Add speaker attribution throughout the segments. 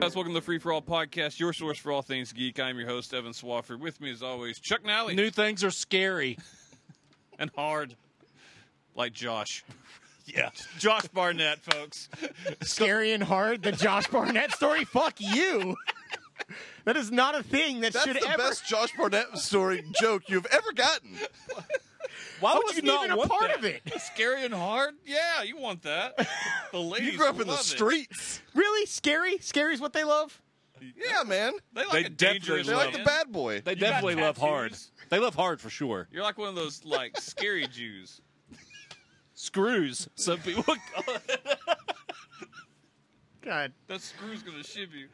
Speaker 1: Guys, welcome to the Free For All podcast, your source for all things geek. I'm your host, Evan Swafford. With me, as always, Chuck Nally
Speaker 2: New things are scary.
Speaker 1: and hard, like Josh.
Speaker 2: Yeah.
Speaker 1: Josh Barnett, folks.
Speaker 3: scary and hard, the Josh Barnett story. Fuck you. That is not a thing that
Speaker 4: That's
Speaker 3: should
Speaker 4: the
Speaker 3: ever.
Speaker 4: best Josh Barnett story joke you've ever gotten.
Speaker 2: Why would you
Speaker 3: wasn't
Speaker 2: not
Speaker 3: even a
Speaker 2: want
Speaker 3: part
Speaker 2: that?
Speaker 3: of it.
Speaker 1: Scary and hard? Yeah, you want that. The ladies
Speaker 4: You grew up in the
Speaker 1: love it.
Speaker 4: streets.
Speaker 3: Really scary? Scary is what they love.
Speaker 4: Yeah, man.
Speaker 1: They like
Speaker 2: They
Speaker 1: a dangerous
Speaker 4: They're like the
Speaker 1: man.
Speaker 4: bad boy.
Speaker 2: They
Speaker 1: You got
Speaker 2: definitely love hard.
Speaker 1: tattoos?
Speaker 2: They love hard for sure.
Speaker 1: You're like one of those like scary Jews.
Speaker 2: Screws. Some people.
Speaker 3: God.
Speaker 1: That screw's gonna shiv you.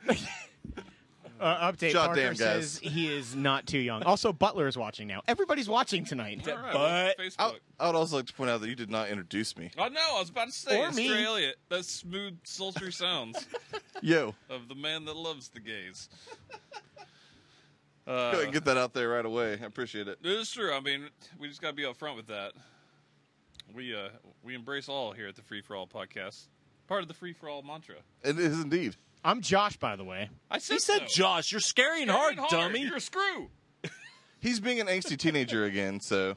Speaker 3: Uh, update.
Speaker 4: Shot
Speaker 3: Parker
Speaker 4: damn, guys.
Speaker 3: says he is not too young. Also, Butler is watching now. Everybody's watching tonight.
Speaker 1: All right, well,
Speaker 2: butt.
Speaker 4: I,
Speaker 1: Facebook.
Speaker 4: I would also like to point out that you did not introduce me.
Speaker 1: I know. I was about to say
Speaker 3: Or me.
Speaker 1: Australia. That smooth, sultry sounds
Speaker 4: Yo,
Speaker 1: of the man that loves the gays.
Speaker 4: go
Speaker 1: Uh,
Speaker 4: ahead and get that out there right away. I appreciate it.
Speaker 1: It is true. I mean, we just got to be upfront with that. We uh, we embrace all here at the Free for All podcast. Part of the Free for All mantra.
Speaker 4: It is indeed.
Speaker 3: I'm Josh, by the way.
Speaker 1: I said
Speaker 2: he said,
Speaker 1: so.
Speaker 2: Josh, you're scary and
Speaker 1: Aaron
Speaker 2: hard,
Speaker 1: Hart,
Speaker 2: dummy.
Speaker 1: You're a screw.
Speaker 4: He's being an angsty teenager again, so
Speaker 2: Oh,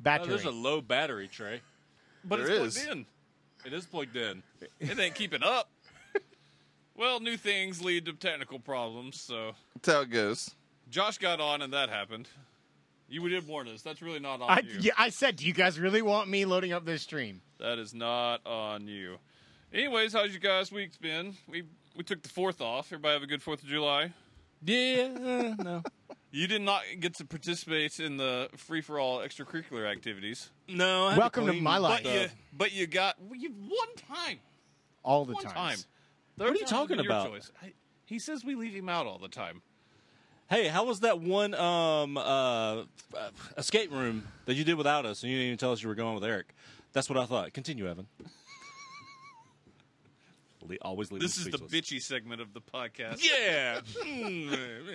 Speaker 3: Battery.
Speaker 2: there's a low battery, Trey.
Speaker 1: But
Speaker 4: There
Speaker 1: it's
Speaker 4: is.
Speaker 1: plugged
Speaker 2: It is plugged in.
Speaker 1: in. It ain't keeping up. well, new things lead to technical problems. So
Speaker 4: that's how it goes.
Speaker 1: Josh got on, and that happened. You did warn us. That's really not on
Speaker 3: I,
Speaker 1: you.
Speaker 3: yeah, I said, do you guys really want me loading up this stream?
Speaker 1: That is not on you. Anyways, how's you guys' week's been? We we took the fourth off. Everybody have a good Fourth of July.
Speaker 2: Yeah. uh, no.
Speaker 1: You did not get to participate in the free for all extracurricular activities.
Speaker 2: No. I had
Speaker 3: Welcome to
Speaker 2: clean
Speaker 3: my life.
Speaker 1: But you, but you got well, you one time.
Speaker 3: All the
Speaker 1: One
Speaker 3: times.
Speaker 1: time.
Speaker 2: What are you
Speaker 1: Those
Speaker 2: talking
Speaker 1: your
Speaker 2: about?
Speaker 1: choice. I- he says we leave him out all the time.
Speaker 2: Hey, how was that one um, uh, escape room that you did without us, and you didn't even tell us you were going with Eric? That's what I thought. Continue, Evan. Le- always leave.
Speaker 1: This is
Speaker 2: me
Speaker 1: the
Speaker 2: speechless.
Speaker 1: bitchy segment of the podcast. Oh,
Speaker 2: Yeah.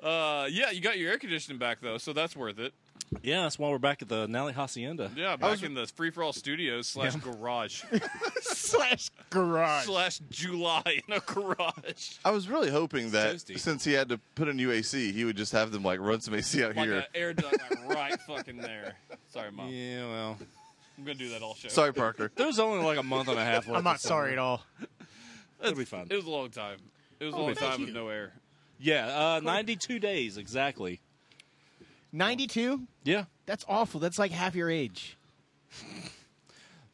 Speaker 1: Uh, yeah, you got your air conditioning back though, so that's worth it.
Speaker 2: yeah, that's why we're back at the Nally Hacienda.
Speaker 1: Yeah, back in the free for all studios slash garage
Speaker 3: Slash garage.
Speaker 1: slash July in a garage.
Speaker 4: I was really hoping that
Speaker 2: toasty.
Speaker 4: since he had to put a new AC, he would just have them like run some AC out
Speaker 1: like
Speaker 4: here.
Speaker 1: an air duct like, right fucking there. Sorry, mom.
Speaker 2: Yeah, well.
Speaker 1: I'm gonna do that all show.
Speaker 4: Sorry, Parker.
Speaker 2: There's only like a month and a half left.
Speaker 3: I'm not sorry at all.
Speaker 2: It'll be fine.
Speaker 1: It was a long time. It was a long time with no air.
Speaker 2: Yeah, uh, 92 days exactly.
Speaker 3: 92?
Speaker 2: Yeah.
Speaker 3: That's awful. That's like half your age.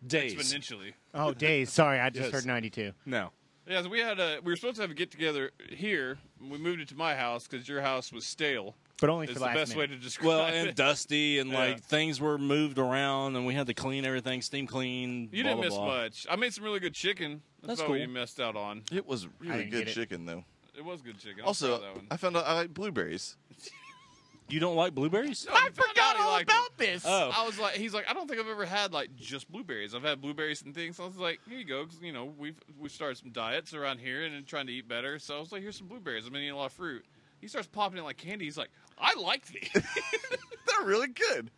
Speaker 2: Days.
Speaker 1: Exponentially.
Speaker 3: Oh, days. Sorry, I just
Speaker 2: Yes.
Speaker 3: heard 92.
Speaker 2: No.
Speaker 1: Yeah, so we had a. We were supposed to have a get together here. We moved it to my house because your house was stale.
Speaker 3: But only for
Speaker 1: It's the
Speaker 3: last
Speaker 1: best
Speaker 3: minute.
Speaker 1: way to describe
Speaker 2: Well,
Speaker 1: it.
Speaker 2: and dusty, and like
Speaker 1: Yeah.
Speaker 2: things were moved around, and we had to clean everything, steam clean.
Speaker 1: you
Speaker 2: blah,
Speaker 1: didn't
Speaker 2: blah,
Speaker 1: miss
Speaker 2: blah.
Speaker 1: much. I made some really good chicken. That's,
Speaker 2: That's
Speaker 1: about
Speaker 2: cool.
Speaker 1: what you missed out on.
Speaker 4: It was really
Speaker 3: didn't get
Speaker 4: good
Speaker 3: it.
Speaker 4: chicken though.
Speaker 1: It was good chicken. I
Speaker 4: Also,
Speaker 1: tried that one.
Speaker 4: I found out I like blueberries.
Speaker 2: You don't like blueberries?
Speaker 1: No, you found out
Speaker 3: forgot
Speaker 1: he
Speaker 3: all
Speaker 1: liked 'em.
Speaker 3: about this.
Speaker 2: Oh.
Speaker 1: I was like, he's like, I don't think I've ever had like just blueberries. I've had blueberries and things. I was like, here you go, 'cause, you know we've we started some diets around here and trying to eat better. So I was like, here's some blueberries. I've been eating a lot of fruit. He starts popping it like candy. He's like, I like these.
Speaker 4: They're really good.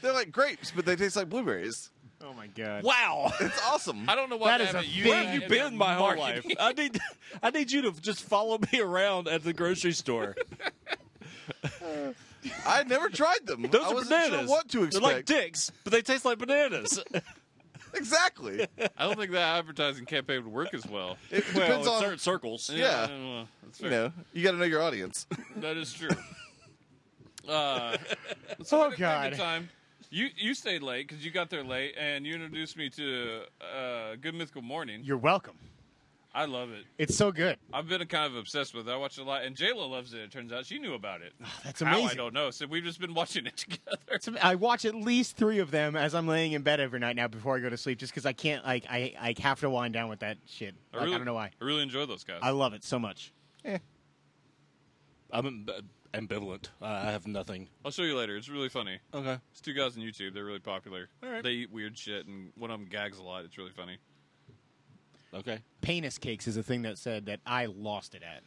Speaker 4: They're like grapes, but they taste like blueberries.
Speaker 3: Oh my god.
Speaker 2: Wow.
Speaker 4: It's awesome.
Speaker 1: I don't know why
Speaker 3: That
Speaker 1: I
Speaker 3: is a
Speaker 1: haven't used
Speaker 3: thing.
Speaker 1: that
Speaker 3: Where have
Speaker 1: in
Speaker 2: You've been my whole life.
Speaker 1: marketing.
Speaker 2: I need, I need you to just follow me around at the grocery store.
Speaker 4: I had never tried them.
Speaker 2: Those
Speaker 4: I
Speaker 2: are
Speaker 4: wasn't
Speaker 2: bananas.
Speaker 4: sure what to expect.
Speaker 2: They're like dicks, but they taste like bananas.
Speaker 4: exactly.
Speaker 1: I don't think that advertising campaign would work as well.
Speaker 4: It depends
Speaker 2: in
Speaker 4: on
Speaker 2: certain circles.
Speaker 4: Yeah.
Speaker 1: well, that's
Speaker 4: you
Speaker 1: fair.
Speaker 4: know. You got to know your audience.
Speaker 1: That is true. uh,
Speaker 3: Oh
Speaker 1: Good
Speaker 3: god.
Speaker 1: time. You you stayed late because you got there late, and you introduced me to uh, Good Mythical Morning.
Speaker 3: You're welcome.
Speaker 1: I love it.
Speaker 3: It's so good.
Speaker 1: I've been kind of obsessed with it. I watch it a lot, and Jayla loves it. It turns out she knew about it.
Speaker 3: That's
Speaker 1: How
Speaker 3: amazing.
Speaker 1: I don't know. So we've just been watching it together.
Speaker 3: It's am- I watch at least three of them as I'm laying in bed every night now before I go to sleep, just because I can't. Like I, I have to wind down with that shit. Like, I don't know why.
Speaker 1: I really enjoy those guys.
Speaker 3: I love it so much.
Speaker 2: I'm amb- ambivalent. I I have nothing.
Speaker 1: I'll show you later. It's really funny.
Speaker 2: Okay.
Speaker 1: It's two guys on YouTube. They're really popular.
Speaker 2: All right.
Speaker 1: They eat weird shit, and one of them gags a lot. It's really funny.
Speaker 2: Okay.
Speaker 3: penis cakes is a thing that said that I lost it at.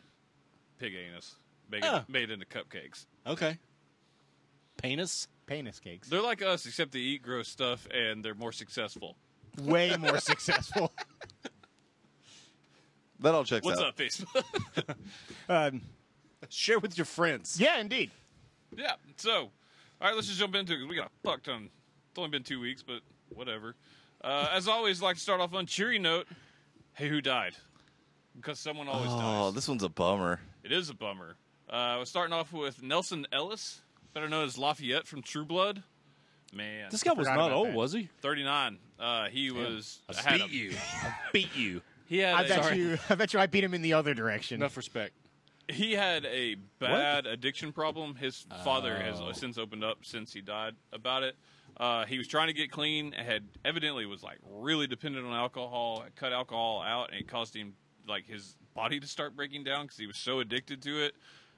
Speaker 1: Pig anus. Made,
Speaker 2: Oh.
Speaker 1: made into cupcakes.
Speaker 2: Okay. Penis.
Speaker 3: Penis cakes.
Speaker 1: They're like us, except they eat gross stuff and they're more successful.
Speaker 3: Way more successful.
Speaker 4: That all checks
Speaker 1: What's
Speaker 4: out.
Speaker 1: up, Facebook?
Speaker 3: Um,
Speaker 2: Share with your friends.
Speaker 3: yeah, indeed.
Speaker 1: yeah. So, all right, let's just jump into it 'cause we got a fuck ton. It's only been two weeks, but whatever. Uh, as always, like to start off on a cheery note. Hey, who died? Because someone always
Speaker 4: Oh,
Speaker 1: dies.
Speaker 4: this one's a bummer.
Speaker 1: It is a bummer. Uh, we're starting off with Nelson Ellis, better known as Lafayette from True Blood. Man,
Speaker 2: This guy was
Speaker 3: Forgot
Speaker 2: not
Speaker 3: about
Speaker 2: old,
Speaker 3: that.
Speaker 2: was he?
Speaker 1: 39. Uh, he was.
Speaker 2: I
Speaker 1: had
Speaker 2: beat
Speaker 1: a-
Speaker 2: you. I beat you.
Speaker 1: He had,
Speaker 3: I
Speaker 1: a-
Speaker 3: bet
Speaker 1: sorry.
Speaker 3: you. I bet you. I beat him in the other direction.
Speaker 2: Enough respect.
Speaker 1: he had a bad addiction problem. His father has since opened up since he died about it. Uh, he was trying to get clean. Had evidently was like really dependent on alcohol. had Cut alcohol out, and it caused him like his body to start breaking down because he was so addicted to it,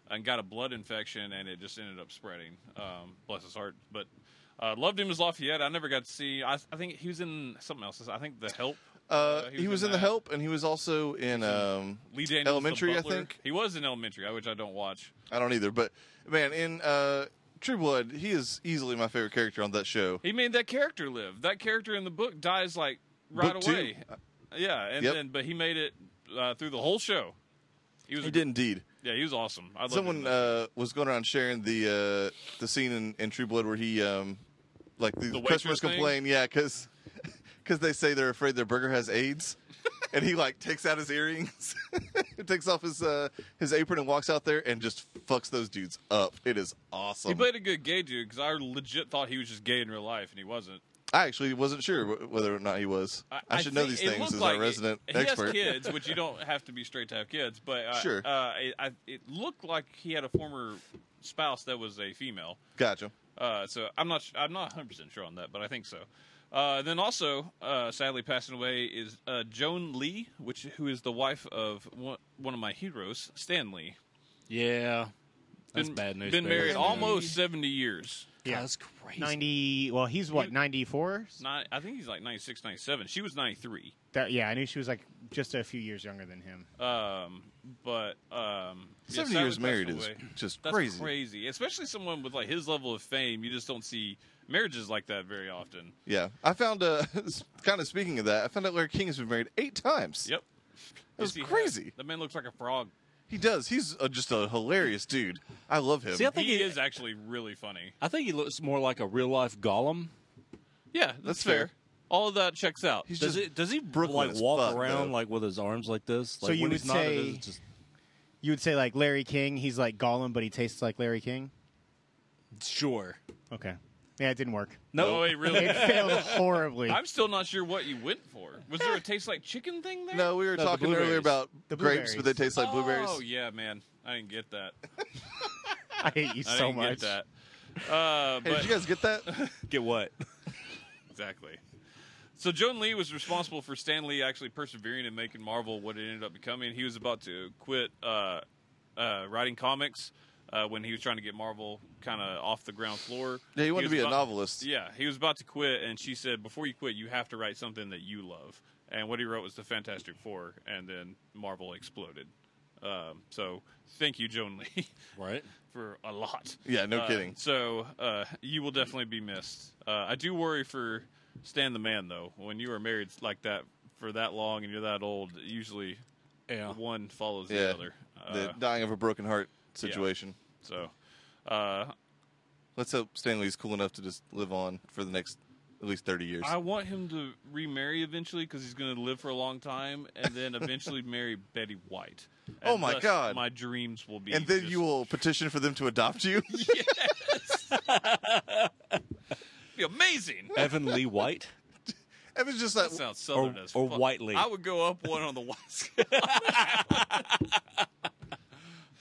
Speaker 1: and got a blood infection, and it just ended up spreading. Um, bless his heart, but. Uh, loved him as Lafayette. I never got to see. I, I think he was in something else. I think The Help.
Speaker 4: Uh, he was, in, the
Speaker 1: that.
Speaker 4: help, and he was also in um,
Speaker 1: Lee Daniels, the
Speaker 4: elementary. I
Speaker 1: butler.
Speaker 4: think
Speaker 1: he was in Elementary, which I don't watch.
Speaker 4: I don't either, but man, in uh, True Blood, he is easily my favorite character on that show.
Speaker 1: He made that character live. That character in the book dies like right
Speaker 4: Book two.
Speaker 1: away. Yeah, and
Speaker 4: Yep.
Speaker 1: then but he made it uh, through the whole show. He was
Speaker 4: He
Speaker 1: a-
Speaker 4: did indeed.
Speaker 1: Yeah, he was awesome. I loved him.
Speaker 4: Someone uh, was going around sharing the uh, the scene in, in True Blood where he, um, like, the,
Speaker 1: The waitress
Speaker 4: customers
Speaker 1: thing?
Speaker 4: complain, yeah, because they say they're afraid their burger has AIDS, and he like takes out his earrings, takes off his uh, his apron, and walks out there and just fucks those dudes up. It is awesome.
Speaker 1: he played a good gay dude because I legit thought he was just gay in real life, and he wasn't.
Speaker 4: I actually wasn't sure wh- whether or not he was. I, should know
Speaker 1: think
Speaker 4: these
Speaker 1: it
Speaker 4: things
Speaker 1: looked
Speaker 4: as
Speaker 1: like
Speaker 4: our
Speaker 1: it-
Speaker 4: resident
Speaker 1: he
Speaker 4: expert.
Speaker 1: has kids, which you don't have to be straight to have kids, but uh,
Speaker 4: Sure.
Speaker 1: uh, it, I, it looked like he had a former spouse that was a female.
Speaker 4: Gotcha.
Speaker 1: Uh, so I'm not I'm not 100 percent sure on that, but I think so. Uh, then also, uh, sadly passing away is uh, Joan Lee, which who is the wife of one, one of my heroes, Stan Lee.
Speaker 2: Yeah. That's
Speaker 1: Been-
Speaker 2: bad news.
Speaker 1: Been
Speaker 2: bears.
Speaker 1: married almost 70 years.
Speaker 2: God,
Speaker 3: Yeah.
Speaker 2: That's crazy.
Speaker 3: Ninety. Well, he's what? Ninety four.
Speaker 1: Nine, I think he's like 96, 97. She was 93.
Speaker 3: That, yeah, I knew she was like just a few years younger than him.
Speaker 1: Um, but um, yeah,
Speaker 4: 70
Speaker 1: sadly
Speaker 4: years married
Speaker 1: passed
Speaker 4: is
Speaker 1: away.
Speaker 4: just
Speaker 1: That's
Speaker 4: crazy.
Speaker 1: crazy. especially someone with like his level of fame. You just don't see marriages like that very often.
Speaker 4: Yeah. I found, uh, kind of speaking of that, I found out Larry King has been married eight times.
Speaker 1: Yep,
Speaker 4: That's
Speaker 1: Yes, he has.
Speaker 4: crazy.
Speaker 1: The man looks like a frog.
Speaker 4: He does. He's uh, just a hilarious dude. I love him.
Speaker 2: See, I think
Speaker 1: He
Speaker 2: he-
Speaker 1: is actually really funny.
Speaker 2: I think he looks more like a real life golem.
Speaker 1: Yeah, that's,
Speaker 4: That's
Speaker 1: fair.
Speaker 4: fair.
Speaker 1: All of that checks out.
Speaker 4: He's
Speaker 2: Does
Speaker 4: just
Speaker 2: it? Does he
Speaker 4: Brooklyn
Speaker 2: like
Speaker 4: as
Speaker 2: walk
Speaker 4: fuck,
Speaker 2: around
Speaker 4: though.
Speaker 2: like with his arms like this?
Speaker 3: So
Speaker 2: Like
Speaker 3: you
Speaker 2: when
Speaker 3: would
Speaker 2: he's not, it
Speaker 3: say-
Speaker 2: is just
Speaker 3: You would say like Larry King. He's like Gollum, but he tastes like Larry King.
Speaker 2: sure.
Speaker 3: Okay. Yeah, it didn't work.
Speaker 1: no, it really.
Speaker 3: It failed horribly.
Speaker 1: I'm still not sure what you went for. Was there a taste like chicken thing there?
Speaker 4: no, we were
Speaker 2: No, the
Speaker 4: talking earlier
Speaker 2: blueberries.
Speaker 4: about
Speaker 3: The
Speaker 4: grapes, but they
Speaker 3: blueberries.
Speaker 4: taste like blueberries.
Speaker 1: Oh yeah, man, I didn't get that.
Speaker 3: I hate you
Speaker 1: I
Speaker 3: so
Speaker 1: didn't get
Speaker 3: much.
Speaker 1: that. Uh,
Speaker 4: Hey,
Speaker 1: but
Speaker 4: did you guys get that?
Speaker 2: Get what?
Speaker 1: exactly. So Joan Lee was responsible for Stan Lee actually persevering and making Marvel what it ended up becoming. He was about to quit uh, uh, writing comics uh, when he was trying to get Marvel kind of off the ground floor.
Speaker 4: yeah, you wanted
Speaker 1: was
Speaker 4: to be a
Speaker 1: about-
Speaker 4: novelist.
Speaker 1: Yeah, he was about to quit, and she said, "Before you quit, you have to write something that you love." And what he wrote was the Fantastic Four, and then Marvel exploded. Um, so thank you, Joan Lee,
Speaker 2: Right.
Speaker 1: for a lot.
Speaker 4: Yeah, no
Speaker 1: Uh,
Speaker 4: kidding.
Speaker 1: So uh, you will definitely be missed. Uh, I do worry for Stan the Man, though. When you are married like that for that long and you're that old, usually
Speaker 2: Yeah.
Speaker 1: one follows
Speaker 4: Yeah.
Speaker 1: the other. Uh,
Speaker 4: The dying of a broken heart situation.
Speaker 1: so. Uh,
Speaker 4: Let's hope Stanley's cool enough to just live on for the next at least 30 years.
Speaker 1: I want him to remarry eventually because he's going to live for a long time, and then eventually marry Betty White. And
Speaker 4: Oh, my
Speaker 1: thus,
Speaker 4: God.
Speaker 1: My dreams will be.
Speaker 4: and then
Speaker 1: just-
Speaker 4: you will petition for them to adopt you.
Speaker 1: be amazing.
Speaker 2: Evan Lee White.
Speaker 4: it was just like,
Speaker 1: That sounds southern
Speaker 2: Or-
Speaker 1: as
Speaker 2: or
Speaker 1: fuck.
Speaker 2: Whiteley.
Speaker 1: I would go up one on the white scale.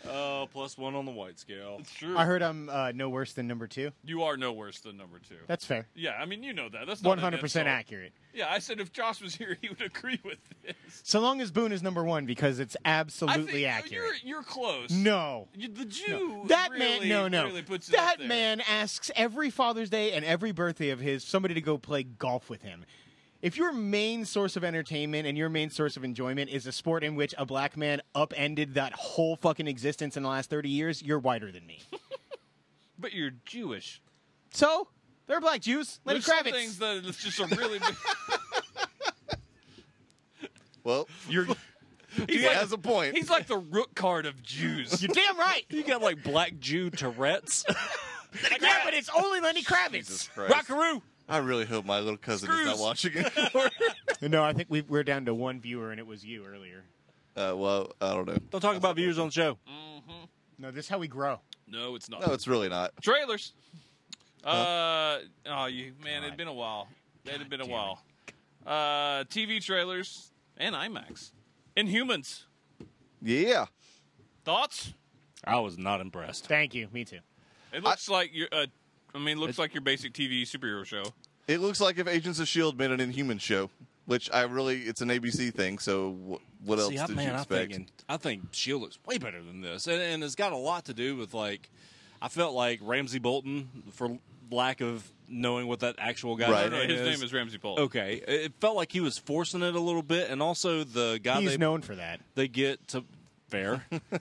Speaker 2: Oh, plus one on the white scale.
Speaker 1: True.
Speaker 3: I heard I'm uh, no worse than number two.
Speaker 1: you are no worse than number two.
Speaker 3: That's fair.
Speaker 1: yeah, I mean you know that. That's not
Speaker 3: One
Speaker 1: an
Speaker 3: hundred percent
Speaker 1: insult.
Speaker 3: accurate.
Speaker 1: Yeah, I said if Josh was here, he would agree with this.
Speaker 3: So long as Boone is number one, because it's
Speaker 1: I
Speaker 3: absolutely
Speaker 1: think
Speaker 3: accurate.
Speaker 1: You're, you're close.
Speaker 3: No.
Speaker 1: You- the Jew.
Speaker 3: That
Speaker 1: really,
Speaker 3: man, no, no.
Speaker 1: Really puts it up
Speaker 3: that
Speaker 1: there.
Speaker 3: man asks every Father's Day and every birthday of his somebody to go play golf with him. if your main source of entertainment and your main source of enjoyment is a sport in which a black man upended that whole fucking existence in the last 30 years, you're whiter than me.
Speaker 1: But you're Jewish.
Speaker 3: so, they're black Jews. Lenny
Speaker 1: There's some
Speaker 3: Kravitz.
Speaker 1: things that it's just a really. big-
Speaker 4: Well,
Speaker 2: You're
Speaker 1: he's
Speaker 4: he
Speaker 1: like,
Speaker 4: has a point.
Speaker 1: He's like the root card of Jews.
Speaker 3: You're damn right.
Speaker 2: you got like black Jew Tourette's.
Speaker 3: yeah, but it's only Lenny Kravitz.
Speaker 4: Jesus Christ.
Speaker 2: Rockaroo.
Speaker 4: I really hope my little cousin is not
Speaker 1: Screws.
Speaker 4: watching it.
Speaker 3: No, I think we we're down to one viewer, and it was you earlier.
Speaker 4: uh, well, I don't know.
Speaker 2: Don't talk about viewers on the show.
Speaker 3: No, this is how we grow.
Speaker 1: Mm-hmm. no, it's not.
Speaker 4: No, it's really not.
Speaker 1: Trailers. Uh, oh, you man, it'd
Speaker 3: God.
Speaker 1: been a while. It had been a
Speaker 3: damn
Speaker 1: while. Uh, TV trailers and IMAX. Inhumans.
Speaker 4: Yeah.
Speaker 1: Thoughts?
Speaker 2: I was not impressed.
Speaker 3: Thank you. Me too.
Speaker 1: It looks like your. Uh, I mean, it looks like your basic TV superhero show.
Speaker 4: It looks like if Agents of Shield E made an Inhuman show, which I really—it's an ABC thing. So wh- what else
Speaker 2: See, I,
Speaker 4: did
Speaker 2: man,
Speaker 4: you
Speaker 2: I
Speaker 4: expect?
Speaker 2: think I think Shield looks way better than this, and, and it's got a lot to do with like I felt like Ramsey Bolton for lack of knowing what that actual guy's
Speaker 4: Right.
Speaker 1: No,
Speaker 2: name
Speaker 1: his
Speaker 2: is.
Speaker 1: name is Ramsey Paul.
Speaker 2: Okay, it it felt like he was forcing it a little bit, and also the guy
Speaker 3: He's
Speaker 2: they
Speaker 3: known for that.
Speaker 2: they get to fair.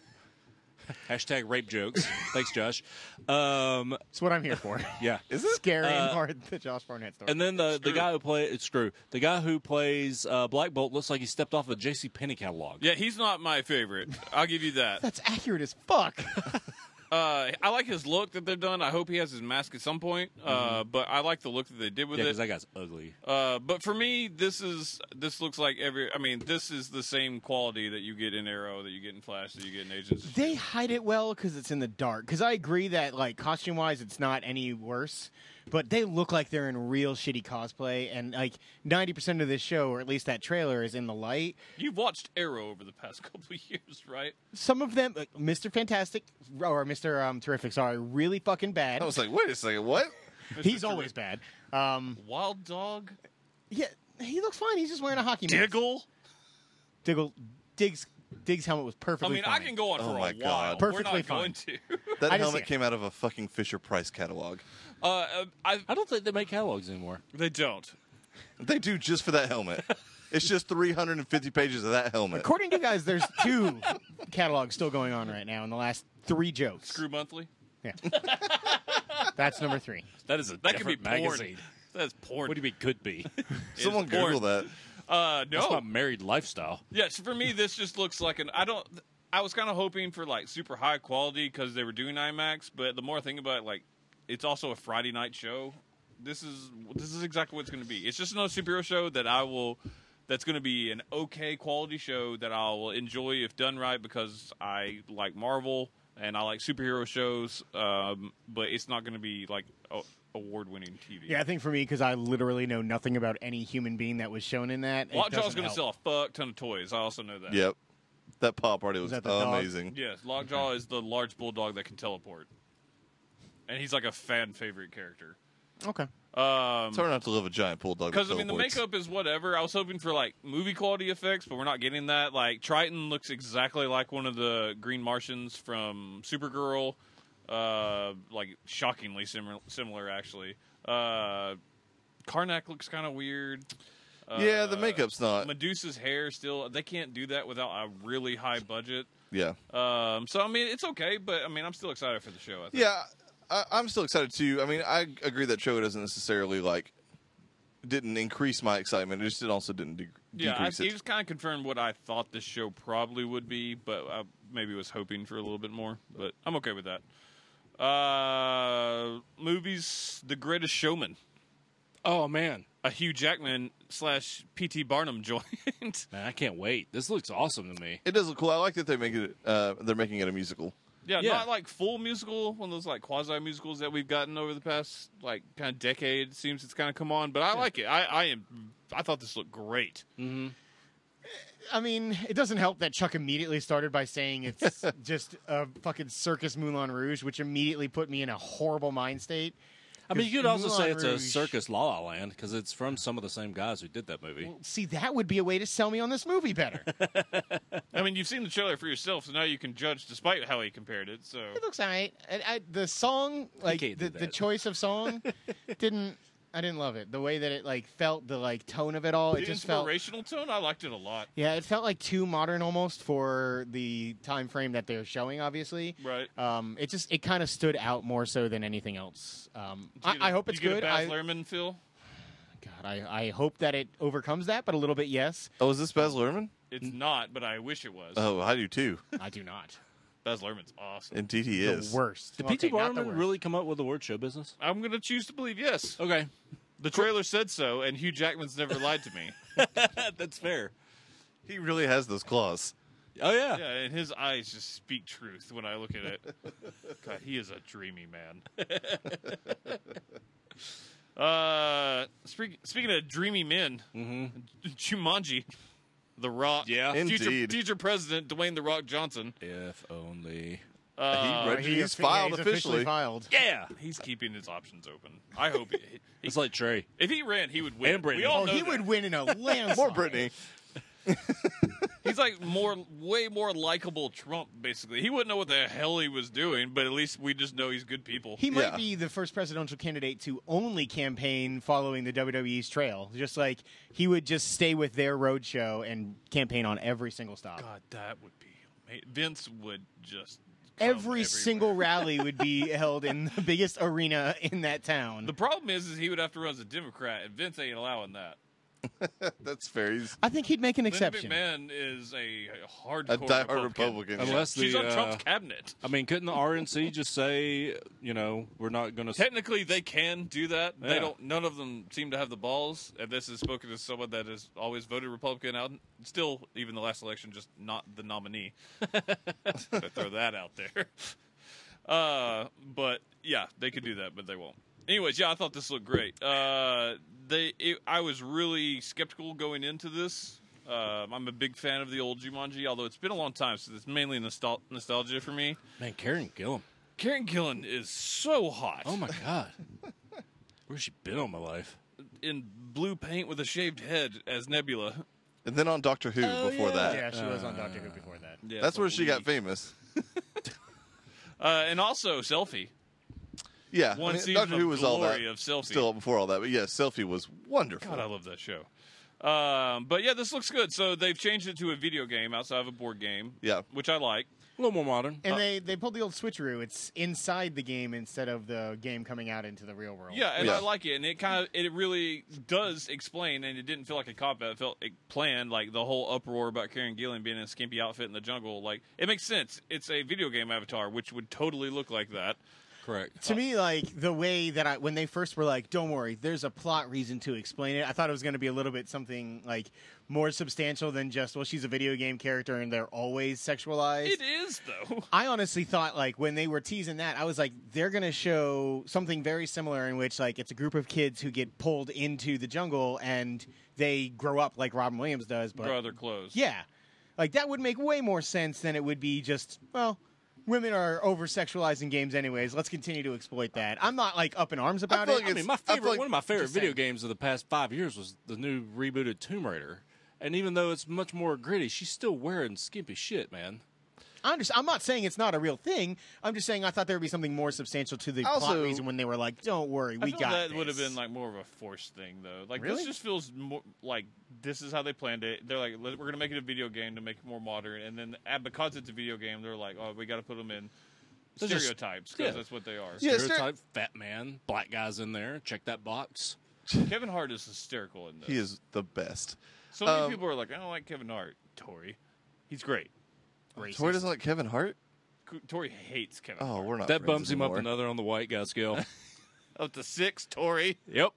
Speaker 2: Hashtag rape jokes. Thanks, Josh. Um,
Speaker 3: It's what I'm here for.
Speaker 2: yeah,
Speaker 4: Is it?
Speaker 3: Scary and
Speaker 2: Uh,
Speaker 3: hard. The Josh Barnett story.
Speaker 2: and then the, the
Speaker 1: Screw.
Speaker 2: guy who plays screw the guy who plays uh, Black Bolt looks like he stepped off a J.C. Penney catalog.
Speaker 1: Yeah, he's not my favorite. I'll give you that.
Speaker 3: That's accurate as fuck.
Speaker 1: Uh, I like his look that they've done. I hope he has his mask at some point. Uh, but I like the look that they did with
Speaker 2: Mm-hmm. Yeah,
Speaker 1: it.
Speaker 2: because that guy's ugly.
Speaker 1: Uh, but for me, this is this looks like every. I mean, this is the same quality that you get in Arrow, that you get in Flash, that you get in Agents. of
Speaker 3: they hide it well because it's in the dark. Because I agree that like costume wise, it's not any worse. But they look like they're in real shitty cosplay, and like ninety percent of this show, or at least that trailer, is in the light.
Speaker 1: E You've watched Arrow over the past couple of years, right?
Speaker 3: Some of them, like, Mr. Fantastic or Mr. Um, Terrific, sorry, really fucking bad.
Speaker 4: I was like, wait a second, what?
Speaker 3: He's always bad. Um,
Speaker 1: Wild Dog,
Speaker 3: yeah, he looks fine. He's just wearing a hockey mask.
Speaker 1: Diggle.
Speaker 3: Diggle, Diggs, Diggs' helmet was
Speaker 1: I
Speaker 3: perfectly.
Speaker 1: mean, I
Speaker 3: fine.
Speaker 1: can go on
Speaker 4: Oh
Speaker 1: for
Speaker 4: my
Speaker 1: a while.
Speaker 4: God.
Speaker 3: Perfectly
Speaker 1: We're not going to.
Speaker 4: That
Speaker 3: I just see
Speaker 4: helmet
Speaker 3: it.
Speaker 4: came out of a fucking Fisher Price catalog.
Speaker 1: Uh, uh, I,
Speaker 2: I don't think they make catalogs anymore.
Speaker 1: they don't.
Speaker 4: They do just for that helmet. it's just 350 pages of that helmet.
Speaker 3: According to you guys, there's two catalogs still going on right now in the last three jokes.
Speaker 1: Screw Monthly.
Speaker 3: Yeah. That's number three.
Speaker 2: That is a
Speaker 1: That could be porn.
Speaker 2: magazine.
Speaker 1: That's porn.
Speaker 2: What do you mean could be?
Speaker 1: It is
Speaker 4: Someone
Speaker 1: porn.
Speaker 4: Google that.
Speaker 1: Uh, no.
Speaker 2: That's my married lifestyle.
Speaker 1: Yes, for me, this just looks like an. I don't. I was kind of hoping for like super high quality because they were doing IMAX, but the more I think about it, like it's also a Friday night show. This is this is exactly what it's going to be. It's just another superhero show that I will. That's going to be an okay quality show that I will enjoy if done right because I like Marvel and I like superhero shows. Um, but it's not going to be like award winning TV.
Speaker 3: Yeah, I think for me, because I literally know nothing about any human being that was shown in that. it
Speaker 1: Lockjaw's
Speaker 3: doesn't
Speaker 1: going to
Speaker 3: help.
Speaker 1: sell a fuck ton of toys. I also know that.
Speaker 4: Yep. That pop party was
Speaker 3: that the dog?
Speaker 4: amazing.
Speaker 1: Yes, Lockjaw is the large bulldog that can teleport, and he's like a fan favorite character.
Speaker 3: Okay.
Speaker 4: It's hard not to love a giant bulldog. that
Speaker 1: Because I mean, the
Speaker 4: teleports.
Speaker 1: makeup is whatever. I was hoping for like movie quality effects, but we're not getting that. Like Triton looks exactly like one of the Green Martians from Supergirl, uh, like shockingly sim- similar actually. Uh, Karnak looks kind of weird.
Speaker 4: Yeah, the
Speaker 1: uh,
Speaker 4: makeup's not.
Speaker 1: Medusa's hair still. They can't do that without a really high budget.
Speaker 4: Yeah.
Speaker 1: Um, so I mean, it's okay, but I mean, I'm still excited for the show. I think.
Speaker 4: Yeah, I, I'm still excited too. I mean, I agree that Cho doesn't necessarily like didn't increase my excitement. It just it also didn't de-
Speaker 1: Yeah, I,
Speaker 4: decrease
Speaker 1: he
Speaker 4: it.
Speaker 1: just kind of confirmed what I thought the show probably would be, but I maybe was hoping for a little bit more. But I'm okay with that. Uh, movies: The Greatest Showman,
Speaker 2: Oh man,
Speaker 1: a Hugh Jackman slash P.T. Barnum joint.
Speaker 2: man, I can't wait. This looks awesome to me.
Speaker 4: It does look cool. I like that they make it. Uh, they're making it a musical.
Speaker 1: yeah,
Speaker 2: Yeah.
Speaker 1: not like full musical, one of those like quasi musicals that we've gotten over the past like kind of decade. Seems it's kind of come on, but I like it. I, I am. I thought this looked great.
Speaker 3: I mean, it doesn't help that Chuck immediately started by saying it's just a fucking circus Moulin Rouge, which immediately put me in a horrible mind state.
Speaker 2: I mean, you could also
Speaker 3: Moulin
Speaker 2: say it's a
Speaker 3: Rouge-
Speaker 2: circus La La Land because it's from some of the same guys who did that movie.
Speaker 3: See, that would be a way to sell me on this movie better. it
Speaker 1: I mean, you've seen the trailer for yourself, so now you can judge despite how he compared it. So
Speaker 3: looks all right. And I, the song, like
Speaker 2: can't
Speaker 3: the, the
Speaker 2: do that.
Speaker 3: choice of song, didn't. I didn't love it. The way that it like felt the like tone of it all,
Speaker 1: The
Speaker 3: it just felt
Speaker 1: inspirational tone, I liked it a lot.
Speaker 3: yeah, it felt like too modern almost for the time frame that they're showing. Obviously,
Speaker 1: Right.
Speaker 3: um, it just it kind of stood out more so than anything else. Um,
Speaker 1: Did you
Speaker 3: I,
Speaker 1: get a-
Speaker 3: I hope
Speaker 1: did
Speaker 3: it's
Speaker 1: you
Speaker 3: good.
Speaker 1: Get a Baz
Speaker 3: I,
Speaker 1: Luhrmann feel.
Speaker 3: God, I, I hope that it overcomes that, but a little bit yes.
Speaker 4: Oh, is this Baz Luhrmann?
Speaker 1: It's not, but I wish it was.
Speaker 4: Oh, I do too.
Speaker 3: I do not.
Speaker 1: Baz Luhrmann's awesome.
Speaker 4: Indeed, he is.
Speaker 3: The worst.
Speaker 2: Did
Speaker 3: Okay,
Speaker 2: P.T.
Speaker 3: not the
Speaker 2: Barnum
Speaker 3: worst.
Speaker 2: really come up with the word show business?
Speaker 1: I'm gonna choose to believe yes.
Speaker 3: Oh,
Speaker 2: Okay,
Speaker 1: The trailer said so, and Hugh Jackman's never lied to me.
Speaker 2: that's fair.
Speaker 4: He really has those claws.
Speaker 2: Oh yeah.
Speaker 1: Yeah, and his eyes just speak truth when I look at it. God, he is a dreamy man. uh, speak, speaking of dreamy men, Jumanji, The Rock,
Speaker 2: Yeah.
Speaker 1: future,
Speaker 4: Indeed.
Speaker 1: future president Dwayne The Rock Johnson.
Speaker 2: If only.
Speaker 1: Uh,
Speaker 4: he read- He's filed
Speaker 3: he's officially.
Speaker 4: officially.
Speaker 3: filed.
Speaker 2: Yeah.
Speaker 1: he's keeping his options open. I hope he, he-
Speaker 2: It's like Trey.
Speaker 1: if he ran, he would win.
Speaker 2: And Brittany.
Speaker 1: We all
Speaker 3: Oh,
Speaker 1: know
Speaker 3: he
Speaker 1: that.
Speaker 3: would win in a landslide.
Speaker 4: More Brittany.
Speaker 1: He's like more, way more likable Trump. Basically, he wouldn't know what the hell he was doing, but at least we just know he's good people.
Speaker 3: He might
Speaker 4: Yeah.
Speaker 3: be the first presidential candidate to only campaign following the WWE's trail. Just like he would just stay with their roadshow and campaign on every single stop.
Speaker 1: God, that would be ama- Vince would just come
Speaker 3: every
Speaker 1: everywhere.
Speaker 3: single rally would be held in the biggest arena in that town.
Speaker 1: The problem is, is he would have to run as a Democrat, and Vince ain't allowing that.
Speaker 4: That's fair. He's
Speaker 3: I think he'd make an
Speaker 1: Linda
Speaker 3: exception.
Speaker 1: McMahon is a hardcore
Speaker 4: a diehard
Speaker 1: Republican.
Speaker 4: Republican.
Speaker 2: Unless the.
Speaker 1: She's on
Speaker 2: uh,
Speaker 1: Trump's cabinet.
Speaker 2: I mean, couldn't the RNC just say, you know, we're not going to.
Speaker 1: Technically, they can do that. They
Speaker 2: Yeah.
Speaker 1: don't. None of them seem to have the balls. And this is spoken to someone that has always voted Republican out. Still, even the last election, just not the nominee. Gotta throw that out there. Uh, but yeah, they could do that, but they won't. Anyways, yeah, I thought this looked great. Uh, they, it, I was really skeptical going into this. Um, I'm a big fan of the old Jumanji, although it's been a long time, so it's mainly nostal- nostalgia for me.
Speaker 2: Man, Karen Gillum.
Speaker 1: Karen Gillan is so hot.
Speaker 2: Oh my God. Where's she been all my life?
Speaker 1: in blue paint with a shaved head as Nebula.
Speaker 4: and then on Doctor Who before that.
Speaker 3: Yeah, she was on Doctor Who before that.
Speaker 1: Uh, Yeah,
Speaker 4: That's where she got
Speaker 1: famous.
Speaker 4: famous.
Speaker 1: Uh, and also selfie.
Speaker 4: Yeah,
Speaker 1: One
Speaker 4: I mean,
Speaker 1: season
Speaker 4: Doctor
Speaker 1: of
Speaker 4: Who was all that.
Speaker 1: glory of selfie.
Speaker 4: Still before all that, but yeah, selfie was wonderful.
Speaker 1: God, I love that show. Um, but yeah, this looks good. So they've changed it to a video game outside of a board game.
Speaker 4: Yeah.
Speaker 1: which I like.
Speaker 2: A little more modern.
Speaker 1: Uh,
Speaker 3: And they, they pulled the old switcheroo. It's inside the game instead of the game coming out into the real world.
Speaker 1: Yeah, and
Speaker 4: Yeah.
Speaker 1: I like it, and it kind of it really does explain, and it didn't feel like a cop out. It felt it planned, like the whole uproar about Karen Gillan being in a skimpy outfit in the jungle. Like it makes sense. It's a video game avatar, which would totally look like that.
Speaker 2: Correct.
Speaker 3: To me, like the way that I when they first were like, "Don't worry, there's a plot reason to explain it." I thought it was going to be a little bit something like more substantial than just, "Well, she's a video game character and they're always sexualized."
Speaker 1: It is though.
Speaker 3: I honestly thought like when they were teasing that, I was like, they're gonna show something very similar in which like it's a group of kids who get pulled into the jungle and they grow up like Robin Williams does, but
Speaker 1: Brother clothes.
Speaker 3: yeah, like that would make way more sense than it would be just well. Women are over sexualizing games, anyways. Let's continue to exploit that. I'm not like up in arms about
Speaker 4: feel
Speaker 3: it.
Speaker 4: like
Speaker 2: I mean, my
Speaker 4: It's- I feel
Speaker 2: favorite,
Speaker 4: like-
Speaker 2: one of my favorite
Speaker 3: Just
Speaker 2: video
Speaker 3: saying.
Speaker 2: games of the past five years was the new rebooted Tomb Raider. And even though it's much more gritty, she's still wearing skimpy shit, man.
Speaker 3: I'm just, I'm not saying it's not a real thing. I'm just saying I thought there would be something more substantial to the plot
Speaker 4: Also-
Speaker 3: reason when they were like, "Don't worry, we
Speaker 1: I feel
Speaker 3: got
Speaker 1: that
Speaker 3: this."
Speaker 1: would have been like more of a forced thing though. Like
Speaker 3: Really?
Speaker 1: this just feels more like this is how they planned it. They're like, "Let- we're gonna make it a video game to make it more modern, and then uh, because it's a video game, they're like, oh, we got to put them in
Speaker 2: They're just-
Speaker 1: stereotypes because
Speaker 2: yeah.
Speaker 1: that's what they are.
Speaker 4: Yeah, sure.
Speaker 2: Stereotype, fat man, black guys in there. Check that box.
Speaker 1: Kevin Hart is hysterical in this.
Speaker 4: He is the best.
Speaker 1: So many
Speaker 4: um,
Speaker 1: people are like, I don't like Kevin Hart. Tori, he's great.
Speaker 3: Racist.
Speaker 4: Tori doesn't like Kevin Hart.
Speaker 1: C- Tori hates Kevin.
Speaker 4: Oh,
Speaker 1: Hart.
Speaker 4: we're not.
Speaker 2: That
Speaker 4: friends
Speaker 2: bums him up
Speaker 4: anymore.
Speaker 2: another on the white guy scale.
Speaker 1: up to Oh, six. Tori.
Speaker 2: yep.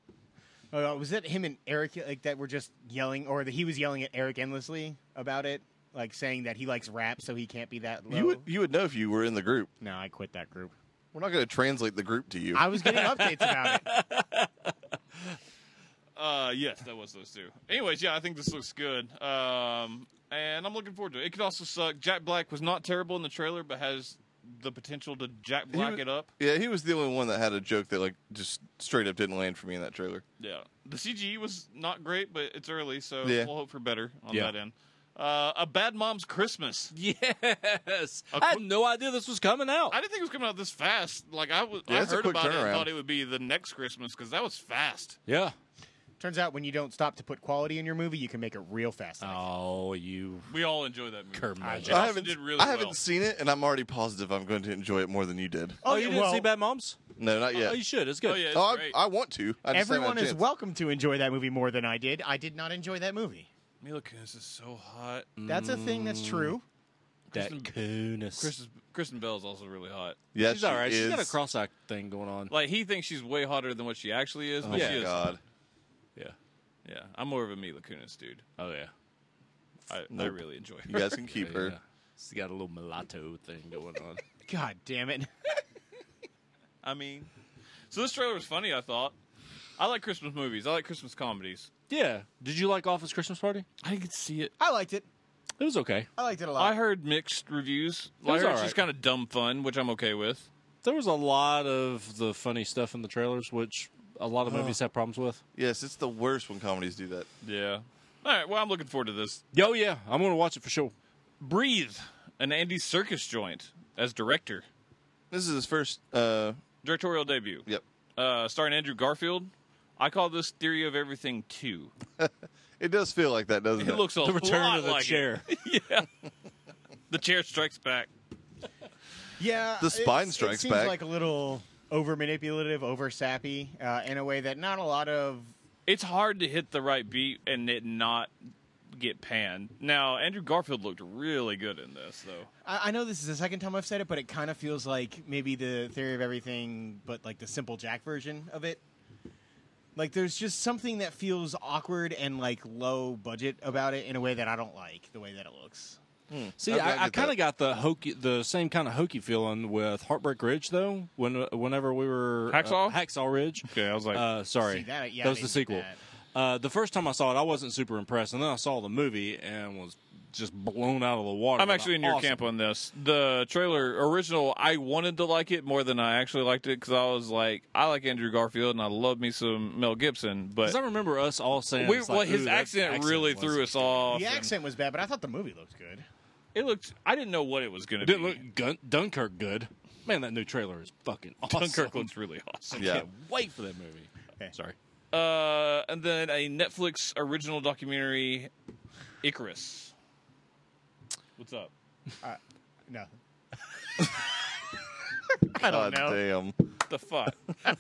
Speaker 3: Uh, was it him and Eric like that were just yelling, or that he was yelling at Eric endlessly about it, like saying that he likes rap, so he can't be that low?
Speaker 4: You would you would know if you were in the group.
Speaker 3: No, I quit that group.
Speaker 4: We're not going to translate the group to you.
Speaker 3: I was getting updates about it.
Speaker 1: Uh, yes, that was those two. Anyways, yeah, I think this looks good. Um, and I'm looking forward to it. It could also suck. Jack Black was not terrible in the trailer, but has the potential to Jack Black
Speaker 4: was-
Speaker 1: it up.
Speaker 4: yeah, he was the only one that had a joke that like just straight up didn't land for me in that trailer.
Speaker 1: Yeah, the CGE was E not great, but it's early, so
Speaker 4: Yeah.
Speaker 1: we'll hope for better on
Speaker 2: Yeah.
Speaker 1: that end. Uh, a Bad Mom's Christmas.
Speaker 2: Yes.
Speaker 1: A
Speaker 2: I had
Speaker 1: quick-
Speaker 2: no idea this was coming out.
Speaker 1: I didn't think it was coming out this fast. Like I was,
Speaker 4: Yeah,
Speaker 1: I
Speaker 4: it's a
Speaker 1: heard
Speaker 4: quick
Speaker 1: about it and
Speaker 4: turnaround.
Speaker 1: thought it would be the next Christmas because that was fast.
Speaker 2: yeah.
Speaker 3: Turns out when you don't stop to put quality in your movie, you can make it real fast.
Speaker 2: Oh, you
Speaker 1: We all enjoy that movie.
Speaker 2: curmudgeon.
Speaker 3: I
Speaker 1: Justin
Speaker 4: I haven't,
Speaker 1: did really
Speaker 4: I haven't
Speaker 1: well.
Speaker 4: seen it, and I'm already positive I'm going to enjoy it more than you did.
Speaker 2: Oh,
Speaker 3: Oh,
Speaker 2: you
Speaker 3: yeah,
Speaker 2: didn't
Speaker 3: well-
Speaker 2: see Bad Moms?
Speaker 4: No, not
Speaker 2: Oh,
Speaker 4: yet.
Speaker 2: you should. It's good.
Speaker 1: Oh, yeah.
Speaker 4: Oh,
Speaker 1: great.
Speaker 4: I, I want to. I just haven't had a
Speaker 3: Everyone is
Speaker 4: chance.
Speaker 3: welcome to enjoy that movie more than I did. I did not enjoy that movie.
Speaker 1: Mila Kunis is so hot.
Speaker 3: That's a thing that's true.
Speaker 2: That coonus.
Speaker 1: Kristen, Kristen Bell's also really hot.
Speaker 4: Yeah,
Speaker 2: She's all right.
Speaker 4: She
Speaker 2: She's got a
Speaker 4: is.
Speaker 2: cross act thing going on.
Speaker 1: Like he thinks she's way hotter than what she actually is.
Speaker 4: Oh
Speaker 1: But
Speaker 4: my
Speaker 1: she is.
Speaker 4: god.
Speaker 2: Yeah.
Speaker 1: Yeah, I'm more of a Mila Kunis dude.
Speaker 2: Oh yeah.
Speaker 1: I, I
Speaker 4: Nope.
Speaker 1: really enjoy her.
Speaker 4: You guys can keep
Speaker 2: Yeah,
Speaker 4: her.
Speaker 2: yeah. She's got a little mulatto thing going on.
Speaker 3: God damn it.
Speaker 1: I mean, so this trailer was funny. I thought. I like Christmas movies. I like Christmas comedies.
Speaker 2: yeah. Did you like Office Christmas Party?
Speaker 1: I didn't see it.
Speaker 3: I liked it.
Speaker 2: It was okay.
Speaker 3: I liked it a lot.
Speaker 1: I heard mixed reviews.
Speaker 2: It was
Speaker 1: I heard it's
Speaker 2: all
Speaker 1: just
Speaker 2: right.
Speaker 1: kind of dumb fun, which I'm okay with.
Speaker 2: There was a lot of the funny stuff in the trailers, which a lot of movies have problems with.
Speaker 4: Yes, it's the worst when comedies do that.
Speaker 1: Yeah. All right. Well, I'm looking forward to this.
Speaker 2: Yo, Oh, yeah, I'm gonna watch it for sure.
Speaker 1: Breathe, an Andy Circus joint as director,
Speaker 4: This is his first. Uh,
Speaker 1: directorial debut.
Speaker 4: yep.
Speaker 1: Uh, starring Andrew Garfield. I call this Theory of Everything Two.
Speaker 4: It does feel like that, doesn't it?
Speaker 1: It looks a
Speaker 2: The Return
Speaker 1: lot
Speaker 2: of the
Speaker 1: like it.
Speaker 2: Chair.
Speaker 1: The chair strikes back.
Speaker 3: yeah.
Speaker 4: The
Speaker 3: it's-
Speaker 4: spine
Speaker 3: it
Speaker 4: strikes
Speaker 3: seems
Speaker 4: back.
Speaker 3: like a little over manipulative, over sappy, uh, in a way that not a lot of.
Speaker 1: It's hard to hit the right beat and it not get panned. Now, Andrew Garfield looked really good in this, though.
Speaker 3: I, I know this is the second time I've said it, but it kind of feels like maybe the theory of everything, but like the simple Jack version of it. Like there's just something that feels awkward and like low budget about it in a way that I don't like the way that it looks.
Speaker 2: See,
Speaker 4: Okay, I
Speaker 2: I, I
Speaker 4: get
Speaker 2: kind
Speaker 4: that.
Speaker 2: of got the hokey, the same kind of hokey feeling with Heartbreak Ridge, though. When uh, whenever we were
Speaker 1: Hacksaw?
Speaker 2: uh, Hacksaw Ridge.
Speaker 1: Okay, I was like,
Speaker 2: Uh, sorry,
Speaker 3: See, that- yeah, I
Speaker 2: that was the
Speaker 3: didn't get
Speaker 2: sequel.
Speaker 3: that.
Speaker 2: Uh, the first time I saw it, I wasn't super impressed, and then I saw the movie and was just blown out of the water.
Speaker 1: I'm
Speaker 2: with
Speaker 1: actually
Speaker 2: how
Speaker 1: in your
Speaker 2: awesome
Speaker 1: camp on this. The trailer original, I wanted to like it more than I actually liked it because I was like, I like Andrew Garfield and I love me some Mel Gibson, but
Speaker 2: Because I remember us all saying,
Speaker 1: we,
Speaker 2: it's like,
Speaker 1: well, his
Speaker 2: "Ooh, that
Speaker 1: accent, really
Speaker 2: was-
Speaker 1: threw us off.
Speaker 3: The
Speaker 1: and
Speaker 3: accent was bad, but I thought the movie looked good.
Speaker 1: It looked. I didn't know what it was going
Speaker 2: It
Speaker 1: to be.
Speaker 2: didn't look Gun- Dunkirk good. Man, that new trailer is fucking awesome.
Speaker 1: Dunkirk looks really awesome.
Speaker 4: Yeah.
Speaker 2: Can't wait for that movie.
Speaker 3: Okay.
Speaker 2: Sorry.
Speaker 1: Uh, and then a Netflix original documentary, Icarus. What's up?
Speaker 3: No.
Speaker 4: I don't
Speaker 3: know.
Speaker 4: Damn.
Speaker 1: The fuck?
Speaker 3: Oh,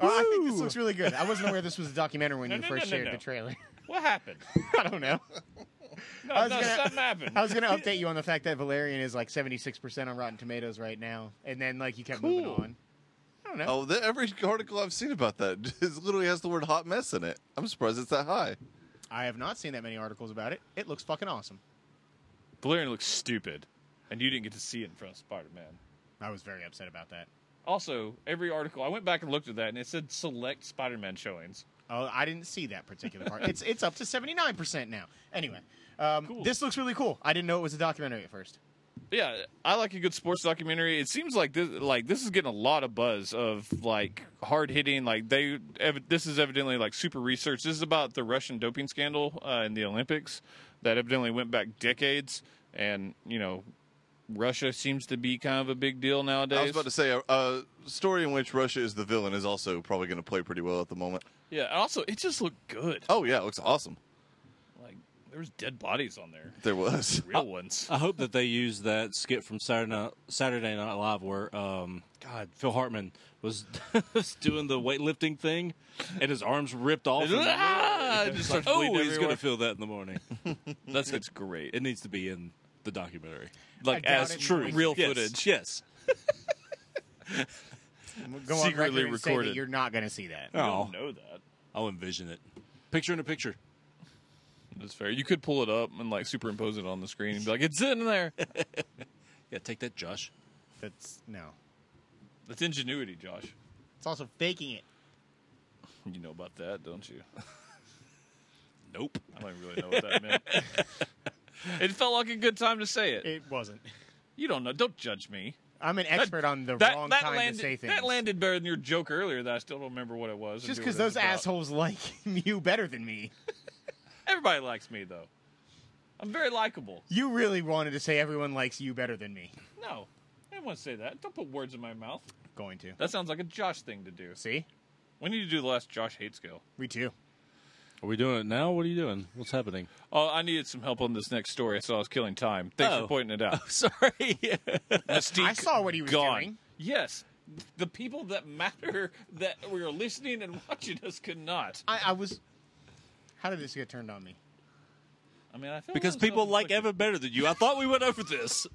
Speaker 3: I think this looks really good. I wasn't aware this was a documentary when
Speaker 1: No,
Speaker 3: you
Speaker 1: no,
Speaker 3: first
Speaker 1: no, no,
Speaker 3: shared
Speaker 1: no.
Speaker 3: the trailer.
Speaker 1: what happened?
Speaker 3: I don't know.
Speaker 1: No,
Speaker 3: I was
Speaker 1: no,
Speaker 3: gonna-
Speaker 1: something happened.
Speaker 3: I was going to update you on the fact that Valerian is like 76% on Rotten Tomatoes right now. And then, like, you kept moving
Speaker 4: Cool.
Speaker 3: on. I don't know.
Speaker 4: Oh, the, every article I've seen about that just literally has the word "hot mess" in it. I'm surprised it's that high.
Speaker 3: I have not seen that many articles about it. It looks fucking awesome.
Speaker 1: Valerian looks stupid, and you didn't get to see it in front of Spider Man.
Speaker 3: I was very upset about that.
Speaker 1: Also, every article I went back and looked at that, and it said select Spider Man showings.
Speaker 3: Oh, I didn't see that particular part. it's it's up to 79% now. Anyway, um,
Speaker 1: Cool.
Speaker 3: this looks really cool. I didn't know it was a documentary at first.
Speaker 1: Yeah, I like a good sports documentary. It seems like this, like this is getting a lot of buzz of like hard hitting. Like they, ev- this is evidently like super research. This is about the Russian doping scandal uh, in the Olympics that evidently went back decades, and you know, Russia seems to be kind of a big deal nowadays.
Speaker 4: I was about to say a, a story in which Russia is the villain is also probably going to play pretty well at the moment.
Speaker 1: yeah. and Also, it just looked good.
Speaker 4: Oh yeah, it looks awesome.
Speaker 1: Like there was dead bodies on there,
Speaker 4: There was.
Speaker 1: real ones.
Speaker 2: I hope that they use that skit from Saturday Night, Saturday Night Live where, um, God, Phil Hartman was, was doing the weightlifting thing, and his arms ripped off. and-
Speaker 1: Ah, it
Speaker 2: It's
Speaker 1: just
Speaker 2: like,
Speaker 1: starts
Speaker 2: oh,
Speaker 1: bleeding
Speaker 2: he's
Speaker 1: everywhere."
Speaker 2: gonna feel that in the morning.
Speaker 1: That's it's great.
Speaker 2: It needs to be in the documentary, like
Speaker 3: I doubt
Speaker 2: as
Speaker 3: it.
Speaker 2: true,
Speaker 1: Real
Speaker 2: Yes,
Speaker 1: footage.
Speaker 2: Yes.
Speaker 3: Go on record
Speaker 1: Secretly
Speaker 3: and say that
Speaker 1: recorded.
Speaker 3: you're not going to see that.
Speaker 1: I
Speaker 2: Oh,
Speaker 1: don't know that.
Speaker 2: I'll envision it. Picture in a picture.
Speaker 1: That's fair. You could pull it up and like superimpose it on the screen and be like, "It's in there."
Speaker 2: Yeah, take that, Josh.
Speaker 3: That's no.
Speaker 1: That's ingenuity, Josh.
Speaker 3: It's also faking it.
Speaker 1: You know about that, don't you?
Speaker 2: Nope.
Speaker 1: I don't really know what that meant. it felt like a good time to say it.
Speaker 3: It wasn't.
Speaker 1: You don't know. Don't judge me.
Speaker 3: I'm an expert on the
Speaker 1: That,
Speaker 3: wrong
Speaker 1: that
Speaker 3: time
Speaker 1: landed,
Speaker 3: to say things.
Speaker 1: that landed better than your joke earlier that I still don't remember what it was. or
Speaker 3: just
Speaker 1: knew
Speaker 3: because
Speaker 1: what it was
Speaker 3: those
Speaker 1: about.
Speaker 3: assholes like you better than me.
Speaker 1: Everybody likes me, though. I'm very likable.
Speaker 3: You really wanted to say everyone likes you better than me.
Speaker 1: No, I didn't want to say that. Don't put words in my mouth.
Speaker 3: Going to.
Speaker 1: That sounds like a Josh thing to do.
Speaker 3: See?
Speaker 1: We need to do the last Josh hate scale.
Speaker 3: We too.
Speaker 2: Are we doing it now? What are you doing? What's happening?
Speaker 1: Oh, I needed some help on this next story, so I was killing time. Thanks for
Speaker 2: Oh.
Speaker 1: pointing it out.
Speaker 2: Sorry.
Speaker 1: Mystique
Speaker 3: I saw what he was
Speaker 1: gone.
Speaker 3: doing.
Speaker 1: Yes, the people that matter that were listening and watching us could not.
Speaker 3: I, I was. How did this get turned on me?
Speaker 1: I mean, I feel
Speaker 2: because
Speaker 1: there's
Speaker 2: people
Speaker 1: something
Speaker 2: like
Speaker 1: cooking.
Speaker 2: Evan better than you. I thought we went over this.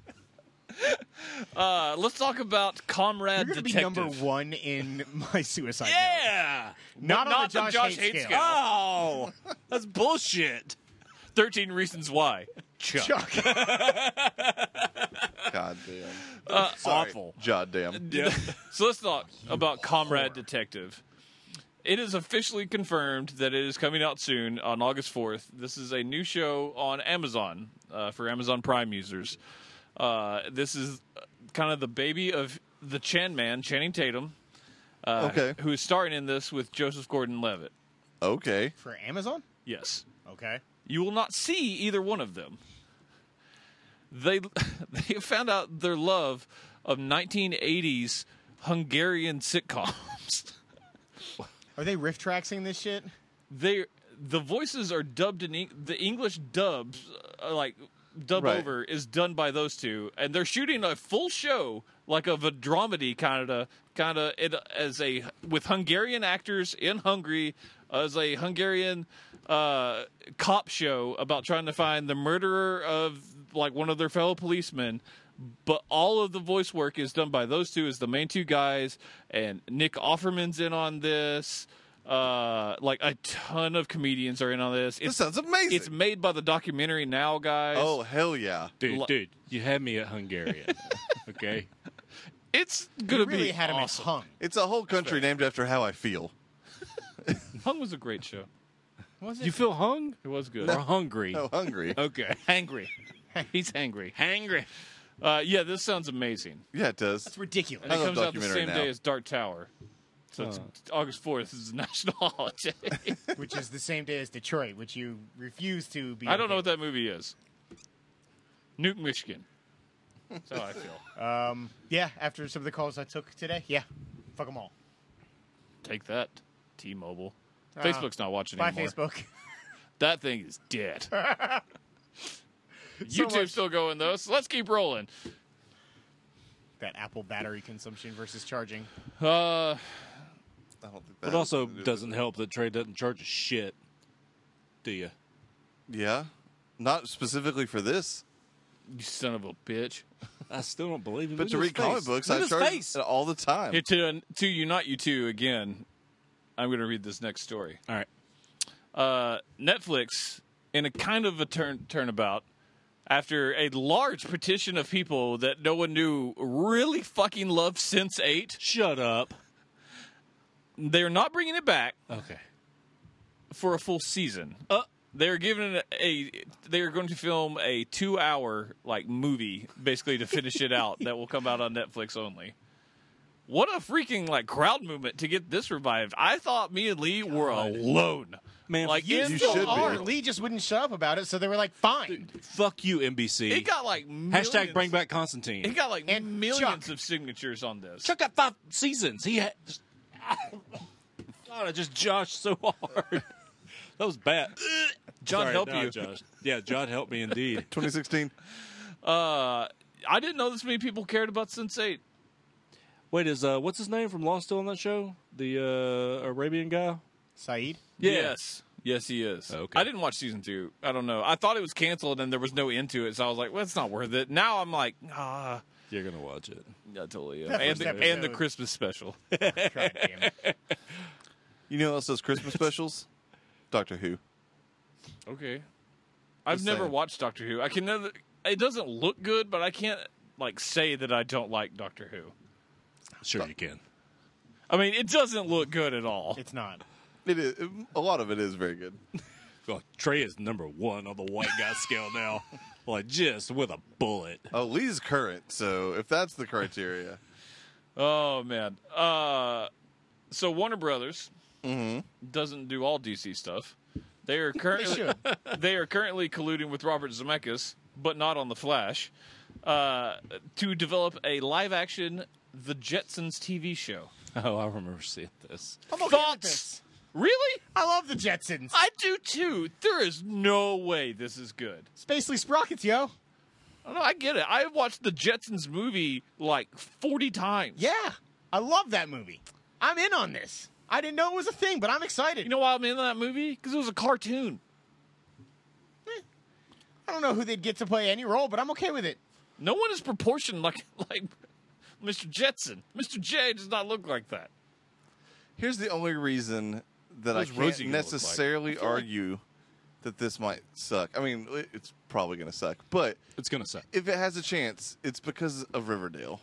Speaker 1: Uh, let's talk about Comrade
Speaker 3: You're going to be
Speaker 1: Detective.
Speaker 3: number one in my suicide. note.
Speaker 2: Yeah.
Speaker 3: Not,
Speaker 1: not
Speaker 3: on
Speaker 1: the
Speaker 3: the Josh,
Speaker 1: Josh
Speaker 3: hate
Speaker 1: hate
Speaker 3: scale.
Speaker 1: scale.
Speaker 2: Oh, that's bullshit.
Speaker 1: Thirteen Reasons Why. Chuck.
Speaker 3: Chuck.
Speaker 4: God damn. Sorry.
Speaker 2: Awful.
Speaker 4: God damn.
Speaker 2: Yeah.
Speaker 1: So let's talk about Comrade Detective. It is officially confirmed that it is coming out soon on August 4th. This is a new show on Amazon uh, for Amazon Prime users. Uh, this is uh, kind of the baby of the Chan Man, Channing Tatum, uh,
Speaker 4: Okay.
Speaker 1: who is starring in this with Joseph Gordon Levitt.
Speaker 4: Okay.
Speaker 3: For Amazon?
Speaker 1: Yes.
Speaker 3: Okay.
Speaker 1: You will not see either one of them. They they found out their love of 1980s Hungarian sitcoms.
Speaker 3: Are they riff tracksing this shit?
Speaker 1: they the voices are dubbed in Eng- the English dubs uh, like dub
Speaker 4: Right.
Speaker 1: over is done by those two and they're shooting a full show like of a dramedy kind of kind of it as a with Hungarian actors in Hungary as a Hungarian uh, cop show about trying to find the murderer of like one of their fellow policemen but all of the voice work is done by those two as the main two guys and nick offerman's in on this uh like a ton of comedians are in on this
Speaker 4: This
Speaker 1: it's,
Speaker 4: sounds amazing.
Speaker 1: it's made by the documentary now guys
Speaker 4: oh hell yeah.
Speaker 2: Dude,
Speaker 1: Lo-
Speaker 2: dude, you had me at Hungarian. okay.
Speaker 1: it's gonna
Speaker 3: You really
Speaker 1: be
Speaker 3: had him
Speaker 1: awesome.
Speaker 3: hung.
Speaker 4: It's a whole country named after how I feel.
Speaker 1: hung was a great show
Speaker 3: Was it?
Speaker 2: You feel hung
Speaker 1: it was good
Speaker 2: or hungry?
Speaker 4: Oh, hungry.
Speaker 2: Okay.
Speaker 1: hangry he's hangry
Speaker 2: Hangry.
Speaker 1: uh yeah this sounds amazing
Speaker 4: Yeah, it does.
Speaker 3: It's ridiculous.
Speaker 1: and
Speaker 4: I
Speaker 1: it
Speaker 4: love
Speaker 1: comes out the
Speaker 4: documentary
Speaker 1: same
Speaker 4: now.
Speaker 1: day as dark tower so it's august 4th is a national holiday
Speaker 3: which is the same day as Detroit, which you refuse to be.
Speaker 1: I don't know what
Speaker 3: okay
Speaker 1: that movie is. Nuke, Michigan. That's how I feel.
Speaker 3: with. Yeah, after some of the calls I took today. Yeah. Fuck them all.
Speaker 1: Take that, T-Mobile.
Speaker 3: Ah.
Speaker 1: Facebook's not watching
Speaker 3: Bye,
Speaker 1: anymore.
Speaker 3: Facebook.
Speaker 1: That thing is dead. YouTube's
Speaker 3: much-
Speaker 1: still going though, so let's keep rolling.
Speaker 3: that Apple battery consumption versus charging.
Speaker 1: Uh,
Speaker 4: I don't think that
Speaker 2: But also doesn't help that trade doesn't charge a shit. Do you?
Speaker 4: Yeah. Not specifically for this.
Speaker 1: you son of a bitch.
Speaker 2: I still don't believe it.
Speaker 4: But to read comic books, I charge it all the time.
Speaker 1: Here to to unite you two again. I'm going to read this next story.
Speaker 2: All right.
Speaker 1: uh, Netflix, in a kind of a turn turnabout, after a large petition of people that no one knew really fucking loved Sense Eight,
Speaker 2: Shut up.
Speaker 1: they're not bringing it back
Speaker 2: Okay.
Speaker 1: for a full season.
Speaker 2: Uh,
Speaker 1: They're giving it a. They're going to film a two-hour like movie, basically to finish it out. That will come out on Netflix only. What a freaking like crowd movement to get this revived! I thought me and Lee were alone.
Speaker 2: Man,
Speaker 1: like
Speaker 2: you
Speaker 1: in the
Speaker 4: still should be.
Speaker 1: art.
Speaker 3: Or Lee just wouldn't shut up about it, so they were like, "Fine."
Speaker 2: fuck you, NBC.
Speaker 1: It got like millions.
Speaker 2: Hashtag bring back Constantine.
Speaker 1: It got like
Speaker 3: And
Speaker 1: millions
Speaker 3: Chuck.
Speaker 1: of signatures on this.
Speaker 2: Chuck got five seasons. He had. God, I just joshed so hard. That was bad.
Speaker 1: John,
Speaker 2: Sorry,
Speaker 1: help
Speaker 2: no,
Speaker 1: you.
Speaker 2: Josh. Yeah, John, help me indeed.
Speaker 4: 2016.
Speaker 1: Uh, I didn't know this many people cared about Sense Eight.
Speaker 2: Wait, is uh, what's his name from Lost still on that show? The uh, Arabian guy.
Speaker 3: Saeed,
Speaker 2: Yeah.
Speaker 1: Yes. Yes, he is.
Speaker 2: Okay.
Speaker 1: I didn't watch season two. I don't know. I thought it was canceled and there was no end to it, so I was like, well, it's not worth it. Now I'm like, ah.
Speaker 2: You're gonna watch it.
Speaker 1: Yeah, totally.
Speaker 3: That
Speaker 1: And,
Speaker 3: first
Speaker 1: the, and the
Speaker 3: episode.
Speaker 1: Christmas special.
Speaker 3: God damn it.
Speaker 4: You know what else does Christmas specials? Doctor Who.
Speaker 1: okay. I've
Speaker 4: Just
Speaker 1: never
Speaker 4: saying.
Speaker 1: watched Doctor Who. I can never. It doesn't look good, but I can't like say that I don't like Doctor Who.
Speaker 2: Sure, you can.
Speaker 1: I mean, it doesn't look good at all.
Speaker 3: It's not.
Speaker 4: It is a lot of it is very good.
Speaker 2: Well, Trey is number one on the white guy scale now, like just with a bullet.
Speaker 4: Oh, Lee's current, so if that's the criteria,
Speaker 1: Oh man. Uh, so Warner Brothers doesn't do all DC stuff. They are currently
Speaker 3: should.
Speaker 1: they, are currently colluding with Robert Zemeckis, but not on the Flash, uh, to develop a live action The Jetsons TV show.
Speaker 2: Oh, I remember seeing this.
Speaker 3: okay with
Speaker 1: Thoughts?
Speaker 3: this.
Speaker 1: Really?
Speaker 3: I love the Jetsons.
Speaker 1: I do too. There is no way this is good.
Speaker 3: Spacely Sprockets, yo.
Speaker 1: I don't know. I get it. I watched the Jetsons movie like forty times.
Speaker 3: Yeah, I love that movie. I'm in on this. I didn't know it was a thing, but I'm excited.
Speaker 1: You know why I'm in that movie? Because it was a cartoon.
Speaker 3: I don't know who they'd get to play any role, but I'm okay with it.
Speaker 1: No one is proportioned like like Mr. Jetson. Mr. J does not look like that.
Speaker 4: Here's the only reason that I
Speaker 2: What's
Speaker 4: can't
Speaker 2: Rosie gonna look like?
Speaker 4: necessarily argue that this might suck. I mean, it- it's probably going to suck, but
Speaker 2: It's gonna suck.
Speaker 4: if it has a chance, it's because of Riverdale.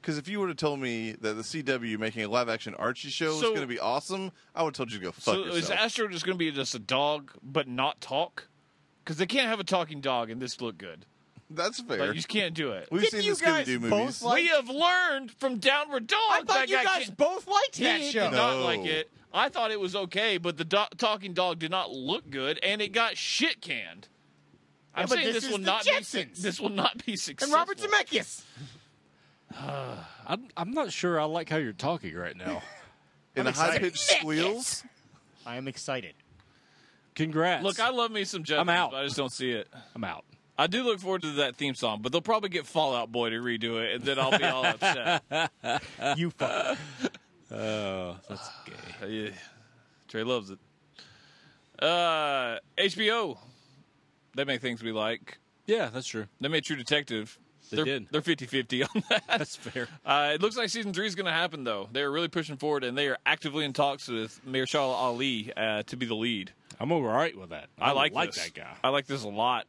Speaker 4: Because if you would have told me that the CW making a live action Archie show is
Speaker 1: So-
Speaker 4: going to be awesome, I would have told you to go fuck
Speaker 1: so
Speaker 4: yourself.
Speaker 1: is Astro just going to be just a dog but not talk? Because they can't have a talking dog and this look good.
Speaker 4: That's fair.
Speaker 1: Like, you just can't do it.
Speaker 4: We've
Speaker 3: Didn't
Speaker 4: seen
Speaker 3: you
Speaker 4: the Scooby Doo
Speaker 3: guys both
Speaker 4: movies.
Speaker 3: like-
Speaker 1: we have learned from Downward Dog.
Speaker 3: I thought
Speaker 1: that
Speaker 3: you
Speaker 1: guy
Speaker 3: guys
Speaker 1: can't-
Speaker 3: both liked
Speaker 1: he
Speaker 3: that show.
Speaker 1: did not
Speaker 4: No.
Speaker 1: like it. I thought it was okay, but the do- talking dog did not look good, and it got shit canned. I'm
Speaker 3: but
Speaker 1: saying
Speaker 3: this
Speaker 1: this,
Speaker 3: is
Speaker 1: will
Speaker 3: the
Speaker 1: not
Speaker 3: Jetsons.
Speaker 1: be this will not be
Speaker 3: and
Speaker 1: successful.
Speaker 3: Robert Zemeckis.
Speaker 2: I'm, I'm not sure. I like how you're talking right now.
Speaker 4: In a high pitched
Speaker 3: Nick it.
Speaker 4: squeals.
Speaker 3: I am excited.
Speaker 2: Congrats.
Speaker 1: Look, I love me some Jetsons.
Speaker 2: I'm out.
Speaker 1: but I just don't see it.
Speaker 2: I'm out.
Speaker 1: I do look forward to that theme song, but they'll probably get Fallout Boy to redo it, and then I'll be all upset.
Speaker 3: You fuck.
Speaker 2: Oh, that's gay.
Speaker 1: yeah. Trey loves it. Uh, HBO. They make things we like.
Speaker 2: Yeah, that's true.
Speaker 1: They made True Detective.
Speaker 2: They
Speaker 1: are
Speaker 2: did.
Speaker 1: They're 50 50 on that.
Speaker 2: That's fair.
Speaker 1: Uh, it looks like season three is going to happen, though. They are really pushing forward, and they are actively in talks with Mahershala Ali uh, to be the lead.
Speaker 2: I'm all right with that.
Speaker 1: I, like,
Speaker 2: like
Speaker 1: this.
Speaker 2: that guy.
Speaker 1: I like this a lot.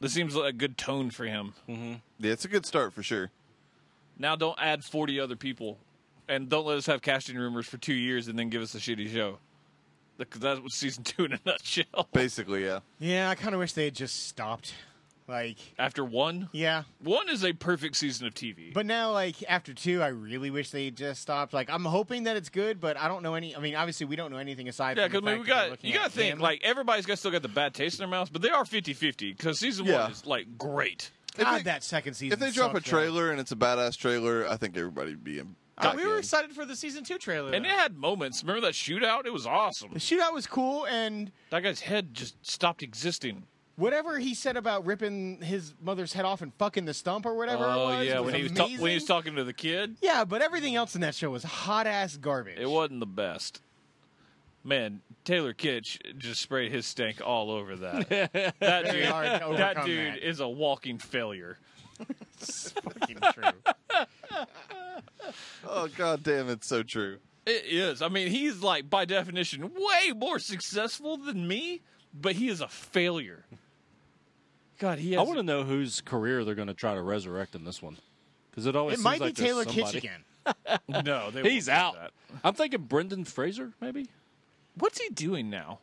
Speaker 1: This seems like a good tone for him.
Speaker 4: Yeah, it's a good start for sure.
Speaker 1: Now don't add 40 other people and don't let us have casting rumors for two years and then give us a shitty show. Because that was season two in a nutshell.
Speaker 4: Basically, yeah.
Speaker 3: Yeah, I kind of wish they had just stopped. Like,
Speaker 1: After one,
Speaker 3: yeah.
Speaker 1: one is a perfect season of TV.
Speaker 3: But now, like after two, I really wish they just stopped. Like I'm hoping that it's good, but I don't know any. I mean, obviously we don't know anything aside.
Speaker 1: yeah,
Speaker 3: because
Speaker 1: because I mean, we got you got to think like everybody's got still got the bad taste in their mouths, but they are 50-50 because season
Speaker 4: Yeah.
Speaker 1: one is like great.
Speaker 3: God,
Speaker 4: they-
Speaker 3: that second season.
Speaker 4: If they drop a
Speaker 3: sucked, though.
Speaker 4: trailer and it's a badass trailer, I think everybody'd be in.
Speaker 3: God,
Speaker 4: back
Speaker 3: we were
Speaker 4: in.
Speaker 3: excited for the season two trailer.
Speaker 1: And
Speaker 3: though.
Speaker 1: it had moments. Remember that shootout? It was awesome.
Speaker 3: the shootout was cool, and
Speaker 1: That guy's head just stopped existing.
Speaker 3: whatever he said about ripping his mother's head off and fucking the stump or whatever. it was,
Speaker 1: Oh, yeah,
Speaker 3: was
Speaker 1: when he was ta-
Speaker 3: amazing.
Speaker 1: when he was talking to the kid.
Speaker 3: Yeah, but everything else in that show was hot ass garbage.
Speaker 1: It wasn't the best. Man, Taylor Kitsch just sprayed his stink all over that. that
Speaker 3: Very
Speaker 1: dude,
Speaker 3: hard to
Speaker 1: that
Speaker 3: overcome
Speaker 1: dude
Speaker 3: that.
Speaker 1: is a walking failure.
Speaker 3: It's fucking true.
Speaker 4: Oh god damn, it's so true.
Speaker 1: It is. I mean, he's like by definition way more successful than me, but he is a failure. God, he
Speaker 2: I
Speaker 1: has.
Speaker 2: want to know whose career they're going to try to resurrect in this one, because it always
Speaker 3: It
Speaker 2: seems
Speaker 3: might
Speaker 2: like
Speaker 3: be
Speaker 2: there's
Speaker 3: Taylor Kitsch
Speaker 2: somebody-
Speaker 3: again.
Speaker 1: no, they
Speaker 2: He's
Speaker 1: won't do
Speaker 2: out.
Speaker 1: that.
Speaker 2: I'm thinking Brendan Fraser, maybe
Speaker 1: What's he doing now?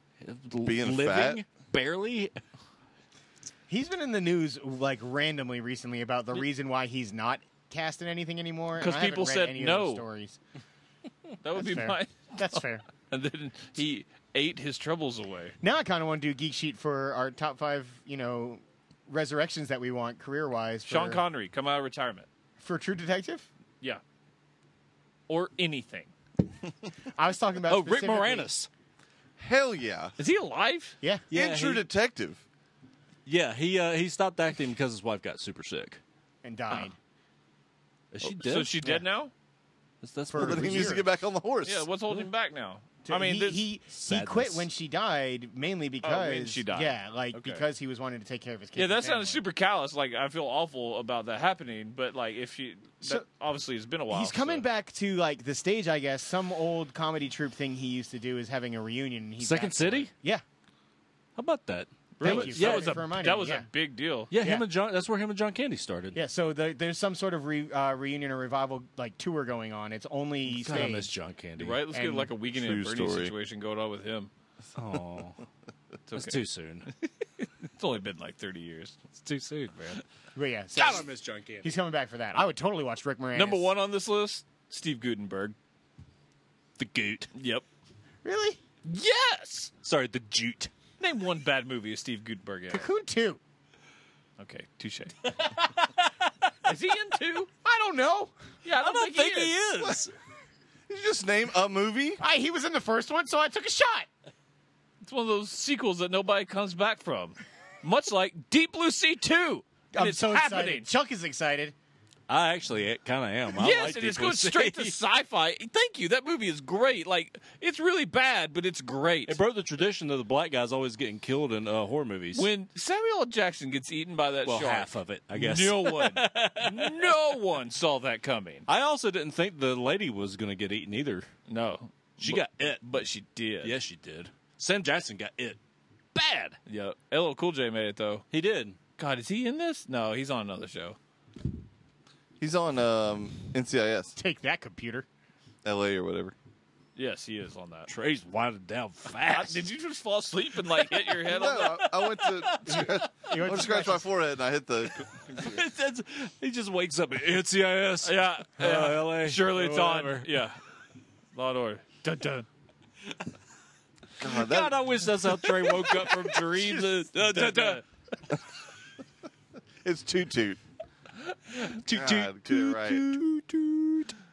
Speaker 4: Being
Speaker 2: living
Speaker 4: fat?
Speaker 2: barely.
Speaker 3: He's been in the news like randomly recently about the reason why he's not cast in anything anymore. and
Speaker 1: 'Cause
Speaker 3: I haven't
Speaker 1: people
Speaker 3: read
Speaker 1: said
Speaker 3: any of
Speaker 1: no.
Speaker 3: those Stories.
Speaker 1: That would be
Speaker 3: fair.
Speaker 1: my.
Speaker 3: That's fair.
Speaker 1: And then he ate his troubles away.
Speaker 3: Now I kind of want to do geek sheet for our top five, you know, resurrections that we want career wise.
Speaker 1: Sean Connery, come out of retirement.
Speaker 3: for True Detective.
Speaker 1: Yeah. Or anything.
Speaker 3: I was talking about
Speaker 2: Oh, Rick
Speaker 3: specifically-
Speaker 2: Moranis.
Speaker 4: Hell yeah.
Speaker 1: Is he alive?
Speaker 3: Yeah,
Speaker 2: Yeah,
Speaker 4: in True
Speaker 2: he-
Speaker 4: Detective.
Speaker 2: Yeah, he uh, he stopped acting because his wife got super sick.
Speaker 3: and died.
Speaker 2: Is Oh, she dead?
Speaker 1: So she's dead now?
Speaker 2: That's, that's
Speaker 3: For-
Speaker 2: what
Speaker 4: But
Speaker 2: it
Speaker 4: he
Speaker 2: is.
Speaker 4: needs to get back on the horse.
Speaker 1: Yeah, what's holding him back now?
Speaker 3: I
Speaker 1: I mean,
Speaker 3: he
Speaker 1: this, Oh,
Speaker 3: he, he
Speaker 2: Sadness.
Speaker 3: quit when she died mainly because
Speaker 1: she died.
Speaker 3: Yeah, like
Speaker 1: Okay.
Speaker 3: because he was wanting to take care of his kids.
Speaker 1: yeah,
Speaker 3: and
Speaker 1: that sounded
Speaker 3: family.
Speaker 1: super callous. Like I feel awful about that happening, but like if she,
Speaker 3: So-
Speaker 1: that obviously it's been a while.
Speaker 3: He's coming
Speaker 1: so-
Speaker 3: back to like the stage, I guess. Some old comedy troupe thing he used to do is having a reunion. and he's
Speaker 2: Second
Speaker 3: back for it.
Speaker 2: City?
Speaker 3: Yeah,
Speaker 2: How about that?
Speaker 3: Thank
Speaker 1: Really?
Speaker 3: you
Speaker 1: Yeah,
Speaker 3: for-
Speaker 1: that was a
Speaker 3: for reminding
Speaker 1: that
Speaker 3: me,
Speaker 1: was
Speaker 3: yeah.
Speaker 1: a big deal.
Speaker 2: Yeah, him
Speaker 3: Yeah.
Speaker 2: and John. That's where him and John Candy started.
Speaker 3: yeah. So there, there's some sort of re, uh, reunion or revival like tour going on. It's only
Speaker 2: God, I miss
Speaker 3: stage.
Speaker 2: John Candy.
Speaker 1: Right? Let's get
Speaker 3: And
Speaker 1: like a weekend
Speaker 4: true
Speaker 1: in Bernie
Speaker 4: story.
Speaker 1: situation going on with him.
Speaker 2: Oh,
Speaker 1: It's,
Speaker 2: that's
Speaker 1: okay.
Speaker 2: too soon.
Speaker 1: it's only been like thirty years.
Speaker 2: It's too soon, man.
Speaker 3: But yeah, so
Speaker 2: God, I miss John Candy.
Speaker 3: he's coming back for that. I would totally watch Rick Moranis.
Speaker 1: Number one on this list, Steve Gutenberg.
Speaker 2: The Goot.
Speaker 1: Yep.
Speaker 3: really?
Speaker 1: Yes.
Speaker 2: Sorry, the Jute.
Speaker 1: Name one bad movie of Steve Gutenberg. in.
Speaker 3: Cocoon two.
Speaker 1: Okay, touche. Is he in two?
Speaker 3: I don't know.
Speaker 1: Yeah, I don't,
Speaker 2: don't think he
Speaker 1: is.
Speaker 2: is.
Speaker 4: Did you just name a movie?
Speaker 3: I, he was in the first one, so I took a shot.
Speaker 1: It's one of those sequels that nobody comes back from. Much like Deep Blue Sea 2. And
Speaker 3: I'm
Speaker 1: it's
Speaker 3: so
Speaker 1: happening.
Speaker 3: excited. Chuck is excited.
Speaker 2: I actually kind of am. I
Speaker 1: yes,
Speaker 2: like
Speaker 1: and
Speaker 2: Deep
Speaker 1: it's
Speaker 2: Blue
Speaker 1: going straight to
Speaker 2: Sea.
Speaker 1: sci-fi. Thank you. That movie is great. Like it's really bad, but it's great.
Speaker 2: It broke the tradition of the black guys always getting killed in uh, horror movies.
Speaker 1: when Samuel L. Jackson gets eaten by that
Speaker 2: well,
Speaker 1: shark,
Speaker 2: half of it, I guess.
Speaker 1: no one, no one saw that coming.
Speaker 2: I also didn't think the lady was going to get eaten either.
Speaker 1: No,
Speaker 2: She
Speaker 1: But-
Speaker 2: got it.
Speaker 1: but she did.
Speaker 2: Yes, she did. Sam Jackson got it. Bad.
Speaker 1: yeah. LL Cool J made it though.
Speaker 2: He did.
Speaker 1: God, is he in this? No, he's on another show.
Speaker 4: He's on um, NCIS,
Speaker 3: Take that computer.
Speaker 4: LA or whatever.
Speaker 1: Yes, he is on that.
Speaker 2: Trey's winded down fast.
Speaker 1: Did you just fall asleep and like hit your head
Speaker 4: No,
Speaker 1: on that?
Speaker 4: I, I went to
Speaker 3: You
Speaker 4: I
Speaker 3: know,
Speaker 4: went to
Speaker 3: it's
Speaker 4: scratch my forehead and I hit the.
Speaker 2: That's- he just wakes up. It's CIS.
Speaker 1: Yeah,
Speaker 2: Uh,
Speaker 1: yeah.
Speaker 2: LA,
Speaker 1: Surely it's
Speaker 2: whatever.
Speaker 1: on. Yeah, Law and Order. Dun dun.
Speaker 4: God, that,
Speaker 2: God, I wish that's how Trey woke up from dreams. Uh, duh, duh, duh.
Speaker 4: it's toot toot.
Speaker 2: Toot,
Speaker 4: God,
Speaker 2: toot,
Speaker 4: get it right.
Speaker 2: toot, toot.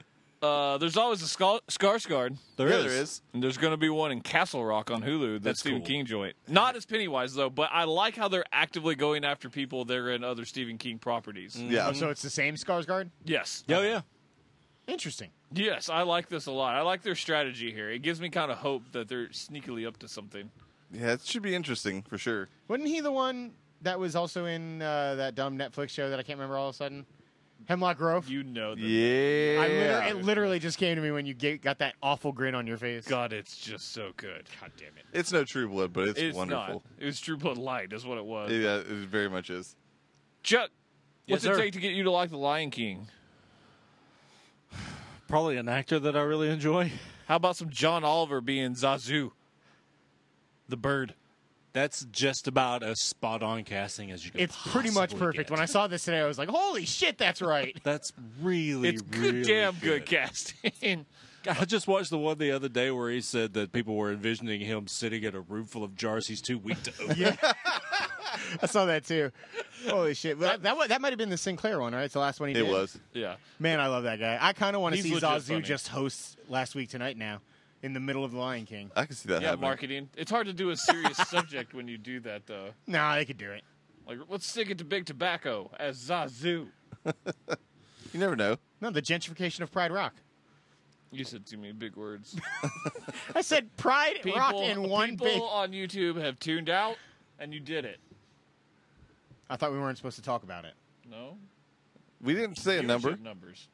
Speaker 1: Uh, there's always a scar Skarsgård.
Speaker 2: There
Speaker 4: Yeah,
Speaker 2: is.
Speaker 4: there is.
Speaker 1: And there's going to be one in Castle Rock on Hulu, the
Speaker 2: That's
Speaker 1: Stephen
Speaker 2: cool.
Speaker 1: King joint. Not as Pennywise though, but I like how they're actively going after people that are in other Stephen King properties.
Speaker 2: Mm.
Speaker 4: Yeah.
Speaker 3: Oh, so it's the same Skarsgård.
Speaker 1: Yes,
Speaker 2: Oh, yeah.
Speaker 3: Interesting.
Speaker 1: yes, I like this a lot. I like their strategy here. It gives me kind of hope that they're sneakily up to something.
Speaker 4: yeah, it should be interesting for sure.
Speaker 3: Wasn't he the one that was also in uh, that dumb Netflix show that I can't remember all of a sudden? Hemlock Grove.
Speaker 1: You know that.
Speaker 4: Yeah.
Speaker 3: I literally, it literally just came to me when you ga- got that awful grin on your face.
Speaker 1: God, it's just so good. God damn it.
Speaker 4: it's no True Blood, but it's,
Speaker 1: It's
Speaker 4: wonderful.
Speaker 1: not. It was True Blood Light, is what it was.
Speaker 4: Yeah, it very much is.
Speaker 1: Chuck, what's
Speaker 2: Yes,
Speaker 1: it
Speaker 2: sir.
Speaker 1: take to get you to like The Lion King?
Speaker 2: Probably an actor that I really enjoy.
Speaker 1: How about some John Oliver being Zazu, the bird?
Speaker 2: That's just about as spot on casting as you can
Speaker 3: It's pretty much
Speaker 2: possibly
Speaker 3: perfect.
Speaker 2: get.
Speaker 3: When I saw this today, I was like, "Holy shit, that's right!"
Speaker 2: That's really,
Speaker 1: It's good,
Speaker 2: really
Speaker 1: damn good,
Speaker 2: good.
Speaker 1: casting.
Speaker 2: I just watched the one the other day where he said that people were envisioning him sitting in a room full of jars he's too weak to open.
Speaker 3: I saw that too. Holy shit! Well, that that, that might have been the Sinclair one, right? It's the last one he
Speaker 4: It
Speaker 3: did.
Speaker 4: was.
Speaker 1: yeah.
Speaker 3: Man, I love that guy. I kind of want to
Speaker 1: He's
Speaker 3: see
Speaker 1: legit
Speaker 3: Zazu
Speaker 1: funny.
Speaker 3: just host last week tonight now in the middle of The Lion King.
Speaker 4: I can see that
Speaker 1: Yeah,
Speaker 4: happening.
Speaker 1: marketing. It's hard to do a serious subject when you do that, though.
Speaker 3: Nah, they could do it.
Speaker 1: Like, let's stick it to Big Tobacco as Zazu.
Speaker 4: You never know.
Speaker 3: No, the gentrification of Pride Rock.
Speaker 1: You said too many big words.
Speaker 3: I said Pride
Speaker 1: People,
Speaker 3: Rock in one
Speaker 1: people
Speaker 3: big.
Speaker 1: on YouTube have tuned out, and you did it.
Speaker 3: I thought we weren't supposed to talk about it.
Speaker 1: No?
Speaker 4: We didn't say a
Speaker 1: Viewership
Speaker 4: number.
Speaker 1: Numbers.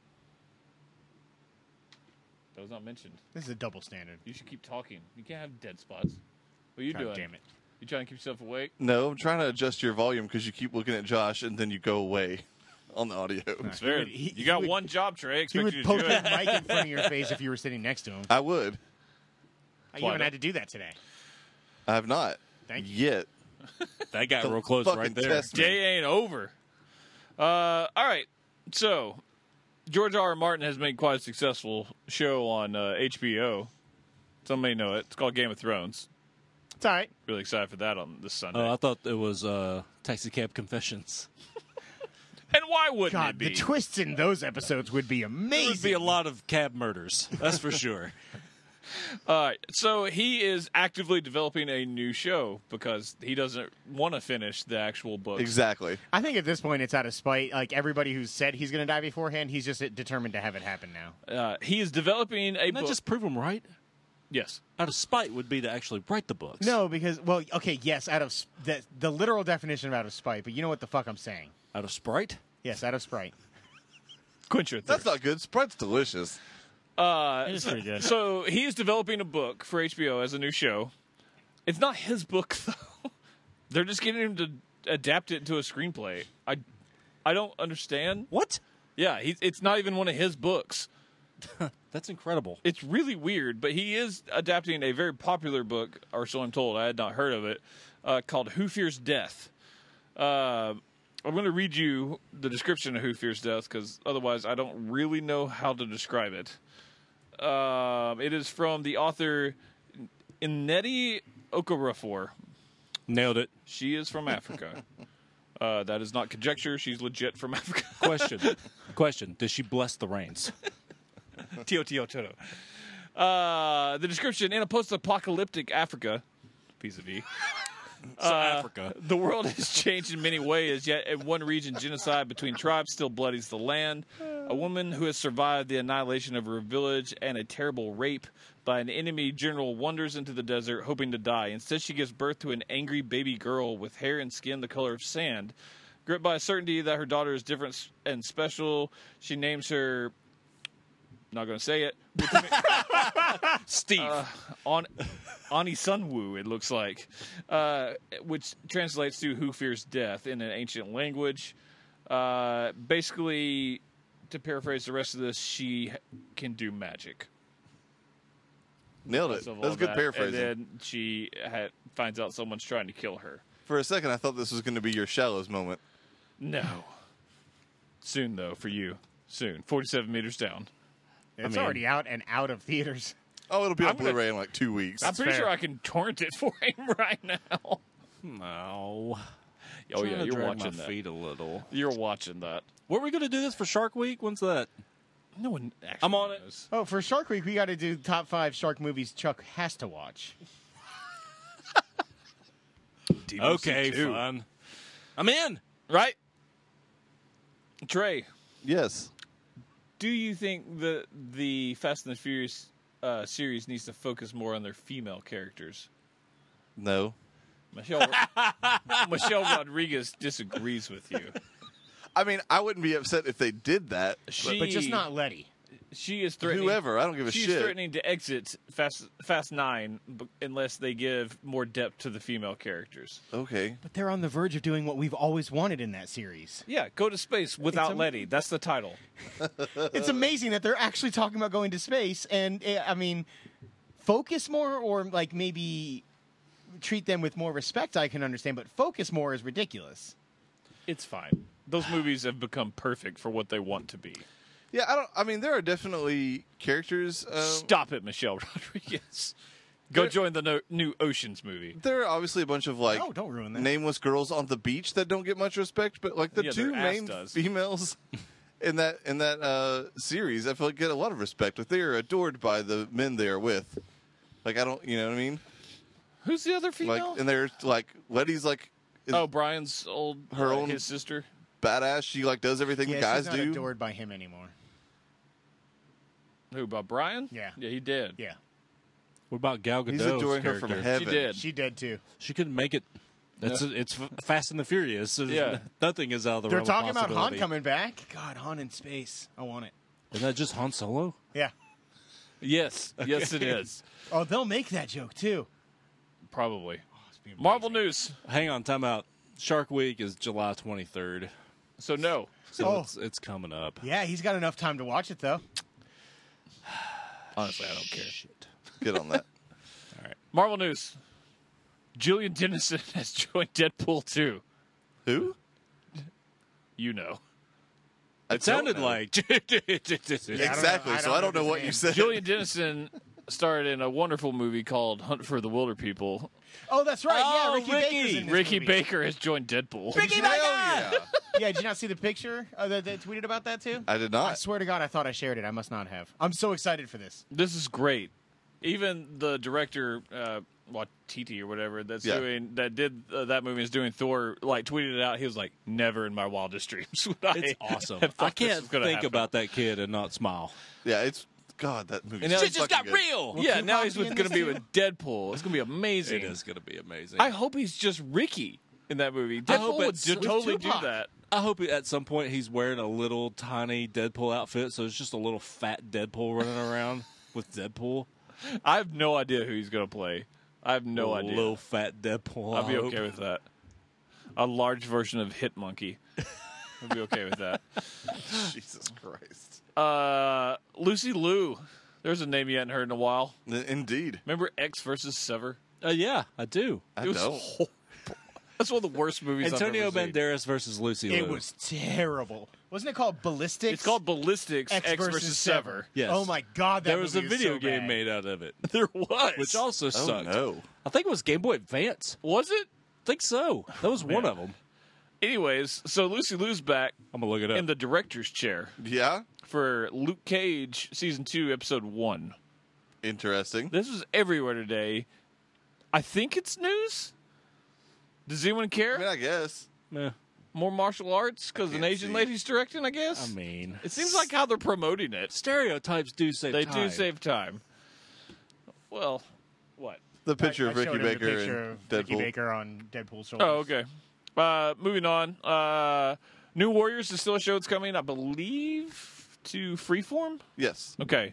Speaker 1: That was not mentioned.
Speaker 3: This is a double standard.
Speaker 1: You should keep talking. You can't have dead spots. What are you
Speaker 3: God
Speaker 1: doing?
Speaker 3: damn it.
Speaker 1: You trying to keep yourself awake?
Speaker 4: No, I'm trying to adjust your volume because you keep looking at Josh and then you go away on the audio.
Speaker 1: Fair.
Speaker 3: would- he-
Speaker 1: you got
Speaker 3: he would-
Speaker 1: one job, Trey. I
Speaker 3: He
Speaker 1: expect
Speaker 3: would
Speaker 1: you to
Speaker 3: poke
Speaker 1: do
Speaker 3: that
Speaker 1: it.
Speaker 3: mic in front of your face if you were sitting next to him.
Speaker 4: I would.
Speaker 3: you
Speaker 1: up.
Speaker 3: haven't had to do that today.
Speaker 4: I have not.
Speaker 3: Thank you.
Speaker 4: Yet.
Speaker 2: that got real close
Speaker 4: Fucking
Speaker 2: right there.
Speaker 4: test me.
Speaker 1: Day ain't over. Uh, all right. So, George R. R. Martin has made quite a successful show on uh, HBO. Some may know it. It's called Game of Thrones.
Speaker 3: It's all right.
Speaker 1: Really excited for that on this Sunday.
Speaker 2: Oh, I thought it was uh, Taxi Cab Confessions.
Speaker 1: and why wouldn't it
Speaker 3: God,
Speaker 1: be?
Speaker 3: the twists in those episodes would be
Speaker 2: There would be
Speaker 3: amazing.
Speaker 2: a lot of cab murders, that's for sure.
Speaker 1: Uh, so he is actively developing a new show because he doesn't want to finish the actual book.
Speaker 4: Exactly.
Speaker 3: I think at this point it's out of spite. Like everybody who said he's going to die beforehand, he's just determined to have it happen now.
Speaker 1: Uh, he is developing a
Speaker 2: Not
Speaker 1: book.
Speaker 2: just prove them right.
Speaker 1: yes.
Speaker 2: Out of spite would be to actually write the books.
Speaker 3: No, because well, okay, yes, out of s- the, the literal definition of out of spite, but you know what the fuck I'm saying.
Speaker 2: Out of sprite?
Speaker 3: Yes, out of sprite.
Speaker 1: Quench your
Speaker 4: That's not good. Sprite's delicious.
Speaker 1: Uh,
Speaker 3: It's pretty good.
Speaker 1: so he is developing a book for HBO as a new show. It's not his book though. They're just getting him to adapt it to a screenplay. I, I don't understand.
Speaker 2: What?
Speaker 1: Yeah, he, it's not even one of his books.
Speaker 2: That's incredible.
Speaker 1: It's really weird, but he is adapting a very popular book, or so I'm told. I had not heard of it, uh, called Who Fears Death. Uh, I'm going to read you the description of Who Fears Death because otherwise I don't really know how to describe it. Um, it is from the author Nnedi Okorafor.
Speaker 2: Nailed it.
Speaker 1: She is from Africa. uh, that is not conjecture. She's legit from Africa.
Speaker 2: Question. Question. Does she bless the rains?
Speaker 1: Tio Tio Toto. Uh, the description in a post apocalyptic Africa, piece of E.
Speaker 2: Uh, Africa.
Speaker 1: The world has changed in many ways, yet in one region, genocide between tribes still bloodies the land. A woman who has survived the annihilation of her village and a terrible rape by an enemy general wanders into the desert hoping to die. Instead, she gives birth to an angry baby girl with hair and skin the color of sand. Gripped by certainty that her daughter is different and special, she names her. Not going to say it.
Speaker 2: Steve.
Speaker 1: Uh, on Ani Sunwu, it looks like, uh, which translates to "Who fears death" in an ancient language. Uh, basically, to paraphrase the rest of this, she can do magic.
Speaker 4: Nailed it.
Speaker 1: So of
Speaker 4: That's
Speaker 1: all
Speaker 4: good
Speaker 1: that,
Speaker 4: paraphrasing.
Speaker 1: And then she ha- finds out someone's trying to kill her.
Speaker 4: For a second, I thought this was going to be your shallows moment.
Speaker 1: No. Soon though, for you. Soon, forty-seven meters down.
Speaker 3: It's
Speaker 2: mean-
Speaker 3: already out and out of theaters.
Speaker 4: Oh, it'll be on
Speaker 1: I'm gonna-
Speaker 4: Blu-ray in like two weeks.
Speaker 1: I'm pretty
Speaker 3: fair.
Speaker 1: sure I can torrent it for him right now.
Speaker 2: no.
Speaker 1: Oh yeah, you're
Speaker 2: drag
Speaker 1: watching
Speaker 2: my
Speaker 1: that.
Speaker 2: feet a little.
Speaker 1: You're watching that.
Speaker 2: Were we going to do this for Shark Week? When's that?
Speaker 1: No one. Actually
Speaker 2: I'm on it.
Speaker 1: knows.
Speaker 3: Oh, for Shark Week, we got to do top five shark movies Chuck has to watch.
Speaker 2: okay, fine. I'm in.
Speaker 1: right? Trey,
Speaker 4: yes.
Speaker 1: do you think the the Fast and the Furious uh, series needs to focus more on their female characters?
Speaker 4: No.
Speaker 1: Michelle Michelle Rodriguez disagrees with you.
Speaker 4: I mean, I wouldn't be upset if they did that. but
Speaker 1: She,
Speaker 3: But just not Letty.
Speaker 1: She is threatening.
Speaker 4: whoever, I don't give a
Speaker 1: She's
Speaker 4: shit.
Speaker 1: threatening to exit Fast Fast Nine b- unless they give more depth to the female characters.
Speaker 4: Okay.
Speaker 3: But they're on the verge of doing what we've always wanted in that series.
Speaker 1: Yeah, go to space without
Speaker 3: am-
Speaker 1: Letty. That's the title.
Speaker 3: It's amazing that they're actually talking about going to space. And eh, I mean, focus more, or like maybe treat them with more respect. I can understand, but focus more is ridiculous.
Speaker 1: It's fine. Those movies have become perfect for what they want to be.
Speaker 4: Yeah, I don't. I mean, there are definitely characters. Um,
Speaker 1: Stop it, Michelle Rodriguez. Go join the no- new Oceans movie.
Speaker 4: There are obviously a bunch of like
Speaker 3: No, don't ruin that.
Speaker 4: nameless girls on the beach that don't get much respect, but like the
Speaker 1: Yeah,
Speaker 4: two
Speaker 1: their ass
Speaker 4: main
Speaker 1: does.
Speaker 4: females in that in that uh, series, I feel like get a lot of respect. Like they are adored by the men they are with. Like I don't, you know what I mean?
Speaker 1: Who's the other
Speaker 4: Like
Speaker 1: female?
Speaker 4: and they're like Letty's like is
Speaker 1: oh, Brian's old
Speaker 4: Her
Speaker 1: uh,
Speaker 4: own-
Speaker 1: his sister.
Speaker 4: badass. She like does everything
Speaker 3: Yeah,
Speaker 4: guys
Speaker 3: she's not
Speaker 4: do.
Speaker 3: adored by him anymore.
Speaker 1: Who about Brian?
Speaker 3: Yeah.
Speaker 1: yeah, he did.
Speaker 3: Yeah,
Speaker 2: What about Gal Gadot's
Speaker 4: He's adoring
Speaker 2: character?
Speaker 4: her from heaven.
Speaker 1: she did.
Speaker 3: she did too.
Speaker 2: She couldn't make it. That's it's f- Fast and the Furious. so
Speaker 1: Yeah.
Speaker 2: nothing is out of the
Speaker 3: They're
Speaker 2: realm
Speaker 3: talking
Speaker 2: of
Speaker 3: about Han
Speaker 2: possibility.
Speaker 3: coming back. God, Han in space. I want it.
Speaker 2: Isn't that just Han Solo?
Speaker 3: Yeah.
Speaker 1: Yes, yes, it is
Speaker 3: Oh, they'll make that joke too.
Speaker 1: probably.
Speaker 3: Must be
Speaker 1: Marvel
Speaker 3: amazing.
Speaker 1: news.
Speaker 2: Hang on, time out. Shark Week is July 23rd,
Speaker 1: So no,
Speaker 2: so
Speaker 3: Oh.
Speaker 2: it's it's coming up.
Speaker 3: Yeah, he's got enough time to watch it though.
Speaker 1: honestly, I don't care.
Speaker 2: Shit.
Speaker 4: Get on that.
Speaker 1: Marvel news. Julian Dennison has joined Deadpool 2.
Speaker 4: Who?
Speaker 1: You know,
Speaker 4: I
Speaker 2: It sounded
Speaker 4: don't know.
Speaker 2: like
Speaker 3: Yeah, I don't know.
Speaker 4: exactly.
Speaker 3: I don't
Speaker 4: so I don't
Speaker 3: know
Speaker 4: know
Speaker 3: his
Speaker 4: what
Speaker 3: name.
Speaker 4: you said.
Speaker 1: Julian Dennison starred in a wonderful movie called Hunt for the Wilder People.
Speaker 3: Oh, that's right.
Speaker 2: Oh,
Speaker 3: yeah, Ricky,
Speaker 2: Ricky.
Speaker 3: Baker's in this
Speaker 1: Ricky
Speaker 3: movie.
Speaker 1: Baker has joined Deadpool.
Speaker 3: Ricky
Speaker 4: Hell
Speaker 3: Baker.
Speaker 4: yeah.
Speaker 3: yeah, did you not see the picture uh, that they tweeted about that too?
Speaker 4: I did
Speaker 3: I
Speaker 4: not.
Speaker 3: swear to God, I thought I shared it. I must not have. I'm so excited for this.
Speaker 1: this is great. Even the director, uh, Watiti or whatever, that's
Speaker 4: Yeah.
Speaker 1: doing that did uh, that movie is doing Thor. Like tweeted it out. He was like, "Never in my wildest dreams would I."
Speaker 2: it's awesome.
Speaker 1: have thought
Speaker 2: I
Speaker 1: this
Speaker 2: can't
Speaker 1: was gonna
Speaker 2: think
Speaker 1: happen."
Speaker 2: about that kid and not smile.
Speaker 4: Yeah, it's God. That movie.
Speaker 1: And now
Speaker 4: so
Speaker 1: it's just
Speaker 4: fucking good.
Speaker 2: real.
Speaker 1: yeah,
Speaker 3: Tupac
Speaker 1: now he's
Speaker 3: be
Speaker 1: with,
Speaker 3: in
Speaker 1: gonna
Speaker 3: this
Speaker 1: be with Deadpool. It's gonna be amazing.
Speaker 2: It is going to be amazing.
Speaker 1: I hope he's just Ricky in that movie.
Speaker 2: I hope
Speaker 1: Deadpool would
Speaker 2: it's
Speaker 1: ju-
Speaker 2: with
Speaker 1: totally do
Speaker 3: Tupac.
Speaker 1: that.
Speaker 2: I hope at some point he's wearing a little tiny Deadpool outfit, so it's just a little fat Deadpool running around with Deadpool.
Speaker 1: I have no idea who he's gonna play. I have no idea.
Speaker 2: Little fat Deadpool.
Speaker 1: I'll
Speaker 2: I
Speaker 1: be
Speaker 2: hope.
Speaker 1: okay with that. A large version of Hit Monkey. I'll be okay with that.
Speaker 4: Jesus Christ.
Speaker 1: Uh, Lucy Liu. There's a name you hadn't heard in a while.
Speaker 4: N- Indeed.
Speaker 1: Remember X versus Sever?
Speaker 2: Uh, yeah, I do.
Speaker 4: I
Speaker 1: It was
Speaker 4: don't.
Speaker 1: horrible. That's one of the worst movies
Speaker 2: Antonio
Speaker 1: I've ever seen.
Speaker 2: Banderas versus Lucy
Speaker 3: It
Speaker 2: Liu.
Speaker 3: was terrible. Wasn't it called Ballistics?
Speaker 1: It's called Ballistics X, versus, Sever.
Speaker 2: Yes.
Speaker 3: Oh my God, that
Speaker 2: there was a
Speaker 3: movie is
Speaker 2: video
Speaker 3: so
Speaker 2: game
Speaker 3: bad.
Speaker 2: made out of it,
Speaker 1: There was.
Speaker 2: which also
Speaker 4: Oh
Speaker 2: sucked.
Speaker 4: no.
Speaker 2: I think it was Game Boy Advance.
Speaker 1: was it?
Speaker 2: think so. That was one of them.
Speaker 1: Anyways, so Lucy Liu's back
Speaker 2: I'm gonna look it up.
Speaker 1: in the director's chair
Speaker 4: Yeah,
Speaker 1: for Luke Cage season two, episode one.
Speaker 4: interesting.
Speaker 1: This was everywhere today. I think it's news. Does anyone
Speaker 4: I mean,
Speaker 1: care?
Speaker 4: I guess.
Speaker 2: Meh.
Speaker 1: More martial arts because an
Speaker 4: can't
Speaker 1: Asian
Speaker 4: see.
Speaker 1: lady's directing, I
Speaker 2: I
Speaker 1: guess.
Speaker 2: mean,
Speaker 1: it seems like how they're promoting it.
Speaker 2: stereotypes do save
Speaker 1: They
Speaker 2: time.
Speaker 1: do save time. Well, what?
Speaker 4: The picture
Speaker 3: I
Speaker 4: of Ricky
Speaker 3: showed him the
Speaker 4: Baker
Speaker 3: picture
Speaker 4: and
Speaker 3: of Ricky
Speaker 4: Deadpool.
Speaker 3: Baker on Deadpool's shoulders.
Speaker 1: Oh, okay. Uh, moving on. Uh, New Warriors is still a show that's coming, I believe, to Freeform.
Speaker 4: Yes.
Speaker 1: Okay.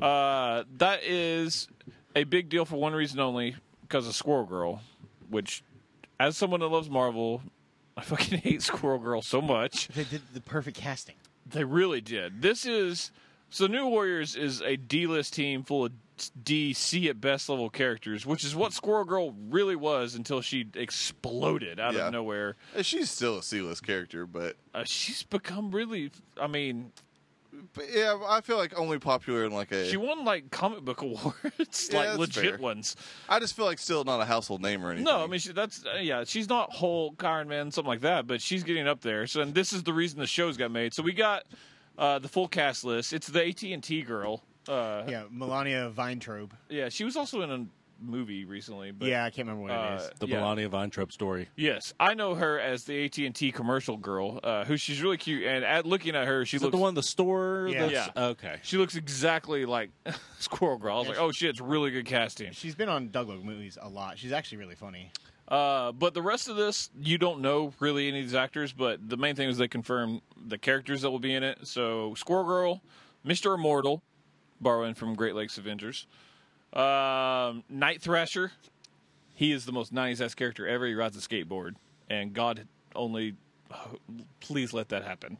Speaker 1: Uh, that is a big deal for one reason only because of Squirrel Girl, which, as someone that loves Marvel, I fucking hate Squirrel Girl so much.
Speaker 3: They did the perfect casting.
Speaker 1: They really did. This is. So, New Warriors is a D list team full of D, C at best level characters, which is what Squirrel Girl really was until she exploded out
Speaker 4: Yeah.
Speaker 1: of nowhere.
Speaker 4: And She's still a C-list character, but,
Speaker 1: Uh, she's become really. I mean,
Speaker 4: but yeah, I feel like only popular in like a.
Speaker 1: she won like comic book awards,
Speaker 4: Yeah,
Speaker 1: like
Speaker 4: that's
Speaker 1: legit
Speaker 4: fair.
Speaker 1: ones.
Speaker 4: I just feel like still not a household name or anything.
Speaker 1: No, I mean she, that's uh, yeah. She's not Hulk, Iron Man, something like that, but she's getting up there. So, and this is the reason the show's got made. So we got uh, the full cast list. It's the AT and T girl. Uh, yeah.
Speaker 3: Yeah, Melania Weintraub.
Speaker 1: she was also in a movie recently. But,
Speaker 3: yeah, I can't remember what it
Speaker 1: uh,
Speaker 3: is.
Speaker 2: the
Speaker 1: yeah.
Speaker 2: Melania Weintraub story.
Speaker 1: Yes, I know her as the AT and T commercial girl, uh, who she's really cute. And at looking at her, she
Speaker 2: Is that
Speaker 1: looks
Speaker 2: the one in the store?
Speaker 3: Yeah.
Speaker 2: That's, Okay.
Speaker 1: she looks exactly like Squirrel Girl. I was like, oh shit, it's really good casting.
Speaker 3: She's been on Doug Logue movies a lot. She's actually really funny.
Speaker 1: Uh, but the rest of this, you don't know really any of these actors, but the main thing is they confirm the characters that will be in it. So Squirrel Girl, Mr. Immortal, borrowing from Great Lakes Avengers, um, Night Thrasher. He is the most 90s ass character ever. He rides a skateboard, and God only, oh, please let that happen.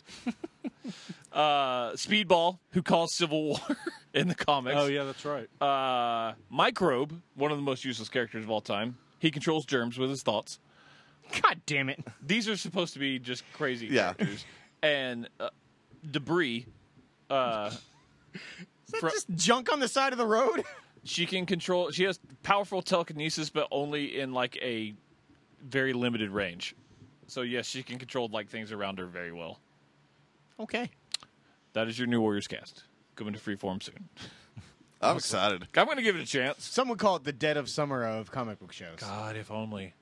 Speaker 1: uh, Speedball, who caused Civil War in the comics.
Speaker 2: Oh yeah, that's right.
Speaker 1: Uh, Microbe, one of the most useless characters of all time. He controls germs with his thoughts.
Speaker 3: God damn it!
Speaker 1: These are supposed to be just crazy
Speaker 4: Yeah.
Speaker 1: characters. And uh, debris, uh, Fro-
Speaker 3: Just junk on the side of the road.
Speaker 1: she can control. She has powerful telekinesis, but only in like a very limited range. So yes, she can control like things around her very well.
Speaker 3: okay.
Speaker 1: That is your new Warriors cast coming to freeform soon.
Speaker 4: I'm excited.
Speaker 1: I'm going to give it a chance.
Speaker 3: Some would call it the dead of summer of comic book shows.
Speaker 1: God, if only.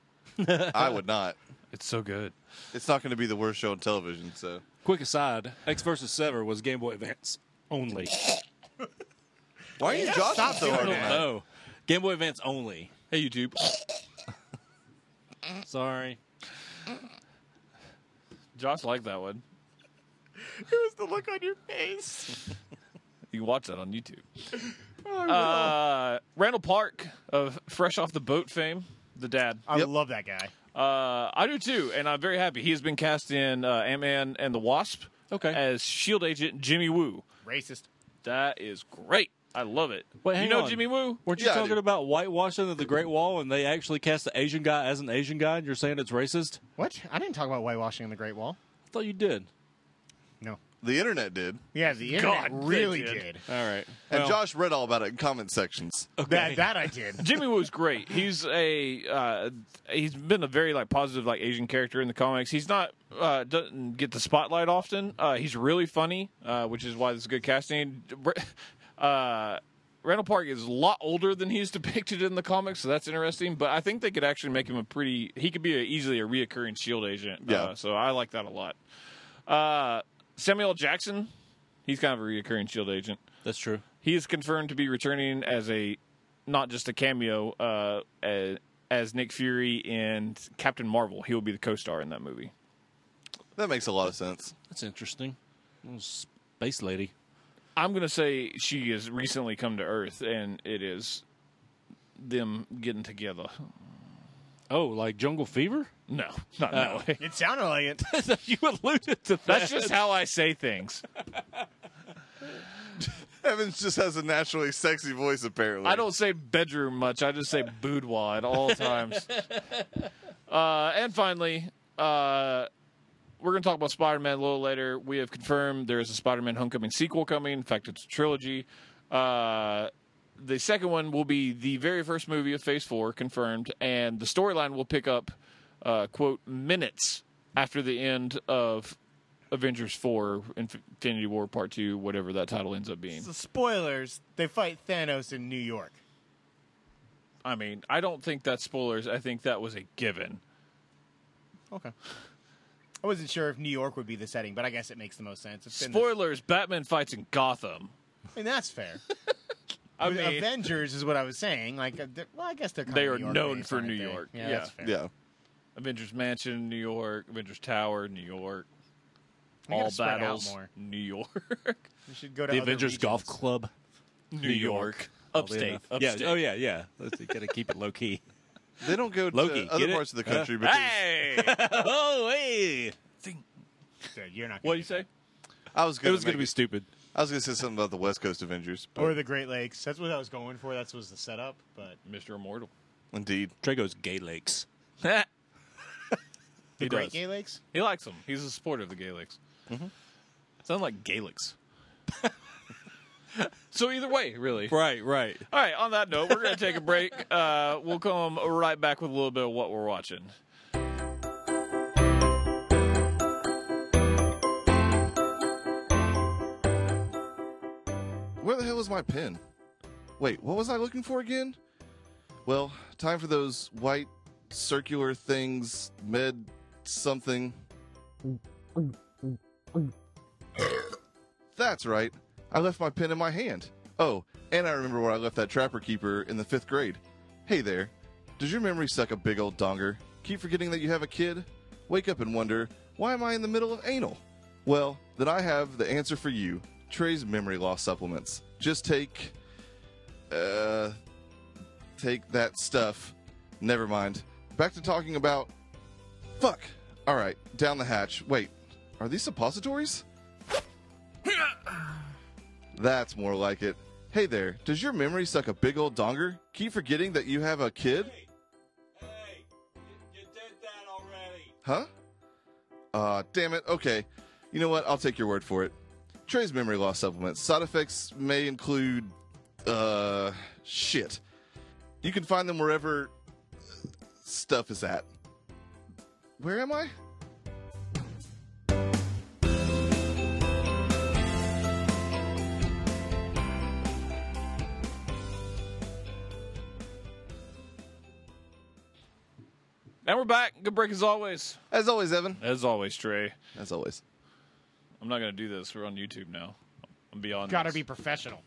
Speaker 4: I would not.
Speaker 1: It's so good.
Speaker 4: It's not going to be the worst show on television. So
Speaker 2: Quick aside: X versus Sever was Game Boy Advance only.
Speaker 4: why are you joshing so hard?
Speaker 2: don't
Speaker 4: tonight?
Speaker 2: know. Oh. Game Boy Advance only.
Speaker 1: Hey YouTube.
Speaker 2: Sorry.
Speaker 1: Josh liked that one.
Speaker 3: It was the look on your face.
Speaker 1: You can watch that on YouTube. Uh, Randall Park of Fresh Off the Boat fame, the dad.
Speaker 3: I
Speaker 4: Yep.
Speaker 3: love that guy.
Speaker 1: Uh, I do too, and I'm very happy. He has been cast in uh, Ant Man and the Wasp
Speaker 2: Okay.
Speaker 1: as S.H.I.E.L.D. E agent Jimmy Woo.
Speaker 3: Racist.
Speaker 1: That is great. I love it.
Speaker 2: Wait, hang
Speaker 1: you know
Speaker 2: on.
Speaker 1: Jimmy Woo?
Speaker 2: Weren't you
Speaker 4: Yeah, I
Speaker 2: talking
Speaker 4: do.
Speaker 2: about whitewashing of the Great Wall and they actually cast the Asian guy as an Asian guy and you're saying it's racist?
Speaker 3: What? I didn't talk about whitewashing on the Great Wall.
Speaker 2: I thought you did.
Speaker 3: No.
Speaker 4: The internet did,
Speaker 3: Yeah, the
Speaker 1: God,
Speaker 3: internet really
Speaker 1: they
Speaker 3: did.
Speaker 1: did.
Speaker 2: All right.
Speaker 4: and
Speaker 2: Well,
Speaker 4: Josh read all about it in comment sections.
Speaker 3: That that I did.
Speaker 1: Jimmy Woo's great. He's a uh, he's been a very like positive like Asian character in the comics. He's not uh, doesn't get the spotlight often. Uh, he's really funny, uh, which is why this is good casting. Uh, Randall Park is a lot older than he's depicted in the comics, so that's interesting. But I think they could actually make him a pretty. He could be a, easily a reoccurring Shield agent.
Speaker 4: Yeah.
Speaker 1: Uh, so I like that a lot. Uh, Samuel Jackson, he's kind of a reoccurring Shield E agent.
Speaker 2: that's true.
Speaker 1: He is confirmed to be returning as a not just a cameo, uh, as, as Nick Fury and Captain Marvel. He will be the co-star in that movie.
Speaker 4: That makes a lot of sense.
Speaker 2: That's interesting. Little space lady.
Speaker 1: I'm gonna say she has recently come to Earth, and it is them getting together.
Speaker 2: Oh, like Jungle Fever?
Speaker 1: No, not in that way.
Speaker 3: It sounded like it.
Speaker 2: you alluded to that.
Speaker 1: That's just how I say things.
Speaker 4: Evans just has a naturally sexy voice, apparently.
Speaker 1: I don't say bedroom much. I just say boudoir at all times. uh, and finally, uh, we're going to talk about Spider Man a little later. We have confirmed there is a Spider Man Homecoming sequel coming. In fact, it's a trilogy. Uh, the second one will be the very first movie of Phase 4, confirmed. And the storyline will pick up uh, quote minutes after the end of Avengers Four, Infinity War Part Two, whatever that title ends up being.
Speaker 3: So spoilers, they fight Thanos in New York.
Speaker 1: I mean, I don't think that's spoilers. I think that was a given.
Speaker 3: Okay. I wasn't sure if New York would be the setting, but I guess it makes the most sense. It's been the-
Speaker 1: Spoilers: Batman fights in Gotham.
Speaker 3: I mean, that's fair.
Speaker 1: I
Speaker 3: With
Speaker 1: mean,
Speaker 3: Avengers is what I was saying. Like, uh, they're- well, I guess they're kinda
Speaker 1: They are
Speaker 3: New York
Speaker 1: known
Speaker 3: based,
Speaker 1: for
Speaker 3: aren't
Speaker 1: New
Speaker 3: they?
Speaker 1: York.
Speaker 3: Yeah,
Speaker 1: Yeah.
Speaker 3: that's fair.
Speaker 4: Yeah.
Speaker 1: Avengers Mansion, New York. Avengers Tower, New York.
Speaker 3: We gotta
Speaker 1: All
Speaker 3: spread out
Speaker 1: battles,
Speaker 3: more.
Speaker 1: New York,
Speaker 3: We should go to
Speaker 2: The
Speaker 3: other
Speaker 2: Avengers Golf
Speaker 3: regions.
Speaker 2: Club,
Speaker 1: New York,
Speaker 2: Oddly
Speaker 1: upstate,
Speaker 2: enough.
Speaker 1: upstate.
Speaker 2: Yeah. Oh yeah, yeah. Let's got to keep it low key.
Speaker 4: They don't go to
Speaker 2: Loki,
Speaker 4: other
Speaker 2: get it? Uh,
Speaker 4: parts of the
Speaker 2: Huh?
Speaker 4: country because
Speaker 1: Hey,
Speaker 2: oh hey,
Speaker 3: Good, You're not.
Speaker 1: what
Speaker 3: gonna
Speaker 1: do you
Speaker 3: do
Speaker 1: say?
Speaker 4: I was
Speaker 2: it
Speaker 4: gonna
Speaker 2: was going
Speaker 4: make
Speaker 2: to be
Speaker 4: it-
Speaker 2: stupid.
Speaker 4: I was gonna say something about the West Coast Avengers.
Speaker 3: that.
Speaker 4: But
Speaker 3: Or the Great Lakes. That's what I was going for. That was the setup. But
Speaker 1: Mr. Immortal.
Speaker 4: indeed.
Speaker 2: Drago's gay lakes.
Speaker 3: the
Speaker 1: He
Speaker 3: Great
Speaker 1: does.
Speaker 3: Gay Lakes.
Speaker 1: He likes them. He's a supporter of the Gaelics. Sound like Gaelics. so either way, really.
Speaker 2: Right, right.
Speaker 1: All right. On that note, we're gonna take a break. Uh, we'll come right back with a little bit of what we're watching.
Speaker 4: Where the hell is my pen? Wait, what was I looking for again? Well, time for those white circular things, med something. That's right. I left my pen in my hand. Oh, and I remember where I left that trapper keeper in the fifth grade. Hey there. Does your memory suck a big old donger? Keep forgetting that you have a kid? Wake up and wonder, why am I in the middle of anal? Well, then I have the answer for you Trey's memory loss supplements. Just take. Uh. Take that stuff. Never mind. Back to talking about. Fuck! Alright, down the hatch. Wait, are these suppositories? That's more like it. Hey there, does your memory suck a big old donger? Keep forgetting that you have a kid? Huh? Uh, damn it. Okay. You know what? I'll take your word for it. Trey's memory loss supplements. Side effects may include, uh, shit. You can find them wherever uh, stuff is at. Where am I?
Speaker 1: And we're back. Good break as always.
Speaker 4: As always, Evan.
Speaker 1: As always, Trey.
Speaker 4: As always.
Speaker 1: I'm not gonna do this. We're on YouTube now. I'm beyond.
Speaker 3: Got to
Speaker 1: this,
Speaker 3: be professional.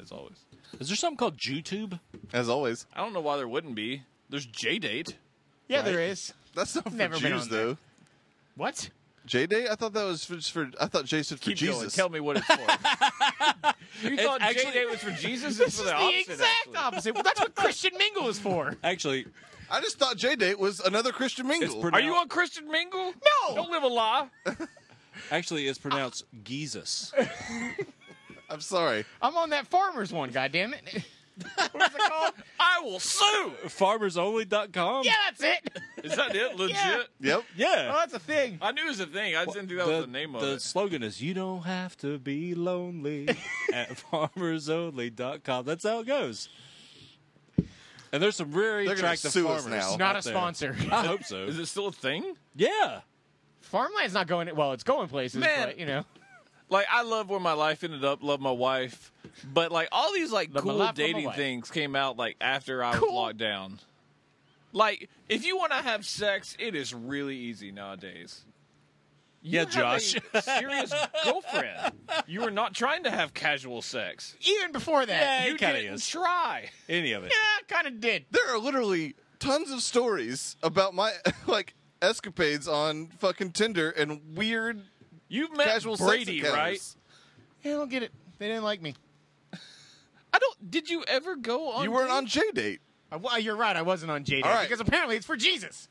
Speaker 1: as always.
Speaker 2: Is there something called YouTube?
Speaker 4: As always.
Speaker 1: I don't know why there wouldn't be. There's J date.
Speaker 3: Yeah, there is.
Speaker 4: That's not for
Speaker 3: Never been
Speaker 4: Jews,
Speaker 3: on there.
Speaker 4: though.
Speaker 3: What?
Speaker 4: J Day? I thought that was for, just for I thought J stood for
Speaker 1: Keep
Speaker 4: Jesus.
Speaker 1: going. Tell me what it's for. you thought J
Speaker 2: actually-
Speaker 1: date was for Jesus? It's for the, opposite.
Speaker 3: exact
Speaker 1: actually.
Speaker 3: opposite. Well, that's what Christian Mingle is for.
Speaker 2: Actually,
Speaker 4: I just thought J Day was another Christian mingle.
Speaker 2: pronounced-
Speaker 1: Are you on Christian Mingle?
Speaker 3: No!
Speaker 1: Don't live a lie.
Speaker 2: actually, it's pronounced Jesus.
Speaker 4: I'm sorry.
Speaker 3: I'm on that farmer's one. God damn it. What's it called?
Speaker 1: I will sue.
Speaker 2: Farmersonly.com.
Speaker 3: yeah, that's it.
Speaker 1: Is that it? Legit?
Speaker 3: Yeah.
Speaker 4: Yep.
Speaker 3: Oh,
Speaker 2: yeah.
Speaker 3: that's a thing.
Speaker 1: I knew it was a thing. I just didn't think that was the name of
Speaker 2: the
Speaker 1: it.
Speaker 2: slogan is "You don't have to be lonely" at farmersonly.com. That's how it goes. And there's some very
Speaker 4: They're gonna
Speaker 2: attractive
Speaker 4: sue us
Speaker 2: farmers.
Speaker 4: now.
Speaker 2: out
Speaker 3: Not a
Speaker 2: there.
Speaker 3: sponsor.
Speaker 2: I hope so.
Speaker 1: Is it still a thing?
Speaker 2: yeah.
Speaker 3: Farmland's not going. Well, it's going places,
Speaker 1: Man.
Speaker 3: but you know.
Speaker 1: Like I love where my life ended up. Love my wife. But like all these like
Speaker 3: Love my
Speaker 1: cool
Speaker 3: life, love my
Speaker 1: dating
Speaker 3: wife.
Speaker 1: things came out like after I was
Speaker 3: Cool.
Speaker 1: locked down. Like if you want to have sex, it is really easy nowadays.
Speaker 2: Yeah,
Speaker 1: You have
Speaker 2: Josh.
Speaker 1: a serious girlfriend. You are not trying to have casual sex.
Speaker 3: Even before that,
Speaker 2: Yeah,
Speaker 3: you
Speaker 2: it kinda
Speaker 3: didn't
Speaker 2: is.
Speaker 3: tr-
Speaker 1: Try.
Speaker 2: Any of it.
Speaker 3: Yeah, kind of did.
Speaker 4: There are literally tons of stories about my like escapades on fucking Tinder and weird
Speaker 1: You've met
Speaker 4: casual
Speaker 1: Brady,
Speaker 4: sex encounters.
Speaker 1: right?
Speaker 3: Yeah, I don't get it. They didn't like me.
Speaker 1: I don't. Did you ever go on?
Speaker 4: You weren't
Speaker 1: dates?
Speaker 4: on J Date.
Speaker 3: I, well, you're right. I wasn't on JD
Speaker 4: All right.
Speaker 3: because apparently it's for Jesus.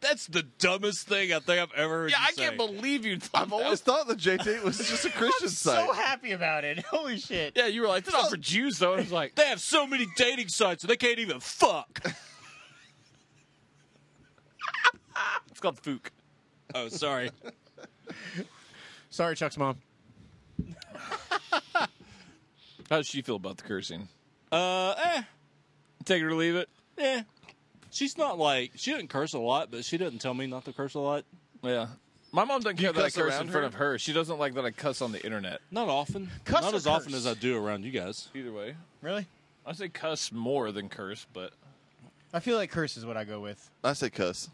Speaker 2: That's the dumbest thing I think I've ever heard
Speaker 1: Yeah,
Speaker 2: you
Speaker 1: I
Speaker 2: say.
Speaker 1: can't believe you. Thought
Speaker 4: I've always thought that J Date was just a Christian site.
Speaker 3: So happy about it. Holy shit.
Speaker 1: Yeah, you were like, "This not for Jews, though." I was like,
Speaker 2: They have so many dating sites that they can't even fuck.
Speaker 1: "It's called Fook."
Speaker 2: oh, sorry.
Speaker 3: Sorry, Chuck's mom.
Speaker 1: How does she feel about the cursing?
Speaker 2: Uh, eh,
Speaker 1: Take it or leave it.
Speaker 2: eh. she's not like she didn't curse a lot, but she doesn't tell me not to curse a lot.
Speaker 1: Yeah. My mom doesn't care that I
Speaker 4: cuss
Speaker 1: curse in
Speaker 4: around
Speaker 1: front
Speaker 4: her?
Speaker 1: of her. She doesn't like that I cuss on the internet.
Speaker 2: Not often.
Speaker 3: Cuss
Speaker 2: not
Speaker 3: or
Speaker 2: as often
Speaker 3: curse?
Speaker 2: as I do around you guys.
Speaker 1: Either way,
Speaker 3: Really?
Speaker 1: I say cuss more than curse, but
Speaker 3: I feel like curse is what I go with.
Speaker 4: I say cuss.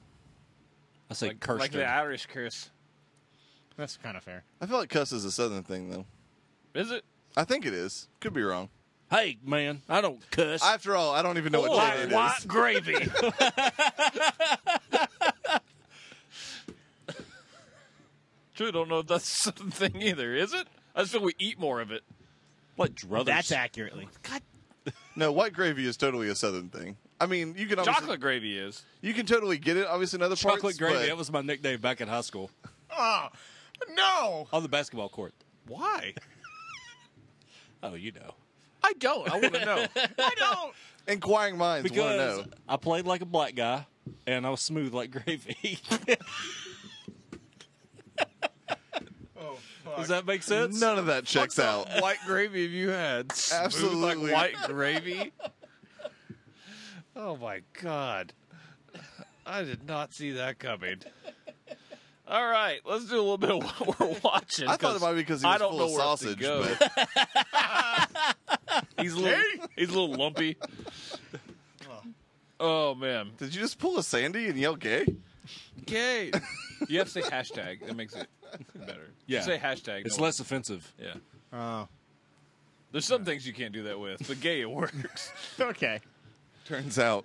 Speaker 2: I say
Speaker 1: like,
Speaker 2: curse.
Speaker 1: like the Irish curse.
Speaker 3: That's kind of fair.
Speaker 4: I feel like cuss is a southern thing though.
Speaker 1: Is it?
Speaker 4: I think it is. Could be wrong.
Speaker 2: hey man, I don't cuss.
Speaker 4: After all, I don't even know what
Speaker 1: Like
Speaker 4: day it is.
Speaker 1: white gravy. True, don't know if that's something either. Is it? I just feel we eat more of it.
Speaker 2: like druthers.
Speaker 3: That's accurately.
Speaker 4: No, white gravy is totally a southern thing. I mean, you can obviously-
Speaker 1: Chocolate gravy is.
Speaker 4: You can totally get it. Obviously, another
Speaker 2: chocolate gravy.
Speaker 4: But,
Speaker 2: That was my nickname back in high school
Speaker 3: Oh, no.
Speaker 2: on the basketball court.
Speaker 1: Why?
Speaker 2: Oh, you know.
Speaker 1: I don't. I want to know.
Speaker 3: I don't.
Speaker 4: inquiring minds want to
Speaker 2: Because
Speaker 4: know.
Speaker 2: I played like a black guy and I was smooth like gravy.
Speaker 3: Oh,
Speaker 2: Does that make sense?
Speaker 4: None of that checks out.
Speaker 1: white gravy have you had? Smooth
Speaker 4: Absolutely.
Speaker 1: Like white gravy? oh my God. I did not see that coming. All right, let's do a little bit of what we're watching.
Speaker 4: I thought it
Speaker 1: 'cause
Speaker 4: might be because he
Speaker 1: I
Speaker 4: was
Speaker 1: don't
Speaker 4: full
Speaker 1: know
Speaker 4: of
Speaker 1: where else to
Speaker 4: sausage,
Speaker 1: go.
Speaker 4: but
Speaker 1: He's a little, he's a little lumpy. Oh man,
Speaker 4: did you just pull a Sandy and yell gay?
Speaker 1: gay. You have to say hashtag. That makes it better.
Speaker 2: Yeah.
Speaker 1: say hashtag.
Speaker 2: It's
Speaker 1: no-
Speaker 2: less offensive.
Speaker 1: Yeah,
Speaker 3: Oh,
Speaker 1: there's some things you can't do that with, but gay it works.
Speaker 3: okay.
Speaker 4: Turns out,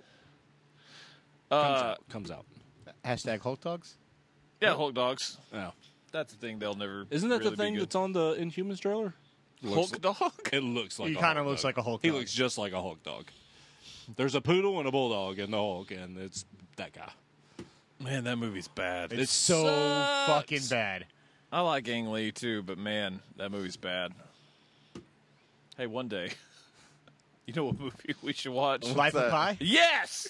Speaker 2: Comes
Speaker 1: Uh,
Speaker 2: out. Comes out.
Speaker 3: Hashtag Hulk dogs.
Speaker 1: yeah, Hulk dogs.
Speaker 2: Oh.
Speaker 1: That's the thing they'll never.
Speaker 2: Isn't that
Speaker 1: really
Speaker 2: the
Speaker 1: be
Speaker 2: thing
Speaker 1: good.
Speaker 2: that's on the Inhumans trailer?
Speaker 1: Hulk
Speaker 2: Looks-
Speaker 1: dog?
Speaker 2: It looks like
Speaker 3: He
Speaker 2: a
Speaker 3: kinda
Speaker 2: Hulk
Speaker 3: looks
Speaker 2: dog.
Speaker 3: like a Hulk
Speaker 2: He
Speaker 3: dog.
Speaker 2: looks just like a Hulk dog. There's a poodle and a bulldog and the Hulk, and it's that guy.
Speaker 1: Man, that movie's bad.
Speaker 3: It's so
Speaker 2: sucks.
Speaker 3: fucking bad.
Speaker 1: I like Ang Lee too, but man, that movie's bad. Hey, one day, you know what movie we should watch?
Speaker 3: Life of
Speaker 4: that?
Speaker 3: Pi.
Speaker 1: yes.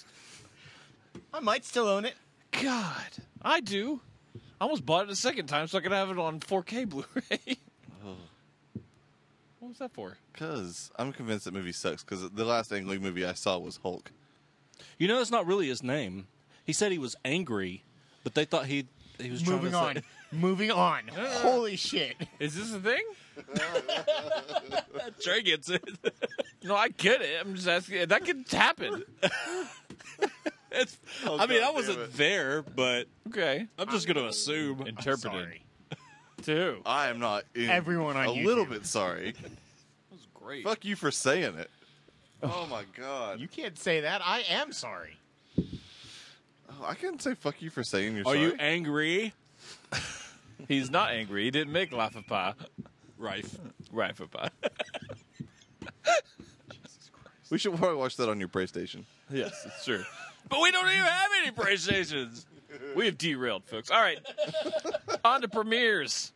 Speaker 3: I might still own it.
Speaker 1: God, I do. I almost bought it a second time so I could have it on 4K Blu-ray. What was that for?
Speaker 4: because I'm convinced that movie sucks. Because the last Ang Lee movie I saw was Hulk.
Speaker 2: You know, that's not really his name. He said he was angry, but they thought he he was trying
Speaker 3: Moving
Speaker 2: to
Speaker 3: on.
Speaker 2: Say,
Speaker 3: Moving on. Holy shit.
Speaker 1: Is this a thing?
Speaker 2: Trey gets it.
Speaker 1: No, I get it. I'm just asking. That could happen.
Speaker 2: It's-
Speaker 4: Oh,
Speaker 2: I mean,
Speaker 4: God
Speaker 2: I wasn't
Speaker 4: damn it.
Speaker 2: there, but
Speaker 1: Okay.
Speaker 2: I'm just going to assume.
Speaker 1: Interpreted
Speaker 3: Sorry.
Speaker 1: too.
Speaker 4: I am not. even
Speaker 3: Everyone on
Speaker 4: a little
Speaker 3: YouTube.
Speaker 4: bit sorry.
Speaker 1: That was great.
Speaker 4: Fuck you for saying it. Oh my god!
Speaker 3: You can't say that. I am sorry.
Speaker 4: Oh, I can't say fuck you for saying you're
Speaker 2: Are
Speaker 4: sorry.
Speaker 2: you angry,
Speaker 1: He's not angry. He didn't make Life of Pi.
Speaker 2: Rife?
Speaker 1: Life of Pi.
Speaker 4: we should probably watch that on your PlayStation.
Speaker 1: yes, it's true.
Speaker 2: But we don't even have any PlayStations.
Speaker 1: We have derailed, folks. All right, on to premieres.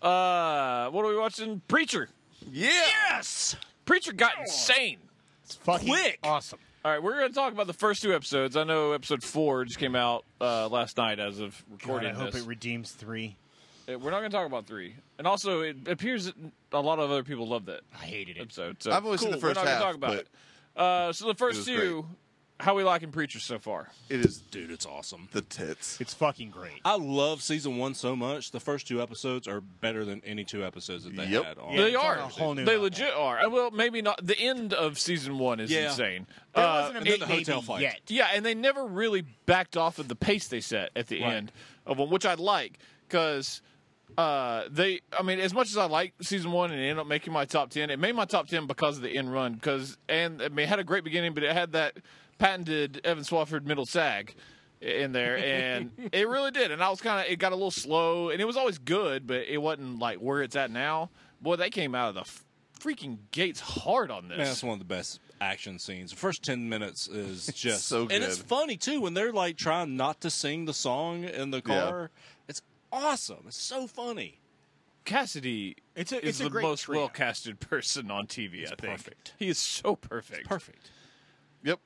Speaker 1: Uh, what are we watching? Preacher.
Speaker 4: Yeah.
Speaker 1: Yes, Preacher got insane.
Speaker 3: It's fucking
Speaker 1: Quick.
Speaker 3: awesome.
Speaker 1: All right, we're going to talk about the first two episodes. I know episode four just came out uh, last night as of
Speaker 3: God,
Speaker 1: recording
Speaker 3: I hope
Speaker 1: this.
Speaker 3: it redeems three.
Speaker 1: Uh, we're not going to talk about three, and also it appears that a lot of other people love that
Speaker 3: I hated it.
Speaker 1: episode. So
Speaker 4: I've only seen
Speaker 1: cool,
Speaker 4: the first
Speaker 1: we're not
Speaker 4: half,
Speaker 1: going to talk about it.
Speaker 4: but-
Speaker 1: Uh, so the
Speaker 4: It
Speaker 1: first
Speaker 4: was
Speaker 1: two, how we liking Preacher so far?
Speaker 4: It is
Speaker 2: Dude, it's awesome.
Speaker 4: the tits.
Speaker 3: It's fucking great.
Speaker 2: I love season one so much. The first two episodes are better than any two episodes that they
Speaker 4: Yep.
Speaker 2: had on.
Speaker 3: Yeah,
Speaker 1: they
Speaker 3: it's on
Speaker 1: are.
Speaker 3: a whole new
Speaker 1: they
Speaker 3: level.
Speaker 1: legit are. Uh, Well, maybe not. The end of season one is
Speaker 2: Yeah.
Speaker 1: insane.
Speaker 3: There
Speaker 1: Uh,
Speaker 3: wasn't a
Speaker 2: and then
Speaker 3: big
Speaker 2: the hotel
Speaker 3: baby
Speaker 2: fight.
Speaker 3: yet.
Speaker 1: Yeah, and they never really backed off of the pace they set at the
Speaker 2: Right.
Speaker 1: end of one, which I like because uh, they. I mean, as much as I like season one and it ended up making my top ten, it made my top ten because of the end run. Because and I mean, it had a great beginning, but it had that patented Evan Swafford middle sag in there, and it really did. And I was kind of it got a little slow, and it was always good, but it wasn't like where it's at now. Boy, they came out of the f- freaking gates hard on this.
Speaker 2: Man, that's one of the best action scenes. The first ten minutes is just
Speaker 4: so
Speaker 2: and it's
Speaker 4: good.
Speaker 2: funny too when they're like trying not to sing the song in the
Speaker 4: Yeah.
Speaker 2: car. It's awesome. It's so funny.
Speaker 1: Cassidy
Speaker 3: It's a-
Speaker 1: is
Speaker 3: it's a
Speaker 1: the
Speaker 3: great
Speaker 1: most
Speaker 3: trio.
Speaker 1: well casted person on TV. I think
Speaker 2: perfect.
Speaker 1: he is so perfect.
Speaker 2: Perfect.
Speaker 4: Yep.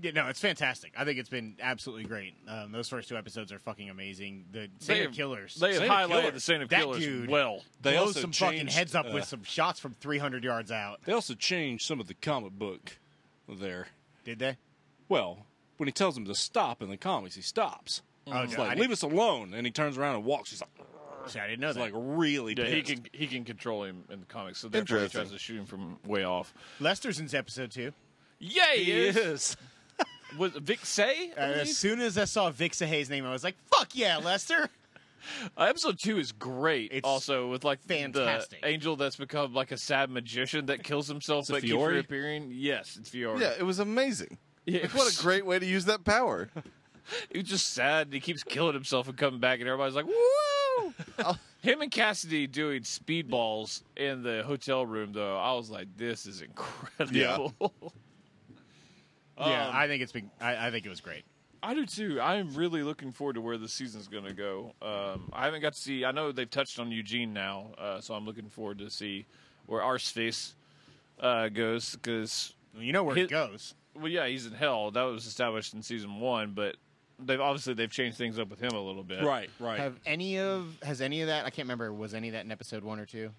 Speaker 3: Yeah, no, it's fantastic. I think it's been absolutely great. Um, those first two episodes are fucking amazing. The
Speaker 1: They
Speaker 3: Saint
Speaker 1: have-
Speaker 3: of Killers.
Speaker 1: They have
Speaker 2: Saint of
Speaker 1: highlighted
Speaker 2: Killer.
Speaker 1: the Saint of
Speaker 3: That
Speaker 1: Killers
Speaker 3: dude.
Speaker 1: well.
Speaker 2: They
Speaker 3: blows
Speaker 2: also
Speaker 3: some fucking
Speaker 2: changed,
Speaker 3: heads up with
Speaker 2: uh,
Speaker 3: some shots from 300 yards out.
Speaker 2: They also changed some of the comic book there.
Speaker 3: Did they?
Speaker 2: Well, when he tells him to stop in the comics, he stops.
Speaker 3: Oh,
Speaker 2: Mm. It's
Speaker 3: no, I
Speaker 2: like,
Speaker 3: didn't-
Speaker 2: leave us alone. And he turns around and walks. He's like,
Speaker 3: see, I didn't know
Speaker 2: it's
Speaker 3: that.
Speaker 2: like really
Speaker 1: Yeah, he
Speaker 2: pissed.
Speaker 1: can he can control him in the comics, so therefore he
Speaker 4: Interesting.
Speaker 1: tries to shoot him from way off.
Speaker 3: Lester's in episode two.
Speaker 1: Yeah, he, is. Was Vic Say?
Speaker 3: Uh, as soon as I saw Vixa Hayes' name, I was like, "Fuck yeah, Lester!"
Speaker 1: Uh, episode two is great.
Speaker 3: It's
Speaker 1: also with like the
Speaker 3: fantastic.
Speaker 1: angel that's become like a sad magician that kills himself
Speaker 2: it
Speaker 1: but keeps
Speaker 2: Fiore?
Speaker 1: reappearing. Yes, it's Fiore.
Speaker 4: Yeah, it was amazing.
Speaker 1: Yeah,
Speaker 4: Like, what a great way to use that power.
Speaker 1: He was just sad. and He keeps killing himself and coming back, and everybody's like, "Woo!" Him and Cassidy doing speedballs in the hotel room, though. I was like, "This is incredible."
Speaker 3: yeah,
Speaker 1: Um,
Speaker 3: I think it's been. I, I think it was great.
Speaker 1: I do too. I'm really looking forward to where the season's going to go. Um, I haven't got to see. I know they've touched on Eugene now, uh, so I'm looking forward to see where Arsface uh, goes because
Speaker 3: You know where
Speaker 1: His-
Speaker 3: it goes.
Speaker 1: well, yeah, he's in hell. That was established in season one, but they've obviously they've changed things up with him a little bit.
Speaker 2: Right, right.
Speaker 3: Have any of has any of that? I can't remember. Was any of that in episode one or two?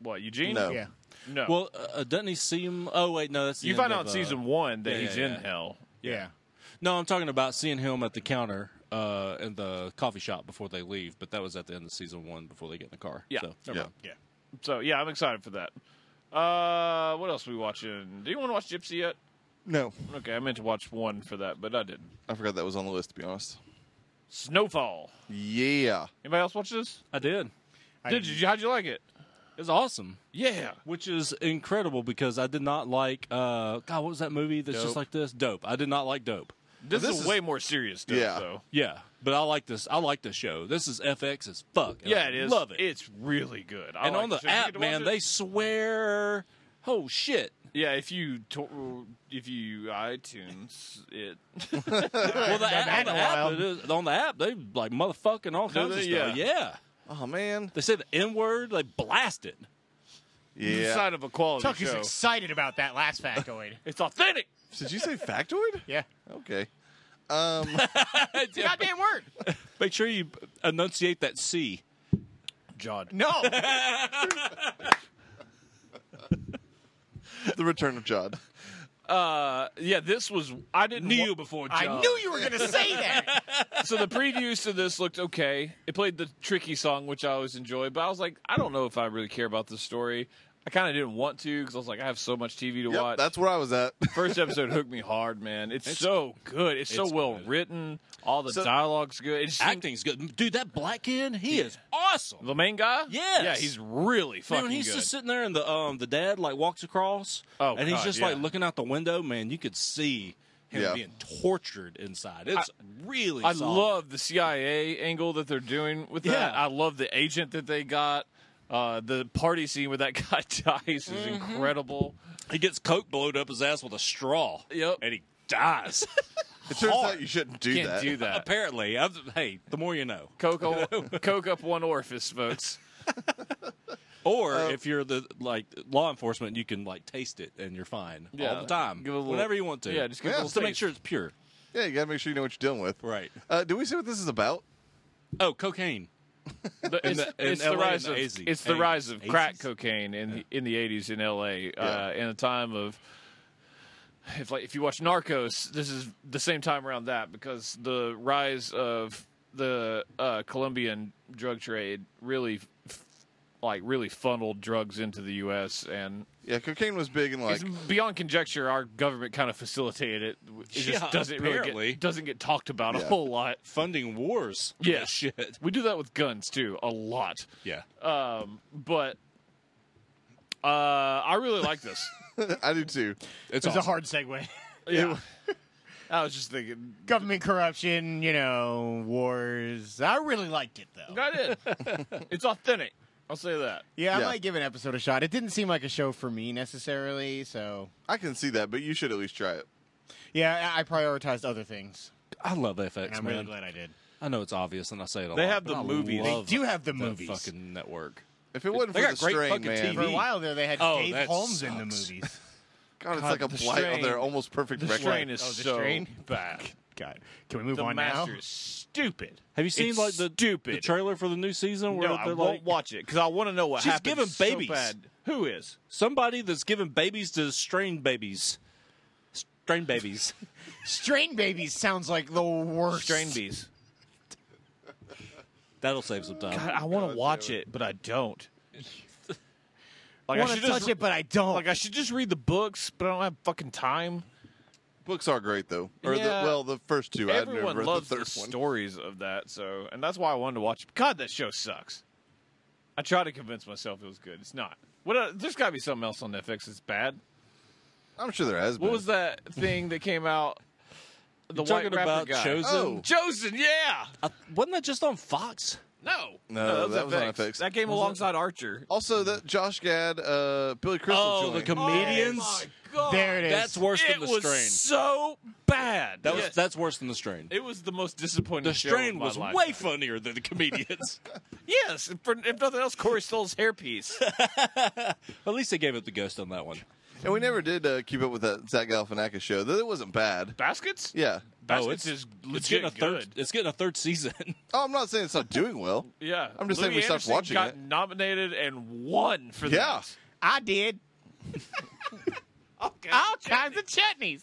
Speaker 1: What Eugene?
Speaker 4: No.
Speaker 3: Yeah.
Speaker 1: No.
Speaker 2: well, uh, uh, doesn't he see him? Oh, wait, no, that's the
Speaker 1: you
Speaker 2: end
Speaker 1: find
Speaker 2: of,
Speaker 1: out in
Speaker 2: uh,
Speaker 1: season one that
Speaker 2: yeah,
Speaker 1: he's
Speaker 2: yeah,
Speaker 1: in
Speaker 2: yeah.
Speaker 1: hell.
Speaker 3: Yeah.
Speaker 2: No, I'm talking about seeing him at the counter uh, in the coffee shop before they leave, but that was at the end of season one before they get in the car.
Speaker 1: Yeah.
Speaker 2: So,
Speaker 4: Yeah.
Speaker 3: Yeah.
Speaker 1: So yeah, I'm excited for that. Uh, what else we watching? Do you want to watch Gypsy yet?
Speaker 4: No,
Speaker 1: Okay, I meant to watch one for that, but I didn't.
Speaker 4: I forgot that was on the list. To be honest.
Speaker 1: Snowfall.
Speaker 4: Yeah.
Speaker 1: Anybody else watch this?
Speaker 2: I did.
Speaker 3: I
Speaker 1: Did
Speaker 3: didn't-
Speaker 1: you? How'd you like it?
Speaker 2: It was awesome,
Speaker 1: Yeah.
Speaker 2: which is incredible because I did not like, uh, God, what was that movie that's
Speaker 1: Dope.
Speaker 2: just like this? Dope. I did not like Dope.
Speaker 1: This,
Speaker 4: This
Speaker 1: is,
Speaker 4: is-
Speaker 1: way more serious stuff,
Speaker 4: Yeah.
Speaker 1: though.
Speaker 2: Yeah, but I like this. I like this show. This is FX as fuck. and
Speaker 1: Yeah,
Speaker 2: I
Speaker 1: it is.
Speaker 2: Love it.
Speaker 1: It's really good. I
Speaker 2: and
Speaker 1: like
Speaker 2: on the
Speaker 1: show. You get to
Speaker 2: app,
Speaker 1: watch
Speaker 2: man,
Speaker 1: it?
Speaker 2: they swear. Oh shit!
Speaker 1: Yeah, if you to- if you iTunes it,
Speaker 2: Well, the app,
Speaker 3: back
Speaker 2: on, the
Speaker 3: in a while.
Speaker 2: app, it is, on the app, they like motherfucking all kinds of
Speaker 1: they?
Speaker 2: stuff.
Speaker 1: Yeah.
Speaker 2: yeah,
Speaker 4: Oh man.
Speaker 2: they say the n word. They blast it.
Speaker 1: it's a
Speaker 4: Yeah.
Speaker 1: sign of a quality
Speaker 2: E.
Speaker 3: Tucker's
Speaker 1: show.
Speaker 3: excited about that last factoid.
Speaker 1: it's authentic.
Speaker 4: Did you say factoid?
Speaker 3: yeah.
Speaker 4: Okay. Um.
Speaker 3: Goddamn word.
Speaker 2: Make sure you enunciate that C.
Speaker 1: John.
Speaker 3: No.
Speaker 4: the Return of Jod.
Speaker 1: Uh, yeah, this was I didn't wa-
Speaker 2: before
Speaker 3: I knew you were going to say that.
Speaker 1: so the previews to this looked okay. It played the tricky song, which I always enjoy, but I was like, I don't know if I really care about this story. I kind of didn't want to because I was like, I have so much TV to
Speaker 4: Yep,
Speaker 1: watch.
Speaker 4: that's where I was at.
Speaker 1: First episode hooked me hard, man. It's, so good. It's, so
Speaker 2: it's
Speaker 1: well
Speaker 2: good.
Speaker 1: written. All the
Speaker 4: So-
Speaker 1: dialogue's good. It's just-
Speaker 2: Acting's good, dude. That black kid, he is awesome.
Speaker 1: the main guy.
Speaker 2: Yes.
Speaker 1: yeah, he's really
Speaker 2: Man,
Speaker 1: fucking
Speaker 2: when he's
Speaker 1: good.
Speaker 2: just sitting there, and the um the dad like walks across,
Speaker 1: Oh,
Speaker 2: and he's
Speaker 1: God,
Speaker 2: just like
Speaker 1: yeah.
Speaker 2: looking out the window. Man, you could see him
Speaker 4: Yeah.
Speaker 2: being tortured inside. It's really.
Speaker 1: I
Speaker 2: solid.
Speaker 1: love the CIA angle that they're doing with that.
Speaker 2: Yeah.
Speaker 1: I love the agent that they got. Uh, the party scene where that guy dies is
Speaker 4: Mm-hmm.
Speaker 1: incredible.
Speaker 2: He gets coke blowed up his ass with a straw.
Speaker 1: Yep.
Speaker 2: and he dies.
Speaker 4: It turns
Speaker 2: Hard.
Speaker 4: out you shouldn't do
Speaker 1: Can't
Speaker 4: that.
Speaker 1: do that.
Speaker 2: Apparently, I've, hey, the more you know.
Speaker 1: Coke, o- Coke up one orifice, folks.
Speaker 2: Or if you're the like law enforcement, you can like taste it and you're fine all
Speaker 1: Yeah.
Speaker 2: the time,
Speaker 1: Give it a little-
Speaker 2: whenever you want to.
Speaker 1: yeah, just give it a
Speaker 4: Yeah.
Speaker 1: little
Speaker 2: to make
Speaker 1: taste.
Speaker 2: sure it's pure.
Speaker 4: Yeah, you gotta make sure you know what you're dealing with.
Speaker 2: Right.
Speaker 4: Uh, do we see what this is about?
Speaker 2: Oh, cocaine.
Speaker 1: The- it's,
Speaker 2: the- in
Speaker 1: it's the
Speaker 2: LA
Speaker 1: rise
Speaker 2: in
Speaker 1: of
Speaker 2: the 80s.
Speaker 1: it's the rise of crack
Speaker 2: 80s?
Speaker 1: cocaine in the, in the eighties in L.A. Uh, in a time of if like if you watch Narcos, this is the same time around that because the rise of the uh, Colombian drug trade really f- like really funneled drugs into the U.S. and
Speaker 4: Yeah, cocaine was big and like
Speaker 1: it's beyond conjecture, our government kind of facilitated it. It
Speaker 2: Yeah,
Speaker 1: just doesn't really
Speaker 2: apparently.
Speaker 1: get, doesn't get talked about a
Speaker 4: Yeah.
Speaker 1: whole lot.
Speaker 2: Funding wars. with
Speaker 1: Yeah.
Speaker 2: that Shit.
Speaker 1: We do that with guns too, a lot.
Speaker 2: Yeah.
Speaker 1: Um, but uh, I really like this.
Speaker 4: I do too.
Speaker 2: It's
Speaker 3: It was a
Speaker 2: awesome.
Speaker 3: hard segue.
Speaker 1: yeah. I was just thinking.
Speaker 3: Government corruption, you know, wars. I really liked it though.
Speaker 1: I did. it's authentic. I'll say that.
Speaker 3: Yeah, I
Speaker 4: Yeah.
Speaker 3: might give an episode a shot. It didn't seem like a show for me necessarily, so
Speaker 4: I can see that, but you should at least try it.
Speaker 3: yeah, I, I prioritized other things.
Speaker 2: I love
Speaker 3: And
Speaker 2: FX,
Speaker 3: I'm
Speaker 2: man.
Speaker 3: really glad I did.
Speaker 2: I know it's obvious, and I say it a lot.
Speaker 1: They have
Speaker 2: but
Speaker 1: the
Speaker 2: I
Speaker 1: movies. They
Speaker 2: love
Speaker 3: do have the
Speaker 2: that
Speaker 3: movies.
Speaker 2: Fucking network.
Speaker 4: If it wasn't
Speaker 2: They
Speaker 4: for
Speaker 2: got
Speaker 4: the
Speaker 2: great
Speaker 4: strain,
Speaker 2: fucking
Speaker 4: man,
Speaker 2: TV.
Speaker 3: For a while there, they had
Speaker 2: Oh,
Speaker 3: Dave
Speaker 2: that
Speaker 3: Holmes in the
Speaker 2: sucks.
Speaker 3: movies.
Speaker 4: God, it's
Speaker 1: God,
Speaker 4: like a
Speaker 1: the
Speaker 4: blight on
Speaker 1: strain-
Speaker 4: their almost perfect
Speaker 1: The
Speaker 4: record.
Speaker 1: strain is
Speaker 3: Oh, the
Speaker 1: so
Speaker 3: strain?
Speaker 1: back.
Speaker 3: God, can we move
Speaker 1: The
Speaker 3: on now?
Speaker 1: master is stupid.
Speaker 2: Have you seen
Speaker 1: It's
Speaker 2: like the
Speaker 1: stupid
Speaker 2: the trailer for the new season where
Speaker 1: No,
Speaker 2: they're
Speaker 1: I
Speaker 2: like
Speaker 1: won't watch it because I want to know what
Speaker 2: She's
Speaker 1: happened
Speaker 2: giving
Speaker 1: so
Speaker 2: babies.
Speaker 1: bad. Who is?
Speaker 2: somebody that's giving babies to strained babies? S- Drain babies.
Speaker 3: Strain Babies sounds like the worst.
Speaker 1: Strain bees. Oh,
Speaker 2: That'll save some time.
Speaker 1: God, I want to watch it, but I don't. Like
Speaker 3: I want to touch
Speaker 1: just,
Speaker 3: it, but I don't.
Speaker 1: like I should just read the books, but I don't have fucking time.
Speaker 4: Books are great though. Or
Speaker 1: Yeah.
Speaker 4: the, well, the first two. I've
Speaker 1: Everyone
Speaker 4: never read
Speaker 1: loves
Speaker 4: the
Speaker 1: the,
Speaker 4: third one.
Speaker 1: stories of that, so and that's why I wanted to watch. it. God, that show sucks. I tried to convince myself it was good. It's not. What? Uh, there's got to be something else on Netflix that's bad.
Speaker 4: I'm sure there has been.
Speaker 1: What was that thing that came out? The
Speaker 2: You're talking
Speaker 1: white rapper
Speaker 2: about
Speaker 1: guy.
Speaker 2: Chosen.
Speaker 4: Oh.
Speaker 1: Chosen, yeah.
Speaker 2: I- wasn't that just on Fox?
Speaker 1: No,
Speaker 4: No, that was on FX.
Speaker 1: That came alongside Archer.
Speaker 4: Also, that Josh Gad, uh, Billy Crystal.
Speaker 2: Oh, the
Speaker 4: joined.
Speaker 2: comedians.
Speaker 1: Oh god,
Speaker 3: there it is.
Speaker 2: that's worse
Speaker 1: it
Speaker 2: than the
Speaker 1: was
Speaker 2: strain.
Speaker 1: so bad.
Speaker 2: That was
Speaker 1: Yes.
Speaker 2: that's worse than the strain.
Speaker 1: It was the most disappointing.
Speaker 2: the
Speaker 1: show of
Speaker 2: strain
Speaker 1: my
Speaker 2: was
Speaker 1: life.
Speaker 2: way funnier than the comedians.
Speaker 1: Yes, and for, if nothing else, Corey stole his hairpiece.
Speaker 2: At least they gave up the ghost on that one.
Speaker 4: And we never did uh, keep up with that Zach Galifianakis show. Though it wasn't bad.
Speaker 1: Baskets?
Speaker 4: Yeah.
Speaker 1: Baskets
Speaker 2: Oh, it's-
Speaker 1: is
Speaker 2: it's
Speaker 1: legit
Speaker 2: getting a third.
Speaker 1: good.
Speaker 2: It's getting a third season.
Speaker 4: Oh, I'm not saying it's not doing well.
Speaker 1: Yeah,
Speaker 4: I'm just
Speaker 1: Louis
Speaker 4: saying we stopped
Speaker 1: Anderson
Speaker 4: watching
Speaker 1: got
Speaker 4: it.
Speaker 1: nominated and won for
Speaker 4: Yeah.
Speaker 1: that.
Speaker 3: I did
Speaker 1: Okay.
Speaker 3: all kinds of chutneys.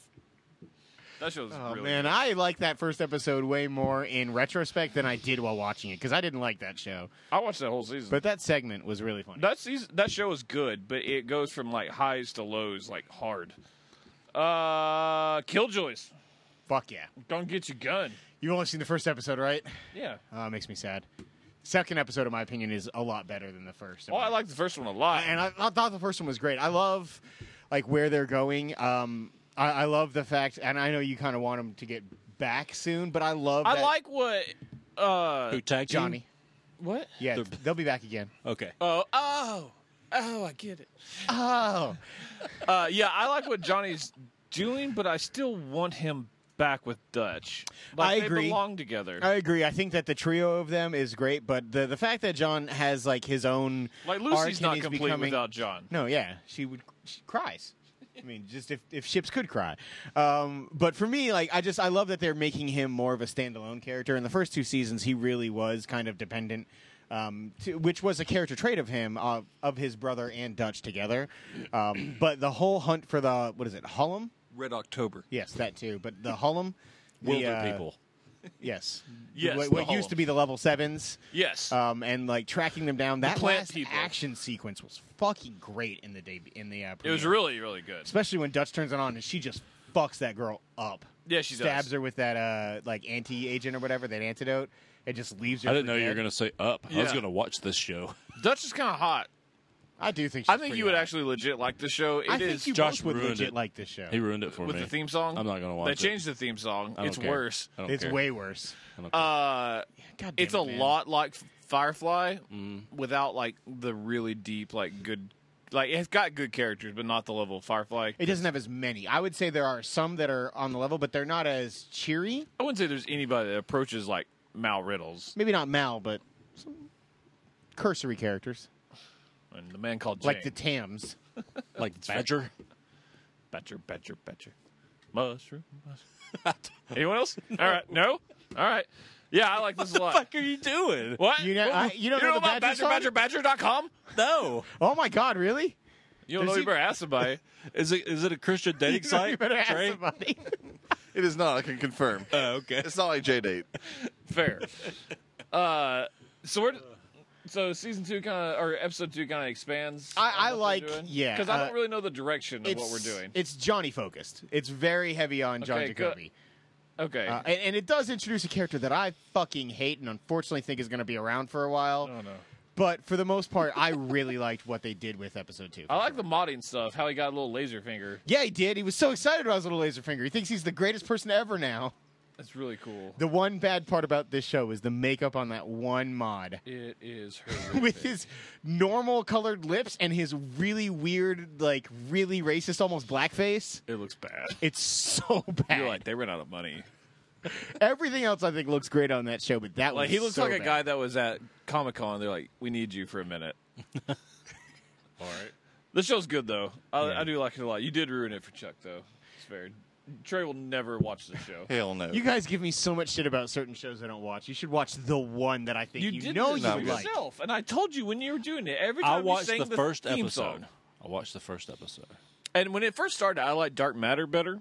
Speaker 1: That show's
Speaker 3: Oh
Speaker 1: really
Speaker 3: man, I like that first episode way more in retrospect than I did while watching it because I didn't like that show.
Speaker 1: I watched that whole season.
Speaker 3: But that segment was really funny.
Speaker 1: that season, that show is good, but it goes from like highs to lows, like hard. Uh, Killjoys,
Speaker 3: Fuck yeah!
Speaker 1: gonna get your gun.
Speaker 3: You've only seen the first episode, right?
Speaker 1: Yeah.
Speaker 3: Uh, makes me sad. Second episode, in my opinion, is a lot better than the first. in
Speaker 1: Oh,
Speaker 3: my
Speaker 1: I like the first one a lot.
Speaker 3: and I, I thought the first one was great. I love like where they're going. Um, I, I love the fact, and I know you kind of want them to get back soon, but I love.
Speaker 1: I
Speaker 3: that
Speaker 1: like what. Uh,
Speaker 2: Who tagged
Speaker 3: Johnny.
Speaker 1: what?
Speaker 3: Yeah,
Speaker 2: They're-
Speaker 3: they'll be back again.
Speaker 2: Okay.
Speaker 1: Oh, oh, oh! I get it.
Speaker 3: Oh,
Speaker 1: Uh, yeah, I like what Johnny's doing, but I still want him back with Dutch. Like,
Speaker 3: I
Speaker 1: they
Speaker 3: agree.
Speaker 1: belong together.
Speaker 3: I agree. I think that the trio of them is great, but the the fact that John has like his own
Speaker 1: like
Speaker 3: arc
Speaker 1: Lucy's
Speaker 3: and
Speaker 1: not
Speaker 3: he's
Speaker 1: complete
Speaker 3: becoming-
Speaker 1: without John.
Speaker 3: No, yeah, she would. She cries. I mean, just if, if ships could cry. Um, but for me, like, I just I love that they're making him more of a standalone character. In the first two seasons, he really was kind of dependent, um, to, which was a character trait of him, of of his brother and Dutch together. Um, but the whole hunt for the what is it, Hullum?
Speaker 2: Red October.
Speaker 3: Yes, that too. But the Hullum, the,
Speaker 2: Wilder
Speaker 3: uh,
Speaker 2: people.
Speaker 3: Yes,
Speaker 1: Yes,
Speaker 3: What,
Speaker 1: the
Speaker 3: what used
Speaker 1: Hullum.
Speaker 3: to be the level sevens
Speaker 1: Yes.
Speaker 3: um, and like tracking them down. That
Speaker 1: plant
Speaker 3: last
Speaker 1: people.
Speaker 3: action sequence was fucking great in the day in the uh,
Speaker 1: it was
Speaker 3: premiere.
Speaker 1: really, really good.
Speaker 3: especially when Dutch turns it on and she just fucks that girl up.
Speaker 1: Yeah, she does.
Speaker 3: stabs her with that uh like anti agent or whatever that antidote, and just leaves her.
Speaker 2: I didn't
Speaker 3: for
Speaker 2: know you were
Speaker 3: dead.
Speaker 2: going to say up. I was
Speaker 1: Yeah.
Speaker 2: going to watch this show.
Speaker 1: Dutch is kind of hot.
Speaker 3: I do think. She's
Speaker 1: I think
Speaker 3: pretty
Speaker 1: you would
Speaker 3: hot.
Speaker 1: actually legit like the show. It is
Speaker 3: I think you
Speaker 2: Josh
Speaker 3: both would
Speaker 2: ruined
Speaker 3: legit
Speaker 2: it.
Speaker 3: like this show.
Speaker 2: He ruined it for
Speaker 1: with
Speaker 2: me.
Speaker 1: the theme song.
Speaker 2: I'm not gonna watch
Speaker 1: They
Speaker 2: it.
Speaker 1: changed the theme song.
Speaker 2: I don't
Speaker 1: It's
Speaker 2: care.
Speaker 1: worse.
Speaker 2: I don't
Speaker 3: It's
Speaker 2: care.
Speaker 3: way worse.
Speaker 2: I don't care.
Speaker 1: Uh,
Speaker 3: God damn
Speaker 1: it's
Speaker 3: it,
Speaker 1: a
Speaker 3: man.
Speaker 1: lot like Firefly
Speaker 2: Mm.
Speaker 1: without like the really deep, like good, like it's got good characters, but not the level of Firefly.
Speaker 3: It doesn't have as many. I would say there are some that are on the level, but they're not as cheery.
Speaker 1: I wouldn't say there's anybody that approaches like Mal Riddles
Speaker 3: Maybe not Mal, but some cursory characters
Speaker 1: and the man called Jane.
Speaker 3: like the Tams.
Speaker 2: like Badger.
Speaker 1: Betcher, betcher, betcher. Mushroom, mushroom. Anyone else? All right. No? All right. Yeah, I like this a lot.
Speaker 2: are you doing?
Speaker 1: What?
Speaker 3: You know- I- you don't know the
Speaker 1: about
Speaker 3: Badger
Speaker 1: Badger, Badger, Badger.com?
Speaker 2: No.
Speaker 3: Oh my God, really?
Speaker 1: You don't know
Speaker 3: Does
Speaker 1: you better ask somebody.
Speaker 2: Is it is it a Christian dating
Speaker 3: You know, you
Speaker 2: site?
Speaker 3: better ask
Speaker 2: Trey?
Speaker 3: somebody.
Speaker 4: It is not. I can confirm.
Speaker 2: Oh, okay.
Speaker 4: It's not like J Date.
Speaker 1: Fair. Uh, so we're. So season two kind of, or episode two kind of expands.
Speaker 3: I- I like- yeah,
Speaker 1: because I
Speaker 3: uh,
Speaker 1: don't really know the direction of what we're
Speaker 3: It's-
Speaker 1: doing.
Speaker 3: It's Johnny focused. It's very heavy on John
Speaker 1: Okay, good.
Speaker 3: Jacoby.
Speaker 1: okay,
Speaker 3: Uh, and, and it does introduce a character that I fucking hate and unfortunately think is going to be around for a while.
Speaker 1: I don't know.
Speaker 3: But for the most part, I really liked what they did with episode two.
Speaker 1: I like the modding stuff. How he got a little laser finger.
Speaker 3: yeah, he did. He was so excited about his little laser finger. He thinks he's the greatest person ever now.
Speaker 1: That's really cool.
Speaker 3: The one bad part about this show is the makeup on that one mod.
Speaker 1: It is horrific.
Speaker 3: With his normal colored lips and his really weird, like really racist, almost blackface.
Speaker 1: It looks bad.
Speaker 3: It's so bad.
Speaker 1: You're like they ran out of money.
Speaker 3: Everything else I think looks great on that show, but that
Speaker 1: Like
Speaker 3: was
Speaker 1: he looks
Speaker 3: so
Speaker 1: like a
Speaker 3: bad.
Speaker 1: guy that was at Comic Con. They're like, we need you for a minute. All right. This show's good though. I, I do like it a lot. You did ruin it for Chuck though. It's fair. Trey will never watch the show.
Speaker 4: Hell no.
Speaker 3: You guys give me so much shit about certain shows I don't watch. You should watch the one that I think you, know
Speaker 1: this
Speaker 3: you
Speaker 4: to
Speaker 3: would like.
Speaker 1: yourself, and I told you when you were doing it. Every time
Speaker 2: I
Speaker 1: you
Speaker 2: watched
Speaker 1: sang
Speaker 2: the first
Speaker 1: theme
Speaker 2: episode.
Speaker 1: song.
Speaker 2: I watched the first episode.
Speaker 1: and when it first started, I liked Dark Matter better.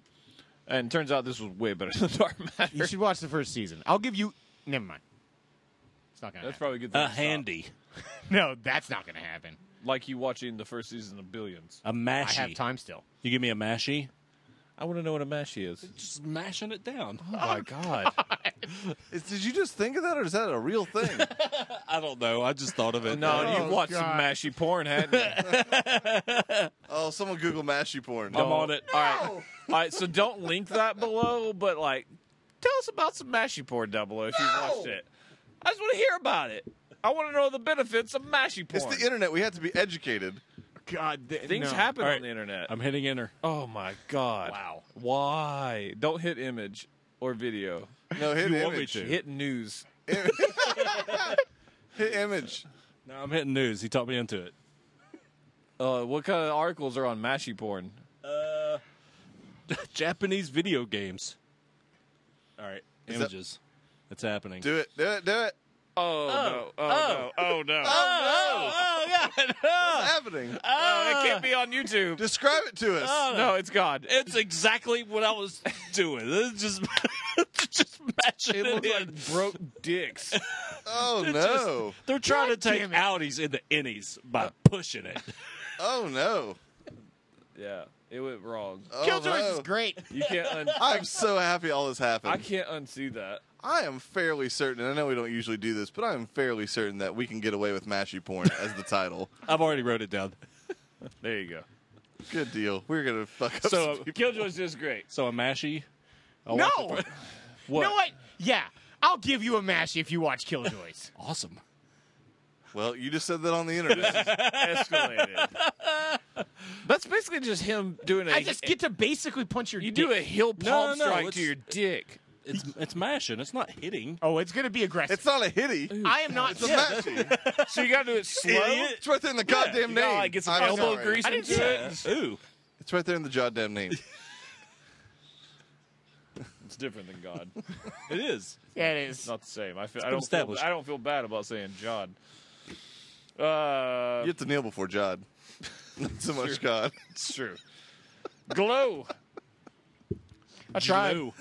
Speaker 1: And turns out this was way better than Dark
Speaker 3: You
Speaker 1: Matter.
Speaker 3: should watch the first season. I'll give you. Never mind. It's not gonna.
Speaker 1: That's
Speaker 3: happen.
Speaker 1: probably a good. Thing
Speaker 2: A
Speaker 1: to stop.
Speaker 2: handy,
Speaker 3: no. That's not gonna happen.
Speaker 1: like you watching the first season of Billions.
Speaker 2: a
Speaker 3: I have
Speaker 2: mashy.
Speaker 3: time still.
Speaker 2: You give me a mashy,
Speaker 1: I want to know what a mashy is.
Speaker 2: just mashing it down.
Speaker 1: Oh my god!
Speaker 4: Is, did you just think of that, or is that a real thing?
Speaker 2: I don't know. I just thought of it.
Speaker 1: no,
Speaker 3: Oh,
Speaker 1: you watched some
Speaker 3: God.
Speaker 1: mashy porn, hadn't you?
Speaker 4: oh, someone Google mashy porn.
Speaker 2: I'm on it.
Speaker 1: All right, all right. So don't link that below, but like, tell us about some mashy porn down below if you watched it. I just want to hear about it. I want to know the benefits of mashy
Speaker 4: It's
Speaker 1: porn.
Speaker 4: the internet. We have to be educated.
Speaker 3: God, th-
Speaker 1: Things
Speaker 3: no.
Speaker 1: happen
Speaker 2: All right.
Speaker 1: on the internet.
Speaker 2: I'm hitting enter.
Speaker 1: oh my god!
Speaker 3: Wow.
Speaker 1: Why? Don't hit image or video.
Speaker 4: No, hit
Speaker 2: You
Speaker 4: image.
Speaker 2: want me to.
Speaker 1: Hit news.
Speaker 4: Hit image.
Speaker 2: No, I'm hitting news. He talked me into it.
Speaker 1: Uh, what kind of articles are on mashy porn?
Speaker 2: Japanese video games. All right,
Speaker 4: Is that-
Speaker 2: images. it's happening.
Speaker 4: Do it. Do it. Do it.
Speaker 1: Oh, no! Oh, no! Oh no!
Speaker 2: Oh, God!
Speaker 4: What's happening?
Speaker 1: Oh, it can't be on YouTube.
Speaker 4: Describe it to us.
Speaker 1: No, it's gone.
Speaker 2: It's exactly what I was doing. It's just, just matching
Speaker 1: It
Speaker 2: it,
Speaker 1: looks
Speaker 2: in.
Speaker 1: like broke dicks.
Speaker 4: oh no.
Speaker 2: Just- they're trying to take
Speaker 3: damn it.
Speaker 2: outies into innies by pushing it.
Speaker 4: Oh no.
Speaker 1: yeah, it went wrong.
Speaker 4: Oh,
Speaker 3: Killjoys
Speaker 4: no.
Speaker 3: is great.
Speaker 1: You can't. Un-
Speaker 4: I'm so happy all this happened.
Speaker 1: I can't unsee that.
Speaker 4: I am fairly certain, and I know we don't usually do this, but I am fairly certain that we can get away with mashy porn as the title.
Speaker 2: I've already wrote it down.
Speaker 1: There you go.
Speaker 4: Good deal. We're gonna fuck up.
Speaker 2: So,
Speaker 1: uh,
Speaker 4: some people.
Speaker 1: Killjoys is great.
Speaker 2: So a mashy. I
Speaker 3: No.
Speaker 2: watched the
Speaker 3: You
Speaker 2: fir-
Speaker 3: know what? Yeah, I'll give you a mash if you watch Killjoys.
Speaker 2: Awesome.
Speaker 4: well, you just said that on the internet.
Speaker 1: Escalated. That's basically just him doing a.
Speaker 3: I just get to basically punch your.
Speaker 1: you
Speaker 3: dick.
Speaker 1: do a heel palm
Speaker 2: no,
Speaker 1: strike to
Speaker 2: it's-
Speaker 1: your dick.
Speaker 2: It's it's mashing. It's not hitting.
Speaker 3: Oh, it's gonna be aggressive.
Speaker 4: it's not a hitty.
Speaker 3: I am not.
Speaker 4: It's a mashy.
Speaker 1: So you got to do it slow.
Speaker 4: It's right there in the goddamn
Speaker 1: You
Speaker 4: name.
Speaker 1: gotta, like, get some
Speaker 4: I'm
Speaker 1: elbow
Speaker 4: sorry.
Speaker 1: grease
Speaker 3: I didn't
Speaker 1: into
Speaker 3: see
Speaker 1: it.
Speaker 2: Ooh.
Speaker 4: It's right there in the goddamn name.
Speaker 1: It's different than God. It's
Speaker 2: It is.
Speaker 3: Yeah, it is.
Speaker 1: not the same. I feel. I don't. Feel,
Speaker 2: established.
Speaker 1: I don't feel bad about saying John. Uh,
Speaker 4: You have to kneel before God. Not so much God.
Speaker 1: it's true. Glow.
Speaker 3: I tried.
Speaker 2: Blue.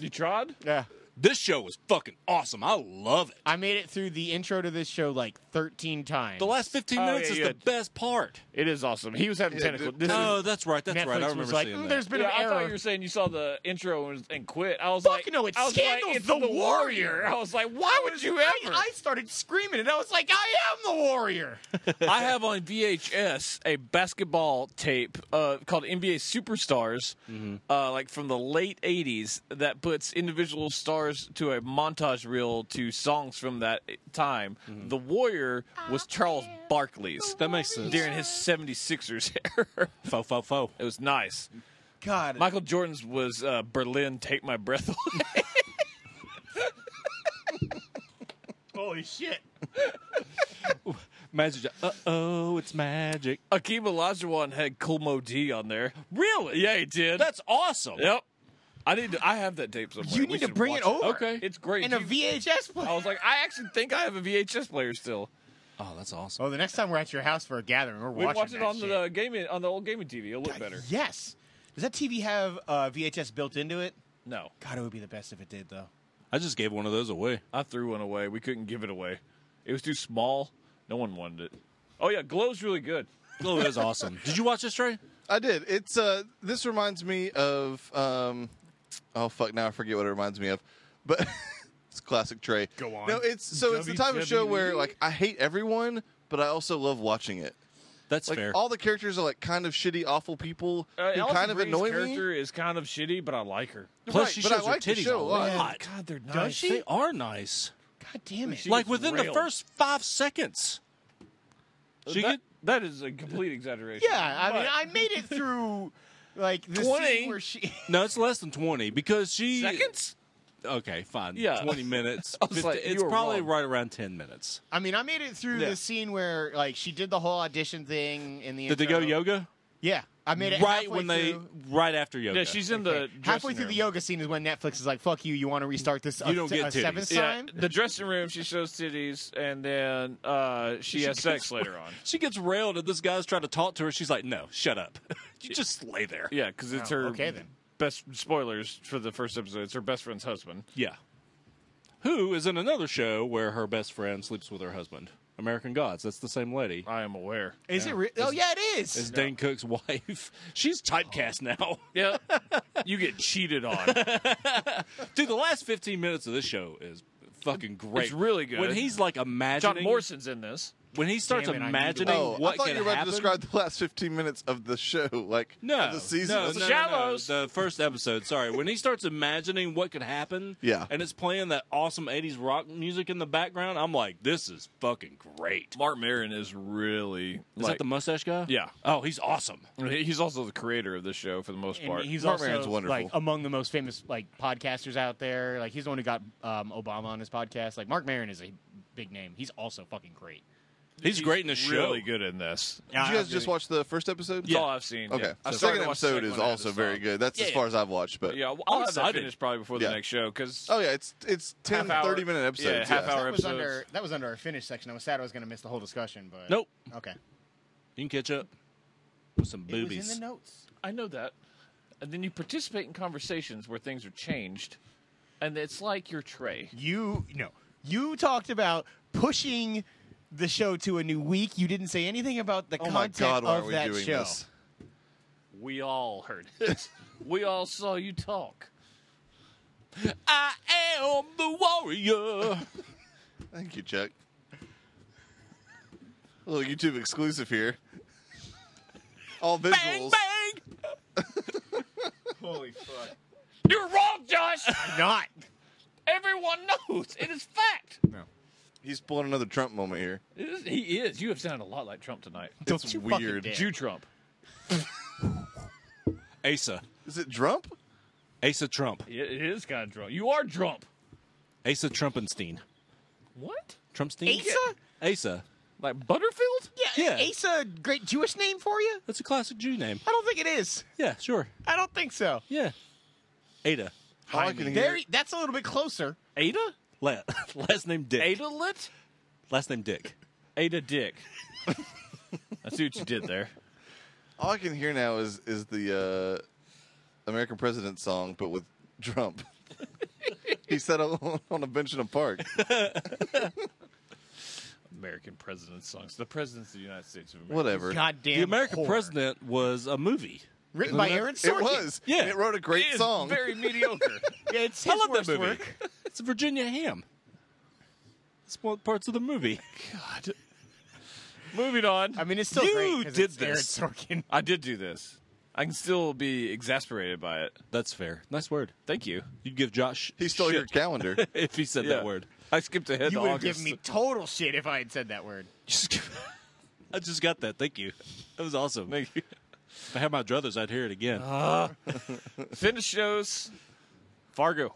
Speaker 1: You trod?
Speaker 3: Yeah.
Speaker 2: This show was fucking awesome. I love it.
Speaker 3: I made it through the intro to this show like 13 times.
Speaker 2: The last 15
Speaker 1: Oh,
Speaker 2: minutes
Speaker 1: yeah,
Speaker 2: is
Speaker 1: yeah.
Speaker 2: the best part.
Speaker 1: It is awesome. He was having
Speaker 4: Yeah,
Speaker 1: tentacle.
Speaker 4: dude.
Speaker 1: This is
Speaker 2: Oh, that's right. That's
Speaker 3: Netflix
Speaker 2: right. I remember
Speaker 3: was like,
Speaker 2: seeing
Speaker 3: "Mm,
Speaker 2: that.
Speaker 3: there's been
Speaker 1: Yeah,
Speaker 3: an
Speaker 1: I
Speaker 3: error.
Speaker 1: thought you were saying you saw the intro and, and quit. I was
Speaker 3: Fuck
Speaker 1: like,
Speaker 3: no, it's
Speaker 1: I was
Speaker 3: Scandal's
Speaker 1: like, it's
Speaker 3: The
Speaker 1: the warrior.
Speaker 3: Warrior.
Speaker 1: I was like, why would you
Speaker 3: I,
Speaker 1: ever?
Speaker 3: I started screaming and I was like, I am the warrior.
Speaker 1: I have on VHS a basketball tape uh, called NBA Superstars,
Speaker 3: Mm-hmm.
Speaker 1: uh, like from the late '80s, that puts individual stars to a montage reel to songs from that time.
Speaker 3: Mm-hmm.
Speaker 1: The Warrior was Charles Barkley's
Speaker 2: that makes sense.
Speaker 1: during his '76ers era.
Speaker 2: Fo fo fo.
Speaker 1: it was nice.
Speaker 3: God.
Speaker 1: Michael Jordan's was uh, Berlin. Take my breath away.
Speaker 3: Holy shit.
Speaker 2: Magic. Uh oh, it's magic.
Speaker 1: Akeem Olajuwon had Kulmo D on there.
Speaker 2: Really?
Speaker 1: Yeah, he did.
Speaker 2: That's awesome.
Speaker 1: yep. I need. To, I have that tape somewhere.
Speaker 3: You
Speaker 1: We
Speaker 3: need to
Speaker 1: should
Speaker 3: bring
Speaker 1: watch
Speaker 3: it over.
Speaker 1: Okay, it's great.
Speaker 3: And a
Speaker 1: You-
Speaker 3: VHS player.
Speaker 1: I was like, I actually think I have a VHS player still.
Speaker 2: Oh, that's awesome.
Speaker 3: oh, the next time we're at your house for a gathering, we're
Speaker 1: We
Speaker 3: watching
Speaker 1: watch it
Speaker 3: that
Speaker 1: on
Speaker 3: shit.
Speaker 1: the gaming on the old gaming TV. It'll look better.
Speaker 3: Yes. Does that TV have uh, VHS built into it?
Speaker 1: No,
Speaker 3: God, it would be the best if it did, though.
Speaker 2: I just gave one of those away.
Speaker 1: I threw one away. We couldn't give it away. It was too small. No one wanted it. Oh yeah, Glow's really good.
Speaker 2: Glow is awesome. Did you watch this, Trey?
Speaker 4: I did. It's uh this reminds me of um oh fuck now I forget what it reminds me of. But it's classic Trey.
Speaker 3: Go on.
Speaker 4: No, it's so it's the type of show where
Speaker 2: E?
Speaker 4: like I hate everyone, but I also love watching it.
Speaker 2: That's
Speaker 4: Like
Speaker 2: fair.
Speaker 4: all the characters are like kind of shitty, awful people
Speaker 1: Uh,
Speaker 4: who
Speaker 1: Allison
Speaker 4: kind of
Speaker 1: Bree's
Speaker 4: annoy me.
Speaker 1: character is kind of shitty, but I like her.
Speaker 2: Plus,
Speaker 4: Right,
Speaker 2: she
Speaker 4: but I
Speaker 2: shows her
Speaker 4: like the
Speaker 2: titties
Speaker 4: show
Speaker 2: a
Speaker 4: a
Speaker 2: lot.
Speaker 4: lot.
Speaker 1: God, they're nice.
Speaker 3: Does she?
Speaker 2: They are nice.
Speaker 3: God damn it.
Speaker 1: She-
Speaker 2: like
Speaker 1: was
Speaker 2: within the
Speaker 1: railed.
Speaker 2: first five seconds. She
Speaker 1: That-
Speaker 2: could-
Speaker 1: that is a complete exaggeration.
Speaker 3: yeah, I mean,
Speaker 1: But-
Speaker 3: I made it through like the
Speaker 1: 20.
Speaker 3: scene where she.
Speaker 2: No, it's less than twenty because she
Speaker 1: seconds.
Speaker 2: Okay, fine.
Speaker 1: Yeah.
Speaker 2: twenty minutes.
Speaker 1: I was like,
Speaker 2: 50
Speaker 1: you
Speaker 2: it's
Speaker 1: were
Speaker 2: probably
Speaker 1: wrong.
Speaker 2: right around ten minutes.
Speaker 3: I mean, I made it through
Speaker 1: Yeah.
Speaker 3: the scene where like she did the whole audition thing in the.
Speaker 2: Did they
Speaker 3: intro.
Speaker 2: go yoga?
Speaker 3: Yeah, I made it
Speaker 2: Right
Speaker 3: halfway
Speaker 2: when they,
Speaker 3: through.
Speaker 2: right after yoga.
Speaker 1: Yeah, she's in the dressing
Speaker 3: halfway through
Speaker 1: room.
Speaker 3: the yoga scene is when Netflix is like, "Fuck you, you want to restart this? a,
Speaker 2: You don't get
Speaker 3: a seventh
Speaker 2: titties.
Speaker 1: Yeah,
Speaker 3: time."
Speaker 1: the dressing room. She shows titties, and then uh, she, has sex later on.
Speaker 2: She gets railed, and this guy's trying to talk to her. She's like, "No, shut up. you just lay there."
Speaker 1: Yeah, because it's
Speaker 3: Oh,
Speaker 1: her
Speaker 3: okay then.
Speaker 1: best spoilers for the first episode. It's her best friend's husband.
Speaker 2: Yeah. Who is in another show where her best friend sleeps with her husband? American Gods. That's the same lady.
Speaker 1: I am aware.
Speaker 3: Is it? Re- oh yeah, it is.
Speaker 2: It's Dane Cook's wife. She's typecast now.
Speaker 1: Yeah, you get cheated on.
Speaker 2: Dude, the last 15 minutes of this show is fucking great.
Speaker 1: It's really good.
Speaker 2: When he's like imagining.
Speaker 1: John Morrison's in this.
Speaker 2: When he starts
Speaker 3: Damn it, I need to
Speaker 2: imagining
Speaker 3: watch
Speaker 4: Oh,
Speaker 2: what
Speaker 4: I thought
Speaker 2: can
Speaker 4: you were about
Speaker 2: happen.
Speaker 4: to describe the last 15 minutes of the show, like
Speaker 2: no,
Speaker 4: of the season.
Speaker 2: No,
Speaker 4: It's
Speaker 2: no, no,
Speaker 4: like,
Speaker 1: Shallows.
Speaker 2: no, the first episode. Sorry, when he starts imagining what could happen,
Speaker 4: Yeah.
Speaker 2: and it's playing that awesome '80s rock music in the background. I'm like, this is fucking great.
Speaker 1: Mark Maron is really
Speaker 2: Is that the mustache guy?
Speaker 1: Yeah.
Speaker 2: Oh, he's awesome.
Speaker 1: He's also the creator of this show for the most
Speaker 3: And
Speaker 1: part.
Speaker 3: he's
Speaker 4: Mark
Speaker 3: also
Speaker 4: Maron's wonderful.
Speaker 3: like among the most famous like podcasters out there. Like he's the one who got um, Obama on his podcast. Like Mark Maron is a big name. He's also fucking great.
Speaker 2: He's, great in the show.
Speaker 1: Really good in this.
Speaker 4: Did you guys just watch the first episode?
Speaker 1: That's all I've seen.
Speaker 4: Okay.
Speaker 1: Yeah. I
Speaker 4: The
Speaker 1: started
Speaker 4: second
Speaker 1: to watch the
Speaker 4: episode
Speaker 1: second
Speaker 4: is
Speaker 1: one I
Speaker 4: also
Speaker 1: just
Speaker 4: very
Speaker 1: saw.
Speaker 4: good. That's as
Speaker 2: Yeah.
Speaker 4: far as I've watched, but
Speaker 1: Yeah, well, I'll
Speaker 2: I'm
Speaker 1: have that
Speaker 2: excited.
Speaker 1: finished probably before the
Speaker 4: Yeah.
Speaker 1: next show because
Speaker 4: oh yeah, it's it's 10
Speaker 1: Half hour.
Speaker 4: 30 minute
Speaker 1: Yeah,
Speaker 4: episodes.
Speaker 1: half
Speaker 4: yeah.
Speaker 1: hour.
Speaker 3: that
Speaker 1: episodes.
Speaker 3: was under that was under our finish section. I was sad I was going to miss the whole discussion, but
Speaker 2: Nope.
Speaker 3: Okay,
Speaker 2: You can catch up with some
Speaker 3: it was
Speaker 2: boobies.
Speaker 3: in the notes.
Speaker 1: I know that. And then you participate in conversations where things are changed, and it's like your tray.
Speaker 3: You no, you talked about pushing the show to a new week. You didn't say anything about the
Speaker 4: Oh my
Speaker 3: content
Speaker 4: god, why
Speaker 3: of
Speaker 4: are we
Speaker 3: that
Speaker 4: doing
Speaker 3: show.
Speaker 4: this?
Speaker 1: We all heard it. we all saw you talk.
Speaker 2: I am the warrior.
Speaker 4: Thank you, Chuck. A little YouTube exclusive here. All visuals.
Speaker 2: bang bang.
Speaker 3: Holy fuck!
Speaker 1: You're wrong, Josh.
Speaker 3: Not
Speaker 1: Everyone knows it is fact.
Speaker 4: He's pulling another Trump moment here.
Speaker 1: It is, he is. You have sounded a lot like Trump tonight.
Speaker 3: Don't
Speaker 4: It's
Speaker 3: you fucking
Speaker 4: weird.
Speaker 3: dare.
Speaker 1: Jew Trump.
Speaker 2: Asa.
Speaker 4: Is it Trump?
Speaker 2: Asa Trump.
Speaker 1: It- it is kind of Trump. You are Trump.
Speaker 2: Asa Trumpenstein.
Speaker 1: What?
Speaker 2: Trumpstein?
Speaker 3: Asa?
Speaker 2: Asa.
Speaker 1: Like Butterfield?
Speaker 2: Yeah.
Speaker 3: yeah, Ace a great Jewish name for you?
Speaker 2: That's a classic Jew name.
Speaker 3: I don't think it is.
Speaker 2: Yeah, sure.
Speaker 3: I don't think so.
Speaker 2: Yeah. Ada.
Speaker 4: All I can hear.
Speaker 3: There, that's a little bit closer.
Speaker 1: Ada?
Speaker 2: La- last name Dick.
Speaker 1: Ada Lit?
Speaker 2: Last name Dick.
Speaker 1: Ada Dick. I see what you did there.
Speaker 4: All I can hear now is is the uh, American President song, but with Trump. he sat on, on a bench in a park.
Speaker 1: American president songs. The presidents of the United States of America.
Speaker 4: Whatever.
Speaker 3: Goddamn.
Speaker 2: the American
Speaker 3: whore.
Speaker 2: President was a movie.
Speaker 3: written by Aaron Sorkin.
Speaker 4: It was.
Speaker 2: Yeah.
Speaker 4: And it wrote a great
Speaker 1: It is
Speaker 4: song.
Speaker 1: Very mediocre.
Speaker 3: Yeah, It's
Speaker 2: I
Speaker 3: his
Speaker 2: love that
Speaker 3: worst
Speaker 2: movie.
Speaker 3: work.
Speaker 2: It's Virginia Ham. It's one of the parts of the movie.
Speaker 1: God. Moving on.
Speaker 3: I mean, it's still
Speaker 2: You
Speaker 3: great 'cause
Speaker 2: did
Speaker 3: it's Aaron
Speaker 2: this.
Speaker 3: Sorkin.
Speaker 1: I did do this. I can still be exasperated by it.
Speaker 2: That's fair. Nice word.
Speaker 1: Thank you.
Speaker 2: You'd give Josh
Speaker 4: He stole your
Speaker 2: shit
Speaker 4: calendar.
Speaker 2: if he said that word.
Speaker 1: I skipped ahead
Speaker 3: You
Speaker 1: to
Speaker 3: would have
Speaker 1: August.
Speaker 3: given me total shit if I had said that word.
Speaker 2: I just got that. Thank you. That was awesome.
Speaker 1: Thank you.
Speaker 2: If I had my druthers, I'd hear it again.
Speaker 1: Finish shows. Fargo.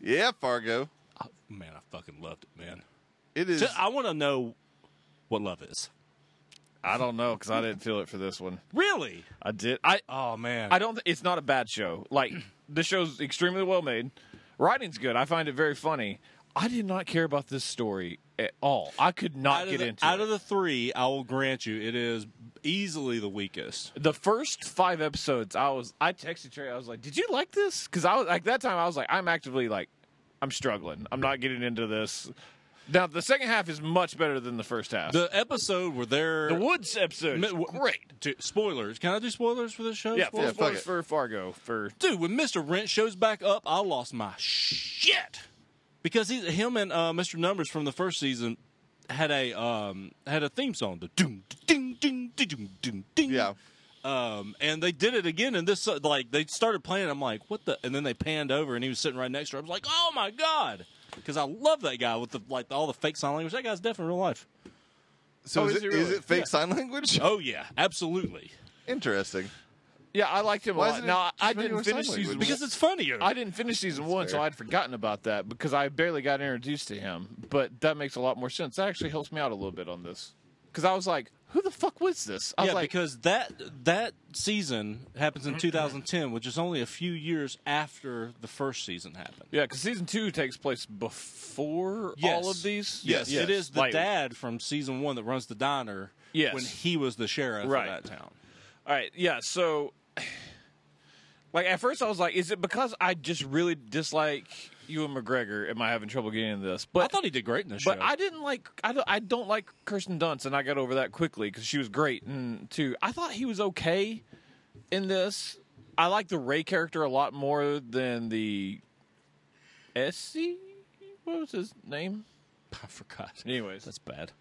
Speaker 4: yeah, Fargo.
Speaker 2: Ah, man, I fucking loved it, man.
Speaker 4: It is.
Speaker 2: So I want to know what love is.
Speaker 1: I don't know because I didn't feel it for this one.
Speaker 2: Really?
Speaker 1: I did. I
Speaker 2: Oh man.
Speaker 1: I don't. It's not a bad show. Like the show's extremely well made. Writing's good. I find it very funny. I did not care about this story at all. I could not
Speaker 2: out of
Speaker 1: get
Speaker 2: the,
Speaker 1: into
Speaker 2: out
Speaker 1: it.
Speaker 2: of the three, I will grant you, it is easily the weakest.
Speaker 1: the first five episodes, I was I texted Trey. I was like, "Did you like this?" Because I was like that time. I was like, "I'm actively like, I'm struggling. I'm not getting into this." Now the second half is much better than the first half.
Speaker 2: The episode where they're
Speaker 1: The Woods episode,
Speaker 2: Mi-
Speaker 1: is
Speaker 2: w-
Speaker 1: great.
Speaker 2: Dude, spoilers. Can I do spoilers for this show?
Speaker 1: Yeah, full
Speaker 2: Spoilers?
Speaker 4: yeah, fuck
Speaker 1: spoilers
Speaker 4: it.
Speaker 1: for Fargo. For
Speaker 2: dude. When Mister Rent shows back up, I lost my shit because he's him and uh, Mister Numbers from the first season had a um had a theme song. The doom ding ding ding ding ding. ding.
Speaker 4: Yeah.
Speaker 2: Um, and they did it again, and this uh, like they started playing. I'm like, what the? And then they panned over, and he was sitting right next to her. I was like, oh my god, because I love that guy with the like all the fake sign language. That guy's definitely real life.
Speaker 4: so
Speaker 1: Oh, is
Speaker 4: is, it,
Speaker 1: it
Speaker 4: is
Speaker 1: really?
Speaker 4: it fake sign language?
Speaker 2: Oh yeah, absolutely.
Speaker 4: Interesting.
Speaker 1: yeah, I liked him
Speaker 4: Why
Speaker 1: a
Speaker 4: isn't
Speaker 1: lot.
Speaker 4: it
Speaker 1: Now I
Speaker 4: just regular
Speaker 1: didn't finish
Speaker 4: sign
Speaker 1: season
Speaker 4: language?
Speaker 2: Because it's funnier.
Speaker 1: I didn't finish season one, so
Speaker 4: fair.
Speaker 1: I'd forgotten about that because I barely got introduced to him. But that makes a lot more sense. That actually helps me out a little bit on this because I was like, "Who the fuck was this?" I was
Speaker 2: yeah,
Speaker 1: like,
Speaker 2: because that that season happens
Speaker 1: Mm-hmm.
Speaker 2: in 2010, which is only a few years after the first season happened.
Speaker 1: Yeah, because season two takes place before all of these.
Speaker 2: Yes,
Speaker 4: Yes.
Speaker 2: it is the
Speaker 1: Like-
Speaker 2: dad from season one that runs the diner.
Speaker 1: Yes.
Speaker 2: when he was the sheriff
Speaker 1: Right.
Speaker 2: of that town.
Speaker 1: All right. Yeah. So, Like at first, I was like, "Is it because I just really dislike Ewan McGregor? Am I having trouble getting into this?" But
Speaker 2: I thought he did great in this
Speaker 1: but
Speaker 2: show.
Speaker 1: I didn't like. I don't, I don't like Kirsten Dunst, and I got over that quickly because she was great. And too, I thought he was okay in this. I like the Ray character a lot more than the Essie. What was his name?
Speaker 2: I forgot.
Speaker 1: Anyways,
Speaker 2: That's bad.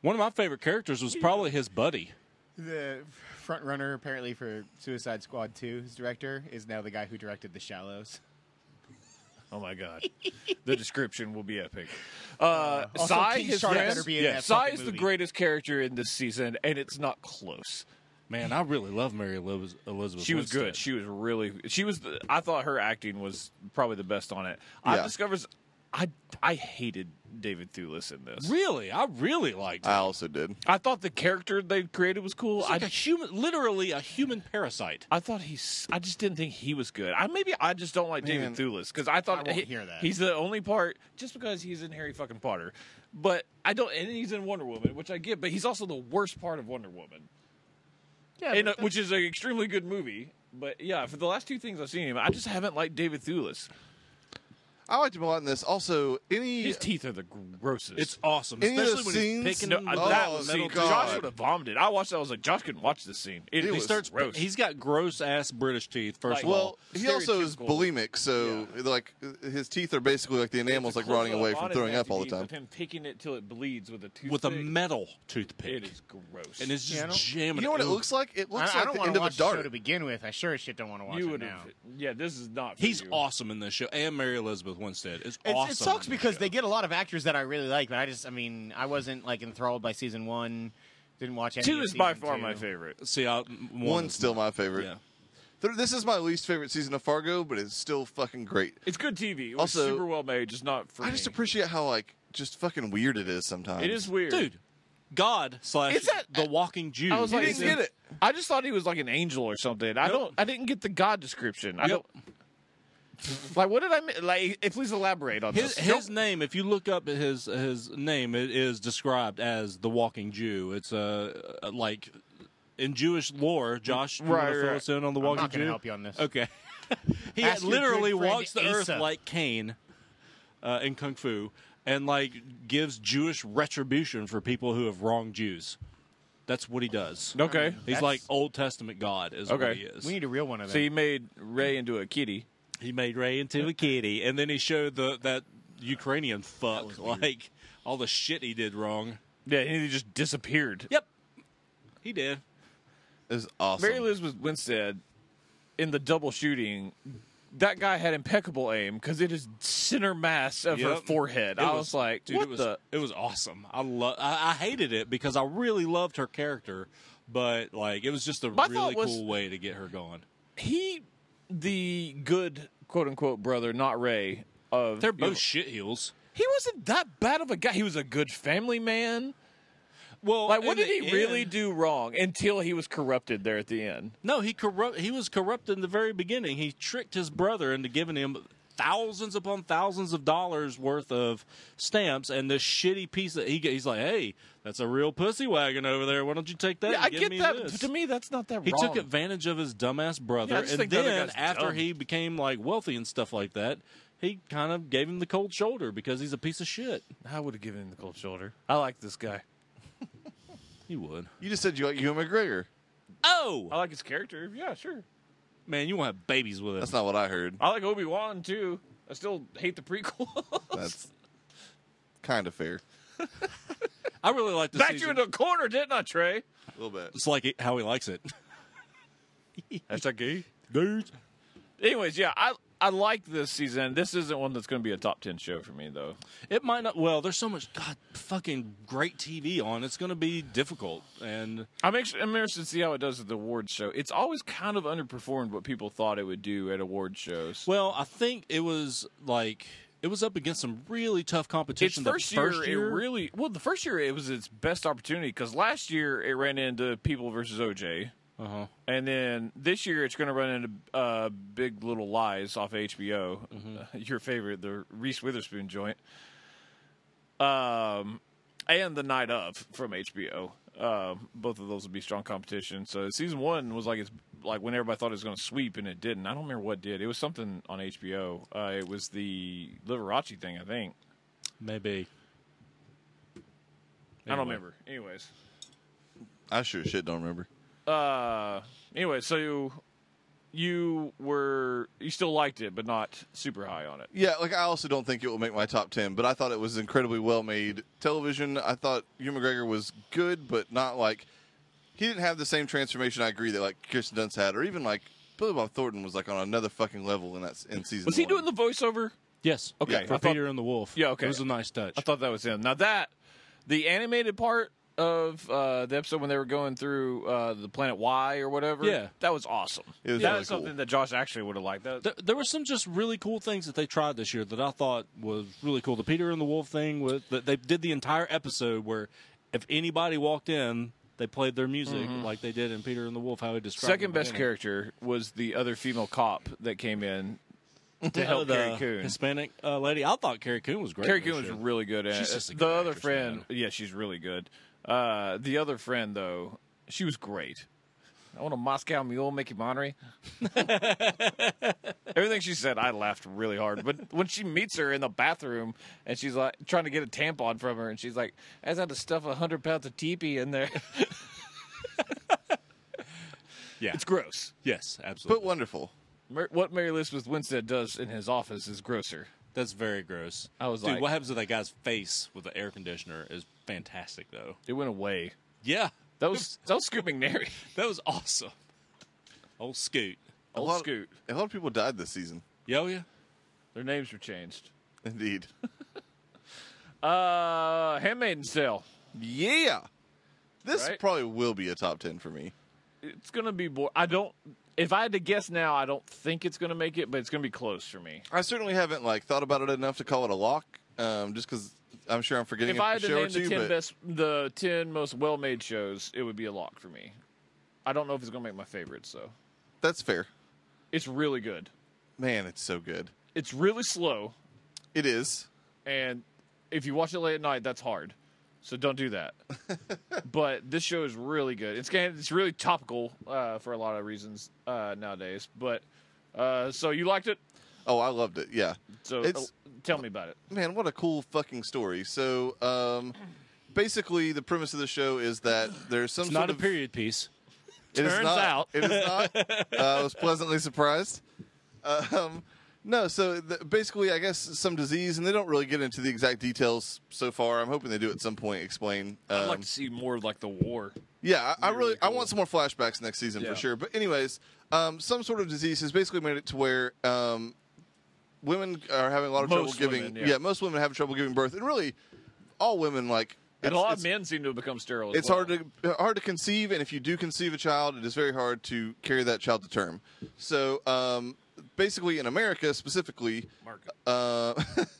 Speaker 2: One of my favorite characters was probably his buddy.
Speaker 3: The front runner apparently for Suicide Squad 2's director is now the guy who directed The Shallows.
Speaker 1: oh my god, the description will be epic. Uh,
Speaker 3: also,
Speaker 1: Sai,
Speaker 3: King
Speaker 1: his
Speaker 3: Shark
Speaker 1: friend-
Speaker 3: better be in
Speaker 1: yeah,
Speaker 3: that
Speaker 1: Sai
Speaker 3: fucking
Speaker 1: is the
Speaker 3: movie.
Speaker 1: greatest character in this season, and it's not close.
Speaker 2: Man, I really love Mary Eliz- Elizabeth.
Speaker 1: She was
Speaker 2: Winstead.
Speaker 1: good. She was really. She was. The, I thought her acting was probably the best on it. I
Speaker 4: Yeah.
Speaker 1: discovered. I I hated David Thewlis in this.
Speaker 2: really, I really liked.
Speaker 4: I
Speaker 2: Her.
Speaker 4: also did.
Speaker 1: I thought the character they created was cool.
Speaker 2: She's like
Speaker 1: I
Speaker 2: a human, literally a human parasite.
Speaker 1: I thought he's. I just didn't think he was good. I maybe I just don't like David
Speaker 4: Man.
Speaker 1: Thewlis because I thought
Speaker 3: I
Speaker 1: he-
Speaker 3: won't hear that.
Speaker 1: he's the only part just because he's in Harry fucking Potter, but I don't. And he's in Wonder Woman, which I get, but he's also the worst part of Wonder Woman,
Speaker 3: Yeah,
Speaker 1: and, uh, which is an extremely good movie. But yeah, for the last two things I've seen him, I just haven't liked David Thewlis.
Speaker 4: I liked him a lot in this. Also, any
Speaker 1: His teeth are the grossest.
Speaker 2: It's awesome,
Speaker 4: Any of
Speaker 2: especially
Speaker 4: those
Speaker 2: when
Speaker 4: scenes?
Speaker 2: he's picking
Speaker 1: no,
Speaker 2: them
Speaker 1: I-
Speaker 2: up.
Speaker 1: that
Speaker 4: Oh,
Speaker 1: scene,
Speaker 4: God.
Speaker 1: Josh would have vomited. I watched that. I was like, Josh couldn't watch this scene. It,
Speaker 4: He
Speaker 1: was
Speaker 2: he starts.
Speaker 1: gross.
Speaker 2: He's got gross ass British teeth. First
Speaker 1: Like-
Speaker 2: of all,
Speaker 4: well, he also is
Speaker 1: stereotypical.
Speaker 4: bulimic, so like his teeth are basically like the enamel's like rotting away from throwing up all the time.
Speaker 1: With him picking it till it bleeds with a toothpick.
Speaker 2: with a metal toothpick,
Speaker 1: It is gross.
Speaker 2: and it's just
Speaker 3: Yeah, I don't-
Speaker 2: jamming.
Speaker 4: You know what it
Speaker 2: Ooh.
Speaker 4: looks like? It looks
Speaker 3: I, I
Speaker 4: like
Speaker 3: don't
Speaker 4: the
Speaker 3: want
Speaker 4: end
Speaker 3: to
Speaker 4: of a
Speaker 3: watch the show
Speaker 4: dart.
Speaker 3: to begin with. I sure as shit don't want to watch
Speaker 1: you
Speaker 3: it
Speaker 1: would
Speaker 3: now.
Speaker 1: have. Yeah, this is not. For
Speaker 2: He's
Speaker 1: you.
Speaker 2: awesome in this show, and Mary Elizabeth Winstead is
Speaker 3: It's,
Speaker 2: awesome.
Speaker 3: it sucks
Speaker 2: in this
Speaker 3: because
Speaker 2: show.
Speaker 3: they get a lot of actors that I really like, but I just, I mean, I wasn't like enthralled by season one. Didn't watch any
Speaker 1: Two
Speaker 3: of
Speaker 1: is by
Speaker 3: season
Speaker 1: far
Speaker 3: two.
Speaker 1: my favorite.
Speaker 2: see I, one
Speaker 4: One's
Speaker 2: is-
Speaker 4: still my favorite.
Speaker 2: Yeah.
Speaker 4: Th- This is my least favorite season of Fargo, but it's still fucking great.
Speaker 1: It's good TV. It was
Speaker 4: Also-
Speaker 1: super well made. Just not for
Speaker 4: I just
Speaker 1: me.
Speaker 4: appreciate how like just fucking weird it is sometimes.
Speaker 1: It is weird,
Speaker 2: dude. God slash
Speaker 4: Is that-
Speaker 2: the Walking Jew.
Speaker 1: I was like,
Speaker 4: didn't get it.
Speaker 1: I just thought he was like an angel or something. I don't. I didn't get the God description. I
Speaker 2: Yep.
Speaker 1: don't. like, what did I mi- like? eh, Please elaborate on
Speaker 2: His,
Speaker 1: this.
Speaker 2: his name, if you look up his his name, it is described as the Walking Jew. It's uh, uh, like in Jewish lore. Josh, you
Speaker 1: Right,
Speaker 2: want to fill
Speaker 1: right.
Speaker 2: us in on the Walking
Speaker 3: not gonna
Speaker 2: Jew?
Speaker 3: help you on this.
Speaker 2: Okay, he
Speaker 3: Ask your
Speaker 2: literally
Speaker 3: good friend
Speaker 2: walks the earth
Speaker 3: Asa.
Speaker 2: like Cain uh, in Kung Fu, and like gives Jewish retribution for people who have wronged Jews. That's what he does.
Speaker 1: okay.
Speaker 2: He's
Speaker 3: That's-
Speaker 2: like Old Testament God is what
Speaker 1: Okay.
Speaker 2: he is.
Speaker 3: We need a real one of them.
Speaker 1: So he made Ray into a kitty.
Speaker 2: He made Ray into a kitty, and then he showed the that Ukrainian fuck like all the shit he did wrong.
Speaker 1: Yeah, and he just disappeared.
Speaker 2: Yep, he did.
Speaker 4: It's awesome.
Speaker 1: Mary Elizabeth Winstead in the double shooting. That guy had impeccable aim because it is center mass of her
Speaker 2: Yep.
Speaker 1: forehead. I was, like,
Speaker 2: dude,
Speaker 1: what
Speaker 2: it was
Speaker 1: the?
Speaker 2: it was awesome. I love. I, I hated it because I really loved her character, but like it was just a
Speaker 1: My
Speaker 2: really
Speaker 1: thought was-
Speaker 2: cool way to get her going.
Speaker 1: He, the good quote unquote brother, not Ray. Of
Speaker 2: They're both shit heels.
Speaker 1: he wasn't that bad of a guy. He was a good family man.
Speaker 2: Well,
Speaker 1: Like, what
Speaker 2: in
Speaker 1: did
Speaker 2: the
Speaker 1: he really
Speaker 2: end-
Speaker 1: do wrong until he was corrupted there at the end?
Speaker 2: No, he corrupt. He was corrupt in the very beginning. He tricked his brother into giving him thousands upon thousands of dollars worth of stamps and this shitty piece that he g- he's like, "Hey, that's a real pussy wagon over there. Why don't you take that?"
Speaker 1: Yeah,
Speaker 2: and
Speaker 1: I
Speaker 2: give
Speaker 1: get
Speaker 2: me
Speaker 1: that.
Speaker 2: this?"
Speaker 1: but To me, that's not that
Speaker 2: he
Speaker 1: wrong.
Speaker 2: took advantage of his dumbass brother,
Speaker 1: Yeah, I just
Speaker 2: and
Speaker 1: think the other
Speaker 2: then
Speaker 1: guy's
Speaker 2: after
Speaker 1: dumb.
Speaker 2: he became like wealthy and stuff like that, he kind of gave him the cold shoulder because he's a piece of shit.
Speaker 1: I would have given him the cold shoulder. I like this guy.
Speaker 2: He would.
Speaker 4: You just said you like Ewan McGregor.
Speaker 1: I
Speaker 2: Oh
Speaker 1: like his character. Yeah, sure.
Speaker 2: man, you want to have babies with him?
Speaker 4: That's not what I heard.
Speaker 1: I like Obi Wan too. I still hate the prequel.
Speaker 4: That's kind of fair.
Speaker 2: I really like this.
Speaker 1: Backed you
Speaker 2: season.
Speaker 1: into a corner, didn't I, Trey?
Speaker 4: A little bit.
Speaker 2: It's like it- how he likes it.
Speaker 1: Hashtag gay.
Speaker 2: Dudes.
Speaker 1: Anyways, yeah, I I like this season. This isn't one that's going to be a top ten show for me though.
Speaker 2: It might not. Well, there's so much god fucking great TV on. It's going to be difficult. And
Speaker 1: I'm, ex- I'm interested to see how it does at the awards show. It's always kind of underperformed what people thought it would do at award shows.
Speaker 2: well, I think it was like it was up against some really tough
Speaker 1: its
Speaker 2: competition.
Speaker 1: first,
Speaker 2: the first
Speaker 1: year, it really well. The first year, it was its best opportunity because last year it ran into People versus OJ,
Speaker 2: Uh huh.
Speaker 1: and then this year it's going to run into uh, Big Little Lies off HBO, your favorite, the Reese Witherspoon joint, um, and The Night of from HBO. Um, both of those will be strong competition. So season one was like its like when everybody thought it was going to sweep and it didn't. I don't remember what did. It was something on HBO. Uh, it was the Liberace thing, I think.
Speaker 2: Maybe.
Speaker 1: I don't
Speaker 2: Anyway.
Speaker 1: remember. Anyways,
Speaker 4: I sure as shit don't remember.
Speaker 1: uh, anyway, so you, you were you still liked it, but not super high on it.
Speaker 4: Yeah, like I also don't think it will make my top ten, but I thought it was incredibly well made television. I thought Hugh McGregor was good, but not like he didn't have the same transformation. I agree that like Kirsten Dunst had, or even like Billy Bob Thornton was like on another fucking level in that s- in season.
Speaker 1: Was he
Speaker 4: one.
Speaker 1: doing the voiceover?
Speaker 2: Yes.
Speaker 1: Okay, I
Speaker 2: For
Speaker 1: thought-
Speaker 2: Peter and the Wolf.
Speaker 1: Yeah, okay.
Speaker 2: It was a nice touch.
Speaker 1: I thought that was him. Now that the animated part of uh, the episode when they were going through uh, the planet Y or whatever,
Speaker 2: Yeah.
Speaker 1: that was awesome.
Speaker 4: It was
Speaker 1: that
Speaker 4: really
Speaker 1: was
Speaker 4: cool.
Speaker 1: something that Josh actually would have liked. That,
Speaker 2: There, there were some just really cool things that they tried this year that I thought was really cool. The Peter and the Wolf thing was that they did the entire episode where if anybody walked in, they played their music like they did in Peter and the Wolf. How he described it in
Speaker 1: Mm-hmm. second
Speaker 2: the
Speaker 1: best
Speaker 2: beginning.
Speaker 1: character was the other female cop that came in to help
Speaker 2: the
Speaker 1: Carrie Coon.
Speaker 2: Hispanic uh, lady. I thought Carrie Coon was great.
Speaker 1: Carrie
Speaker 2: in this
Speaker 1: Coon was
Speaker 2: show.
Speaker 1: really good at
Speaker 2: She's
Speaker 1: it.
Speaker 2: just a
Speaker 1: the
Speaker 2: good
Speaker 1: other
Speaker 2: actress,
Speaker 1: friend.
Speaker 2: man.
Speaker 1: Yeah, she's really good. Uh, the other friend though, she was great. I want a Moscow Mule, Mickey Monterey. Everything she said, I laughed really hard. But when she meets her in the bathroom and she's like trying to get a tampon from her, and she's like, "I had to stuff a hundred pounds of teepee in there."
Speaker 2: Yeah.
Speaker 1: it's gross.
Speaker 2: yes,
Speaker 4: But
Speaker 2: absolutely.
Speaker 4: wonderful.
Speaker 1: Mar- what Mary Elizabeth Winstead does in his office is grosser.
Speaker 2: That's very gross.
Speaker 1: I was
Speaker 2: Dude,
Speaker 1: like-
Speaker 2: what happens to that guy's face with the air conditioner is fantastic though.
Speaker 1: It went away.
Speaker 2: Yeah,
Speaker 1: That was that was Scoop McNary.
Speaker 2: that was awesome. Old Scoot.
Speaker 1: Old
Speaker 4: lot of-
Speaker 1: Scoot.
Speaker 4: A lot of people died this season.
Speaker 2: Yo, yeah.
Speaker 1: Their names were changed.
Speaker 4: Indeed.
Speaker 1: Uh, Handmaid's Tale.
Speaker 4: yeah. This
Speaker 1: Right?
Speaker 4: probably will be a top ten for me.
Speaker 1: It's gonna be more. I don't. If I had to guess now, I don't think it's gonna make it, but it's gonna be close for me.
Speaker 4: I certainly haven't like thought about it enough to call it a lock. Um, just because I'm sure I'm forgetting
Speaker 1: If I
Speaker 4: a
Speaker 1: had to
Speaker 4: show or
Speaker 1: name the
Speaker 4: two.
Speaker 1: ten
Speaker 4: but
Speaker 1: best, the ten most well-made shows, it would be a lock for me. I don't know if it's gonna make my favorites though.
Speaker 4: that's fair.
Speaker 1: It's really good.
Speaker 4: Man, it's so good.
Speaker 1: It's really slow,
Speaker 4: It is.
Speaker 1: and if you watch it late at night, that's hard. So don't do that. but this show is really good. It's kind of- it's really topical uh, for a lot of reasons uh, nowadays. But uh, so you liked it?
Speaker 4: Oh, I loved it. Yeah.
Speaker 1: So
Speaker 4: It's-
Speaker 1: uh, tell me about it.
Speaker 4: Man, what a cool fucking story. So, um, basically, the premise of the show is that there's some
Speaker 2: It's
Speaker 4: sort
Speaker 2: not a
Speaker 4: of,
Speaker 2: period piece.
Speaker 4: It is
Speaker 1: Turns
Speaker 4: not,
Speaker 1: out.
Speaker 4: it is not. Uh, I was pleasantly surprised. Um, no, so th- basically, I guess some disease, and they don't really get into the exact details so far. I'm hoping they do at some point explain.
Speaker 1: I'd
Speaker 4: Um,
Speaker 1: like to see more of like the war.
Speaker 4: Yeah, I, I really,
Speaker 1: really
Speaker 4: I
Speaker 1: cool.
Speaker 4: want some more flashbacks next season
Speaker 1: Yeah.
Speaker 4: for sure. But anyways, um, some sort of disease has basically made it to where um, women are having a lot of
Speaker 1: Most
Speaker 4: trouble giving.
Speaker 1: women, yeah.
Speaker 4: most women have trouble giving birth, and really, all women like.
Speaker 1: And
Speaker 4: it's-
Speaker 1: a lot of
Speaker 4: it's-
Speaker 1: men seem to have become sterile. as
Speaker 4: it's
Speaker 1: well.
Speaker 4: hard to hard to conceive, and if you do conceive a child, it is very hard to carry that child to term. So, um, basically, in America specifically, uh,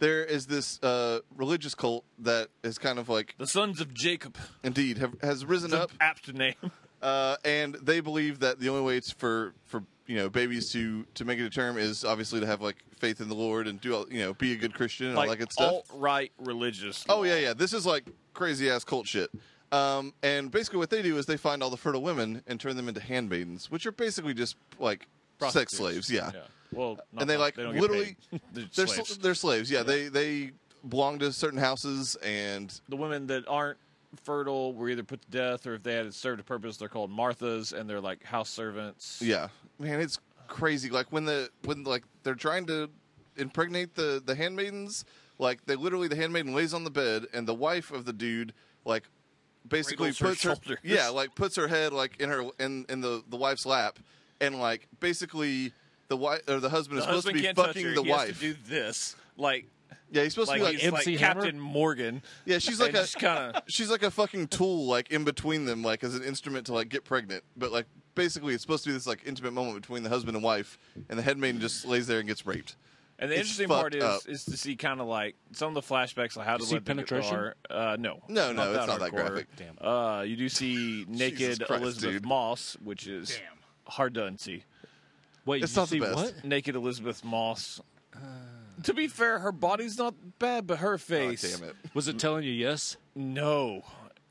Speaker 4: there is this uh, religious cult that is kind of like
Speaker 1: The sons of Jacob.
Speaker 4: indeed have, has risen
Speaker 1: It's an
Speaker 4: up
Speaker 1: apt name.
Speaker 4: uh, and they believe that the only way it's for for you know babies to to make it a term is obviously to have like faith in the Lord and do all, you know be a good Christian and all that good stuff.
Speaker 1: alt-right religious.
Speaker 4: oh yeah, yeah. This is like crazy ass cult shit. Um, and basically, what they do is they find all the fertile women and turn them into handmaidens, which are basically just like sex
Speaker 1: Prostitutes.
Speaker 4: slaves. Yeah,
Speaker 1: Yeah. Well, not
Speaker 4: and they
Speaker 1: not-
Speaker 4: like
Speaker 1: don't get
Speaker 4: literally
Speaker 1: paid. They're
Speaker 4: they're
Speaker 1: slaves.
Speaker 4: sl- they're slaves. Yeah, they they belong to certain houses and
Speaker 1: the women that aren't fertile were either put to death or if they had served a purpose, they're called Marthas and they're like house servants.
Speaker 4: Yeah, man, it's crazy. Like when the when like they're trying to impregnate the the handmaidens, like they literally the handmaiden lays on the bed and the wife of the dude like basically
Speaker 1: Wriggles her
Speaker 4: puts her,
Speaker 1: shoulders.
Speaker 4: yeah like puts her head like in her in in the the wife's lap and like basically. The wife or the husband
Speaker 1: The
Speaker 4: is supposed to
Speaker 1: husband
Speaker 4: be
Speaker 1: can't touch her.
Speaker 4: fucking the
Speaker 1: he Has
Speaker 4: wife.
Speaker 1: to do this, like,
Speaker 4: yeah, he's supposed
Speaker 1: like,
Speaker 4: to be like
Speaker 1: he's
Speaker 2: MC
Speaker 1: like
Speaker 2: Hammer?
Speaker 1: Captain Morgan.
Speaker 4: yeah. She's like
Speaker 1: and
Speaker 4: a
Speaker 1: just kind of
Speaker 4: she's like a fucking tool like in between them like as an instrument to like get pregnant but like basically it's supposed to be this like intimate moment between the husband and wife and the handmaiden just lays there and gets raped
Speaker 1: And the
Speaker 4: It's
Speaker 1: interesting part
Speaker 4: fucked
Speaker 1: is
Speaker 4: up.
Speaker 1: is to see kind of like some of the flashbacks of how to
Speaker 2: see
Speaker 1: let the
Speaker 2: penetration?
Speaker 1: Are. Uh, no,
Speaker 4: No, no, it's not
Speaker 1: hardcore.
Speaker 4: that graphic.
Speaker 2: Damn.
Speaker 1: Uh, you do see naked
Speaker 4: Jesus Christ,
Speaker 1: Elizabeth
Speaker 4: dude.
Speaker 1: Moss, which is hard to unsee.
Speaker 2: Wait,
Speaker 4: It's
Speaker 2: did you
Speaker 4: not the
Speaker 2: see
Speaker 4: best.
Speaker 2: what?
Speaker 1: Naked Elizabeth Moss. to be fair, her body's not bad, but her
Speaker 4: oh,
Speaker 1: face.
Speaker 4: damn it
Speaker 2: Was it telling you yes?
Speaker 1: No,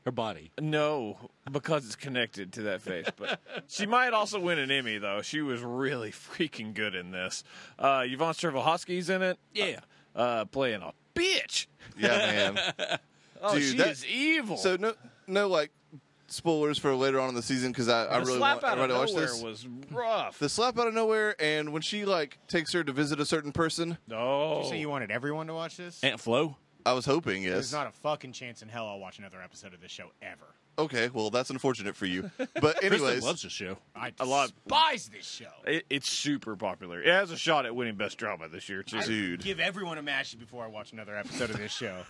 Speaker 2: Her body.
Speaker 1: No, because it's connected to that face. But she might also win an Emmy, though. She was really freaking good in this. Uh, Yvonne Strahovski's in it.
Speaker 2: Yeah.
Speaker 1: Uh, playing a bitch.
Speaker 4: Yeah, man.
Speaker 1: Oh,
Speaker 4: Dude,
Speaker 1: she
Speaker 4: that-
Speaker 1: is evil.
Speaker 4: so no, no like spoilers for later on in the season because I, I
Speaker 1: the
Speaker 4: really
Speaker 1: slap
Speaker 4: want
Speaker 1: out of
Speaker 4: everybody to
Speaker 1: nowhere
Speaker 4: watch this.
Speaker 1: was rough.
Speaker 4: the slap out of nowhere, and when she like takes her to visit a certain person,
Speaker 1: no.
Speaker 3: So you wanted everyone to watch this?
Speaker 2: Aunt Flo.
Speaker 4: I was hoping yes.
Speaker 3: There's not a fucking chance in hell I'll watch another episode of this show ever.
Speaker 4: okay, well that's unfortunate for you. But anyways,
Speaker 2: Kristen loves the show.
Speaker 3: I
Speaker 1: A lot-
Speaker 3: despise this show.
Speaker 1: It, it's super popular. It has a shot at winning best drama this year too.
Speaker 4: dude,
Speaker 3: Give everyone a mash before I watch another episode of this show.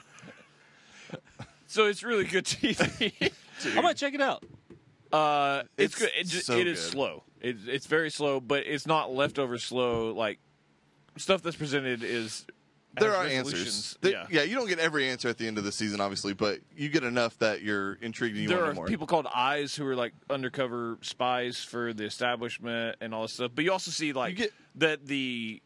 Speaker 1: So it's really good TV.
Speaker 2: I might check it out.
Speaker 1: uh, it's,
Speaker 4: It's
Speaker 1: good. It, just,
Speaker 4: so
Speaker 1: it is
Speaker 4: good.
Speaker 1: slow. It, it's very slow, but it's not leftover slow. Like stuff that's presented is
Speaker 4: there
Speaker 1: has
Speaker 4: are
Speaker 1: resolutions.
Speaker 4: answers. There-
Speaker 1: yeah.
Speaker 4: you don't get every answer at the end of the season, obviously, but you get enough that you're intrigued and you
Speaker 1: there
Speaker 4: want
Speaker 1: are
Speaker 4: to more.
Speaker 1: people called eyes who are like undercover spies for the establishment and all this stuff. But you also see like
Speaker 4: get-
Speaker 1: that the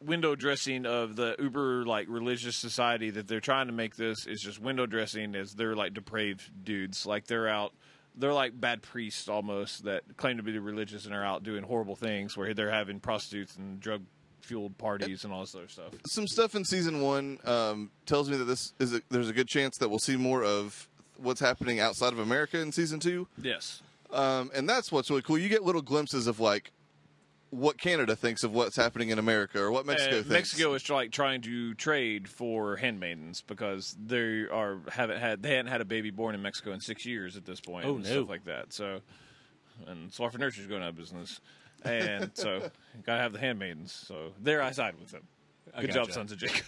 Speaker 1: window dressing of the uber like religious society that they're trying to make this is just window dressing as they're like depraved dudes. Like they're out they're like bad priests almost that claim to be religious and are out doing horrible things where they're having prostitutes and drug fueled parties and all this other stuff.
Speaker 4: some stuff in season one um, tells me that this is a, there's a good chance that we'll see more of what's happening outside of America in season two,
Speaker 1: Yes.
Speaker 4: um, and that's what's really cool. You get little glimpses of like what Canada thinks of what's happening in America or what Mexico
Speaker 1: Uh,
Speaker 4: thinks.
Speaker 1: Mexico is like trying to trade for handmaidens because they are haven't had they hadn't had a baby born in Mexico in six years at this point.
Speaker 2: Oh,
Speaker 1: and
Speaker 2: no.
Speaker 1: stuff like that. So, and so for nurseries going out of business, and so gotta have the handmaidens. So there I side with them.
Speaker 2: I
Speaker 1: Good job,
Speaker 2: gotcha.
Speaker 1: Sons of Jacob.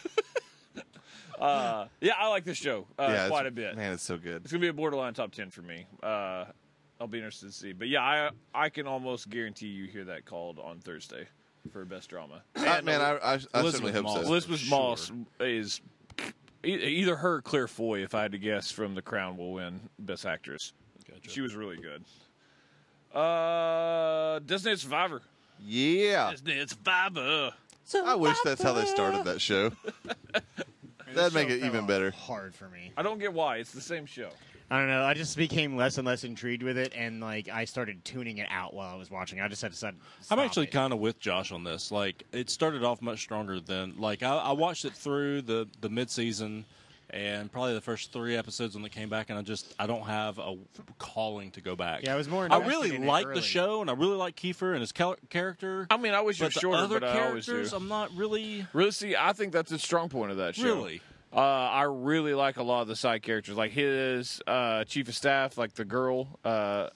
Speaker 1: uh, yeah, I like this show uh,
Speaker 4: Yeah, it's-
Speaker 1: quite a bit.
Speaker 4: Man, it's so good.
Speaker 1: It's gonna be a borderline top ten for me. Uh, I'll be interested to see. But yeah, I I can almost guarantee you hear that called on Thursday for best drama.
Speaker 4: I, man, I, I, I certainly
Speaker 2: Elizabeth
Speaker 4: hope
Speaker 2: Moss.
Speaker 4: so.
Speaker 2: Liz-
Speaker 1: Elizabeth
Speaker 2: for
Speaker 1: Moss is e- either her or Claire Foy, if I had to guess, from The Crown will win Best Actress. She was really good. Uh, Designated Survivor.
Speaker 4: Yeah,
Speaker 1: Designated Survivor.
Speaker 4: I wish that's how they started that show. That'd make
Speaker 3: show
Speaker 4: it
Speaker 3: fell
Speaker 4: even
Speaker 3: off
Speaker 4: better.
Speaker 3: Hard for me.
Speaker 1: I don't get why. It's the same show.
Speaker 3: I don't know. I just became less and less intrigued with it, and like I started tuning it out while I was watching. I just had to decide.
Speaker 2: I'm actually kind of with Josh on this. Like, it started off much stronger than like I, I watched it through the the mid season, and probably the first three episodes when they came back, and I just I don't have a calling to go back.
Speaker 3: Yeah, I was more
Speaker 2: I
Speaker 3: invested
Speaker 2: really
Speaker 3: in it
Speaker 2: like the
Speaker 3: early.
Speaker 2: show, and I really like Kiefer and his cal- character.
Speaker 1: I mean, I wish you're
Speaker 2: but the
Speaker 1: shorter,
Speaker 2: other
Speaker 1: but I always do.
Speaker 2: characters, I'm not really.
Speaker 1: um, Really, see, I think that's a strong point of that show.
Speaker 2: Really?
Speaker 1: Uh, I really like a lot of the side characters. Like his uh, chief of staff, like the girl, uh,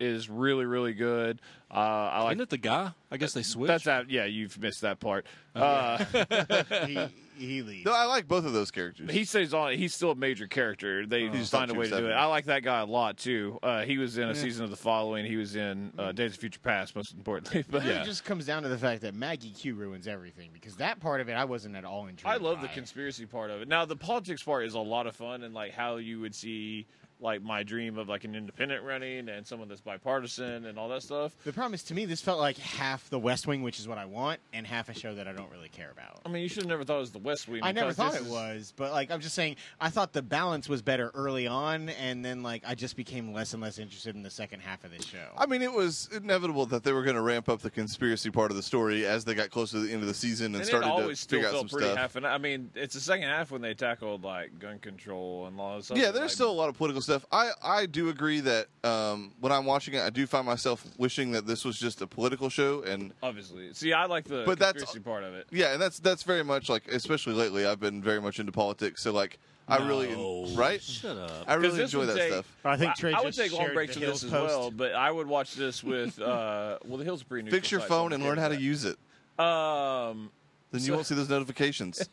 Speaker 1: is really, really good. Uh, I like
Speaker 2: Isn't it the guy? I guess they switched.
Speaker 1: That's that. Yeah, you've missed that part. Uh,
Speaker 3: of he, he leaves.
Speaker 4: No, I like both of those characters.
Speaker 1: he stays on. He's still a major character. They just
Speaker 4: not
Speaker 1: find a way to
Speaker 4: Chief
Speaker 1: do it.
Speaker 4: Oh, Seven.
Speaker 1: I like that guy a lot too. Uh, he was in a season of The Following. He was in uh,
Speaker 3: Mm-hmm.
Speaker 1: Days of Future Past, most importantly. But
Speaker 3: It really just comes down to the fact that Maggie Q ruins everything because that part of it I wasn't at all intrigued.
Speaker 1: I love the
Speaker 3: by.
Speaker 1: conspiracy part of it. Now the politics part is a lot of fun and like how you would see like my dream of like an independent running and someone that's bipartisan and all that stuff.
Speaker 3: The problem is, to me, this felt like half The West Wing, which is what I want, and half a show that I don't really care about.
Speaker 1: I mean, you should have never thought it was the West Wing.
Speaker 3: I never
Speaker 1: because
Speaker 3: thought
Speaker 1: this
Speaker 3: it
Speaker 1: is-
Speaker 3: was, but like I'm just saying, I thought the balance was better early on, and then like I just became less and less interested in the second half of this show.
Speaker 4: I mean, it was inevitable that they were going to ramp up the conspiracy part of the story as they got closer to the end of the season and,
Speaker 1: And it
Speaker 4: started to
Speaker 1: always still
Speaker 4: figure out
Speaker 1: felt
Speaker 4: some
Speaker 1: pretty
Speaker 4: stuff.
Speaker 1: half and I mean, it's the second half when they tackled like gun control and laws.
Speaker 4: yeah, there's still a lot of political stuff. I, I do agree that um, when I'm watching it, I do find myself wishing that this was just a political show, and
Speaker 1: obviously. See, I like the
Speaker 4: But that's-
Speaker 1: conspiracy part of it.
Speaker 4: yeah, and that's that's very much like, especially lately, I've been very much into politics. So like, I
Speaker 2: No.
Speaker 4: really right,
Speaker 2: Shut up.
Speaker 4: I really
Speaker 1: 'Cause this
Speaker 4: enjoy
Speaker 1: would
Speaker 4: that
Speaker 1: take-
Speaker 4: stuff.
Speaker 3: I think
Speaker 1: I-
Speaker 3: Trey
Speaker 1: I, would
Speaker 3: just
Speaker 1: take long
Speaker 3: shared
Speaker 1: breaks
Speaker 3: the
Speaker 1: from this
Speaker 3: Hills
Speaker 1: as
Speaker 3: Post.
Speaker 1: well, but I would watch this with uh, well, the Hills are pretty.
Speaker 4: Fix your
Speaker 1: neutral site, so
Speaker 4: phone
Speaker 1: I'm
Speaker 4: and
Speaker 1: okay
Speaker 4: learn
Speaker 1: with
Speaker 4: how to
Speaker 1: that.
Speaker 4: use it.
Speaker 1: Um,
Speaker 4: Then you won't see those notifications.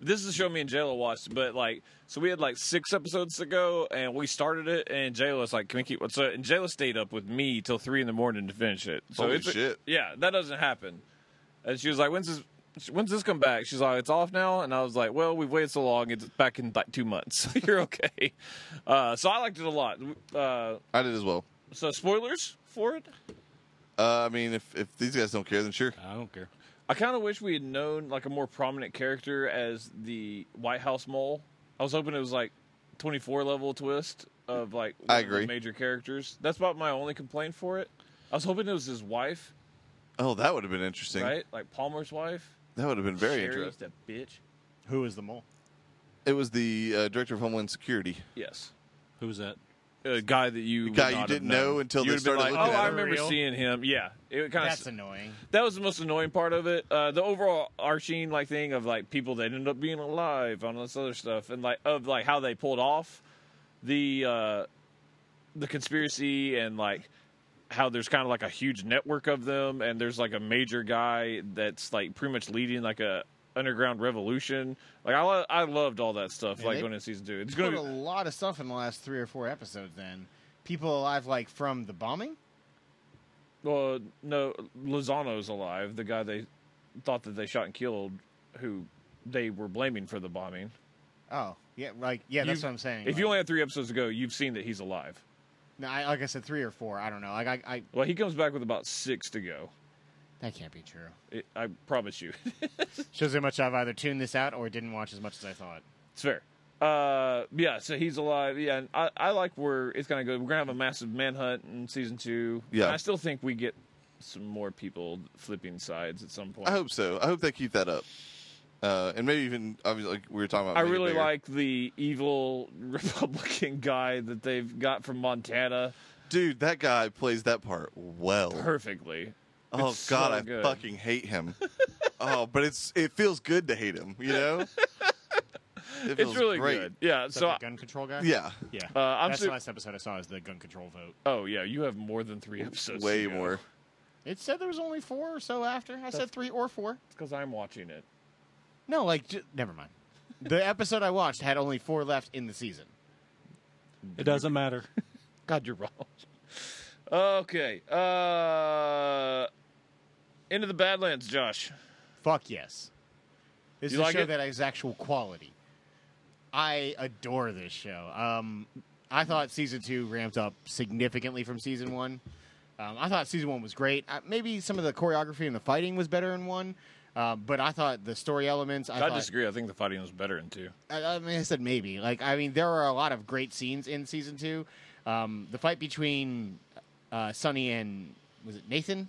Speaker 1: this is a show me and Jayla watched, but like, so we had like six episodes to go, and we started it, and Jayla was like, "Can we keep?" So and Jayla stayed up with me till three in the morning to finish it. So
Speaker 4: Holy
Speaker 1: it's
Speaker 4: shit.
Speaker 1: yeah, that doesn't happen. And she was like, "When's this?" When's this come back? She's like, it's off now, and I was like, well, we've waited so long; it's back in like two months. You're okay. Uh, so I liked it a lot. Uh,
Speaker 4: I did as well.
Speaker 1: so spoilers for it.
Speaker 4: Uh, I mean, if if these guys don't care, then sure.
Speaker 2: I don't care.
Speaker 1: I kind of wish we had known like a more prominent character as the White House mole. I was hoping it was like 24 level twist of like
Speaker 4: I
Speaker 1: one of the
Speaker 4: agree.
Speaker 1: major characters. That's about my only complaint for it. I was hoping it was his wife,
Speaker 4: Oh, that would have been interesting.
Speaker 1: right? Like Palmer's wife.
Speaker 4: That would have been very
Speaker 1: Sherry's
Speaker 4: interesting.
Speaker 1: the bitch.
Speaker 3: Who is the mole?
Speaker 4: It was the uh, director of Homeland Security.
Speaker 1: Yes.
Speaker 2: Who was that?
Speaker 1: A guy that you would
Speaker 4: guy
Speaker 1: not
Speaker 4: you
Speaker 1: have
Speaker 4: didn't
Speaker 1: known.
Speaker 4: know until
Speaker 1: You
Speaker 4: they
Speaker 1: would've been
Speaker 4: started
Speaker 1: like,
Speaker 4: looking
Speaker 1: oh,
Speaker 4: at
Speaker 1: I
Speaker 4: it.
Speaker 1: remember
Speaker 3: Real?
Speaker 1: seeing him. Yeah, it kind
Speaker 3: That's
Speaker 1: of
Speaker 3: annoying.
Speaker 1: that was the most annoying part of it. Uh, the overall arching like thing of like people that ended up being alive on this other stuff, and like of like how they pulled off the uh, the conspiracy and like how there's kind of like a huge network of them, and there's like a major guy that's like pretty much leading like a underground revolution. Like I lo- I loved all that stuff.
Speaker 3: Yeah,
Speaker 1: like
Speaker 3: they
Speaker 1: going into season two, it's
Speaker 3: It's
Speaker 1: gonna
Speaker 3: put
Speaker 1: be,
Speaker 3: a lot of stuff in the last three or four episodes. Then people alive like from the bombing.
Speaker 1: Well, no, Lozano's alive. The guy they thought that they shot and killed, who they were blaming for the bombing.
Speaker 3: Oh yeah, like yeah, that's
Speaker 1: You've-
Speaker 3: what I'm saying.
Speaker 1: If you
Speaker 3: like,
Speaker 1: only had three episodes to go, you've seen that he's alive.
Speaker 3: no, I, like I said, three or four. I don't know. Like I, I
Speaker 1: Well, he comes back with about six to go.
Speaker 3: that can't be true.
Speaker 1: It, I promise you,
Speaker 3: Shows how much I've either tuned this out or didn't watch as much as I thought.
Speaker 1: it's fair. Uh, yeah, so he's alive. Yeah, and I, I like where it's gonna go. We're gonna have a massive manhunt in season two.
Speaker 4: Yeah.
Speaker 1: I still think we get some more people flipping sides at some point.
Speaker 4: I hope so. I hope they keep that up. Uh, and maybe even obviously like we were talking about.
Speaker 1: I
Speaker 4: making it
Speaker 1: really
Speaker 4: bigger.
Speaker 1: like the evil Republican guy that they've got from Montana
Speaker 4: dude. That guy plays that part well.
Speaker 1: perfectly.
Speaker 4: oh
Speaker 1: It's so
Speaker 4: God, I
Speaker 1: good.
Speaker 4: fucking hate him. oh, but it's it feels good to hate him. You know, it
Speaker 1: It's
Speaker 4: feels
Speaker 1: really
Speaker 4: great.
Speaker 1: good. Yeah.
Speaker 3: Is that
Speaker 1: So,
Speaker 3: the
Speaker 1: I-
Speaker 3: gun control guy.
Speaker 4: Yeah,
Speaker 3: yeah.
Speaker 1: uh, I'm.
Speaker 3: that's
Speaker 1: Su-
Speaker 3: the last episode I saw is the gun control vote.
Speaker 1: oh yeah, you have more than three episodes. to
Speaker 4: way
Speaker 1: go.
Speaker 4: more.
Speaker 3: It said there was only four or so after. I said three or four.
Speaker 1: It's because I'm watching it.
Speaker 3: No, like j- never mind. The episode I watched had only four left in the season.
Speaker 2: It doesn't matter.
Speaker 1: God, you're wrong. Okay. Uh, into the Badlands, Josh.
Speaker 3: Fuck yes. This
Speaker 1: You
Speaker 3: is
Speaker 1: like
Speaker 3: a show
Speaker 1: it?
Speaker 3: that has actual quality. I adore this show. Um, I thought season two ramped up significantly from season one. Um, I thought season one was great. Uh, maybe some of the choreography and the fighting was better in one, uh, but I thought the story elements. I,
Speaker 1: I,
Speaker 3: thought,
Speaker 1: disagree. I think the fighting was better in two.
Speaker 3: I, I mean, I said maybe. Like, I mean, there are a lot of great scenes in season two. Um, the fight between uh, Sonny and was it Nathan?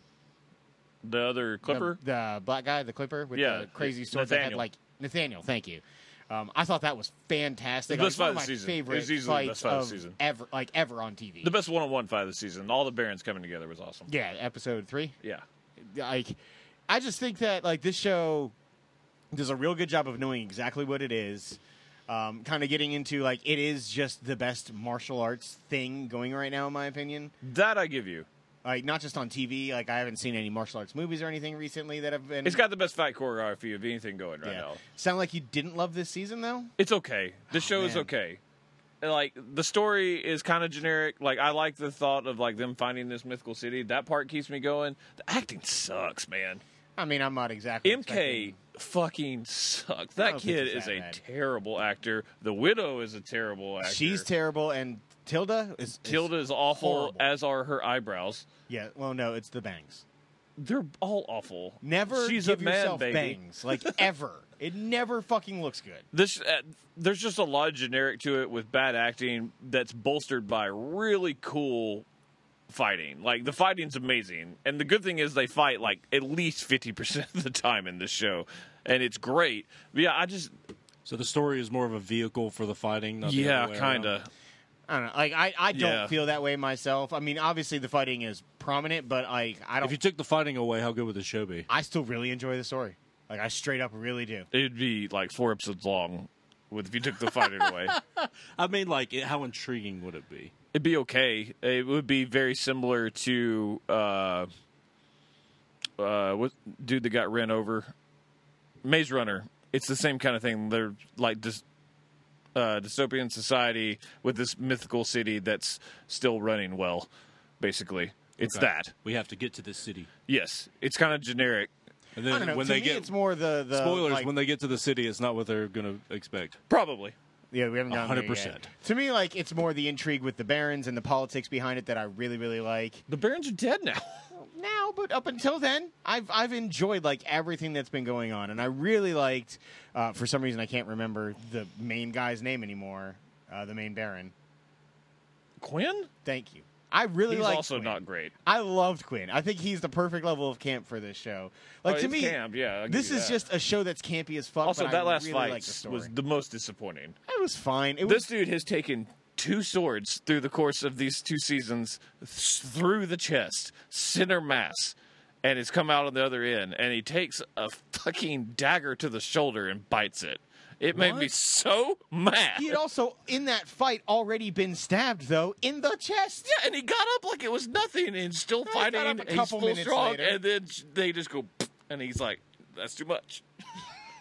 Speaker 1: The other Clipper.
Speaker 3: the, the black guy, the Clipper with
Speaker 1: Yeah,
Speaker 3: the crazy
Speaker 1: it-
Speaker 3: sword that had
Speaker 1: Nathaniel.
Speaker 3: like Nathaniel. Thank you. Um, I thought that was fantastic.
Speaker 1: The best
Speaker 3: like,
Speaker 1: fight
Speaker 3: one
Speaker 1: of the
Speaker 3: my
Speaker 1: season. It
Speaker 3: favorite
Speaker 1: was easily the best
Speaker 3: fights
Speaker 1: fight of the
Speaker 3: of
Speaker 1: season.
Speaker 3: ever, like ever on TV.
Speaker 1: the best one-on-one fight of the season. All the Barons coming together was awesome.
Speaker 3: yeah, episode three.
Speaker 1: Yeah.
Speaker 3: Like, I just think that like this show does a real good job of knowing exactly what it is. Um, kind of getting into like it is just the best martial arts thing going right now, in my opinion.
Speaker 1: That I give you.
Speaker 3: Like not just on TV. Like I haven't seen any martial arts movies or anything recently that have been.
Speaker 1: It's got the best fight choreography of anything going right
Speaker 3: yeah.
Speaker 1: now.
Speaker 3: Sound like you didn't love this season though.
Speaker 1: It's okay. The show is
Speaker 3: man.
Speaker 1: okay. And, Like the story is kind of generic. Like I like the thought of like them finding this mythical city. That part keeps me going. The acting sucks, man.
Speaker 3: I mean, I'm not exactly
Speaker 1: MK
Speaker 3: expecting-
Speaker 1: fucking sucks.
Speaker 3: I
Speaker 1: That
Speaker 3: don't think
Speaker 1: kid
Speaker 3: he's
Speaker 1: is
Speaker 3: that
Speaker 1: a
Speaker 3: bad.
Speaker 1: terrible actor. The widow is a terrible actor.
Speaker 3: She's terrible, and Tilda is is-
Speaker 1: Tilda is awful,
Speaker 3: horrible.
Speaker 1: as are her eyebrows.
Speaker 3: yeah, well, no, it's the bangs.
Speaker 1: They're all awful.
Speaker 3: Never
Speaker 1: She's
Speaker 3: give
Speaker 1: a man,
Speaker 3: yourself
Speaker 1: baby.
Speaker 3: bangs, like ever. It never fucking looks good.
Speaker 1: This uh, there's just a lot of generic to it with bad acting that's bolstered by really cool fighting. Like the fighting's amazing, and the good thing is they fight like at least fifty percent of the time in this show, and it's great. But yeah, I just
Speaker 2: So the story is more of a vehicle for the fighting. Not the
Speaker 1: yeah,
Speaker 2: other way
Speaker 1: kind
Speaker 2: around.
Speaker 1: of.
Speaker 3: I don't know. Like I, I don't
Speaker 1: Yeah.
Speaker 3: feel that way myself. I mean, obviously the fighting is prominent, but like I don't.
Speaker 2: If you took the fighting away, how good would the show be?
Speaker 3: I still really enjoy the story. Like I straight up really do.
Speaker 1: It'd be like four episodes long, with if you took the fighting away.
Speaker 2: I mean, like, it, how intriguing would it be?
Speaker 1: It'd be okay. It would be very similar to uh, uh, what dude that got ran over, Maze Runner. It's the same kind of thing. They're like dys- uh, dystopian society with this mythical city that's still running well. Basically, it's
Speaker 2: Okay.
Speaker 1: that.
Speaker 2: We have to get to this city.
Speaker 1: Yes, it's kind of generic.
Speaker 2: And
Speaker 3: I don't
Speaker 2: then
Speaker 3: know.
Speaker 2: when
Speaker 3: to
Speaker 2: they
Speaker 3: me,
Speaker 2: get
Speaker 3: it's more the the
Speaker 2: spoilers,
Speaker 3: like,
Speaker 2: when they get to the city, it's not what they're going to expect.
Speaker 1: Probably.
Speaker 3: Yeah, we haven't
Speaker 2: A
Speaker 3: gotten
Speaker 2: hundred
Speaker 3: there
Speaker 2: percent.
Speaker 3: yet. To me, like it's more the intrigue with the barons and the politics behind it that I really, really like.
Speaker 1: The Barons are dead now.
Speaker 3: now, but up until then, I've I've enjoyed like everything that's been going on, and I really liked. Uh, for some reason, I can't remember the main guy's name anymore. Uh, the main Baron.
Speaker 1: Quinn?
Speaker 3: Thank you. I really
Speaker 1: He's
Speaker 3: like.
Speaker 1: also
Speaker 3: Quinn.
Speaker 1: not great.
Speaker 3: I loved Quinn. I think he's the perfect level of camp for this show. Like
Speaker 1: Oh,
Speaker 3: to
Speaker 1: it's
Speaker 3: me,
Speaker 1: camp, yeah, I'll give
Speaker 3: this
Speaker 1: you
Speaker 3: is
Speaker 1: that.
Speaker 3: just a show that's campy as fuck.
Speaker 1: Also,
Speaker 3: but I
Speaker 1: that last
Speaker 3: really
Speaker 1: fight
Speaker 3: like the story.
Speaker 1: was the most disappointing.
Speaker 3: it was fine. It
Speaker 1: This
Speaker 3: was
Speaker 1: dude has taken two swords through the course of these two seasons, th- through the chest, center mass, and he's come out on the other end. And he takes a fucking dagger to the shoulder and bites it. It made me
Speaker 2: What?
Speaker 1: so mad.
Speaker 3: he had also in that fight already been stabbed though in the chest.
Speaker 1: Yeah, and he got up like it was nothing and still
Speaker 3: got
Speaker 1: fighting.
Speaker 3: up a
Speaker 1: and he's
Speaker 3: couple
Speaker 1: still
Speaker 3: minutes
Speaker 1: strong,
Speaker 3: later.
Speaker 1: and then sh- they just go, and he's like, "That's too much."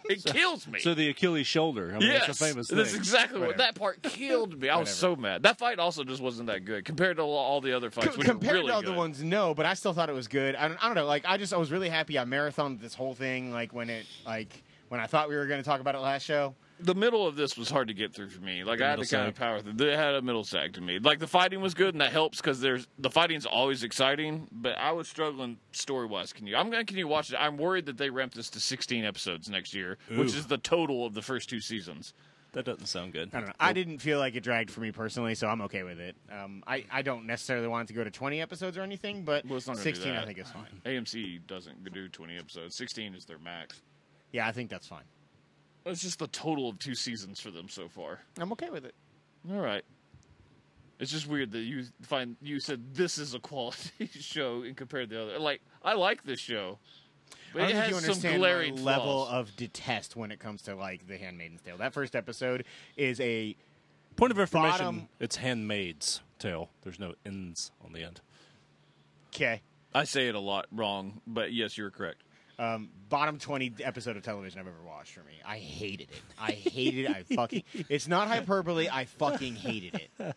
Speaker 1: It kills me.
Speaker 2: So the Achilles shoulder. I mean,
Speaker 1: yes,
Speaker 2: it's a famous thing.
Speaker 1: that's exactly what
Speaker 3: Whatever.
Speaker 1: that part killed me. I was so mad. That fight also just wasn't that good compared to all- all the other fights.
Speaker 3: Co-
Speaker 1: which were
Speaker 3: compared
Speaker 1: really
Speaker 3: to other
Speaker 1: good.
Speaker 3: ones, no, but I still thought it was good. I don't, I don't know. Like I just I was really happy I marathoned this whole thing. Like when it like when I thought we were going to talk about it last show.
Speaker 1: the middle of this was hard to get through for me. Like I had to
Speaker 2: middle
Speaker 1: kind of
Speaker 2: sag.
Speaker 1: power through. They had a middle sag to me. Like the fighting was good, and that helps because there's the fighting's always exciting. But I was struggling story wise. Can you? I'm gonna continue watching. it. I'm worried that they ramp this to 16 episodes next year, which
Speaker 2: Ooh.
Speaker 1: is the total of the first two seasons.
Speaker 2: that doesn't sound good.
Speaker 3: I don't know. I didn't feel like it dragged for me personally, so I'm okay with it. Um, I I don't necessarily want it to go to 20 episodes or anything, but
Speaker 1: Well, it's not gonna do
Speaker 3: 16 I
Speaker 1: that.
Speaker 3: think is fine.
Speaker 1: AMC doesn't do 20 episodes. 16 is their max.
Speaker 3: Yeah, I think that's fine.
Speaker 1: It's just the total of two seasons for them so far.
Speaker 3: I'm okay with it.
Speaker 1: All right. It's just weird that you find you said this is a quality show and compared to the other. Like I like this show, but it
Speaker 3: I don't think
Speaker 1: has
Speaker 3: you
Speaker 1: some
Speaker 3: understand my
Speaker 1: glaring
Speaker 3: level
Speaker 1: flaws.
Speaker 3: of detest when it comes to like The Handmaid's Tale. That first episode is a
Speaker 2: Point of information:
Speaker 3: Bottom-
Speaker 2: It's handmaid's tale. There's no ends on the end.
Speaker 3: okay
Speaker 1: I say it a lot wrong, but yes, you're correct.
Speaker 3: um, bottom 20 episode of television I've ever watched for me. I hated it. I hated it. I fucking. It's not hyperbole. I fucking hated it.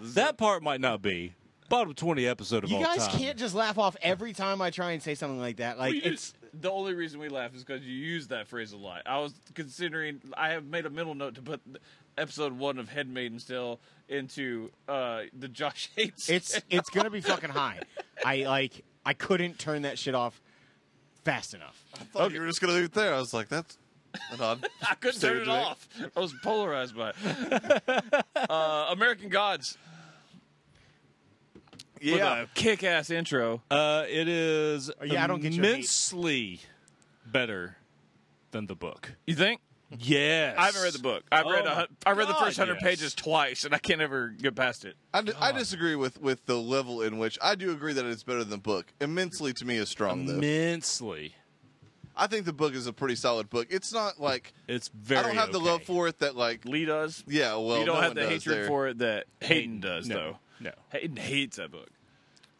Speaker 2: That part might not be bottom twenty episode of
Speaker 3: You
Speaker 2: all
Speaker 3: guys
Speaker 2: time.
Speaker 3: can't just laugh off every time I try and say something like that. Like it's.
Speaker 1: the only reason we laugh is because you use that phrase a lot. I was considering I have made a mental note to put th- episode one of Headmaiden's Tale into uh, the Josh hates.
Speaker 3: It's it's gonna be fucking high. I like I couldn't turn that shit off fast enough.
Speaker 4: thought you were just gonna leave it there. I was like, that's an odd.
Speaker 1: I couldn't turn it
Speaker 4: statement to make.
Speaker 1: off. I was polarized by it. uh, American Gods.
Speaker 2: Yeah.
Speaker 1: With a Oh, kick-ass intro.
Speaker 2: Uh, it is
Speaker 3: yeah, I don't get your hate.
Speaker 2: immensely better than the book.
Speaker 1: You think?
Speaker 2: Yes,
Speaker 1: I haven't read the book. I've
Speaker 2: Oh
Speaker 1: read a,
Speaker 2: my
Speaker 1: hun- I read the
Speaker 2: God,
Speaker 1: first hundred
Speaker 2: yes.
Speaker 1: pages twice, and I can't ever get past it.
Speaker 4: I, di- I disagree with with the level in which I do agree that it's better than the book. Immensely to me is strong though.
Speaker 2: Immensely,
Speaker 4: I think the book is a pretty solid book. It's not like
Speaker 2: it's very.
Speaker 4: I don't have the love
Speaker 2: okay.
Speaker 4: for it that like
Speaker 1: Lee does.
Speaker 4: yeah. Well,
Speaker 1: you don't
Speaker 4: no
Speaker 1: have
Speaker 4: one
Speaker 1: the
Speaker 4: does
Speaker 1: hatred
Speaker 4: there.
Speaker 1: for it that Hayden, does,
Speaker 2: no,
Speaker 1: though.
Speaker 2: No,
Speaker 1: Hayden hates that book.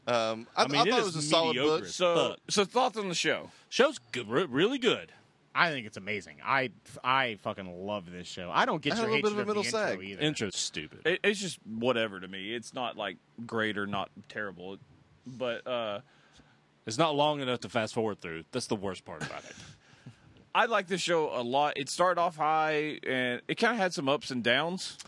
Speaker 4: Um, I,
Speaker 2: I mean,
Speaker 4: I
Speaker 2: it
Speaker 4: thought it
Speaker 2: is
Speaker 4: was a solid
Speaker 2: mediocre.
Speaker 4: book.
Speaker 1: So,
Speaker 2: Fuck.
Speaker 1: so thoughts on the show?
Speaker 2: show's good, re- really good.
Speaker 3: I think it's amazing. I I fucking love this show. I don't get
Speaker 4: I had
Speaker 3: your
Speaker 4: a little
Speaker 3: hatred
Speaker 4: bit of a middle
Speaker 3: the intro
Speaker 4: sag.
Speaker 3: either.
Speaker 2: Intro stupid.
Speaker 1: It, it's just whatever to me. It's not like great or not terrible, but uh,
Speaker 2: it's not long enough to fast forward through. That's the worst part about it.
Speaker 1: I like the show a lot. It started off high, and it kind of had some ups and downs.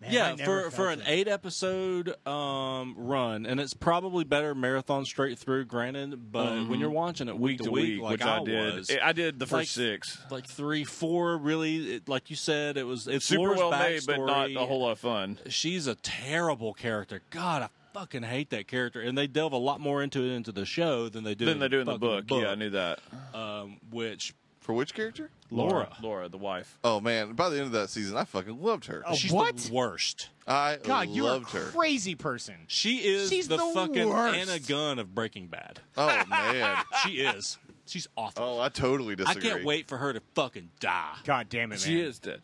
Speaker 3: Man, I
Speaker 2: yeah,
Speaker 3: never
Speaker 2: for
Speaker 3: felt
Speaker 2: for an
Speaker 3: it.
Speaker 2: eight episode um, run, and it's probably better marathon straight through. Granted, but
Speaker 1: Mm-hmm.
Speaker 2: when you're watching it week, to week, like
Speaker 1: which
Speaker 2: I,
Speaker 1: I, did,
Speaker 2: was,
Speaker 1: I did the first
Speaker 2: Like-
Speaker 1: six.
Speaker 2: like three, four, really, it, like you said, it was it's
Speaker 1: Super
Speaker 2: Laura's
Speaker 1: well made,
Speaker 2: backstory.
Speaker 1: but not a whole lot of fun.
Speaker 2: She's a terrible character. God, I fucking hate that character. And they delve a lot more into it into the show than they do
Speaker 1: Then they do in the
Speaker 2: fucking
Speaker 1: book. Yeah, I knew that.
Speaker 2: um, which
Speaker 4: For which character?
Speaker 2: Laura,
Speaker 1: Laura, the wife.
Speaker 4: Oh man! By the end of that season, I fucking loved her.
Speaker 3: Oh,
Speaker 2: she's
Speaker 3: what?
Speaker 2: the worst.
Speaker 4: I
Speaker 3: God, you're a
Speaker 4: loved her.
Speaker 3: crazy person.
Speaker 2: She is
Speaker 3: She's
Speaker 2: the,
Speaker 3: the
Speaker 2: fucking
Speaker 3: worst.
Speaker 2: Anna Gunn of Breaking Bad.
Speaker 4: Oh man!
Speaker 2: She is. She's awful.
Speaker 4: Oh, I totally
Speaker 2: I
Speaker 4: disagree.
Speaker 2: can't wait for her to fucking die
Speaker 3: God damn it, man.
Speaker 1: She is dead.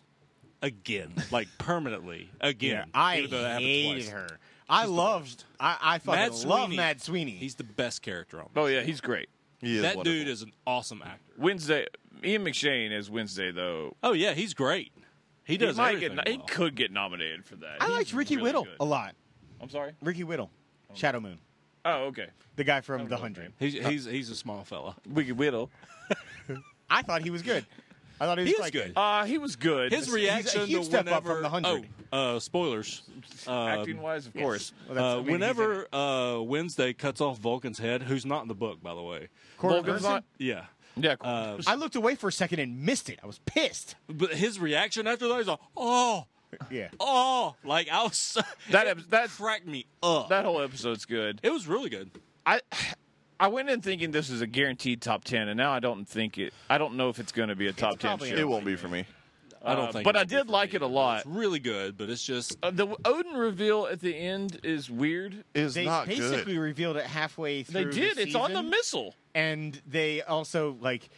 Speaker 2: again, like permanently
Speaker 3: Yeah,
Speaker 2: again.
Speaker 3: I
Speaker 2: even though that happened
Speaker 3: hated
Speaker 2: twice.
Speaker 3: her. I loved. I, I
Speaker 2: Mad
Speaker 3: fucking love
Speaker 2: Sweeney.
Speaker 3: Mad Sweeney.
Speaker 2: He's the best character on.
Speaker 1: Oh yeah, he's great.
Speaker 4: He is
Speaker 2: that
Speaker 4: wonderful.
Speaker 2: dude is an awesome actor.
Speaker 1: Wednesday, Ian McShane is Wednesday though.
Speaker 2: Oh yeah, he's great. He does
Speaker 1: he might get
Speaker 2: everything.
Speaker 1: he
Speaker 2: well.
Speaker 1: could get nominated for that.
Speaker 3: I
Speaker 1: He's
Speaker 3: liked Ricky
Speaker 1: really
Speaker 3: Whittle
Speaker 1: good.
Speaker 3: a lot.
Speaker 1: I'm sorry.
Speaker 3: Ricky Whittle, Shadow Moon,
Speaker 1: Oh okay.
Speaker 3: the guy from The
Speaker 1: know his
Speaker 3: Hundred.
Speaker 2: He's, he's he's a small fella.
Speaker 1: Ricky Whittle.
Speaker 3: I thought he was good. I thought he was
Speaker 2: He is
Speaker 3: quite
Speaker 2: good.
Speaker 1: Uh, he was good.
Speaker 2: His reaction
Speaker 3: huge
Speaker 2: to
Speaker 3: step up
Speaker 2: whenever
Speaker 3: from The Hundred.
Speaker 2: oh uh, spoilers.
Speaker 1: acting wise, of course.
Speaker 3: Well, that's- I
Speaker 2: uh,
Speaker 3: mean, he's in
Speaker 2: whenever uh, Wednesday cuts off Vulcan's head, who's not in the book, by the way.
Speaker 3: Cora
Speaker 1: Vulcan's
Speaker 3: Gerson?
Speaker 1: not-
Speaker 2: Yeah,
Speaker 1: Yeah. Cool.
Speaker 2: Uh,
Speaker 3: I looked away for a second and missed it. I was pissed.
Speaker 2: but his reaction after that is like, oh,
Speaker 3: yeah.
Speaker 2: oh, like I was so,
Speaker 1: That
Speaker 2: it
Speaker 1: ep- that-
Speaker 2: cracked me up.
Speaker 1: That whole episode's good.
Speaker 2: it was really good.
Speaker 1: I I went in thinking this is a guaranteed top ten, and now I don't think it. I don't know if it's going to be a top ten
Speaker 3: probably
Speaker 1: show.
Speaker 3: Yeah.
Speaker 4: It won't be for me.
Speaker 2: I don't
Speaker 1: Uh,
Speaker 2: think,
Speaker 1: but
Speaker 2: it'll
Speaker 1: I
Speaker 2: be
Speaker 1: did
Speaker 2: for
Speaker 1: like
Speaker 2: me.
Speaker 1: it a lot.
Speaker 2: It's really good, but it's just
Speaker 1: Uh, the Odin reveal at the end is weird.
Speaker 4: It's
Speaker 3: They
Speaker 4: not good.
Speaker 3: basically revealed it halfway
Speaker 1: They
Speaker 3: through.
Speaker 1: did.
Speaker 3: the
Speaker 1: it's on the
Speaker 3: season,
Speaker 1: missile.
Speaker 3: and they also like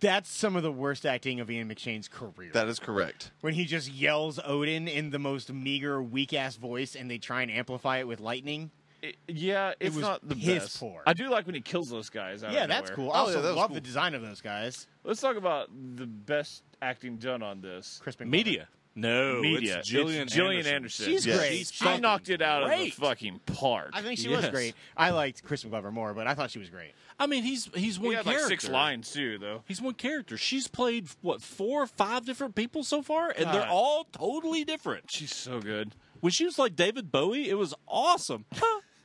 Speaker 3: that's some of the worst acting of Ian McShane's career.
Speaker 4: That is correct.
Speaker 3: when he just yells Odin in the most meager, weak ass voice, and they try and amplify it with lightning.
Speaker 1: It- yeah, it's
Speaker 3: was
Speaker 1: not the
Speaker 3: piss
Speaker 1: best.
Speaker 3: poor.
Speaker 1: I do like when he kills those guys. Out
Speaker 3: Yeah,
Speaker 1: of
Speaker 3: that's
Speaker 1: nowhere.
Speaker 3: cool.
Speaker 4: Oh,
Speaker 3: I also
Speaker 4: yeah, that was
Speaker 3: love
Speaker 4: cool.
Speaker 3: the design of those guys.
Speaker 1: Let's talk about the best acting done on this.
Speaker 3: Crispin Glover.
Speaker 2: media. No,
Speaker 1: Media.
Speaker 2: Oh, It's Jillian,
Speaker 1: It's Gillian
Speaker 2: Anderson.
Speaker 1: Anderson.
Speaker 3: She's
Speaker 4: Yes.
Speaker 3: great.
Speaker 2: She's
Speaker 1: She
Speaker 2: fucking
Speaker 1: knocked it out
Speaker 2: great.
Speaker 1: of the fucking park.
Speaker 3: I think she was
Speaker 2: Yes.
Speaker 3: great. I liked Kristen Glover more, but I thought she was great.
Speaker 2: I mean, he's he's
Speaker 1: he
Speaker 2: one
Speaker 1: had
Speaker 2: character.
Speaker 1: like six lines too, though.
Speaker 2: He's one character. She's played what four or five different people so far, and they're
Speaker 1: God.
Speaker 2: all totally different.
Speaker 1: She's so good.
Speaker 2: When she was like David Bowie, it was awesome.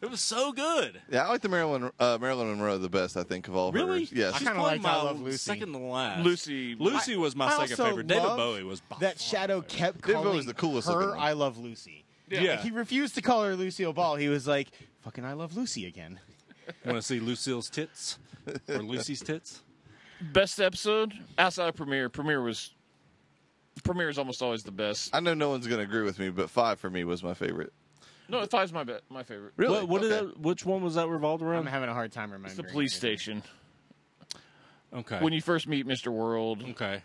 Speaker 2: it was so good.
Speaker 4: Yeah, I like the Marilyn uh, Marilyn Monroe the best. I think of all of
Speaker 2: Really?
Speaker 4: hers. Yes.
Speaker 3: I
Speaker 2: she's
Speaker 3: kinda
Speaker 2: probably
Speaker 3: liked
Speaker 2: my
Speaker 3: I Love Lucy.
Speaker 2: second to last.
Speaker 1: Lucy-
Speaker 2: Lucy was my
Speaker 4: I
Speaker 2: second
Speaker 4: also
Speaker 2: favorite. David
Speaker 4: love
Speaker 2: Bowie was by
Speaker 3: That
Speaker 2: far
Speaker 3: shadow
Speaker 2: my favorite.
Speaker 3: kept
Speaker 4: David
Speaker 3: calling
Speaker 4: Bowie's the coolest looking
Speaker 3: her
Speaker 4: one.
Speaker 3: "I love Lucy."
Speaker 2: Yeah,
Speaker 3: Like, he refused to call her Lucille Ball. He was like, "Fucking I love Lucy again."
Speaker 2: want to see Lucille's tits or Lucy's tits?
Speaker 1: Best episode outside of premiere. Premiere was premiere is almost always the best.
Speaker 4: I know no one's going to agree with me, but five for me was my favorite.
Speaker 1: No, five's my be- my favorite.
Speaker 4: Really?
Speaker 2: What, what did
Speaker 4: Okay.
Speaker 2: that, which one was that revolved
Speaker 3: I'm
Speaker 2: around?
Speaker 3: having a hard time remembering.
Speaker 1: It's the police
Speaker 3: it.
Speaker 1: station
Speaker 2: Okay.
Speaker 1: when you first meet Mr. World.
Speaker 2: Okay.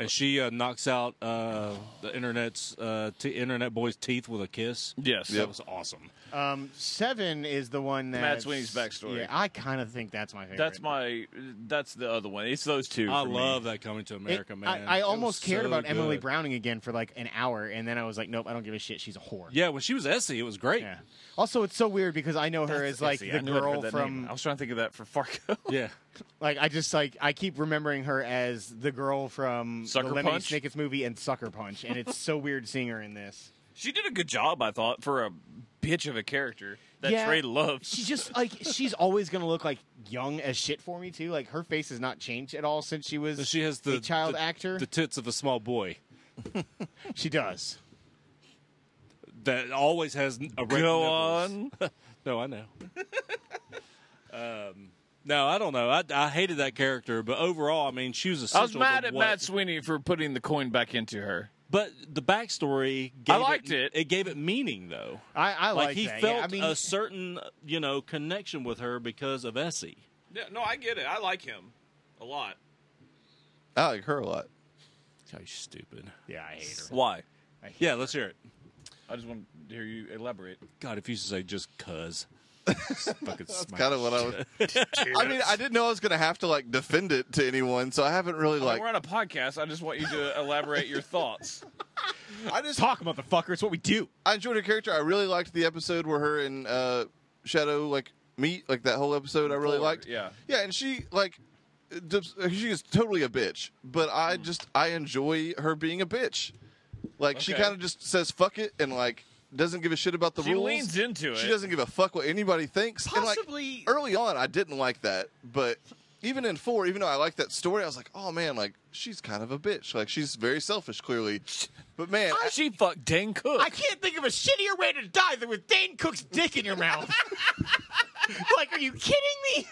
Speaker 2: And she uh, knocks out uh, the internet's uh, t- internet boy's teeth with a kiss.
Speaker 1: Yes.
Speaker 2: That was awesome.
Speaker 3: Um, seven is the one that
Speaker 1: Sweeney's backstory.
Speaker 3: Yeah, I kind of think that's my favorite.
Speaker 1: That's my. That's the other one. It's those two.
Speaker 2: I
Speaker 1: for me.
Speaker 2: love that coming to
Speaker 3: It-
Speaker 2: America, man.
Speaker 3: I, I
Speaker 2: It was
Speaker 3: almost cared
Speaker 2: so
Speaker 3: about Emily
Speaker 2: good.
Speaker 3: Browning again for like an hour, and then I was like, nope, I don't give a shit. She's a whore.
Speaker 2: Yeah, when she was Essie, it was great.
Speaker 3: Yeah. Also, it's so weird because I know her as like
Speaker 1: See, I
Speaker 3: the
Speaker 1: knew I'd heard
Speaker 3: girl
Speaker 1: that
Speaker 3: from
Speaker 1: name. I was trying to think of that for Fargo.
Speaker 2: Yeah.
Speaker 3: like I just like I keep remembering her as the girl from
Speaker 1: Sucker
Speaker 3: the Lemony
Speaker 1: Punch?
Speaker 3: Snicket's movie and Sucker Punch, and it's so weird seeing her in this.
Speaker 1: She did a good job, I thought, for a bitch of a character that
Speaker 3: Yeah.
Speaker 1: Trey loves.
Speaker 3: She just like she's always gonna look like young as shit for me too. Like her face has not changed at all since she was.
Speaker 2: So she has the
Speaker 3: a child
Speaker 2: the-
Speaker 3: actor.
Speaker 2: the tits of a small boy
Speaker 3: she does.
Speaker 2: that always has n- erect
Speaker 1: Go
Speaker 2: nipples.
Speaker 1: on.
Speaker 2: No, I know. um, no, I don't know. I, I hated that character, but overall, I mean, she was
Speaker 1: I was
Speaker 2: essential.
Speaker 1: mad
Speaker 2: to
Speaker 1: at
Speaker 2: what-
Speaker 1: Matt Sweeney for putting the coin back into her.
Speaker 2: but the backstory. Gave
Speaker 1: I liked it.
Speaker 2: It gave it meaning, though.
Speaker 3: I, I
Speaker 2: like,
Speaker 3: like
Speaker 2: he
Speaker 3: that.
Speaker 2: felt
Speaker 3: yeah, I mean,
Speaker 2: a certain you know connection with her because of Essie.
Speaker 1: Yeah, no, I get it. I like him a lot.
Speaker 4: I like her a lot.
Speaker 2: How stupid.
Speaker 3: yeah, I hate her.
Speaker 2: Why? Yeah, let's hear it.
Speaker 1: I just want to hear you elaborate.
Speaker 2: God, if you used to say just cuz. fucking smack.
Speaker 4: Kind of what I was. I mean, I didn't know I was going to have to like defend it to anyone, so I haven't really like.
Speaker 1: We're on a podcast. I just want you to elaborate your thoughts.
Speaker 4: I just
Speaker 3: Talk, motherfucker. It's what we do.
Speaker 4: I enjoyed her character. I really liked the episode where her and uh, Shadow like meet, like that whole episode. I really
Speaker 1: Four,
Speaker 4: liked.
Speaker 1: yeah.
Speaker 4: yeah, and she like, dis- she is totally a bitch. But I
Speaker 1: Hmm.
Speaker 4: just I enjoy her being a bitch. Like she
Speaker 1: Okay.
Speaker 4: kind of just says fuck it and like doesn't give a shit about the
Speaker 1: She
Speaker 4: rules.
Speaker 1: leans into
Speaker 4: She
Speaker 1: it.
Speaker 4: doesn't give a fuck what anybody thinks.
Speaker 3: Possibly-
Speaker 4: and, like, early on, I didn't like that, but. Even in four, even though I liked that story, I was like, "Oh man, like she's kind of a bitch. Like she's very selfish, clearly." But man, I-
Speaker 1: she fucked Dane Cook.
Speaker 3: I can't think of a shittier way to die than with Dane Cook's dick in your mouth. like, are you kidding me?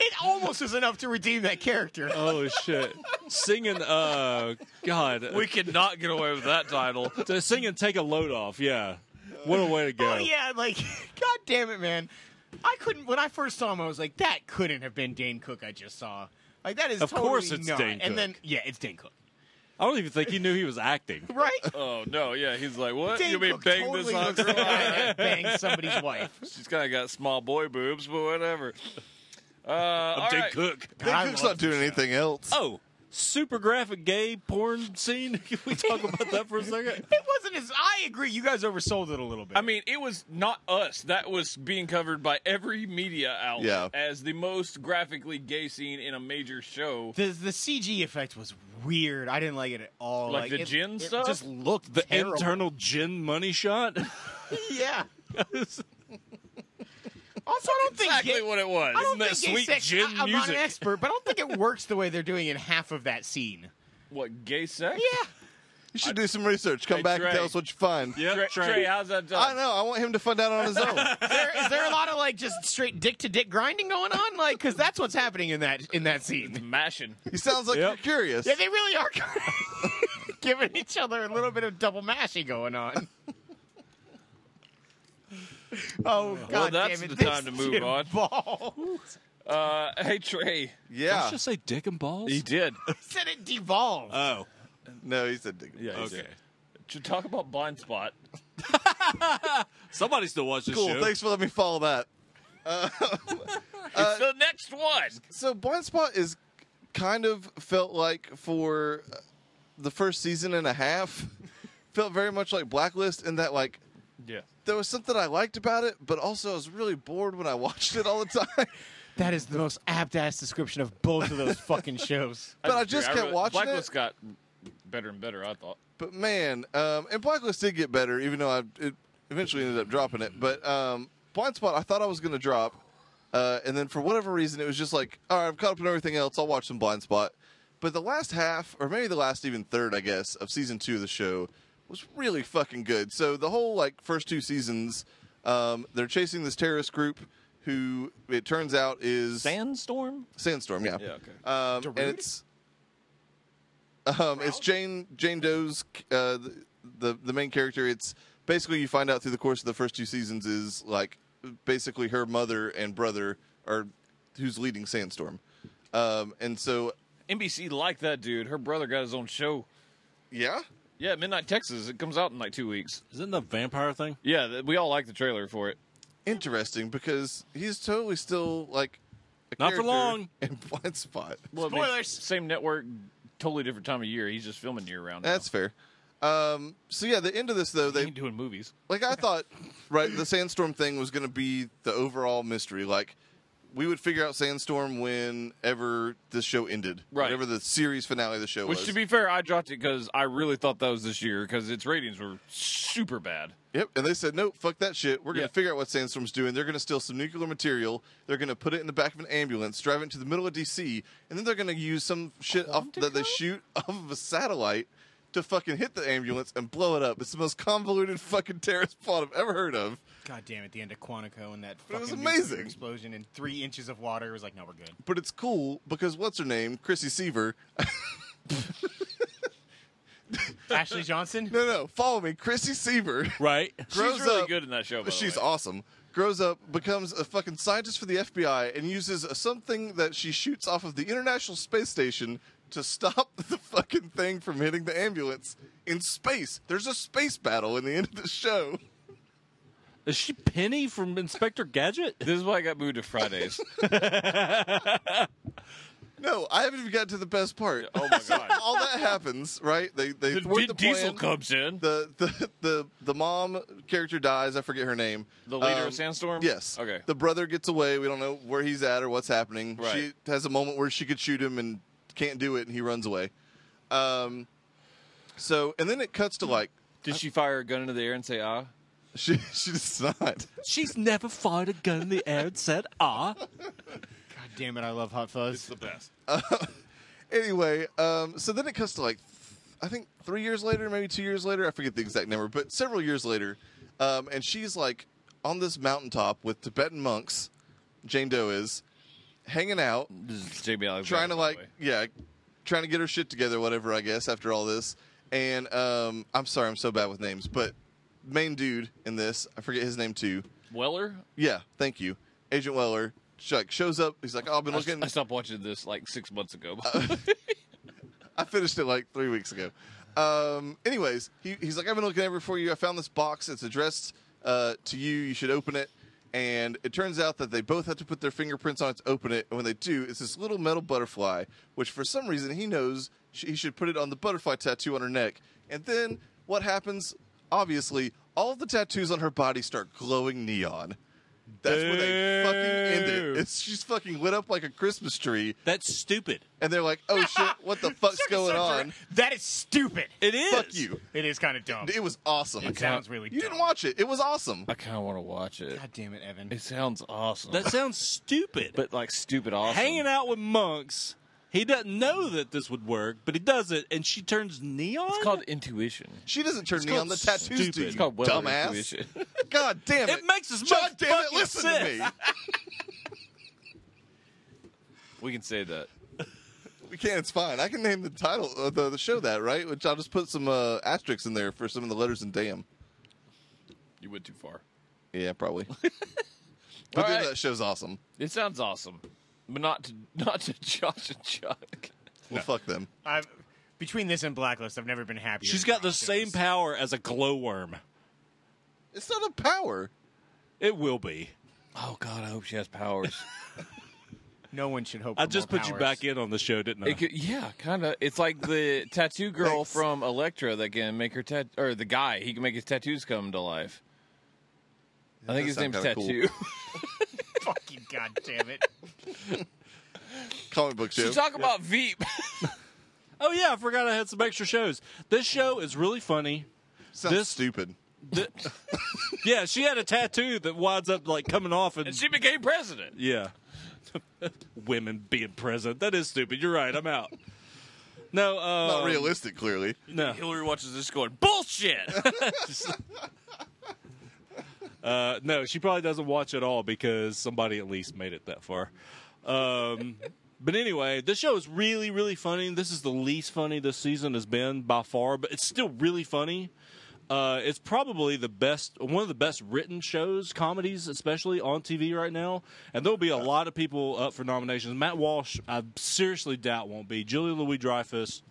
Speaker 3: It almost is enough to redeem that character.
Speaker 2: Oh shit. Singing uh god.
Speaker 1: we could not get away with that title.
Speaker 2: to sing and take a load off. Yeah, what a way to go!
Speaker 3: Oh yeah, like god damn it, man. I couldn't when I first saw him, I was like, that couldn't have been Dane Cook I just saw. Like that is
Speaker 2: Of
Speaker 3: totally
Speaker 2: course it's
Speaker 3: not.
Speaker 2: Dane
Speaker 3: And then
Speaker 2: Cook.
Speaker 3: yeah, it's Dane Cook.
Speaker 2: I don't even think he knew he was acting.
Speaker 3: Right?
Speaker 1: Oh no, yeah, he's like, what?
Speaker 3: Dane
Speaker 1: you mean
Speaker 3: Cook
Speaker 1: bang
Speaker 3: totally
Speaker 1: this on?
Speaker 3: looks like I banged somebody's wife.
Speaker 1: She's kind of got small boy boobs, but whatever. Uh, all
Speaker 2: Dick
Speaker 1: right.
Speaker 2: Cook.
Speaker 4: Dane
Speaker 3: I
Speaker 4: Cook's
Speaker 3: love
Speaker 4: not doing anything else.
Speaker 2: Oh, super graphic gay porn scene. Can we talk about that for a second?
Speaker 3: It wasn't as I agree, you guys oversold it a little bit.
Speaker 1: I mean, it was not us. That was being covered by every media outlet
Speaker 4: Yeah.
Speaker 1: as the most graphically gay scene in a major show.
Speaker 3: the the CG effect was weird. I didn't like it at all.
Speaker 1: Like the
Speaker 3: it,
Speaker 1: gin
Speaker 3: it
Speaker 1: stuff?
Speaker 3: just looked
Speaker 2: The
Speaker 3: terrible.
Speaker 2: internal gin money shot.
Speaker 3: yeah. Also, I don't
Speaker 1: Exactly
Speaker 3: think gay-
Speaker 1: what it was.
Speaker 3: I don't
Speaker 2: that
Speaker 3: think gay
Speaker 2: sweet
Speaker 3: sex, I,
Speaker 2: gin
Speaker 3: I'm not an
Speaker 2: music?
Speaker 3: expert, but I don't think it works the way they're doing in half of that scene.
Speaker 1: What gay sex?
Speaker 3: Yeah.
Speaker 4: You should do some research. Come
Speaker 1: Hey,
Speaker 4: back
Speaker 1: Trey.
Speaker 4: and tell us what you find.
Speaker 2: Yep,
Speaker 1: Trey,
Speaker 2: Trey.
Speaker 1: Trey, how's that
Speaker 4: I
Speaker 1: done?
Speaker 4: know. I want him to find out on his own.
Speaker 3: there, is there a lot of like just straight dick to dick grinding going on? Like, because that's what's happening in that in that scene.
Speaker 1: Mashing.
Speaker 4: he sounds like
Speaker 2: Yep.
Speaker 4: you're curious.
Speaker 3: Yeah, they really are giving each other a little bit of double mashing going on. Oh God!
Speaker 1: that's
Speaker 3: damn
Speaker 1: the
Speaker 3: it, this
Speaker 1: time to move
Speaker 3: shit
Speaker 1: on.
Speaker 3: Ball.
Speaker 1: Uh, hey Trey,
Speaker 4: Yeah.
Speaker 2: Let's just say dick and balls.
Speaker 1: he did.
Speaker 3: said it devolved.
Speaker 2: Oh,
Speaker 4: no, he said. dick.
Speaker 1: Yeah,
Speaker 2: okay.
Speaker 1: To talk about blind spot,
Speaker 4: Uh,
Speaker 2: Somebody still watches
Speaker 4: Cool.
Speaker 2: show.
Speaker 4: Thanks for letting me follow that.
Speaker 1: it's the next one.
Speaker 4: So blind spot is kind of felt like for uh, the first season and a half, felt very much like Blacklist in that like
Speaker 1: Yeah,
Speaker 4: there was something I liked about it, but also I was really bored when I watched it all the time.
Speaker 3: That is the most apt ass description of both of those fucking shows.
Speaker 4: But I just kept watching it.
Speaker 1: Blacklist got better and better. I thought.
Speaker 4: But man, um, and Blacklist did get better, even though I it eventually ended up dropping it. But um, Blind Spot, I thought I was going to drop, uh, and then for whatever reason, it was just like, all right, I've caught up on everything else. I'll watch some Blind Spot. But the last half, or maybe the last even third, I guess, of season two of the show was really fucking good. So the whole like first two seasons, um, they're chasing this terrorist group who it turns out is
Speaker 1: Sandstorm.
Speaker 4: Sandstorm. Yeah.
Speaker 1: Yeah, okay.
Speaker 4: Um,
Speaker 3: Darude?
Speaker 4: and it's um, it's Jane Jane Doe's uh, the, the the main character. It's basically you find out through the course of the first two seasons is like basically her mother and brother are who's leading Sandstorm, um, and so
Speaker 1: NBC liked that dude. Her brother got his own show.
Speaker 4: yeah,
Speaker 1: Yeah, Midnight Texas. It comes out in like two weeks.
Speaker 2: Isn't the vampire thing?
Speaker 1: Yeah, th- we all like the trailer for it.
Speaker 4: interesting because he's totally still like a
Speaker 2: Not
Speaker 4: character
Speaker 2: for long.
Speaker 4: in Blind Spot.
Speaker 1: Well, I mean,
Speaker 3: Spoilers.
Speaker 1: same network, totally different time of year. He's just filming year round.
Speaker 4: That's fair. Um, so yeah, the end of this though
Speaker 1: now.
Speaker 4: they
Speaker 1: He ain't doing movies.
Speaker 4: like I thought, right? The sandstorm thing was going to be the overall mystery. Like we would figure out sandstorm whenever this show ended,
Speaker 1: Right.
Speaker 4: Whenever the series finale of the show
Speaker 1: Which,
Speaker 4: was.
Speaker 1: to be fair, I dropped it because I really thought that was this year because its ratings were super bad.
Speaker 4: yep. And they said, nope, fuck that shit. We're going to
Speaker 1: Yeah.
Speaker 4: figure out what sandstorm's doing. They're going to steal some nuclear material. They're going to put it in the back of an ambulance, drive it to the middle of DC, and then they're going to use some shit off, that they shoot off of a satellite. To fucking hit the ambulance and blow it up. It's the most convoluted fucking terrorist plot I've ever heard of.
Speaker 3: God damn it! The end of Quantico and that
Speaker 4: It
Speaker 3: fucking
Speaker 4: was
Speaker 3: nuclear
Speaker 4: amazing.
Speaker 3: explosion and three inches of water it was like, no, we're good.
Speaker 4: but it's cool because what's her name, Chrissy Seaver?
Speaker 3: Ashley Johnson.
Speaker 4: No, no, follow me, Chrissy Seaver.
Speaker 2: Right.
Speaker 4: grows
Speaker 1: She's really
Speaker 4: up.
Speaker 1: good in that show. By the
Speaker 4: uh, She's
Speaker 1: way.
Speaker 4: awesome. Grows up, becomes a fucking scientist for the FBI, and uses something that she shoots off of the International Space Station to stop the fucking thing from hitting the ambulance in space. There's a space battle in the end of the show.
Speaker 2: Is she Penny from Inspector Gadget?
Speaker 1: This is why I got moved to Fridays.
Speaker 4: No, I haven't even gotten to the best part.
Speaker 1: oh my god!
Speaker 4: All that happens, right? They they
Speaker 1: Then
Speaker 4: thwart
Speaker 1: Vin
Speaker 4: the plan.
Speaker 1: Diesel comes in, the,
Speaker 4: the, the the the mom character dies. I forget her name.
Speaker 1: leader
Speaker 4: Um,
Speaker 1: of Sandstorm.
Speaker 4: Yes.
Speaker 1: Okay.
Speaker 4: The brother gets away. We don't know where he's at or what's happening.
Speaker 1: Right.
Speaker 4: She has a moment where she could shoot him and can't do it, and he runs away. Um. So and then it cuts to like
Speaker 1: Did she fire a gun into the air and say ah?
Speaker 4: she she does not.
Speaker 2: She's never fired a gun in the air and said, ah.
Speaker 3: God damn it! I love Hot Fuzz.
Speaker 1: best.
Speaker 4: anyway, um. So then it cuts to like th- I think three years later, maybe two years later. I forget the exact number, but several years later. Um. And she's like on this mountaintop with Tibetan monks. Jane Doe is hanging out.
Speaker 1: This is JB Alexander.
Speaker 4: trying to
Speaker 1: by
Speaker 4: like
Speaker 1: the way.
Speaker 4: yeah trying to get her shit together whatever i guess after all this and um i'm sorry i'm so bad with names but main dude in this i forget his name too
Speaker 1: Weller.
Speaker 4: yeah thank you agent weller sh- like shows up he's like oh, i've been
Speaker 1: I s-
Speaker 4: looking Uh,
Speaker 1: I stopped watching this like six months ago.
Speaker 4: i finished it like three weeks ago um anyways he, he's like i've been looking over for you i found this box it's addressed uh to you you should open it and it turns out that they both have to put their fingerprints on it to open it and when they do it's this little metal butterfly which for some reason he knows sh- he should put it on the butterfly tattoo on her neck and then what happens obviously all of the tattoos on her body start glowing neon that's where they fucking end it.
Speaker 1: Boo.
Speaker 4: It's, she's fucking lit up like a Christmas tree,
Speaker 2: That's stupid.
Speaker 4: and they're like, "Oh shit, what the fuck's going on?"
Speaker 3: That is stupid.
Speaker 2: It is.
Speaker 4: Fuck you.
Speaker 3: It is kind of dumb.
Speaker 4: It was awesome.
Speaker 3: It sounds really
Speaker 4: You didn't
Speaker 3: dumb.
Speaker 4: watch it. It was awesome.
Speaker 1: I kind of want to watch it.
Speaker 3: God damn it, Evan.
Speaker 1: It sounds awesome.
Speaker 2: That sounds stupid.
Speaker 1: but like stupid awesome.
Speaker 2: Hanging out with monks He doesn't know that this would work, but he does it, and she turns neon.
Speaker 1: It's called intuition.
Speaker 4: She doesn't turn me
Speaker 2: called
Speaker 4: on the tattoos,
Speaker 2: stupid.
Speaker 4: do you
Speaker 2: It's
Speaker 1: called weather
Speaker 4: dumbass?
Speaker 1: intuition.
Speaker 4: God damn it!
Speaker 2: It makes as
Speaker 4: God
Speaker 2: much
Speaker 4: damn it!
Speaker 2: fucking
Speaker 4: Listen
Speaker 2: sense.
Speaker 4: to me.
Speaker 1: We can say that.
Speaker 4: We can. It's fine. I can name the title of the, the show that right, which I'll just put some uh, asterisks in there for some of the letters and damn.
Speaker 1: You went too far.
Speaker 4: Yeah, probably. but
Speaker 1: All
Speaker 4: dude,
Speaker 1: right.
Speaker 4: that show's awesome.
Speaker 1: It sounds awesome, but not to not to Josh and Chuck.
Speaker 4: Well, fuck them.
Speaker 3: I've, between this and Blacklist, I've never been happier.
Speaker 2: She's
Speaker 3: with
Speaker 2: got the
Speaker 3: Rock shows.
Speaker 2: same power as a glowworm.
Speaker 4: It's not a power.
Speaker 2: It will be.
Speaker 1: Oh God, I hope she has powers.
Speaker 3: No one should hope.
Speaker 2: I just put you back in on the show, didn't I?
Speaker 1: It could, yeah, kind of. It's like the tattoo girl
Speaker 4: Thanks.
Speaker 1: from Elektra that can make her tat, or the guy he can make his tattoos come to life. I think his
Speaker 4: does sound
Speaker 1: name's
Speaker 4: kinda cool.
Speaker 1: Tattoo.
Speaker 3: Fucking goddamn it!
Speaker 4: Comic book show.
Speaker 1: so talk about Veep.
Speaker 2: oh yeah, I forgot I had some extra shows. This show is really funny.
Speaker 4: Sounds
Speaker 2: this-
Speaker 4: stupid.
Speaker 2: Th- yeah, she had a tattoo that winds up like coming off, and,
Speaker 1: and she became president.
Speaker 2: yeah, women being present. That is stupid. You're right. I'm out. No, uh,
Speaker 4: Not realistic, clearly.
Speaker 2: No,
Speaker 1: Hillary watches this going bullshit.
Speaker 2: Uh, no, she probably doesn't watch at all because somebody at least made it that far. Um, but anyway, this show is really, really funny. This is the least funny this season has been by far, but it's still really funny. Uh, it's probably the best, one of the best written shows, comedies especially on TV right now. And there'll be a lot of people up for nominations. Matt Walsh, I seriously doubt won't be. Julia Louis Dreyfus,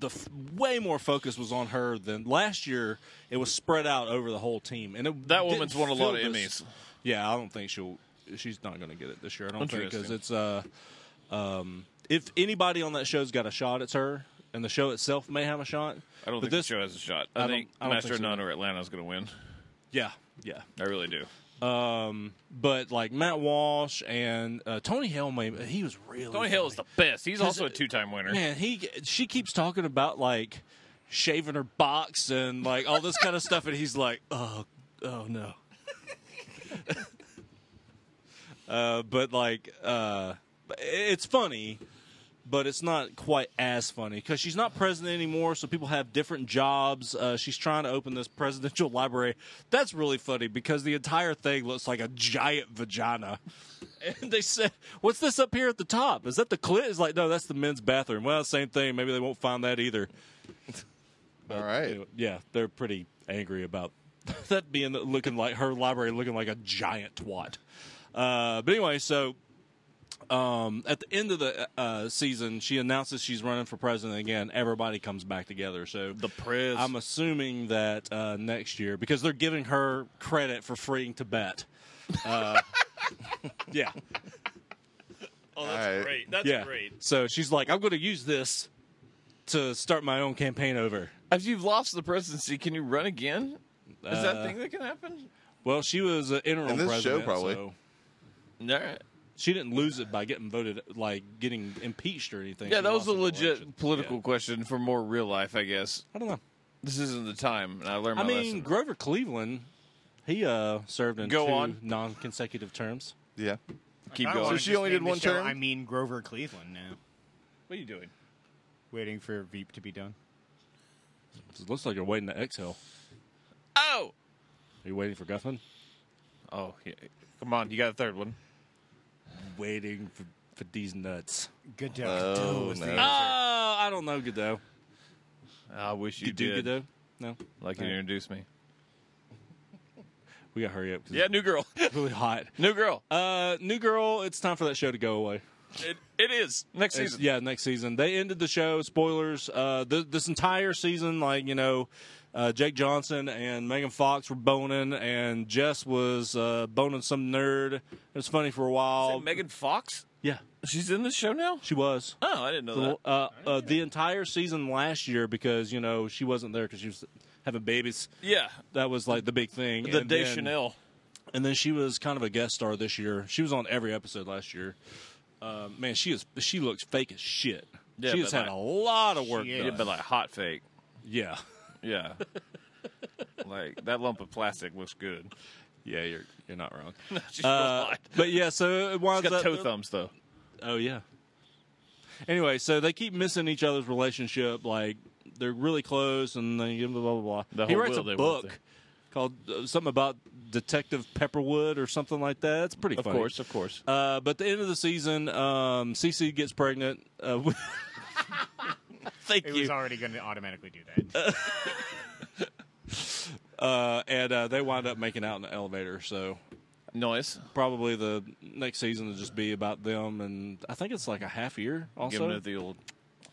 Speaker 2: the f- way more focus was on her than last year. It was spread out over the whole team, and it,
Speaker 1: That
Speaker 2: didn't
Speaker 1: woman's won a lot
Speaker 2: feel
Speaker 1: of
Speaker 2: this-
Speaker 1: Emmys.
Speaker 2: Yeah, I don't think she'll. She's not going to get it this year. I don't think because
Speaker 1: Interesting.
Speaker 2: it's uh, um, if anybody on that show's got a shot, it's her, and the show itself may have a shot.
Speaker 1: I don't think
Speaker 2: but this,
Speaker 1: this show has a shot.
Speaker 2: I
Speaker 1: I,
Speaker 2: don't-
Speaker 1: think
Speaker 2: I don't
Speaker 1: Master
Speaker 2: think so.
Speaker 1: None or Atlanta is going to win.
Speaker 2: Yeah, yeah.
Speaker 1: I really do.
Speaker 2: But like Matt Walsh and uh, Tony Hill, maybe he was really
Speaker 1: Tony Hill is
Speaker 2: funny.
Speaker 1: the best. He's
Speaker 2: 'Cause,
Speaker 1: also a two-time winner.
Speaker 2: man. He she keeps talking about like shaving her box and like all this kind of stuff, and he's like, oh, oh no. uh, but like, uh, it's funny, but it's not quite as funny because she's not president anymore. So people have different jobs. Uh, she's trying to open this presidential library. That's really funny because the entire thing looks like a giant vagina. And they said, "What's this up here at the top? Is that the clit?" It's like, no, that's the men's bathroom. Well, same thing. Maybe they won't find that either.
Speaker 4: All right.
Speaker 2: Anyway, yeah, they're pretty angry about that being looking like her library looking like a giant twat. Uh, but anyway, so um, at the end of the uh, season, she announces she's running for president again. Everybody comes back together. So
Speaker 1: The press.
Speaker 2: I'm assuming that uh, next year because they're giving her credit for freeing Tibet. Uh, yeah,
Speaker 1: oh,
Speaker 4: that's All right.
Speaker 1: great. That's
Speaker 2: yeah. So she's like, I'm going to use this to start my own campaign over.
Speaker 1: If you've lost the presidency, can you run again? Is that
Speaker 2: Uh,
Speaker 1: a thing that can happen?
Speaker 2: Well, she was an interim
Speaker 4: In this show,
Speaker 2: president,
Speaker 4: probably.
Speaker 2: so
Speaker 1: All right.
Speaker 2: she didn't lose it by getting voted, like getting impeached or anything.
Speaker 1: Yeah,
Speaker 2: She
Speaker 1: that was
Speaker 2: lost
Speaker 1: a
Speaker 2: an
Speaker 1: legit
Speaker 2: election.
Speaker 1: political
Speaker 2: Yeah.
Speaker 1: question for more real life, I guess.
Speaker 2: I don't know.
Speaker 1: This isn't the time, and I learned my
Speaker 2: I mean,
Speaker 1: lesson.
Speaker 2: Grover Cleveland, he uh, served in
Speaker 1: Go
Speaker 2: two
Speaker 1: on.
Speaker 2: non-consecutive terms.
Speaker 4: Yeah.
Speaker 1: Keep
Speaker 3: I wanna
Speaker 1: going.
Speaker 4: she
Speaker 3: just
Speaker 4: only
Speaker 3: name
Speaker 4: did
Speaker 3: the
Speaker 4: one
Speaker 3: show
Speaker 4: term?
Speaker 3: I mean Grover Cleveland now.
Speaker 1: What are you doing?
Speaker 3: Waiting for Veep to be done.
Speaker 2: It looks like you're waiting to exhale.
Speaker 1: Oh!
Speaker 2: Are you waiting for Guffman?
Speaker 1: Oh, yeah. come on. You got a third one.
Speaker 2: Waiting for, for these nuts.
Speaker 3: Good
Speaker 4: Oh,
Speaker 3: job. Duh was the
Speaker 4: no.
Speaker 3: answer.
Speaker 2: Oh, I don't know, Godot.
Speaker 1: I wish Uh, you
Speaker 2: do
Speaker 1: did.
Speaker 2: Godot? No,
Speaker 1: Like you
Speaker 2: All right.
Speaker 1: introduced me.
Speaker 2: we gotta hurry up. 'cause
Speaker 1: Yeah, new girl.
Speaker 2: it's really hot.
Speaker 1: new girl.
Speaker 2: Uh, new girl, it's time for that show to go away.
Speaker 1: It, it is next
Speaker 2: It's-
Speaker 1: season.
Speaker 2: Yeah, next season. They ended the show. Spoilers. Uh, th- this entire season, like you know, uh, Jake Johnson and Megan Fox were boning, and Jess was uh, boning some nerd. It was funny for a while.
Speaker 1: Megan Fox.
Speaker 2: yeah,
Speaker 1: She's in this show now.
Speaker 2: she was.
Speaker 1: Oh, I didn't know
Speaker 2: The, uh, uh, the entire season last year because you know she wasn't there because she was having babies.
Speaker 1: that. Yeah,
Speaker 2: That was like the big thing.
Speaker 1: the
Speaker 2: And
Speaker 1: Day
Speaker 2: then-
Speaker 1: Chanel.
Speaker 2: and then she was kind of a guest star this year. She was on every episode last year. Uh, man, she is she looks fake as shit.
Speaker 1: Yeah,
Speaker 2: she has
Speaker 1: but
Speaker 2: had
Speaker 1: like-
Speaker 2: a lot of work.
Speaker 3: She is.
Speaker 1: Yeah,
Speaker 2: done.
Speaker 1: but like hot fake.
Speaker 2: Yeah.
Speaker 1: Yeah. like that lump of plastic looks good.
Speaker 2: Yeah, you're you're not wrong.
Speaker 1: She's
Speaker 2: Uh, but Uh, yeah, so it winds
Speaker 1: got
Speaker 2: up.
Speaker 1: toe thumbs though.
Speaker 2: Oh yeah, Anyway, so they keep missing each other's relationship. Like they're really close, and they blah blah blah.
Speaker 1: The
Speaker 2: he
Speaker 1: whole
Speaker 2: writes
Speaker 1: will they
Speaker 2: a
Speaker 1: won't
Speaker 2: book called uh, something about Detective Pepperwood or something like that. It's pretty
Speaker 1: Of
Speaker 2: funny.
Speaker 1: course, of course.
Speaker 2: Uh, but at the end of the season, um, CC gets pregnant. Uh, with- Thank
Speaker 3: It
Speaker 2: you.
Speaker 3: was already going to automatically do that.
Speaker 2: Uh, and uh, they wind up making out in the elevator. So
Speaker 1: Noise.
Speaker 2: probably the next season will just be about them. And I think it's like a half year
Speaker 1: Give them
Speaker 2: also.
Speaker 1: the old.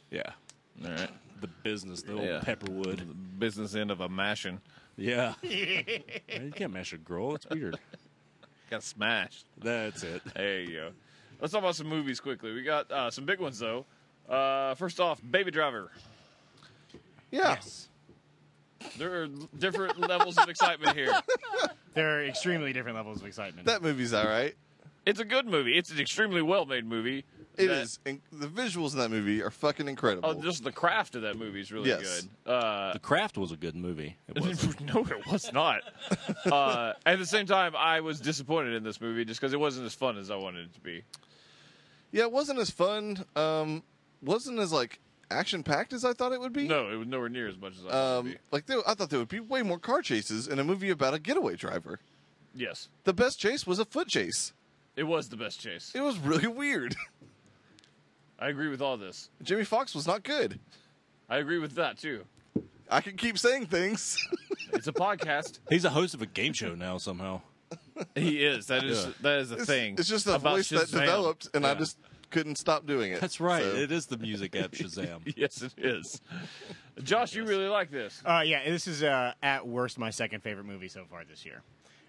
Speaker 2: yeah.
Speaker 1: All right.
Speaker 2: The business, the old
Speaker 1: Yeah.
Speaker 2: Pepperwood.
Speaker 1: The business end of a mashing.
Speaker 2: Yeah. Man, you can't mash a girl. It's weird.
Speaker 1: Got smashed.
Speaker 2: That's it.
Speaker 1: There you go. Let's talk about some movies quickly. We got uh, some big ones though. Uh, first off, Baby Driver.
Speaker 4: Yeah.
Speaker 1: There are different levels of excitement here.
Speaker 3: There are extremely different levels of excitement.
Speaker 4: That movie's all right.
Speaker 1: It's a good movie. It's an extremely well-made movie.
Speaker 4: It
Speaker 1: That-
Speaker 4: is. And the visuals in that movie are fucking incredible.
Speaker 1: Oh, just the craft of that movie is really
Speaker 4: Yes.
Speaker 1: good. Uh,
Speaker 2: The Craft was a good movie. It was.
Speaker 1: no, it was not. uh, at the same time, I was disappointed in this movie just because it wasn't as fun as I wanted it to be.
Speaker 4: yeah, it wasn't as fun. Um, wasn't as like action packed as I thought it would be.
Speaker 1: No, it was nowhere near as much as I wanted it
Speaker 4: Um,
Speaker 1: to
Speaker 4: like there, I thought there would be way more car chases in a movie about a getaway driver.
Speaker 1: be. Yes,
Speaker 4: The best chase was a foot chase.
Speaker 1: it was the best chase.
Speaker 4: It was really weird.
Speaker 1: I agree with all this.
Speaker 4: Jimmy Fox was not good.
Speaker 1: I agree with that too.
Speaker 4: I can keep saying things.
Speaker 1: It's a podcast.
Speaker 2: He's a host of a game show now somehow.
Speaker 1: he is. That is.
Speaker 2: Yeah.
Speaker 1: That is a
Speaker 4: It's,
Speaker 1: thing.
Speaker 4: it's just a
Speaker 1: about
Speaker 4: voice that
Speaker 1: Shazam.
Speaker 4: developed, and I
Speaker 1: Yeah.
Speaker 4: just couldn't stop doing it.
Speaker 2: That's right.
Speaker 4: So,
Speaker 2: It is the music app Shazam.
Speaker 1: Yes, it is. Josh, you really like this.
Speaker 3: Uh, yeah, this is uh, at worst my second favorite movie so far this year.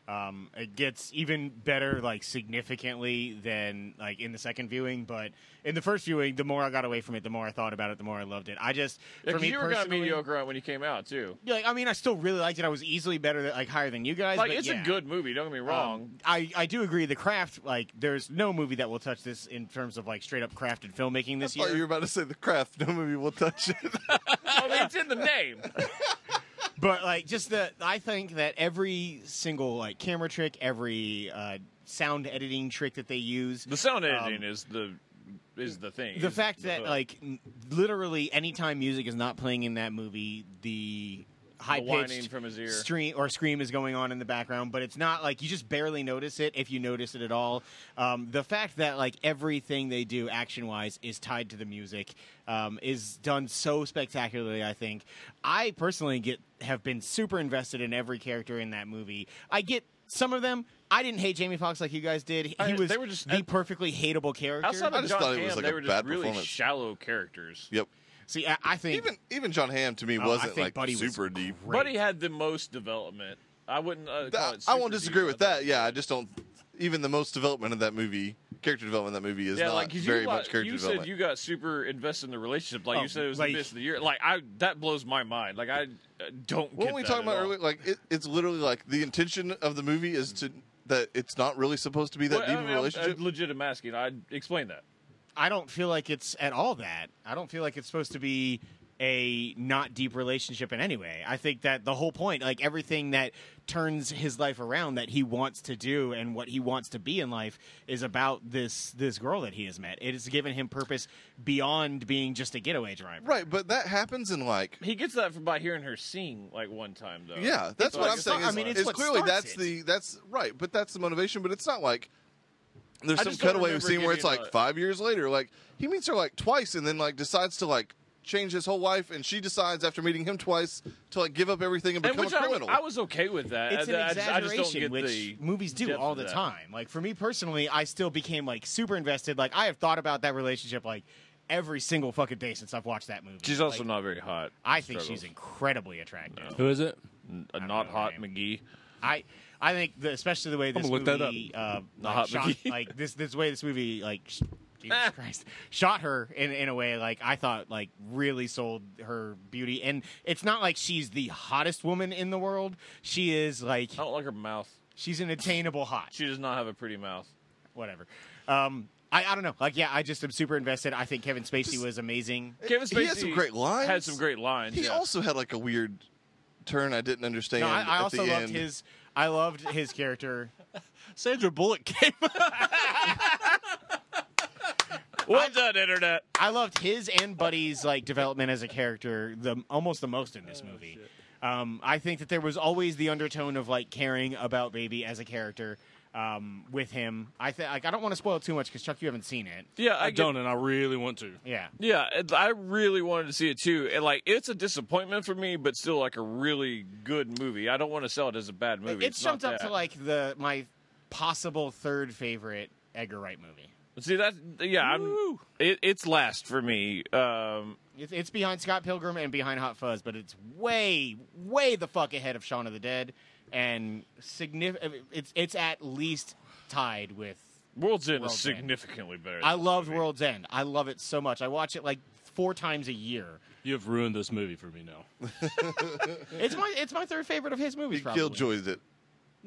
Speaker 3: Um, it gets even better, like significantly than like in the second viewing. But in the first viewing, the more I got away from it, the more I thought about it, the more I loved it. I just
Speaker 1: Yeah,
Speaker 3: for
Speaker 1: 'cause
Speaker 3: me
Speaker 1: you were kind of
Speaker 3: personally-
Speaker 1: mediocre on when you came out too.
Speaker 3: Yeah, Like, I mean, I still really liked it. I was easily better, than, like higher than you guys.
Speaker 1: Like
Speaker 3: but
Speaker 1: it's
Speaker 3: yeah.
Speaker 1: a good movie. Don't get me wrong.
Speaker 3: Um, I, I do agree. The craft, like, there's no movie that will touch this in terms of like straight up crafted filmmaking
Speaker 4: I
Speaker 3: this
Speaker 4: thought
Speaker 3: year.
Speaker 4: you were about to say the craft. No movie will touch it.
Speaker 1: I mean, it's in the name.
Speaker 3: but like just the i think that every single like camera trick every uh, sound editing trick that they use
Speaker 1: The sound editing
Speaker 3: Um,
Speaker 1: is the is the thing.
Speaker 3: the
Speaker 1: is
Speaker 3: fact
Speaker 1: the
Speaker 3: that
Speaker 1: hook.
Speaker 3: like n- literally anytime music is not playing in that movie the high
Speaker 1: whining
Speaker 3: pitched
Speaker 1: from his ear.
Speaker 3: stream or scream is going on in the background but it's not like you just barely notice it if you notice it at all um, the fact that like everything they do action wise is tied to the music um, is done so spectacularly i think i personally get have been super invested in every character in that movie i get some of them I didn't hate Jamie Foxx like you guys did. He
Speaker 1: I-
Speaker 3: was
Speaker 1: they were just-
Speaker 3: the perfectly hateable character.
Speaker 1: outside
Speaker 4: I
Speaker 1: of
Speaker 4: just
Speaker 1: John
Speaker 4: thought it
Speaker 1: Hamm,
Speaker 4: was, like,
Speaker 1: they
Speaker 4: a
Speaker 1: were just
Speaker 4: bad
Speaker 1: really
Speaker 4: performance.
Speaker 1: shallow characters.
Speaker 4: yep.
Speaker 3: See, I, I think
Speaker 4: Even even John Hamm to me
Speaker 3: I
Speaker 4: wasn't
Speaker 3: think
Speaker 4: like
Speaker 3: Buddy was
Speaker 4: super deep.
Speaker 3: great.
Speaker 1: Buddy had the most development. I wouldn't. Uh,
Speaker 4: Th-
Speaker 1: call it
Speaker 4: I won't
Speaker 1: super
Speaker 4: disagree
Speaker 1: deep.
Speaker 4: with that. Yeah, I just don't. Even the most development of that movie, character development of that movie is
Speaker 1: Yeah,
Speaker 4: not
Speaker 1: like 'cause you,
Speaker 4: very
Speaker 1: lot-
Speaker 4: much character
Speaker 1: you said
Speaker 4: development.
Speaker 1: you got super invested in the relationship. Like
Speaker 3: Oh,
Speaker 1: you said, it was
Speaker 3: like-
Speaker 1: the best of the year. Like I, that blows my mind. Like I uh, don't.
Speaker 4: what
Speaker 1: get
Speaker 4: were we
Speaker 1: that
Speaker 4: talking
Speaker 1: at
Speaker 4: about
Speaker 1: all.
Speaker 4: earlier? Like it, it's literally like the intention of the movie is to that it's not really supposed to be that
Speaker 1: Well, I
Speaker 4: deep
Speaker 1: mean,
Speaker 4: of a
Speaker 1: I'm-
Speaker 4: relationship.
Speaker 1: I'm legit am asking. I explain that.
Speaker 3: I don't feel like it's at all that. I don't feel like it's supposed to be a not deep relationship in any way. I think that the whole point, like everything that turns his life around that he wants to do and what he wants to be in life is about this this girl that he has met. It has given him purpose beyond being just a getaway driver.
Speaker 4: right, but that happens in like
Speaker 1: He gets that from by hearing her sing like one time though.
Speaker 4: Yeah, that's
Speaker 1: So,
Speaker 4: what
Speaker 1: like,
Speaker 4: I'm
Speaker 1: it's
Speaker 4: saying.
Speaker 1: not-
Speaker 4: Is,
Speaker 3: I mean, it's
Speaker 4: is
Speaker 3: what
Speaker 4: clearly
Speaker 3: starts
Speaker 4: that's
Speaker 3: it.
Speaker 4: the that's right, but that's the motivation. But it's not like there's
Speaker 1: I
Speaker 4: some
Speaker 1: just don't
Speaker 4: cutaway
Speaker 1: remember
Speaker 4: scene where
Speaker 1: getting
Speaker 4: it's like
Speaker 1: a-
Speaker 4: five years later. Like he meets her like twice, and then like decides to like change his whole life, and she decides after meeting him twice to like give up everything and
Speaker 1: And
Speaker 4: become
Speaker 1: which
Speaker 4: a
Speaker 1: I,
Speaker 4: criminal.
Speaker 1: was- I was okay with that.
Speaker 3: It's
Speaker 1: I,
Speaker 3: an
Speaker 1: I just, I just don't
Speaker 3: exaggeration,
Speaker 1: get
Speaker 3: which
Speaker 1: the
Speaker 3: movies do
Speaker 1: depth
Speaker 3: all
Speaker 1: of
Speaker 3: the
Speaker 1: that.
Speaker 3: time. Like for me personally, I still became like super invested. Like I have thought about that relationship like every single fucking day since I've watched that movie.
Speaker 1: She's
Speaker 3: Like,
Speaker 1: also not very hot.
Speaker 3: I think
Speaker 1: Struggles.
Speaker 3: she's incredibly attractive.
Speaker 2: Who is it?
Speaker 1: a
Speaker 3: don't
Speaker 1: not
Speaker 3: know
Speaker 1: hot
Speaker 3: her
Speaker 1: McGee.
Speaker 3: I I think the, especially the way this
Speaker 2: gonna look that
Speaker 3: movie uh,
Speaker 1: Not
Speaker 3: like,
Speaker 1: hot
Speaker 3: shot
Speaker 1: McGee.
Speaker 3: like this this way this movie like sh- Jesus
Speaker 1: Ah.
Speaker 3: Christ shot her in in a way like I thought like really sold her beauty and it's not like she's the hottest woman in the world she is like
Speaker 1: I don't like her mouth.
Speaker 3: she's an attainable hot
Speaker 1: She does not have a pretty mouth.
Speaker 3: whatever um I, I don't know like yeah I just am super invested I think Kevin Spacey was amazing
Speaker 1: Kevin Spacey
Speaker 4: he had some great lines.
Speaker 1: Had some great lines.
Speaker 4: He
Speaker 1: yeah.
Speaker 4: also had like a weird turn I didn't understand.
Speaker 3: no, I, I
Speaker 4: at
Speaker 3: also
Speaker 4: the
Speaker 3: loved
Speaker 4: end.
Speaker 3: his I loved his character
Speaker 2: Sandra Bullock came.
Speaker 1: Well done, internet.
Speaker 3: I loved his and Buddy's like development as a character the almost the most in this movie. Um, I think that there was always the undertone of like caring about Baby as a character um, with him. I think like I don't want to spoil too much because Chuck, you haven't seen it.
Speaker 1: Yeah,
Speaker 2: I,
Speaker 1: I, get-
Speaker 2: don't, and I really want to.
Speaker 3: Yeah,
Speaker 1: Yeah, it- I really wanted to see it too, and like it's a disappointment for me, but still like a really good movie. I don't want to sell it as a bad movie.
Speaker 3: it
Speaker 1: It's not
Speaker 3: jumped up
Speaker 1: that.
Speaker 3: to like the my possible third favorite Edgar Wright movie.
Speaker 1: see that. Yeah, I'm. It, it's last for me. Um,
Speaker 3: It's, it's behind Scott Pilgrim and behind Hot Fuzz, but it's way, way the fuck ahead of Shaun of the Dead, and significant. It's it's at least tied with.
Speaker 1: World's End
Speaker 3: World's
Speaker 1: is
Speaker 3: End.
Speaker 1: significantly better.
Speaker 3: I
Speaker 1: than-
Speaker 3: loved World's End. I love it so much. I watch it like four times a year.
Speaker 2: You've ruined this movie for me now.
Speaker 3: It's my it's my third favorite of his movies.
Speaker 4: He
Speaker 3: probably.
Speaker 4: killjoys it.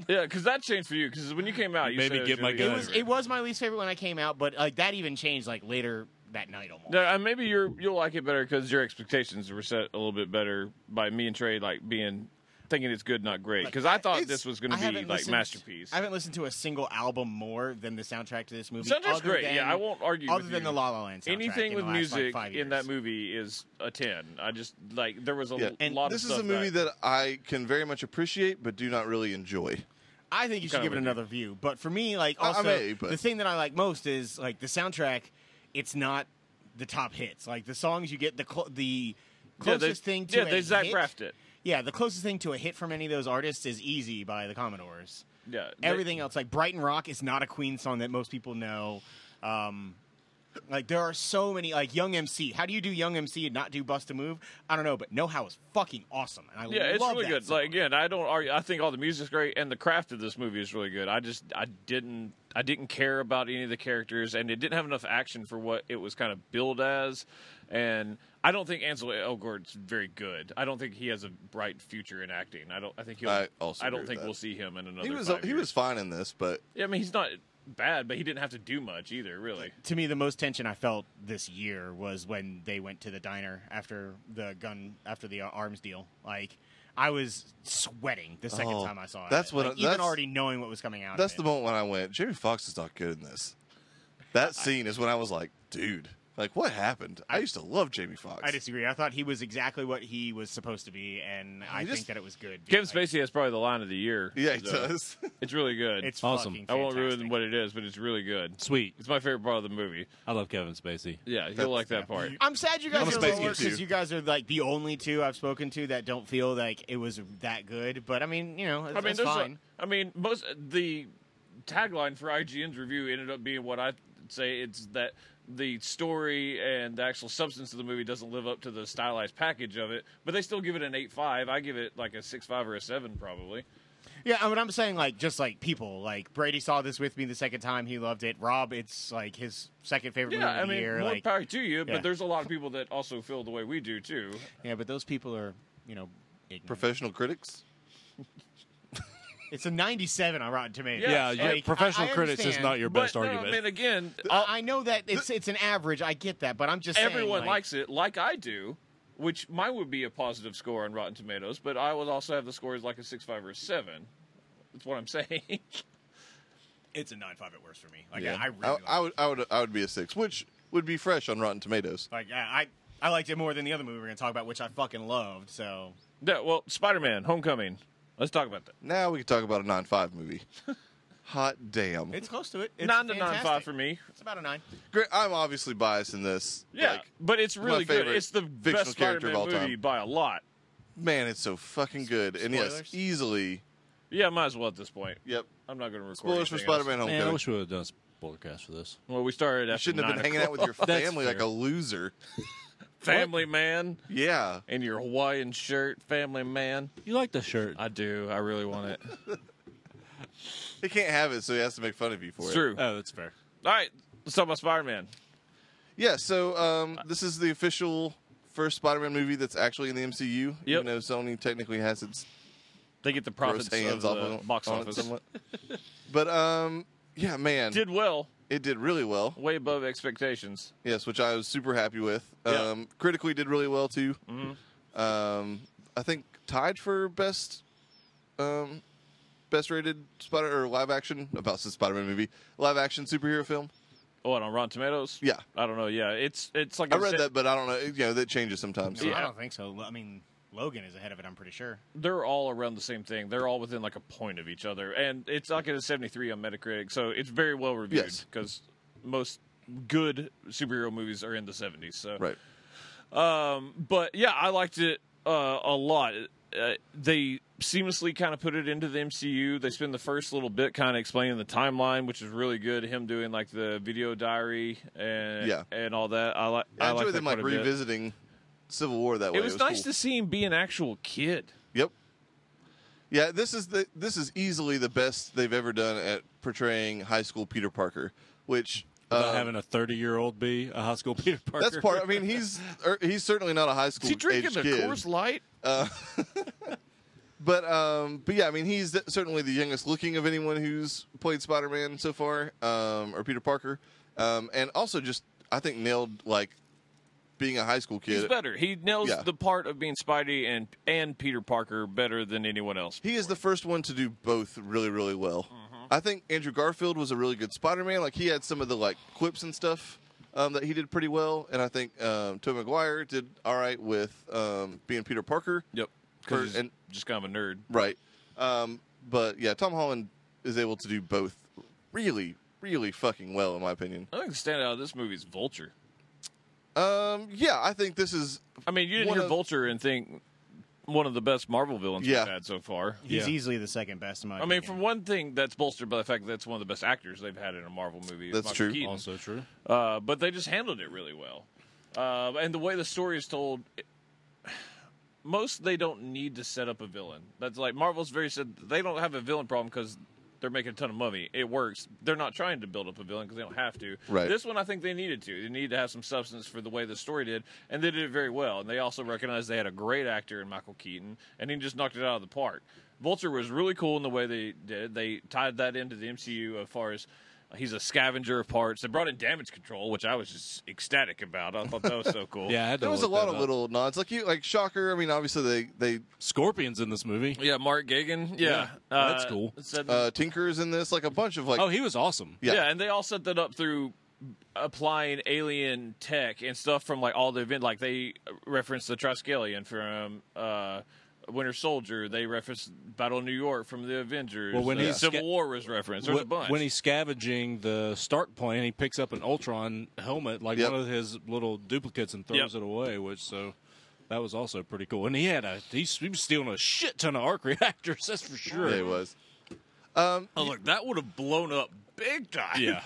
Speaker 1: yeah, because that changed for you. Because when you came out, you said
Speaker 2: Maybe
Speaker 1: it was
Speaker 2: get my
Speaker 1: really
Speaker 2: gun.
Speaker 3: It
Speaker 1: good.
Speaker 3: was it was my least favorite when I came out, but like that even changed like later that night almost.
Speaker 1: No, and uh, maybe you're you'll like it better because your expectations were set a little bit better by me and Trey like being thinking it's good, not great. Because I thought
Speaker 3: It's-
Speaker 1: this was going
Speaker 3: I
Speaker 1: to be
Speaker 3: haven't
Speaker 1: like
Speaker 3: listened-
Speaker 1: masterpiece.
Speaker 3: I haven't listened to a single album more than the soundtrack to this movie.
Speaker 1: Soundtrack's
Speaker 3: other
Speaker 1: great.
Speaker 3: Than,
Speaker 1: yeah, I won't argue.
Speaker 3: Other
Speaker 1: with
Speaker 3: than
Speaker 1: you.
Speaker 3: the La La Land soundtrack.
Speaker 1: anything
Speaker 3: in
Speaker 1: with
Speaker 3: the last, like,
Speaker 1: music
Speaker 3: five
Speaker 1: in that
Speaker 3: years.
Speaker 1: movie is a 10 i just like there was a
Speaker 4: Yeah.
Speaker 1: l-
Speaker 3: And
Speaker 1: lot
Speaker 4: This
Speaker 1: of
Speaker 4: is a
Speaker 1: stuff
Speaker 4: movie that I can very much appreciate, but do not really enjoy.
Speaker 3: I think you should
Speaker 1: kinda
Speaker 3: give it
Speaker 1: with you.
Speaker 3: another view. But for me, like
Speaker 4: I- I
Speaker 3: also
Speaker 4: may, but-
Speaker 3: the thing that I like most is like the soundtrack. It's not the top hits. Like the songs you get the clo- the
Speaker 1: yeah,
Speaker 3: closest
Speaker 1: they,
Speaker 3: thing to
Speaker 1: yeah
Speaker 3: a
Speaker 1: they zach
Speaker 3: hit-
Speaker 1: braffed it
Speaker 3: Yeah, the closest thing to a hit from any of those artists is "Easy" by the Commodores.
Speaker 1: yeah they-
Speaker 3: Everything else, like "Brighton Rock," is not a Queen song that most people know. Um, like there are so many, like Young MC. How do you do Young MC and not do Bust a Move? I don't know, but Know How is fucking awesome, and I
Speaker 1: yeah it's
Speaker 3: love
Speaker 1: really
Speaker 3: that
Speaker 1: good
Speaker 3: song.
Speaker 1: like again i don't argue i think all the music's great and the craft of this movie is really good i just i didn't i didn't care about any of the characters and it didn't have enough action for what it was kind of billed as and i don't think ansel elgort's very good i don't think he has a bright future in acting i don't i think he'll
Speaker 4: I also
Speaker 1: i
Speaker 4: agree
Speaker 1: don't
Speaker 4: with
Speaker 1: think
Speaker 4: that.
Speaker 1: we'll see him in another
Speaker 4: He was
Speaker 1: five
Speaker 4: he
Speaker 1: years.
Speaker 4: was fine in this, but
Speaker 1: yeah, i mean he's not bad but he didn't have to do much either really
Speaker 3: to me the most tension I felt this year was when they went to the diner after the gun after the uh, arms deal. Like I was sweating the second
Speaker 4: Oh,
Speaker 3: time I saw it.
Speaker 4: that's what-
Speaker 3: Like, even
Speaker 4: that's-
Speaker 3: already knowing what was coming out.
Speaker 4: that's
Speaker 3: of
Speaker 4: the
Speaker 3: it.
Speaker 4: moment when I went. Jerry Fox is not good in this. That scene is when I was like, dude, like what happened? I used to love Jamie Fox.
Speaker 3: I disagree. I thought he was exactly what he was supposed to be, and I
Speaker 4: just-
Speaker 3: think that it was good.
Speaker 1: Kevin
Speaker 3: Like,
Speaker 1: Spacey has probably the line of the year.
Speaker 4: Yeah, he
Speaker 1: so
Speaker 4: does.
Speaker 1: It's really good.
Speaker 3: It's
Speaker 2: Awesome.
Speaker 3: Fucking
Speaker 1: I won't ruin
Speaker 3: fantastic.
Speaker 1: what it is, but it's really good.
Speaker 2: Sweet.
Speaker 1: It's my favorite part of the movie.
Speaker 2: I love Kevin Spacey.
Speaker 1: Yeah,
Speaker 4: That's-
Speaker 1: you'll like that part.
Speaker 3: I'm sad you guys
Speaker 4: I'm a
Speaker 3: are
Speaker 4: Spacey
Speaker 3: lower
Speaker 4: too.
Speaker 3: because you guys are like the only two I've spoken to that don't feel like it was that good. But I mean, you know, it's,
Speaker 1: I mean,
Speaker 3: it's
Speaker 1: there's a-
Speaker 3: fine.
Speaker 1: I mean, most the tagline for IGN's review ended up being what I say it's that the story and the actual substance of the movie doesn't live up to the stylized package of it, but they still give it an eight five. I give it like a six five or a seven probably.
Speaker 3: Yeah, I mean, I'm saying like just like people. Like Brady saw this with me the second time he loved it. Rob, it's like his second favorite
Speaker 1: Yeah,
Speaker 3: movie
Speaker 1: I
Speaker 3: of the
Speaker 1: mean,
Speaker 3: year.
Speaker 1: more
Speaker 3: Like,
Speaker 1: power to you,
Speaker 3: yeah.
Speaker 1: but there's a lot of people that also feel the way we do too.
Speaker 3: yeah, but those people are you know. ignorant.
Speaker 4: Professional critics.
Speaker 3: it's a 97 on Rotten Tomatoes.
Speaker 1: Yeah,
Speaker 2: Yeah,
Speaker 1: Yes,
Speaker 2: yeah.
Speaker 3: like,
Speaker 2: professional
Speaker 3: I- I
Speaker 2: critics is
Speaker 3: understand,
Speaker 2: not your Oh.
Speaker 1: but,
Speaker 2: best
Speaker 1: no,
Speaker 2: argument.
Speaker 1: I mean, again,
Speaker 3: I, I know that it's it's an average. I get that, but I'm just saying,
Speaker 1: everyone
Speaker 3: like,
Speaker 1: likes it like I do, which mine would be a positive score on Rotten Tomatoes, but I would also have the scores like a six five or a seven. That's what I'm saying.
Speaker 3: it's a 9.5 at worst for me. Like
Speaker 4: yeah,
Speaker 3: I, I really
Speaker 4: I,
Speaker 3: liked
Speaker 4: I would I would I would be a six, which would be fresh on Rotten Tomatoes.
Speaker 3: it. like I I I liked it more than the other movie we're gonna talk about, which I fucking loved. So
Speaker 1: yeah, well, Spider Man Homecoming. Let's talk about that.
Speaker 4: Now we can talk about a nine five movie. Hot damn!
Speaker 3: it's close to it. It's
Speaker 1: nine to nine
Speaker 3: fantastic.
Speaker 1: five for me.
Speaker 3: It's about a nine.
Speaker 4: Great. I'm obviously biased in this.
Speaker 1: Yeah,
Speaker 4: Like,
Speaker 1: but it's really good.
Speaker 4: favorite
Speaker 1: It's the
Speaker 4: fictional
Speaker 1: best
Speaker 4: character
Speaker 1: Spider
Speaker 4: of
Speaker 1: Man
Speaker 4: all time.
Speaker 1: movie by a lot.
Speaker 4: man, it's so fucking good. And yes,
Speaker 3: Spoilers?
Speaker 4: easily.
Speaker 1: Yeah, might as well at this point.
Speaker 4: Yep.
Speaker 1: I'm not going to record.
Speaker 4: Spoilers for
Speaker 1: anything else.
Speaker 4: Spider Man
Speaker 2: Man, I
Speaker 4: Homecoming.
Speaker 2: wish we would have done a spoiler cast for this.
Speaker 1: Well, we started.
Speaker 4: You
Speaker 1: after
Speaker 4: shouldn't have
Speaker 1: nine
Speaker 4: been hanging out with your
Speaker 2: That's
Speaker 4: family like
Speaker 2: fair.
Speaker 4: a loser.
Speaker 1: family man
Speaker 4: Yeah.
Speaker 1: and your Hawaiian shirt. Family man,
Speaker 2: You like the shirt?
Speaker 1: I do. I really want it.
Speaker 4: He can't have it, so he has to make fun of you for
Speaker 1: It's
Speaker 4: it.
Speaker 1: true.
Speaker 2: oh, that's fair.
Speaker 1: All right, let's talk about Spider Man.
Speaker 4: Yeah, so um, this is the official first Spider Man movie that's actually in the MCU,
Speaker 1: Yep.
Speaker 4: even though Sony technically has its
Speaker 1: They get the
Speaker 4: gross
Speaker 1: profits of
Speaker 4: hands
Speaker 1: the
Speaker 4: off of it-
Speaker 1: box
Speaker 4: on it
Speaker 1: office.
Speaker 4: somewhat. But um, yeah, man,
Speaker 1: Did well,
Speaker 4: it did really well.
Speaker 1: way above expectations.
Speaker 4: Yes, which I was super happy with.
Speaker 1: Yeah. Mm-hmm.
Speaker 4: Um, critically did really well too. Um, I think tied for best, um, best rated Spider or live action about the Spider Man movie, live action superhero film
Speaker 1: What on Rotten Tomatoes?
Speaker 4: Yeah.
Speaker 1: I don't know. Yeah, it's it's like
Speaker 4: I read
Speaker 1: said,
Speaker 4: that, but I don't know. You know, that changes sometimes.
Speaker 1: Yeah.
Speaker 3: I don't think so. Lo- I mean, Logan is ahead of it. I'm pretty sure.
Speaker 1: they're all around the same thing. They're all within like a point of each other, and it's like at a 73 on Metacritic, so it's very well reviewed
Speaker 4: Yes.
Speaker 1: because most good superhero movies are in the 70s. So
Speaker 4: Right.
Speaker 1: Um, but yeah, I liked it uh, a lot. Uh, they seamlessly kind of put it into the MCU. They spend the first little bit kind of explaining the timeline, which is really good. Him doing like the video diary and
Speaker 4: Yeah.
Speaker 1: and all that. I like.
Speaker 4: I,
Speaker 1: I
Speaker 4: enjoyed
Speaker 1: like
Speaker 4: them like revisiting Civil War that way.
Speaker 1: It was, nice to
Speaker 4: cool.
Speaker 1: see him be an actual kid.
Speaker 4: Yep. Yeah, this is the this is easily the best they've ever done at portraying high school Peter Parker, which
Speaker 2: About
Speaker 4: um,
Speaker 2: having a 30 year old be a high school Peter Parker.
Speaker 4: that's part. I mean, he's er, he's certainly not a high school
Speaker 1: Is he drinking
Speaker 4: age
Speaker 1: the
Speaker 4: kid.
Speaker 1: Coors Light?
Speaker 4: But um, but yeah, I mean, he's th- certainly the youngest looking of anyone who's played Spider Man so far, um, or Peter Parker, um, and also just I think nailed like being a high school kid.
Speaker 1: He's better. He nails
Speaker 4: Yeah.
Speaker 1: the part of being Spidey and and Peter Parker better than anyone else.
Speaker 4: He is the first one to do both really, really well.
Speaker 2: Mm-hmm.
Speaker 4: I think Andrew Garfield was a really good Spider-Man. Like he had some of the like quips and stuff um, that he did pretty well, and I think um, Tobey Maguire did all right with um, being Peter Parker.
Speaker 1: Yep.
Speaker 4: For-
Speaker 1: Because
Speaker 4: and-
Speaker 1: just kind of a nerd.
Speaker 4: Right. Um, but yeah, Tom Holland is able to do both really, really fucking well, in my opinion.
Speaker 1: I think the standout of this movie is Vulture.
Speaker 4: Um, yeah, I think this is.
Speaker 1: I mean, you didn't
Speaker 4: One
Speaker 1: hear
Speaker 4: of-
Speaker 1: Vulture and think one of the best Marvel villains
Speaker 4: Yeah.
Speaker 1: we've had so far.
Speaker 3: He's
Speaker 2: Yeah.
Speaker 3: easily the second best. In my
Speaker 1: I mean,
Speaker 3: opinion.
Speaker 1: for one thing, that's bolstered by the fact that that's one of the best actors they've had in a Marvel movie. is
Speaker 4: That's
Speaker 1: Michael
Speaker 4: true.
Speaker 1: Keaton.
Speaker 2: also true.
Speaker 1: Uh, but they just handled it really well. Uh, and the way the story is told, it- most they don't need to set up a villain. That's like Marvel's very said they don't have a villain problem because they're making a ton of money. It works. They're not trying to build up a villain because they don't have to.
Speaker 4: Right.
Speaker 1: This one, I think they needed to. They needed to have some substance for the way the story did, and they did it very well. And they also recognized they had a great actor in Michael Keaton, and he just knocked it out of the park. Vulture was really cool in the way they did. it. They tied that into the MCU as far as uh, he's a scavenger of parts. They brought in damage control, which I was just ecstatic about. I thought that was so cool.
Speaker 2: Yeah, I had to
Speaker 4: There was a
Speaker 2: look
Speaker 4: lot
Speaker 2: that
Speaker 4: of
Speaker 2: up.
Speaker 4: little nods, like you, like Shocker. I mean, obviously they they
Speaker 2: scorpions in this movie.
Speaker 1: Yeah, Mark Gagan. Yeah,
Speaker 2: Yeah,
Speaker 1: Uh,
Speaker 2: that's cool.
Speaker 1: said-
Speaker 4: uh, Tinker's in this, like a bunch of like
Speaker 2: Oh, he was awesome.
Speaker 4: yeah.
Speaker 1: yeah. and they all set that up through applying alien tech and stuff from like all the event. Like they referenced the Triskelion from uh, Winter Soldier. They referenced Battle of New York from the Avengers.
Speaker 2: Well, when
Speaker 1: Uh,
Speaker 2: he's
Speaker 1: Civil
Speaker 2: sca-
Speaker 1: War was referenced. There's a
Speaker 2: Wh-
Speaker 1: bunch.
Speaker 2: When he's scavenging the Stark plane, he picks up an Ultron helmet, like
Speaker 4: Yep.
Speaker 2: one of his little duplicates, and throws
Speaker 1: Yep.
Speaker 2: it away. Which so that was also pretty cool. And he had a he's, he was stealing a shit ton of arc reactors. That's for sure.
Speaker 4: yeah, he was. Um,
Speaker 1: oh, look, that would have blown up big time.
Speaker 2: Yeah.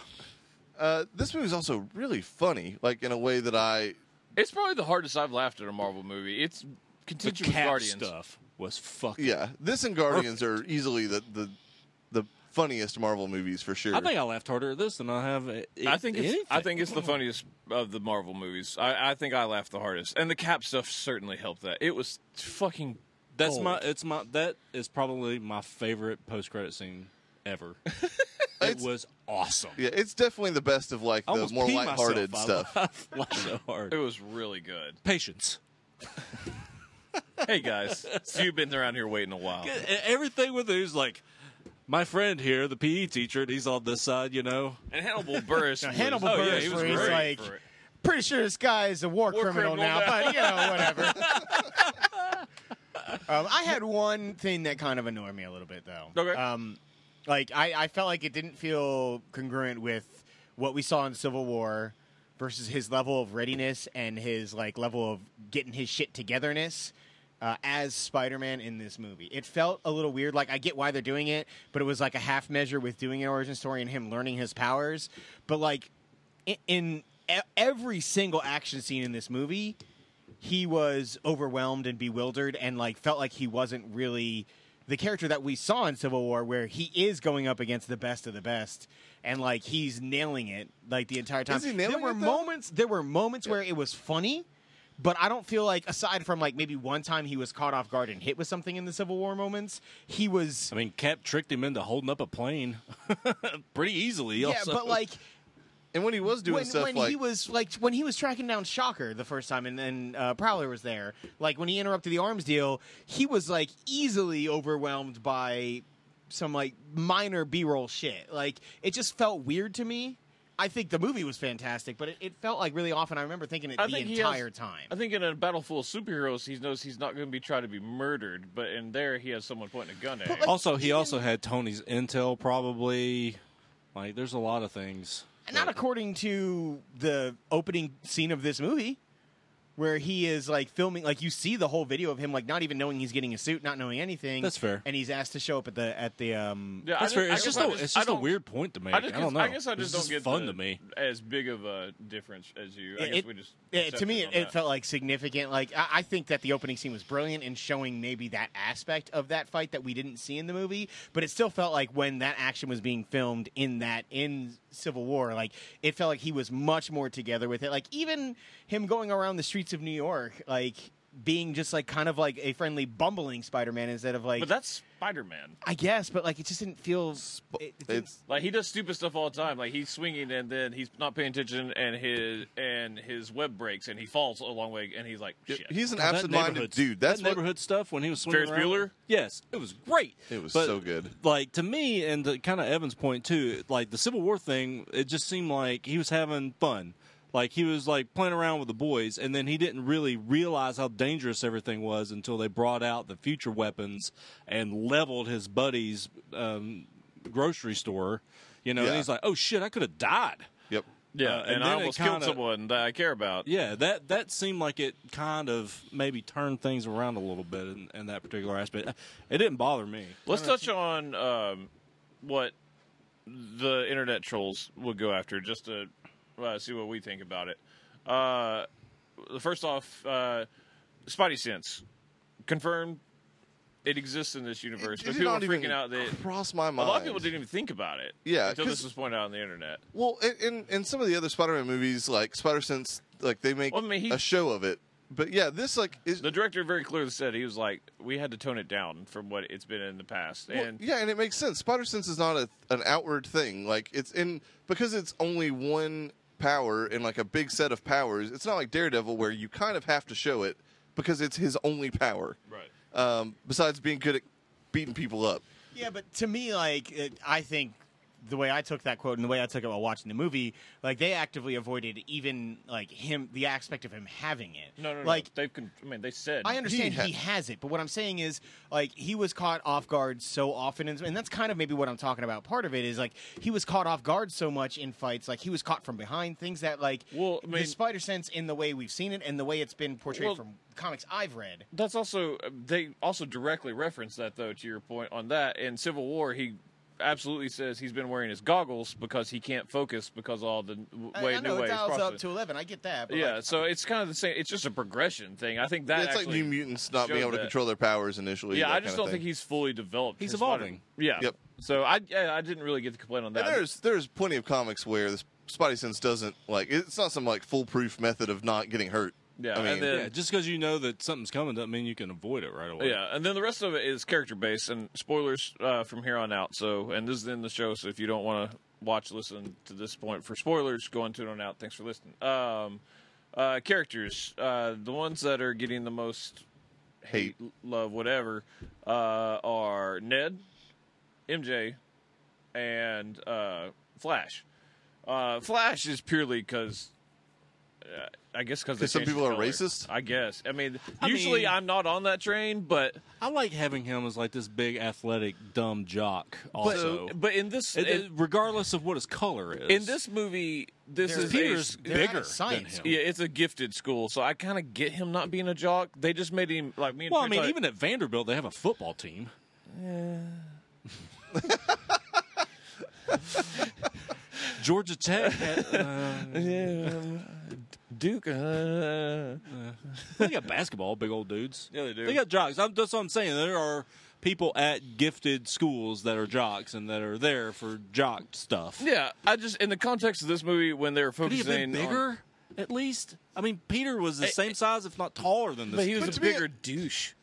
Speaker 4: Uh, this movie's also really funny, like in a way that I
Speaker 1: it's probably the hardest I've laughed at a Marvel movie. It's
Speaker 2: the
Speaker 1: contention with
Speaker 2: cat
Speaker 1: Guardians.
Speaker 2: stuff was fucking.
Speaker 4: yeah, this and Guardians are easily the the, the funniest Marvel movies for sure.
Speaker 2: I think I laughed harder at this than I have. At,
Speaker 1: I think it's,
Speaker 2: anything.
Speaker 1: I think it's the funniest of the Marvel movies. I, I think I laughed the hardest, and the cap stuff certainly helped that. It was fucking.
Speaker 2: that's
Speaker 1: gold.
Speaker 2: my it's my that is probably my favorite post credit scene ever. it
Speaker 4: It's-
Speaker 2: was awesome.
Speaker 4: yeah, it's definitely the best of like
Speaker 2: I
Speaker 4: the
Speaker 2: almost
Speaker 4: more
Speaker 2: peed
Speaker 4: lighthearted
Speaker 2: myself.
Speaker 4: stuff.
Speaker 2: I laughed so hard.
Speaker 1: It was really good.
Speaker 2: Patience.
Speaker 1: Hey guys, so you've been around here waiting a while.
Speaker 2: E- Everything with it was like my friend here, the PE teacher, and he's on this side, you know.
Speaker 1: And Hannibal Burris. was-
Speaker 3: Hannibal
Speaker 1: oh,
Speaker 3: Burris,
Speaker 1: yeah, he was
Speaker 3: where he's
Speaker 1: great
Speaker 3: like,
Speaker 1: for it.
Speaker 3: pretty sure this guy is a war,
Speaker 1: War criminal
Speaker 3: criminal, now,
Speaker 1: now.
Speaker 3: but you know, whatever. um, I had one thing that kind of annoyed me a little bit, though.
Speaker 1: Okay.
Speaker 3: Um, like I, I felt like it didn't feel congruent with what we saw in Civil War versus his level of readiness and his like level of getting his shit togetherness. Uh, as Spider-Man in this movie, it felt a little weird. Like I get why they're doing it, but it was like a half measure with doing an origin story and him learning his powers. But like in, in e- every single action scene in this movie, he was overwhelmed and bewildered and like felt like he wasn't really the character that we saw in Civil War, where he is going up against the best of the best, and like he's nailing it like the entire time.
Speaker 4: Is he nailing
Speaker 3: there were
Speaker 4: it, though?
Speaker 3: moments. There were moments where it was funny. But I don't feel like, aside from like maybe one time he was caught off guard and hit with something in the Civil War moments, he was
Speaker 2: I mean, Cap tricked him into holding up a plane pretty easily.
Speaker 3: yeah.
Speaker 2: also.
Speaker 3: But like
Speaker 4: And when he was doing
Speaker 3: when,
Speaker 4: stuff
Speaker 3: when
Speaker 4: like
Speaker 3: he was like when he was tracking down Shocker the first time, and then uh, Prowler was there. Like when he interrupted the arms deal, he was like easily overwhelmed by some like minor B roll shit. Like it just felt weird to me. I think the movie was fantastic, but it, it felt like really often. I remember thinking it
Speaker 1: I
Speaker 3: the
Speaker 1: think he has-
Speaker 3: entire time.
Speaker 1: I think in a battle full of superheroes, he knows he's not going to be tried to be murdered, but in there he has someone pointing a gun at him.
Speaker 2: Also, he also had Tony's intel, probably. Like, there's a lot of things.
Speaker 3: And not according to the opening scene of this movie, where he is like filming, like you see the whole video of him, like not even knowing he's getting a suit, not knowing anything.
Speaker 2: That's fair.
Speaker 3: And he's asked to show up at the at the um.
Speaker 1: Yeah, I
Speaker 2: That's
Speaker 1: just-
Speaker 2: fair.
Speaker 1: I
Speaker 2: It's just,
Speaker 1: guess I
Speaker 2: a, it's
Speaker 1: I
Speaker 2: just a
Speaker 1: don't-
Speaker 2: weird point to make.
Speaker 1: I,
Speaker 2: I,
Speaker 1: just,
Speaker 2: don't know.
Speaker 1: I guess I just
Speaker 2: This
Speaker 1: don't
Speaker 2: is
Speaker 1: get
Speaker 2: fun
Speaker 1: the-
Speaker 2: to me.
Speaker 1: as big of a difference as you. I
Speaker 3: It-
Speaker 1: guess we just
Speaker 3: it- to me, it,
Speaker 1: on
Speaker 3: it
Speaker 1: that.
Speaker 3: felt like significant. Like I, I think that the opening scene was brilliant in showing maybe that aspect of that fight that we didn't see in the movie, but it still felt like when that action was being filmed in that in Civil War, like it felt like he was much more together with it. Like even him going around the streets of New York, like being just like kind of like a friendly bumbling Spider-Man instead of like
Speaker 1: but that's Spider Man.
Speaker 3: I guess, but like it just didn't feel. it- it didn't-
Speaker 4: It's
Speaker 1: Like he does stupid stuff all the time. Like he's swinging and then he's not paying attention, and his and his web breaks and he falls a long way, and he's like, shit.
Speaker 4: he's an
Speaker 2: That
Speaker 4: absent-minded
Speaker 2: neighborhood-
Speaker 4: dude. That's
Speaker 2: that
Speaker 4: what
Speaker 2: neighborhood stuff when he was swinging
Speaker 1: Ferris
Speaker 2: around.
Speaker 1: Bueller?
Speaker 2: Yes, it was great.
Speaker 4: It was
Speaker 2: But,
Speaker 4: so good.
Speaker 2: Like to me, and the kind of Evan's point too. Like the Civil War thing, it just seemed like he was having fun. Like he was like playing around with the boys, and then he didn't really realize how dangerous everything was until they brought out the future weapons and leveled his buddy's um, grocery store. You know, and
Speaker 4: Yeah.
Speaker 2: he's like, "Oh shit, I could have died."
Speaker 4: Yep.
Speaker 1: yeah,
Speaker 2: Uh,
Speaker 1: and,
Speaker 2: and
Speaker 1: I
Speaker 2: then it
Speaker 1: almost killed
Speaker 2: kinda-
Speaker 1: someone that I care about.
Speaker 2: Yeah, that that seemed like it kind of maybe turned things around a little bit in, in that particular aspect. It didn't bother me.
Speaker 1: Let's touch on um, what the internet trolls will go after, just to uh, see what we think about it. Uh, first off, uh, Spidey Sense confirmed it exists in this universe, but
Speaker 4: Did it
Speaker 1: people are
Speaker 4: not even
Speaker 1: freaking out that
Speaker 4: cross my
Speaker 1: a
Speaker 4: mind.
Speaker 1: lot of people didn't even think about it.
Speaker 4: Yeah,
Speaker 1: until this
Speaker 4: 'cause-
Speaker 1: was pointed out on the internet.
Speaker 4: Well, in- in in some of the other Spider-Man movies, like Spider Sense, like they make
Speaker 1: Well, I mean, he-
Speaker 4: a show of it. But yeah, this like is
Speaker 1: The director very clearly said he was like, we had to tone it down from what it's been in the past,
Speaker 4: Well,
Speaker 1: and
Speaker 4: yeah, and it makes sense. Spider sense is not a, an outward thing. Like it's in because it's only one power in like a big set of powers. It's not like Daredevil where you kind of have to show it because it's his only power.
Speaker 1: right.
Speaker 4: Um, besides being good at beating people up.
Speaker 3: Yeah, but to me, like, it, I think the way I took that quote and the way I took it while watching the movie, like, they actively avoided even like him, the aspect of him having it.
Speaker 1: No, no, no.
Speaker 3: like.
Speaker 1: they've, con- I mean, they said
Speaker 3: I understand
Speaker 4: He ha-
Speaker 3: he has it, but what I'm saying is, like, he was caught off guard so often, and and that's kind of maybe what I'm talking about. Part of it is like he was caught off guard so much in fights, like he was caught from behind, things that like
Speaker 1: Well, I
Speaker 3: the
Speaker 1: mean-
Speaker 3: spider sense in the way we've seen it and the way it's been portrayed
Speaker 1: Well-
Speaker 3: from comics I've read.
Speaker 1: That's also uh, they also directly reference that though to your point on that in Civil War he absolutely says he's been wearing his goggles because he can't focus because all the w-
Speaker 3: I-
Speaker 1: way
Speaker 3: I, know
Speaker 1: new
Speaker 3: it
Speaker 1: ways
Speaker 3: dials up
Speaker 1: process-
Speaker 3: to eleven. I get that. But,
Speaker 1: yeah
Speaker 3: like,
Speaker 1: so it's kind of the same it's just a progression thing I think that
Speaker 4: it's like
Speaker 1: actually-
Speaker 4: New Mutants not being
Speaker 1: showed
Speaker 4: able to
Speaker 1: that.
Speaker 4: control their powers initially.
Speaker 1: yeah
Speaker 4: that
Speaker 1: I just
Speaker 4: kinda
Speaker 1: don't
Speaker 4: thing.
Speaker 1: think he's fully developed
Speaker 2: He's
Speaker 1: his Spider-
Speaker 2: evolving.
Speaker 1: yeah
Speaker 4: Yep.
Speaker 1: so I yeah, I didn't really get to complain on that
Speaker 4: And there's there's plenty of comics where the Spidey sense doesn't like it's not some like foolproof method of not getting hurt.
Speaker 1: Yeah,
Speaker 4: I
Speaker 1: and
Speaker 4: mean,
Speaker 1: then-
Speaker 2: Yeah, just because you know that something's coming doesn't mean you can avoid it right away.
Speaker 1: yeah and then the rest of it is character based and spoilers uh, from here on out so and this is the end of the show so if you don't want to watch listen to this point for spoilers go on to it on out thanks for listening um uh characters uh the ones that are getting the most hate,
Speaker 4: Hate.
Speaker 1: love whatever uh are ned mj and uh flash uh flash is purely because I guess because
Speaker 4: 'Cause some people are racist?
Speaker 1: I guess. I mean,
Speaker 2: I
Speaker 1: usually
Speaker 2: mean-
Speaker 1: I'm not on that train, but
Speaker 2: I like having him as like this big athletic dumb jock. Also,
Speaker 1: So- but in this
Speaker 2: It- it-
Speaker 1: in,
Speaker 2: regardless of what his color is,
Speaker 1: in this movie, this
Speaker 3: There's
Speaker 1: is
Speaker 2: Peter's
Speaker 1: a,
Speaker 3: they're out of
Speaker 2: bigger
Speaker 3: science.
Speaker 2: than him.
Speaker 1: yeah, it's a gifted school, so I kind of get him not being a jock. They just made him like me. And
Speaker 2: Well, I
Speaker 1: Prince,
Speaker 2: mean,
Speaker 1: like-
Speaker 2: even at Vanderbilt, they have a football team. Georgia Tech. Had, uh,
Speaker 1: Duke. Uh,
Speaker 2: they got basketball, big old dudes.
Speaker 1: Yeah, they do.
Speaker 2: They got jocks. I'm, that's what I'm saying. There are people at gifted schools that are jocks and that are there for jock stuff.
Speaker 1: yeah, I just in the context of this movie when they were
Speaker 2: Could he
Speaker 1: focusing
Speaker 2: have been
Speaker 1: on-
Speaker 2: bigger? At least, I mean, Peter was the
Speaker 1: Eh,
Speaker 2: same size, if not taller than this.
Speaker 1: but he
Speaker 2: dude.
Speaker 1: was
Speaker 4: But
Speaker 1: a
Speaker 4: to me,
Speaker 1: bigger douche.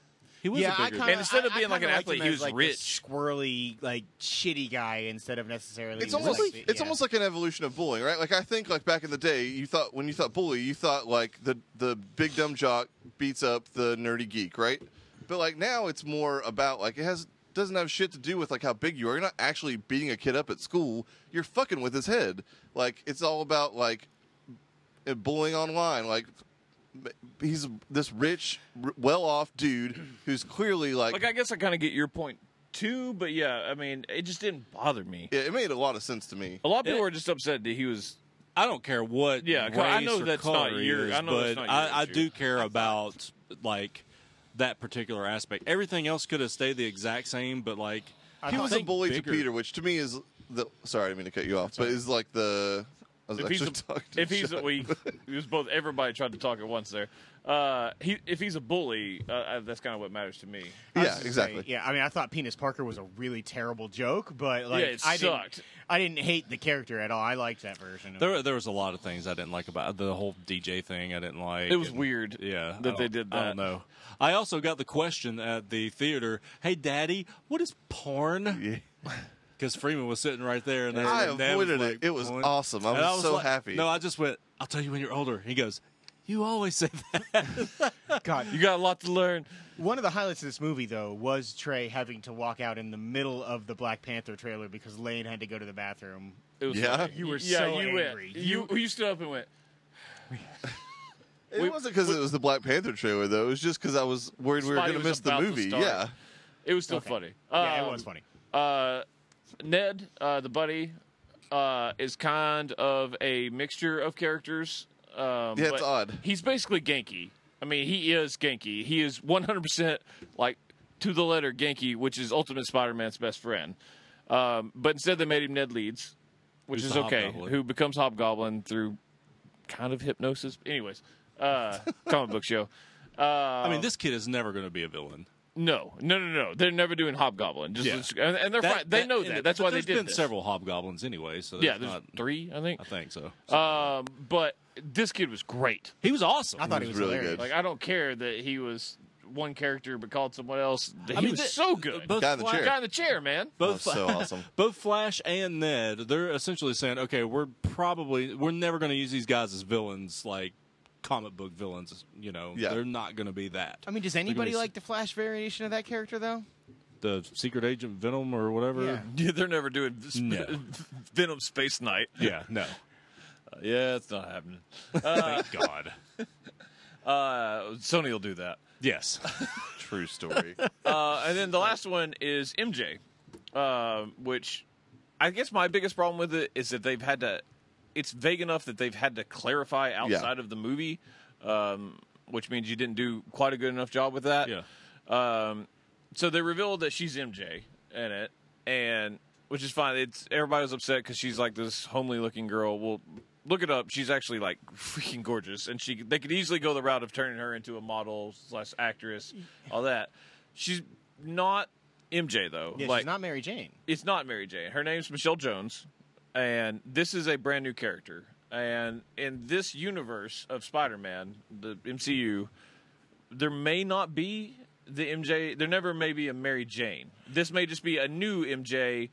Speaker 2: He was
Speaker 3: yeah,
Speaker 2: a
Speaker 3: I
Speaker 2: bigger.
Speaker 3: kinda,
Speaker 1: And instead of
Speaker 3: I- I
Speaker 1: being like
Speaker 3: kinda
Speaker 1: an
Speaker 3: liked
Speaker 1: athlete,
Speaker 3: him
Speaker 1: he
Speaker 3: as,
Speaker 1: was
Speaker 3: like, this
Speaker 1: rich.
Speaker 3: squirrely, like shitty guy instead of necessarily. this,
Speaker 4: It's almost
Speaker 3: like,
Speaker 4: it's
Speaker 3: yeah.
Speaker 4: almost like an evolution of bullying, right? Like I think like back in the day, you thought when you thought bully, you thought like the the big dumb jock beats up the nerdy geek, right? But like now it's more about like it has doesn't have shit to do with like how big you are. You're not actually beating a kid up at school. You're fucking with his head. Like it's all about like uh, bullying online. Like he's this rich, r- well-off dude who's clearly like.
Speaker 1: Like I guess I kind of get your point too, but yeah, I mean, it just didn't bother me.
Speaker 4: it, it made a lot of sense to me.
Speaker 1: A lot of people were just upset that he was
Speaker 2: I don't care what.
Speaker 1: Yeah, 'cause I
Speaker 2: race
Speaker 1: know
Speaker 2: or
Speaker 1: that's
Speaker 2: color
Speaker 1: not
Speaker 2: he
Speaker 1: your-
Speaker 2: is,
Speaker 1: I know
Speaker 2: but
Speaker 1: that's not your
Speaker 2: I, I
Speaker 1: issue.
Speaker 2: do care about like that particular aspect. Everything else could have stayed the exact same, but like
Speaker 4: he was a
Speaker 2: think
Speaker 4: bully
Speaker 2: bigger-
Speaker 4: to Peter, which to me is the. Sorry, I didn't mean to cut you off, but is like the. I was
Speaker 1: if he's
Speaker 4: actually
Speaker 1: a,
Speaker 4: talking to
Speaker 1: if he's a,
Speaker 4: Chuck.
Speaker 1: we it was both everybody tried to talk at once there. Uh, he if he's a bully, uh, uh, that's kind of what matters to me.
Speaker 3: I was
Speaker 4: yeah,
Speaker 3: just gonna
Speaker 4: exactly.
Speaker 3: say, yeah, I mean, I thought Penis Parker was a really terrible joke, but like,
Speaker 1: Yeah, it
Speaker 3: I
Speaker 1: sucked.
Speaker 3: Didn't, I didn't hate the character at all. I liked that version. Of
Speaker 2: there
Speaker 3: it.
Speaker 2: there was a lot of things I didn't like about the whole DJ thing. I didn't like.
Speaker 1: It was
Speaker 2: and-
Speaker 1: weird.
Speaker 2: Yeah, I
Speaker 1: that they
Speaker 2: don't-
Speaker 1: did
Speaker 2: I
Speaker 1: that.
Speaker 2: don't know. I also got the question at the theater. Hey, Daddy, what is porn?
Speaker 4: Yeah.
Speaker 2: Because Freeman was sitting right there, and
Speaker 4: I
Speaker 2: and Dad was
Speaker 4: avoided it.
Speaker 2: like,
Speaker 4: It was
Speaker 2: "Porn?"
Speaker 4: awesome. I
Speaker 2: And
Speaker 4: was so
Speaker 2: like-
Speaker 4: happy.
Speaker 2: No, I just went. I'll tell you when you're older. He goes. You always say that.
Speaker 3: God,
Speaker 1: You got a lot to learn.
Speaker 3: One of the highlights of this movie, though, was Trey having to walk out in the middle of the Black Panther trailer because Lane had to go to the bathroom.
Speaker 1: It was
Speaker 4: Yeah.
Speaker 1: funny.
Speaker 3: You were
Speaker 1: yeah,
Speaker 3: so
Speaker 1: you
Speaker 3: angry.
Speaker 1: Went, you you stood up and went.
Speaker 4: It
Speaker 1: We-
Speaker 4: wasn't because it was the Black Panther trailer though. It was just because I was worried we were
Speaker 1: Spidey
Speaker 4: going to
Speaker 1: was
Speaker 4: miss the
Speaker 1: about to
Speaker 4: movie.
Speaker 1: start.
Speaker 4: yeah,
Speaker 1: It was still
Speaker 3: Okay.
Speaker 1: funny.
Speaker 3: Yeah,
Speaker 1: Um,
Speaker 3: it was funny.
Speaker 1: uh, Ned, uh, the buddy, uh, is kind of a mixture of characters. Um,
Speaker 4: Yeah, it's
Speaker 1: but
Speaker 4: odd.
Speaker 1: He's basically Genki. I mean, he is Genki. He is 100% like to the letter Genki, which is Ultimate Spider Man's best friend. Um, but instead, they made him Ned Leeds, which
Speaker 2: Who's
Speaker 1: is
Speaker 2: the
Speaker 1: okay,
Speaker 2: Hobgoblin.
Speaker 1: who becomes Hobgoblin through kind of hypnosis. Anyways, uh, comic book show. Uh,
Speaker 2: I
Speaker 4: Oh.
Speaker 2: mean, this kid is never going to be a villain.
Speaker 1: no, no, no, no. They're never doing Hobgoblin. Just,
Speaker 2: Yeah.
Speaker 1: just- and, and they're fine. They know
Speaker 2: and
Speaker 1: that.
Speaker 2: it-
Speaker 1: That's
Speaker 2: but
Speaker 1: why they
Speaker 2: there's
Speaker 1: did
Speaker 2: been
Speaker 1: this.
Speaker 2: several hobgoblins anyway. So
Speaker 1: Yeah,
Speaker 2: there's
Speaker 1: there's
Speaker 2: not,
Speaker 1: three, I think.
Speaker 2: I think so.
Speaker 1: Um, but this kid was great.
Speaker 2: he was awesome.
Speaker 3: I thought he
Speaker 4: was
Speaker 3: was
Speaker 4: really
Speaker 3: hilarious.
Speaker 4: good.
Speaker 1: Like I don't care that he was one character but called someone else. He
Speaker 2: I mean,
Speaker 1: was
Speaker 2: th-
Speaker 1: so good.
Speaker 2: Both
Speaker 4: Guy in the
Speaker 2: Fla-
Speaker 4: chair.
Speaker 1: Guy in the chair, man.
Speaker 2: Both
Speaker 4: That was so
Speaker 2: Fla-
Speaker 4: awesome.
Speaker 2: Both Flash and Ned, they're essentially saying, okay, we're probably we're never going to use these guys as villains, like comic book villains. You know,
Speaker 4: Yeah.
Speaker 2: they're not going to be that.
Speaker 3: I mean, does
Speaker 2: gonna
Speaker 3: anybody
Speaker 2: s-
Speaker 3: like the Flash variation of that character, though?
Speaker 2: the secret agent Venom or whatever.
Speaker 3: Yeah.
Speaker 1: Yeah, they're never doing
Speaker 2: No.
Speaker 1: Venom Space Night.
Speaker 2: Yeah, no.
Speaker 1: yeah, it's not happening.
Speaker 2: Thank God.
Speaker 1: Uh, Sony will do that.
Speaker 2: Yes.
Speaker 4: true story.
Speaker 1: uh, and then the last one is MJ, um, which I guess my biggest problem with it is that they've had to. It's vague enough that they've had to clarify outside of the movie, um, which means you didn't do quite a good enough job with that.
Speaker 2: Yeah.
Speaker 1: Um, so they revealed that she's MJ in it, and which is fine. It's everybody was upset because she's like this homely looking girl. Well, look it up. She's actually like freaking gorgeous, and she they could easily go the route of turning her into a model slash actress, all that. She's not MJ though.
Speaker 3: Yeah,
Speaker 1: like
Speaker 3: she's not Mary Jane.
Speaker 1: it's not Mary Jane. Her name's Michelle Jones, and this is a brand new character. And in this universe of Spider-Man, the MCU, there may not be the MJ. There never may be a Mary Jane. This may just be a new MJ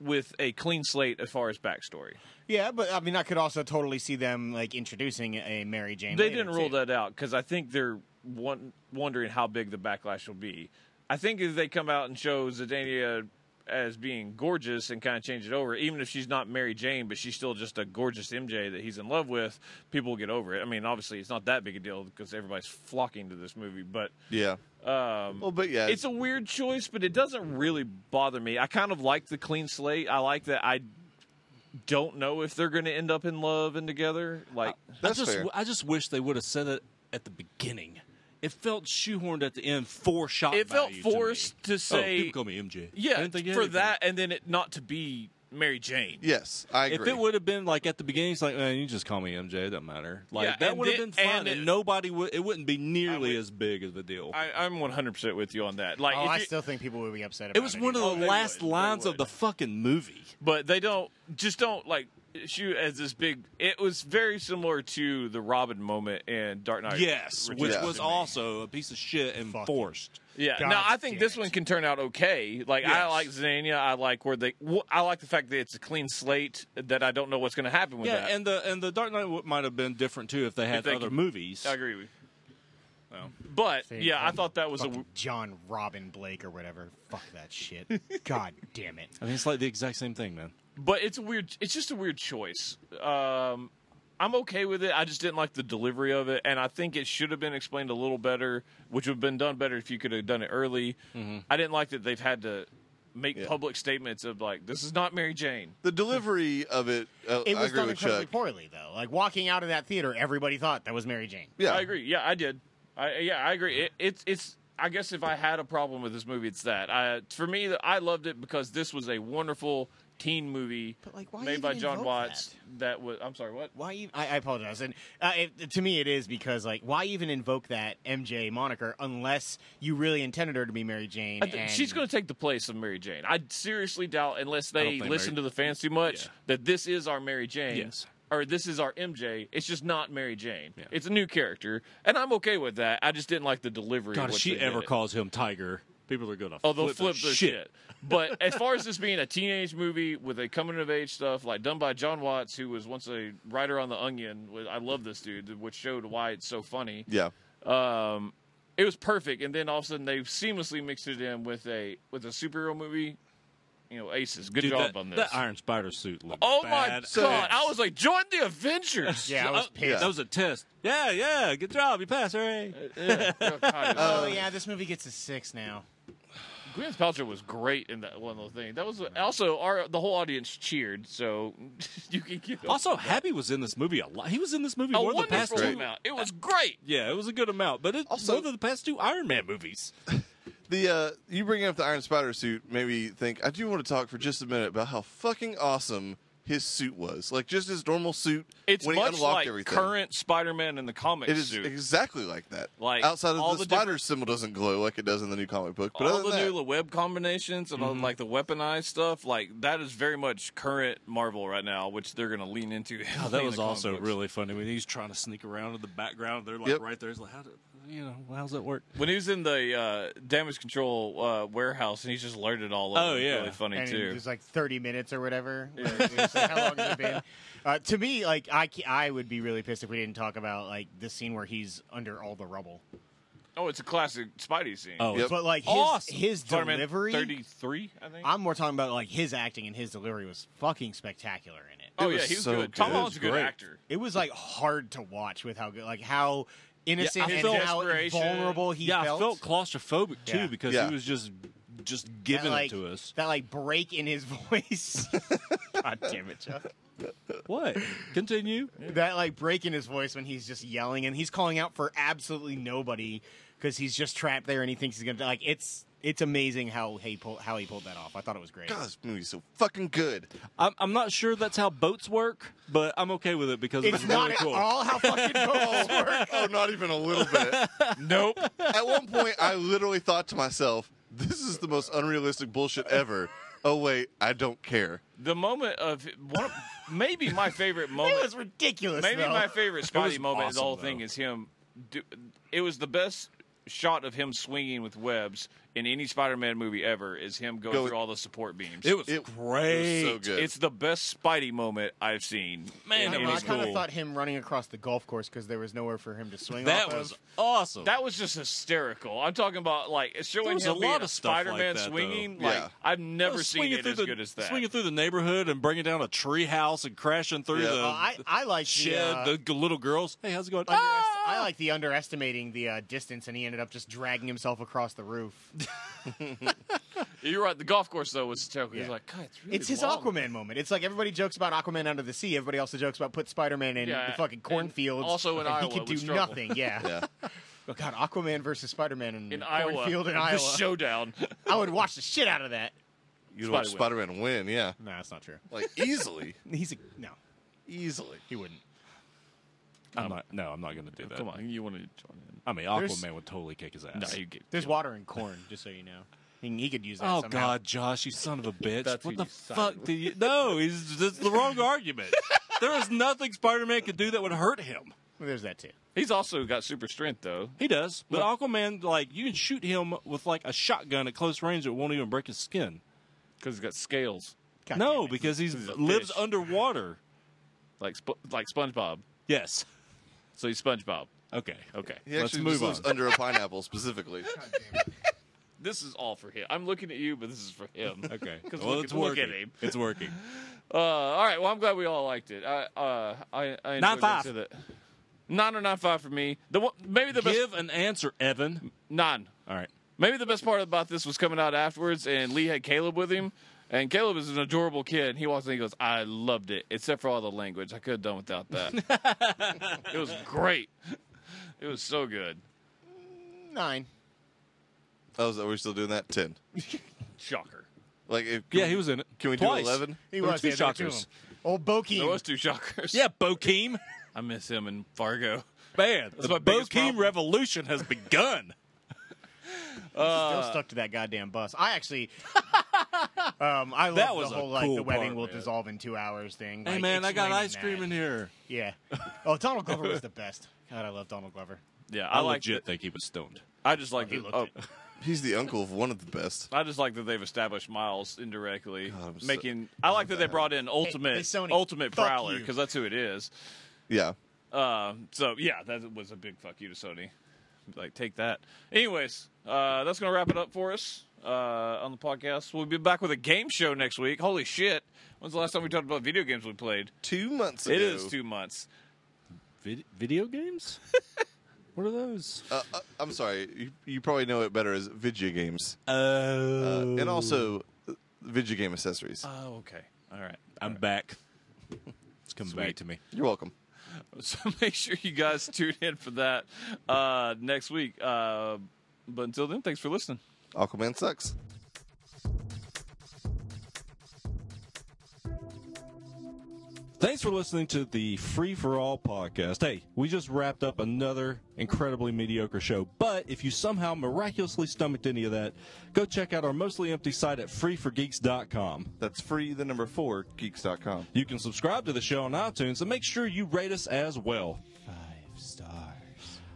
Speaker 1: with a clean slate as far as backstory.
Speaker 3: Yeah, but I mean, I could also totally see them like introducing a Mary Jane.
Speaker 1: They
Speaker 3: later,
Speaker 1: didn't rule
Speaker 3: too.
Speaker 1: that out because I think they're won- wondering how big the backlash will be. I think if they come out and show Zendaya as being gorgeous and kind of change it over, even if she's not Mary Jane, but she's still just a gorgeous MJ that he's in love with, people will get over it. I mean, obviously, it's not that big a deal because everybody's flocking to this movie, but
Speaker 4: yeah.
Speaker 1: um,
Speaker 4: Well, but yeah,
Speaker 1: it's a weird choice, but it doesn't really bother me. I kind of like the clean slate. I like that I don't know if they're going to end up in love and together. Like,
Speaker 4: That's
Speaker 2: I just
Speaker 4: fair.
Speaker 2: I just wish they would have said it at the beginning. It felt shoehorned at the end for shot.
Speaker 1: it felt
Speaker 2: value to me.
Speaker 1: forced to,
Speaker 2: Oh,
Speaker 1: say
Speaker 2: people call me MJ. I
Speaker 1: yeah
Speaker 2: didn't think
Speaker 1: for
Speaker 2: anything.
Speaker 1: that and then it not to be mary jane
Speaker 4: yes, I agree.
Speaker 2: If it would have been like at the beginning, it's like, man, you just call me MJ. It doesn't matter. Like
Speaker 1: Yeah,
Speaker 2: that
Speaker 1: and
Speaker 2: would have
Speaker 1: then-
Speaker 2: been fun,
Speaker 1: and
Speaker 2: and,
Speaker 1: it-
Speaker 2: nobody would. It wouldn't be nearly
Speaker 1: would-
Speaker 2: as big of a deal.
Speaker 1: I, i'm 100% with you on that like
Speaker 3: Oh,
Speaker 1: if
Speaker 3: I
Speaker 1: you-
Speaker 3: still think people would be upset. About
Speaker 2: it was one of
Speaker 1: Oh,
Speaker 2: the
Speaker 1: they
Speaker 2: last
Speaker 1: would, they
Speaker 2: lines
Speaker 1: would.
Speaker 2: of the fucking movie.
Speaker 1: but they don't just don't like shoot as this big it was very similar to the robin moment in dark knight
Speaker 2: Yes,
Speaker 1: Returns
Speaker 2: which
Speaker 1: to
Speaker 2: was
Speaker 1: me.
Speaker 2: also a piece of shit and
Speaker 3: Fucking-
Speaker 2: forced.
Speaker 1: yeah
Speaker 3: God
Speaker 1: now i think
Speaker 3: damn
Speaker 1: this
Speaker 3: it.
Speaker 1: one can turn out okay like i
Speaker 2: Yes.
Speaker 1: like Xenia. i like where they wh- i like the fact that it's a clean slate that i don't know what's going to happen with
Speaker 2: Yeah,
Speaker 1: that
Speaker 2: and the and the Dark Knight w- might have been different too if they had
Speaker 1: they
Speaker 2: other
Speaker 1: could-
Speaker 2: movies.
Speaker 1: i agree with you But
Speaker 3: Same
Speaker 1: yeah, I
Speaker 3: thing.
Speaker 1: thought that was a
Speaker 3: Fucking John Robin Blake or whatever. Fuck that shit. God damn it.
Speaker 2: I mean, it's like the exact same thing, man.
Speaker 1: but it's a weird it's just a weird choice um i'm okay with it i just didn't like the delivery of it and i think it should have been explained a little better which would have been done better if you could have done it early i didn't like that they've had to make
Speaker 4: Mm-hmm. Yeah.
Speaker 1: public statements of like this is not mary jane
Speaker 4: The delivery of it, uh,
Speaker 3: It
Speaker 4: I
Speaker 3: was
Speaker 4: agree
Speaker 3: done
Speaker 4: with
Speaker 3: incredibly
Speaker 4: Chuck.
Speaker 3: poorly though. Like walking out of that theater, everybody thought that was Mary Jane.
Speaker 4: Yeah,
Speaker 1: i agree yeah i did i yeah i agree it, it's it's i guess if i had a problem with this movie it's that i for me i loved it because this was a wonderful teen movie
Speaker 3: But, like, why
Speaker 1: made by
Speaker 3: even
Speaker 1: john
Speaker 3: invoke
Speaker 1: watts
Speaker 3: that?
Speaker 1: that was i'm sorry what
Speaker 3: Why? Even, I, I apologize. And uh, it, to me, it is because like, why even invoke that MJ moniker unless you really intended her to be Mary Jane?
Speaker 1: I th-
Speaker 3: and
Speaker 1: she's going to take the place of Mary Jane. I seriously doubt, unless
Speaker 2: don't
Speaker 1: they
Speaker 2: think
Speaker 1: listen to
Speaker 2: Mary-
Speaker 1: the fans too much,
Speaker 2: Yeah.
Speaker 1: that this is our Mary Jane.
Speaker 2: Yes.
Speaker 1: Or this is our MJ. It's just not Mary Jane.
Speaker 2: Yeah.
Speaker 1: It's a new character, and I'm okay with that. I just didn't like the delivery.
Speaker 2: God,
Speaker 1: of
Speaker 2: if
Speaker 1: what
Speaker 2: she
Speaker 1: they did
Speaker 2: ever
Speaker 1: it.
Speaker 2: calls him Tiger, people are gonna
Speaker 1: Oh, they'll
Speaker 2: flip,
Speaker 1: flip
Speaker 2: their
Speaker 1: their shit. But as far as this being a teenage movie with a coming of age stuff, like done by John Watts, who was once a writer on The Onion, wh- I love this dude, which showed why it's so funny
Speaker 4: yeah.
Speaker 1: um, it was perfect. And then all of a sudden they seamlessly mixed it in with a with a superhero movie. You know, Aces. Good
Speaker 2: Dude,
Speaker 1: job
Speaker 2: that,
Speaker 1: on this.
Speaker 2: that Iron Spider suit looked
Speaker 1: oh my
Speaker 2: bad.
Speaker 1: god! I was like, join the Avengers.
Speaker 3: Yeah, I was
Speaker 2: Uh,
Speaker 3: pissed.
Speaker 2: That was a test. Yeah, yeah. Good job. You passed. Hooray.
Speaker 1: Yeah. Oh, God. Uh,
Speaker 3: Oh yeah, this movie gets a six now.
Speaker 1: Gwyneth Paltrow was great in that one little thing. That was also our the whole audience cheered. So you can get
Speaker 2: Also, Happy was in this movie a lot. He was in this movie
Speaker 1: a
Speaker 2: more than the past
Speaker 1: wonderful
Speaker 2: two.
Speaker 1: amount. It was great.
Speaker 2: Yeah, it was a good amount, but it's
Speaker 4: Also-
Speaker 2: one of the past two Iron Man movies.
Speaker 4: The uh, you bring up the Iron Spider suit made me think. I do want to talk for just a minute about how fucking awesome his suit was. Like just his normal suit
Speaker 1: It's
Speaker 4: when he
Speaker 1: much
Speaker 4: unlocked
Speaker 1: like
Speaker 4: everything.
Speaker 1: current Spider-Man in the comics.
Speaker 4: it is
Speaker 1: suit.
Speaker 4: exactly like that.
Speaker 1: Like,
Speaker 4: outside
Speaker 1: all
Speaker 4: of the,
Speaker 1: the
Speaker 4: spider symbol doesn't glow like it does in the new comic book. But
Speaker 1: all
Speaker 4: other
Speaker 1: the
Speaker 4: than that,
Speaker 1: new new web combinations and all, like the weaponized stuff, like that is very much current Marvel right now, which they're going to lean into.
Speaker 2: Oh,
Speaker 1: in
Speaker 2: that
Speaker 1: the
Speaker 2: was
Speaker 1: comic
Speaker 2: also
Speaker 1: books.
Speaker 2: really funny when he's trying to sneak around in the background. They're like
Speaker 4: Yep.
Speaker 2: right there. It's like, how do you know? How's that work?
Speaker 1: when he was in the uh, damage control uh, warehouse and he's just alerted all
Speaker 2: Oh,
Speaker 1: over.
Speaker 2: yeah.
Speaker 1: really funny
Speaker 3: and it
Speaker 1: too.
Speaker 3: was like 30 minutes or whatever. It was like, how long has it been? Uh, to me, like I, ca- I would be really pissed if we didn't talk about like the scene where he's under all the rubble.
Speaker 1: Oh, it's a classic Spidey scene.
Speaker 2: Oh,
Speaker 4: Yep.
Speaker 3: But like his,
Speaker 2: Awesome.
Speaker 3: his
Speaker 1: Spider-Man
Speaker 3: delivery,
Speaker 1: thirty-three, I think.
Speaker 3: I'm more talking about like his acting and his delivery was fucking spectacular in it.
Speaker 1: oh
Speaker 4: It
Speaker 1: yeah,
Speaker 4: was
Speaker 1: he was
Speaker 4: so
Speaker 1: good. Tom
Speaker 4: good.
Speaker 1: Holland's a
Speaker 4: It
Speaker 1: good
Speaker 4: was great.
Speaker 1: actor.
Speaker 3: It was like hard to watch with how good, like how innocent
Speaker 2: I
Speaker 3: and
Speaker 2: felt-
Speaker 3: how
Speaker 1: Desperation.
Speaker 3: vulnerable he
Speaker 2: yeah,
Speaker 3: felt.
Speaker 2: I felt claustrophobic too
Speaker 3: Yeah.
Speaker 2: because
Speaker 4: Yeah.
Speaker 2: he was just just
Speaker 3: that,
Speaker 2: giving
Speaker 3: like,
Speaker 2: it to us.
Speaker 3: That like break in his voice. God damn it, Chuck.
Speaker 2: What? Continue.
Speaker 3: that like break in his voice when he's just yelling and he's calling out for absolutely nobody because he's just trapped there and he thinks he's gonna like it's it's amazing how he pulled how he pulled that off. I thought it was great.
Speaker 4: God, this movie's so fucking good.
Speaker 2: I'm, I'm not sure that's how boats work, but I'm okay with it because
Speaker 3: It's
Speaker 2: it was
Speaker 3: not
Speaker 2: really
Speaker 3: at
Speaker 2: cool.
Speaker 3: all how fucking Bones work.
Speaker 4: oh, not even a little bit.
Speaker 1: Nope.
Speaker 4: At one point, I literally thought to myself, "This is the most unrealistic bullshit ever." Oh wait, I don't care.
Speaker 1: the moment of one, maybe my favorite moment.
Speaker 3: It was ridiculous.
Speaker 1: Maybe
Speaker 3: though.
Speaker 1: my favorite
Speaker 2: was
Speaker 1: Spidey moment of the
Speaker 2: awesome,
Speaker 1: whole thing
Speaker 2: though.
Speaker 1: is him. Do, it was the best shot of him swinging with webs in any Spider-Man movie ever. Is him going
Speaker 4: Go-
Speaker 1: through all the support beams?
Speaker 2: It was
Speaker 4: It- it was so
Speaker 2: great.
Speaker 4: so good.
Speaker 1: It's the best Spidey moment I've seen.
Speaker 2: Man,
Speaker 1: in any
Speaker 3: I,
Speaker 2: it
Speaker 3: don't know, I
Speaker 2: was
Speaker 3: kind of
Speaker 2: cool.
Speaker 3: thought him running across the golf course because there was nowhere for him to swing.
Speaker 2: That
Speaker 3: off
Speaker 2: was
Speaker 3: of.
Speaker 2: awesome.
Speaker 1: That was just hysterical. I'm talking about like showing
Speaker 2: was
Speaker 1: him
Speaker 2: a
Speaker 1: being
Speaker 2: lot
Speaker 1: a
Speaker 2: of stuff like
Speaker 1: Spider-Man
Speaker 2: that, though.
Speaker 1: swinging.
Speaker 4: Yeah.
Speaker 1: Like I've
Speaker 2: Oh,
Speaker 1: never seen
Speaker 2: swinging
Speaker 1: it
Speaker 2: through
Speaker 1: as
Speaker 2: the-
Speaker 1: good as that.
Speaker 2: Swinging through the neighborhood and bringing down a tree house and crashing through
Speaker 4: Yeah.
Speaker 2: the
Speaker 3: Uh, I I like
Speaker 2: shed.
Speaker 3: the.
Speaker 2: The,
Speaker 3: Uh,
Speaker 2: g- little girls. Hey, how's it going?
Speaker 3: underest-
Speaker 2: Ah!
Speaker 3: I like the underestimating the uh, distance, and he ended up just dragging himself across the roof.
Speaker 1: You're right. The golf course though was hysterical. He's
Speaker 3: Yeah.
Speaker 1: like, God, it's really
Speaker 3: It's his
Speaker 1: long."
Speaker 3: Aquaman moment. It's like everybody jokes about Aquaman under the sea. Everybody also jokes about put Spider-Man in
Speaker 1: Yeah,
Speaker 3: the fucking
Speaker 1: and
Speaker 3: cornfields.
Speaker 1: also in
Speaker 3: and
Speaker 1: Iowa
Speaker 3: he can
Speaker 1: we
Speaker 3: do
Speaker 1: struggle.
Speaker 3: nothing. Yeah.
Speaker 4: Yeah.
Speaker 3: Oh, God, Aquaman versus Spider-Man in,
Speaker 1: in
Speaker 3: a
Speaker 1: Iowa.
Speaker 3: cornfield in
Speaker 1: the
Speaker 3: Iowa.
Speaker 1: showdown.
Speaker 3: I would watch the shit out of that.
Speaker 4: You watch Spider
Speaker 1: Spider-Man.
Speaker 4: Man win, yeah,
Speaker 3: No, that's not true.
Speaker 4: like easily,
Speaker 3: He's a no.
Speaker 4: easily.
Speaker 3: He wouldn't.
Speaker 2: I'm not. No, I'm not going to do that.
Speaker 1: Oh, Come on, you want to join in?
Speaker 2: I mean,
Speaker 3: There's-
Speaker 2: Aquaman would totally kick his ass.
Speaker 1: No, you get.
Speaker 3: There's water in corn, just so you know. He, he could use that.
Speaker 2: Oh
Speaker 3: somehow.
Speaker 2: God, Josh, you son of a bitch!
Speaker 1: That's
Speaker 2: what
Speaker 1: who
Speaker 2: the
Speaker 1: you sided
Speaker 2: fuck
Speaker 1: with.
Speaker 2: do you? No, he's that's the wrong argument. There is nothing Spider-Man could do that would hurt him.
Speaker 3: Well, there's that too.
Speaker 1: He's also got super strength though.
Speaker 2: He does, but Aquaman, like you can shoot him with like a shotgun at close range that won't even break his skin.
Speaker 1: Because he's got scales,
Speaker 3: God damn
Speaker 2: no,
Speaker 3: it.
Speaker 2: because he's,
Speaker 1: a
Speaker 2: lives
Speaker 1: fish.
Speaker 2: underwater.
Speaker 1: like Sp- like SpongeBob.
Speaker 2: Yes,
Speaker 1: So he's SpongeBob.
Speaker 2: Okay, okay.
Speaker 4: He
Speaker 2: Let's
Speaker 4: actually
Speaker 2: move
Speaker 4: just
Speaker 2: on.
Speaker 4: lives under a pineapple specifically.
Speaker 1: This is all for him. I'm looking at you, but this is for him.
Speaker 2: okay.
Speaker 1: 'Cause
Speaker 2: Well,
Speaker 1: look-
Speaker 2: it's
Speaker 1: look
Speaker 2: working.
Speaker 1: at him.
Speaker 2: It's working.
Speaker 1: Uh, all right. Well, I'm glad we all liked it. I uh, I, I enjoyed
Speaker 2: Nine five.
Speaker 1: listening to that. Nine or nine five for me. The one, maybe the best
Speaker 2: Give an answer, Evan.
Speaker 1: nine.
Speaker 2: All right.
Speaker 1: Maybe the best part about this was coming out afterwards, and Lee had Caleb with him. And Caleb is an adorable kid. He walks in and he goes, I loved it, except for all the language. I could have done without that. it was great. It was so good.
Speaker 3: Nine.
Speaker 4: Oh, is that, we're still doing that? Ten.
Speaker 1: Shocker.
Speaker 4: Like, if,
Speaker 2: Yeah, he was in it.
Speaker 4: Can we do
Speaker 2: Twice.
Speaker 4: 11?
Speaker 3: He
Speaker 2: There were
Speaker 3: was
Speaker 2: two
Speaker 3: yeah, there were two of
Speaker 2: shockers.
Speaker 3: them. Old Bokey.
Speaker 1: There was two shockers.
Speaker 2: Yeah, Bokeem.
Speaker 1: I miss him in Fargo.
Speaker 2: Man,
Speaker 1: That's
Speaker 2: the
Speaker 1: my biggest
Speaker 2: Bokeem
Speaker 1: problem.
Speaker 2: revolution has begun.
Speaker 3: still
Speaker 2: Uh,
Speaker 3: stuck to that goddamn bus. I actually, um, I love
Speaker 2: That was
Speaker 3: the
Speaker 2: a
Speaker 3: whole like
Speaker 2: cool
Speaker 3: the wedding
Speaker 2: part,
Speaker 3: will
Speaker 2: man.
Speaker 3: dissolve in two hours thing.
Speaker 2: hey
Speaker 3: Like,
Speaker 2: man, I got
Speaker 3: explaining
Speaker 2: ice cream
Speaker 3: that.
Speaker 2: in here.
Speaker 3: Yeah. Oh, Donald Glover was the best. God, I love Donald Glover.
Speaker 1: Yeah,
Speaker 2: I,
Speaker 1: I, like
Speaker 2: legit think he was stoned.
Speaker 1: I just like
Speaker 3: He
Speaker 1: that.
Speaker 3: looked
Speaker 1: Oh,
Speaker 3: it.
Speaker 4: He's the uncle of one of the best.
Speaker 1: I just like that they've established Miles indirectly,
Speaker 4: God, I'm so-
Speaker 1: making. I like that they brought in Ultimate
Speaker 3: hey, Sony,
Speaker 1: Ultimate
Speaker 3: fuck
Speaker 1: Prowler
Speaker 3: you.
Speaker 1: because that's who it is.
Speaker 4: Yeah.
Speaker 1: Um, so yeah, that was a big fuck you to Sony. Like, take that. Anyways, uh, that's gonna wrap it up for us uh, on the podcast. We'll be back with a game show next week. Holy shit! When's the last time we talked about video games we played?
Speaker 4: Two months ago.
Speaker 1: It is two months.
Speaker 2: Vid- video games? what are those?
Speaker 4: Uh, uh, I'm sorry. You, you probably know it better as video games.
Speaker 2: Oh,
Speaker 4: Uh, and also uh, video game accessories.
Speaker 2: Uh.
Speaker 1: Oh, okay. All right.
Speaker 2: I'm back. It's coming back to me.
Speaker 4: You're welcome.
Speaker 1: So make sure you guys tune in for that uh, next week. Uh, but until then, thanks for listening.
Speaker 4: Aquaman sucks.
Speaker 2: Thanks for listening to the Free for All podcast. Hey, we just wrapped up another incredibly mediocre show, but if you somehow miraculously stomached any of that, go check out our mostly empty site at freeforgeeks.com.
Speaker 4: That's free, the number four, geeks.com.
Speaker 2: You can subscribe to the show on iTunes and make sure you rate us as well.
Speaker 5: Five stars.